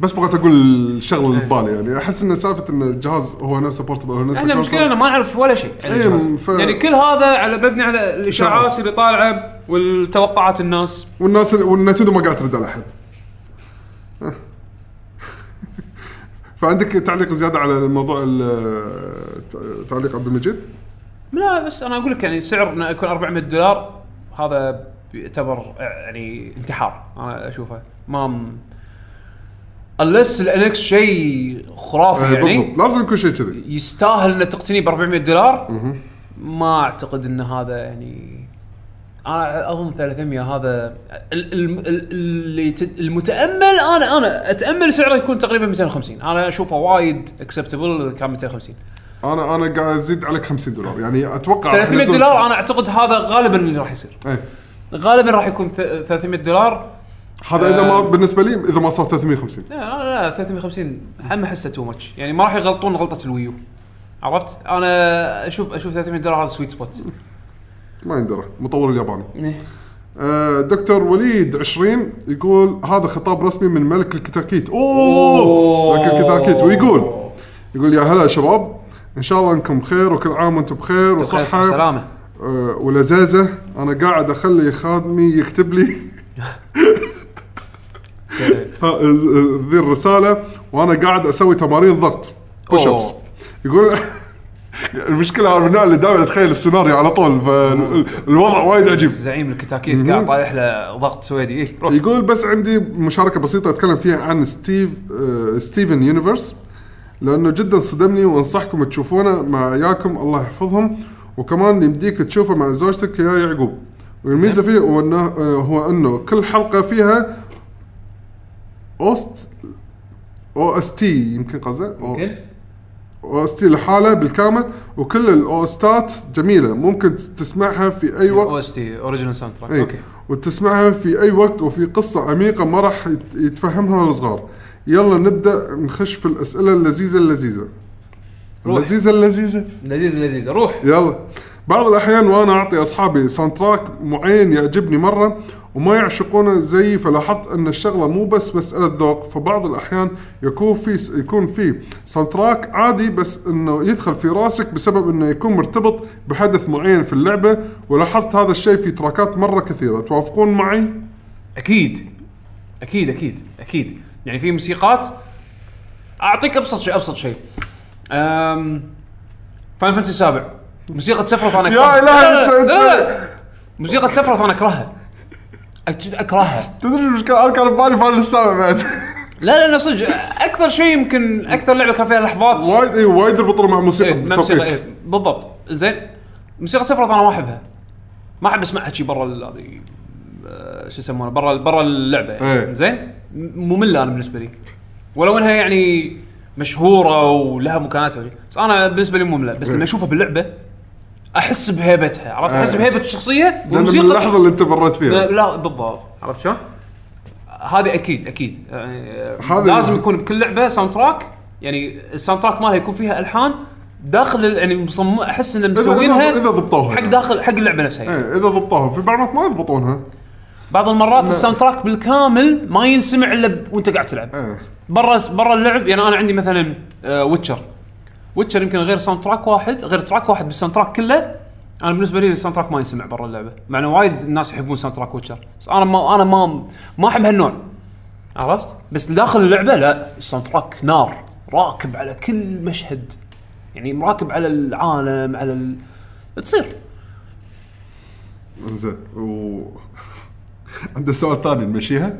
بس بغيت اقول الشغله إيه. اللي ببالي يعني احس ان سالفه ان الجهاز هو نفسه بورتبل هو نفسه احنا كونسول. مشكلة ما نعرف ولا شيء عن إيه، الجهاز. ف- يعني كل هذا على مبني على الاشاعات إشاعات. اللي طالعه والتوقعات الناس والناس والنتندو ما قاعد ترد على احد آه. فعندك تعليق زياده على الموضوع ال- تعليق عبد المجيد؟ لا بس انا اقول لك يعني سعر انه يكون 400 دولار هذا يعتبر يعني انتحار انا اشوفه ما م... unless الانكس شيء خرافي آه، يعني بالضبط لازم يكون شيء كذي يستاهل انه تقتنيه ب 400 دولار ما اعتقد ان هذا يعني انا اظن 300 هذا ال- ال- ال- اللي تد- المتامل انا انا اتامل سعره يكون تقريبا 250 انا اشوفه وايد اكسبتبل كان 250 انا انا قاعد ازيد عليك 50 دولار يعني اتوقع 300 دولار انا اعتقد هذا غالبا اللي راح يصير ايه غالبا راح يكون ث- 300 دولار هذا اذا ما آه. بالنسبه لي اذا ما صار 350 لا لا, لا 350 هم احسه تو ماتش يعني ما راح يغلطون غلطه الويو عرفت انا اشوف اشوف 300 دولار هذا سويت سبوت ما يندرى مطور الياباني آه، دكتور وليد 20 يقول هذا خطاب رسمي من ملك الكتاكيت اوه أوه. ملك الكتاكيت ويقول يقول يا هلا شباب ان شاء الله انكم بخير وكل عام وانتم بخير وصحه سلامه آه، ولزازه انا قاعد اخلي خادمي يكتب لي ها- ذي الرساله وانا قاعد اسوي تمارين ضغط بوش ابس أوه. يقول المشكله انا من النوع اللي دائما اتخيل السيناريو على طول فالوضع وايد عجيب زعيم الكتاكيت قاعد طايح له ضغط سويدي إيه، روح يقول بس عندي مشاركه بسيطه اتكلم فيها عن ستيف آه، ستيفن يونيفرس لانه جدا صدمني وانصحكم تشوفونه مع عيالكم الله يحفظهم وكمان يمديك تشوفه مع زوجتك يا يعقوب والميزه فيه هو انه آه، هو انه كل حلقه فيها اوست او اس تي يمكن قصده أو- يمكن او اس تي لحاله بالكامل وكل الاوستات جميله ممكن تسمعها في اي وقت او اس تي اوريجنال ساوند تراك اي اوكي إيه. وتسمعها في اي وقت وفي قصه عميقه ما راح يت- يتفهمها الصغار يلا نبدا نخش في الاسئله اللذيذه اللذيذه روح. اللذيذه اللذيذه لذيذ لذيذ روح يلا بعض الاحيان وانا اعطي اصحابي ساوند تراك معين يعجبني مره وما يعشقونه زيي فلاحظت ان الشغله مو بس مساله ذوق فبعض الاحيان يكون في يكون في ساوند تراك عادي بس انه يدخل في راسك بسبب انه يكون مرتبط بحدث معين في اللعبه ولاحظت هذا الشيء في تراكات مره كثيره توافقون معي؟ اكيد اكيد اكيد اكيد يعني في موسيقات اعطيك ابسط شيء ابسط شيء امم فاين فانسي السابع موسيقى سفرة انا يا أكرهها. إلهي، لا، لا، أنت- لا، أنت- لا. موسيقى سفرة انا اكرهها أك- اكرهها تدري المشكله انا كان ببالي فاينل السابع بعد لا لا لا صدق اكثر شيء يمكن اكثر لعبه كان فيها لحظات وايد اي وايد يربطونه مع إيه، موسيقى ما موسيقى بالتوقيت إيه، بالضبط زين موسيقى سفرة انا ما احبها ما احب اسمعها شي برا ال- هذه آه، شو يسمونه برا برا اللعبه إيه. يعني زين م- ممله انا بالنسبه لي ولو انها يعني مشهوره ولها مكاناتها وشي، بس انا بالنسبه لي ممله بس لما اشوفها باللعبه احس بهيبتها عرفت احس إيه. بهيبه الشخصيه لان من اللحظه اللي انت مريت لا, فيها لا بالضبط عرفت شلون؟ هذه اكيد اكيد يعني آه، هذه- لازم يكون بكل لعبه ساوند تراك يعني الساوند تراك مالها يكون فيها الحان داخل ال- يعني مصمم احس انهم إذا- إذا- مسوينها إذا ضبطوها حق يعني. داخل حق اللعبه نفسها يعني. ايه اذا ضبطوها في بعض المرات ما يضبطونها بعض المرات الساوند تراك بالكامل ما ينسمع الا ب- وانت قاعد تلعب إيه. برا برا اللعب يعني انا عندي مثلا ويتشر ويتشر يمكن غير ساوند تراك واحد غير تراك واحد بالساوند تراك كله انا بالنسبه لي الساوند تراك ما ينسمع برا اللعبه مع انه وايد الناس يحبون ساوند تراك ويتشر بس انا ما انا ما ما احب هالنوع عرفت بس داخل اللعبه لا الساوند تراك نار راكب على كل مشهد يعني مراكب على العالم على ال... تصير انزين و عنده سؤال ثاني نمشيها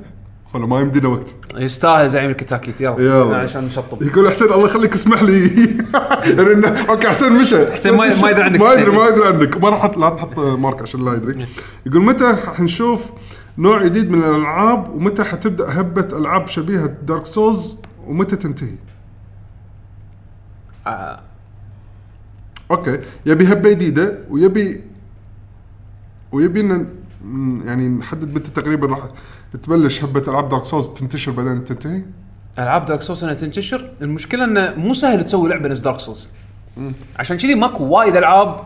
ولا ما يمدينا وقت يستاهل زعيم الكتاكيت يلا, يلا. عشان نشطب يقول حسين الله يخليك اسمح لي يعني إنه- اوكي حسين مشى حسين ما- ما يدري عنك ما يدري حسين. ما يدري عنك ما راح أحط- لا تحط مارك عشان لا يدري يقول متى حنشوف نوع جديد من الالعاب ومتى حتبدا هبه العاب شبيهه دارك سولز ومتى تنتهي؟ آه. اوكي يبي هبه جديده ويبي ويبي ان ن- يعني نحدد متى تقريبا راح تبلش هبه العاب دارك سولز تنتشر بعدين تنتهي العاب دارك سولز انها تنتشر المشكله انه مو سهل تسوي لعبه نفس دارك سولز عشان كذي ماكو وايد العاب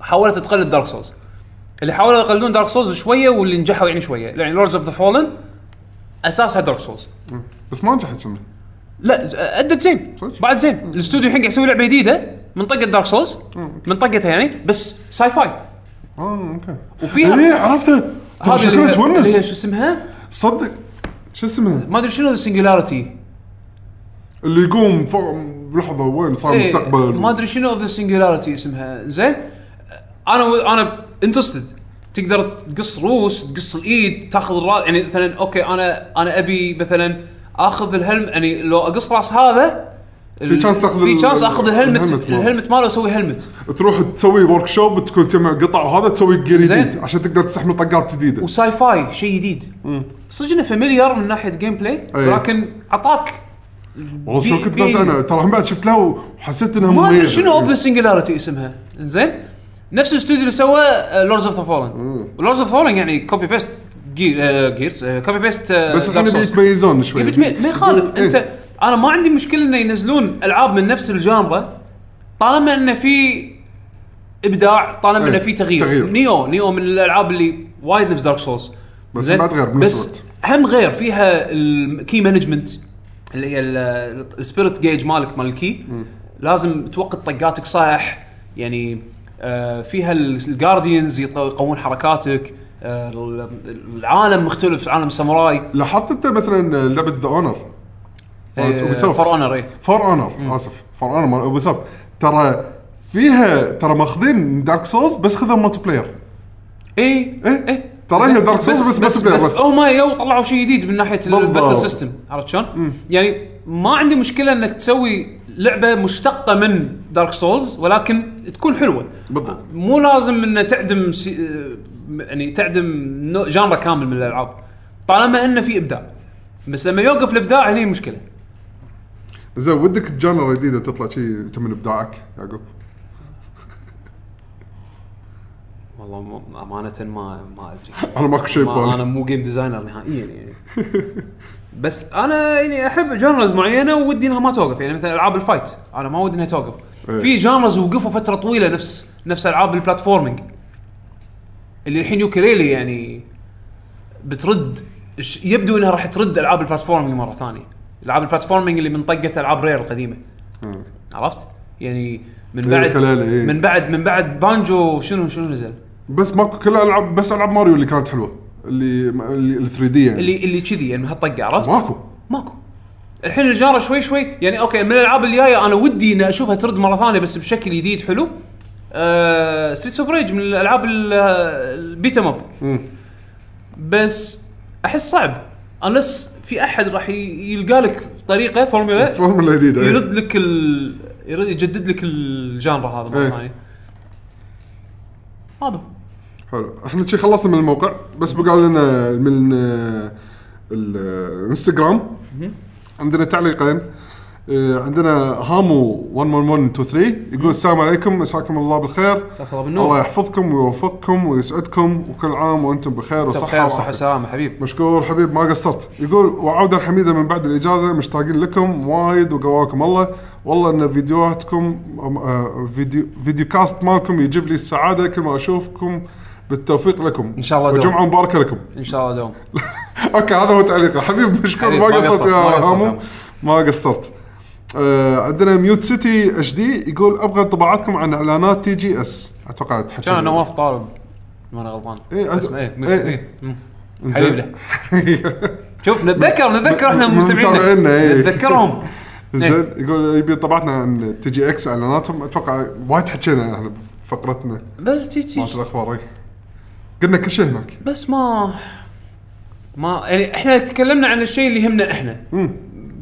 حاولت تقلد دارك سولز اللي حاولوا يقلدون دارك سولز شويه واللي نجحوا يعني شويه يعني لوردز اوف ذا فولن اساسها دارك سولز مم. بس ما نجحت شنو لا ادت زين صدق؟ بعد زين الاستوديو الحين قاعد يسوي لعبه جديده منطقه دارك سولز منطقتها يعني بس ساي فاي اه اوكي وفيها ايه عرفتها ترى هذه شكلها اللي- اللي هي تونس شو اسمها صدق شو اسمها ما ادري شنو السنجولاريتي اللي يقوم فوق لحظه وين صار إيه، المستقبل ما ادري شنو اوف ذا سنجولاريتي اسمها زين انا و... انا انترستد تقدر تقص روس تقص الايد تاخذ الراس يعني مثلا اوكي انا انا ابي مثلا اخذ الهلم يعني لو اقص راس هذا في ال- chance تاخذ في ال- chance اخذ الهلمت الهلمت ماله. الهلمت ماله اسوي هلمت تروح تسوي ورك شوب تكون تجمع قطع وهذا تسوي جير جديد زين. عشان تقدر تستحمل طقات جديده وساي فاي شيء جديد صدق انه فاميليار من ناحيه جيم بلاي أي. لكن عطاك إيه. والله شو بي- كنت بي- بس انا ترى هم بعد شفت لها وحسيت انها ما مميزه ادري شنو اوف ذا سنجلاريتي اسمها زين نفس الاستوديو اللي آه، سوى لوردز اوف ذا فولن لوردز اوف ذا فولن يعني كوبي بيست جيرز كوبي بيست بس الحين يبي يتميزون شوي ما يخالف إيه. انت انا ما عندي مشكله انه ينزلون العاب من نفس الجانرا طالما انه في ابداع طالما إيه، انه في تغيير. تغيير. نيو نيو من الالعاب اللي وايد نفس دارك سولز بس بعد غير بنفس بس هم غير فيها الكي مانجمنت اللي هي السبيرت جيج مالك مال الكي لازم توقت طقاتك صح يعني آه، فيها الجارديانز يقوون حركاتك آه، ال- العالم مختلف عالم الساموراي لاحظت انت مثلا لعبه ذا اونر إيه، فور اونر اي فور اونر اسف فور اونر مال اوبي سوفت ترى فيها ترى ماخذين دارك سولز بس خذوا مالتي بلاير اي إيه. ترى هي Dark Souls بس multiplayer Eh, بس, بس. بس هم يو طلعوا شيء جديد من ناحيه الباتل بالضبط. سيستم عرفت شلون؟ يعني ما عندي مشكله انك تسوي لعبه مشتقه من دارك سولز ولكن تكون حلوه بالضبط. مو لازم انه تعدم سي... آه، يعني تعدم نوع- جانرا كامل من الالعاب طالما انه في ابداع بس لما يوقف الابداع هني المشكله زين ودك جانرا جديده تطلع شيء انت من ابداعك يعقوب والله م- امانه ما ما ادري انا ماكو شيء ما انا ببالي مو جيم ديزاينر نهائيا يعني بس انا يعني احب جانرز معينه وودي انها ما توقف يعني مثلا العاب الفايت انا ما ودي انها توقف إيه. في جانرز وقفوا فتره طويله نفس نفس العاب البلاتفورمينج اللي الحين يوكليلي يعني بترد ش- يبدو انها راح ترد العاب البلاتفورمينج مره ثانيه العاب البلاتفورمينج اللي من طقه العاب رير القديمه مم. عرفت يعني من إيه، بعد يوكليلي، إيه. من بعد من بعد بانجو شنو شنو نزل بس ماكو كل العاب بس العاب ماريو اللي كانت حلوه اللي اللي ال 3 دي يعني اللي اللي كذي يعني من هالطقه عرفت ماكو ماكو الحين الجاره شوي شوي يعني اوكي من الالعاب الجايه انا ودي ان اشوفها ترد مره ثانيه بس بشكل جديد حلو آه ستريتس اوف ريج من الالعاب ال- البيتا ماب مم. بس احس صعب انلس في احد راح ي- يلقى لك طريقه فورمولا فورمولا جديده إيه. يرد لك ال يرد يجدد لك الجانرا هذا إيه. مره ثانيه هذا حلو احنا شي خلصنا من الموقع بس بقى لنا من آه، الانستغرام عندنا تعليقين آه، عندنا هامو 111123 يقول السلام عليكم مساكم الله بالخير مساك الله بالنور. الله يحفظكم ويوفقكم ويسعدكم وكل عام وانتم بخير طب وصحه طيب، خير صحه وعافيه وسلامه حبيب مشكور حبيب ما قصرت يقول وعوده حميده من بعد الاجازه مشتاقين لكم وايد وقواكم الله والله ان فيديوهاتكم أم- آه، فيديو فيديو كاست مالكم يجيب لي السعاده كل ما اشوفكم بالتوفيق لكم إن شاء الله دوم. وجمعه مباركه لكم ان شاء الله دوم اوكي هذا هو تعليقه حبيب مشكور حبيب، ما ما قصرت قصرت، يا ما قصرت يا هامو عمو. ما قصرت آه عندنا ميوت سيتي اتش دي يقول ابغى انطباعاتكم عن اعلانات تي جي اس اتوقع تحكي كان نواف طالب ما انا غلطان إيه، اسمه ايه مش- إيه. إيه. مم. إنزين. حبيب له. شوف نتذكر نتذكر احنا من متابعينا، مستمعينا إيه. نتذكرهم زين يقول يبي طبعتنا عن تي جي اكس اعلاناتهم اتوقع وايد حكينا احنا بفقرتنا بس تي تي مالت الاخبار إيه. قلنا كل شيء هناك بس ما ما يعني احنا تكلمنا عن الشيء اللي يهمنا احنا مم.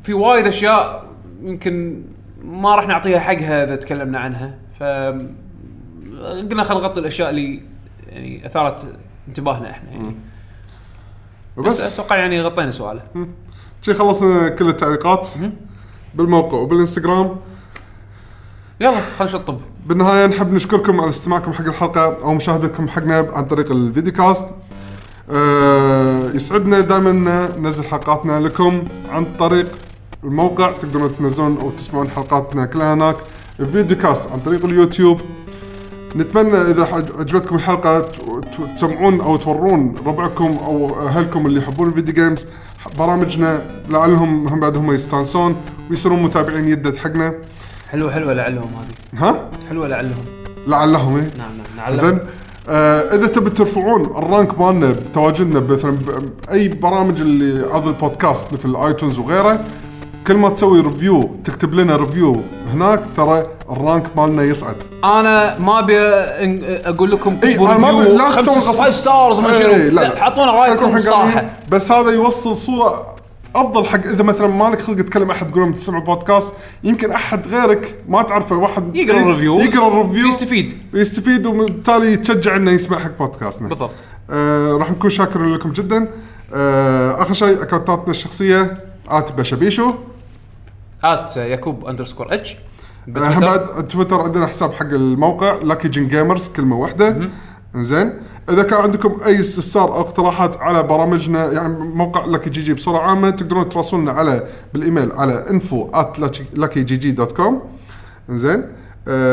في وايد اشياء يمكن ما راح نعطيها حقها اذا تكلمنا عنها ف قلنا خلينا نغطي الاشياء اللي يعني اثارت انتباهنا احنا يعني بس وبس اتوقع يعني غطينا سؤاله شي خلصنا كل التعليقات بالموقع وبالانستغرام يلا خلينا نشطب بالنهايه نحب نشكركم على استماعكم حق الحلقه او مشاهدتكم حقنا عن طريق الفيديو كاست آه، يسعدنا دائما ننزل حلقاتنا لكم عن طريق الموقع تقدرون تنزلون او تسمعون حلقاتنا كلها هناك الفيديو كاست عن طريق اليوتيوب نتمنى اذا حج- عجبتكم الحلقه ت- ت- تسمعون او تورون ربعكم او اهلكم اللي يحبون الفيديو جيمز برامجنا لعلهم هم بعد هم يستانسون ويصيرون متابعين يدد حقنا حلوه حلوه لعلهم هذه ها حلوه لعلهم لعلهم إيه؟ نعم نعم لعلهم زين آه اذا تبي ترفعون الرانك مالنا بتواجدنا مثلا باي برامج اللي عرض البودكاست مثل ايتونز وغيره كل ما تسوي ريفيو تكتب لنا ريفيو هناك ترى الرانك مالنا يصعد انا ما ابي أن- اقول لكم إي، أنا ما أبي- لا تسوون غصب. فايف ستارز ما شنو إي، إيه، لا، لا. لا، حطونا رايكم حقكم حق بصراحه الحين. بس هذا يوصل صوره افضل حق اذا مثلا مالك خلق تكلم احد تقول لهم تسمع بودكاست يمكن احد غيرك ما تعرفه واحد يقرا الريفيو يقرا الريفيو يستفيد ويستفيد وبالتالي يتشجع انه يسمع حق بودكاستنا بالضبط. آه راح نكون شاكرين لكم جدا آه اخر شيء اكونتاتنا الشخصيه ات بشبيشو هات يعقوب اندرسكور اتش آه بعد تويتر عندنا حساب حق الموقع لاكي جن جيمرز كلمه واحده زين اذا كان عندكم اي استفسار او اقتراحات على برامجنا يعني موقع لاكي جي جي بصوره عامه تقدرون تراسلونا على بالايميل على انفو ات لاكي جي جي دوت كوم زين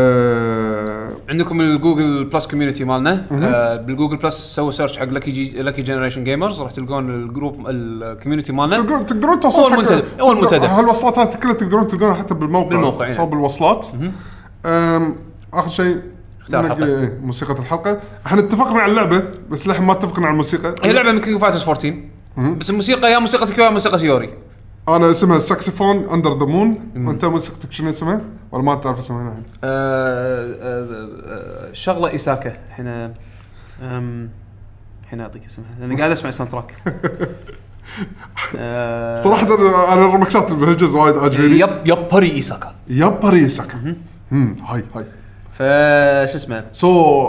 آه عندكم الجوجل بلس كوميونتي مالنا آه بالجوجل بلس سووا سيرش حق لكي جي لكي جنريشن جيمرز راح تلقون الجروب الكوميونتي مالنا تقدرون تقدرون توصلون أول حق- منتدى- أول تقدر- منتدى. هالوصلات هذه كلها تقدرون تلقونها حتى بالموقع بالموقع، يعني. صوب الوصلات أم، اخر شيء اختيار نق- حلقة. إيه، موسيقى الحلقه احنا اتفقنا على اللعبه بس لحين ما اتفقنا على الموسيقى هي لعبه من كينج فايترز 14 بس الموسيقى يا موسيقى تكيو يا موسيقى سيوري انا اسمها الساكسفون اندر ذا مون وانت موسيقتك شنو اسمها ولا ما تعرف اسمها الحين آه، آه، آه، شغله ايساكا احنا أم، الحين اعطيك اسمها لان قاعد اسمع الساوند تراك آه، صراحه أنا- انا الرمكسات بهالجزء وايد عاجبيني يب يب هري ايساكا يا باريس امم هاي هاي آه، فشو اسمه سو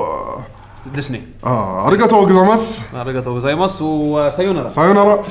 ديزني اه اريجاتو غوزاماس اريغاتو زي ماس وسايونارا سايونارا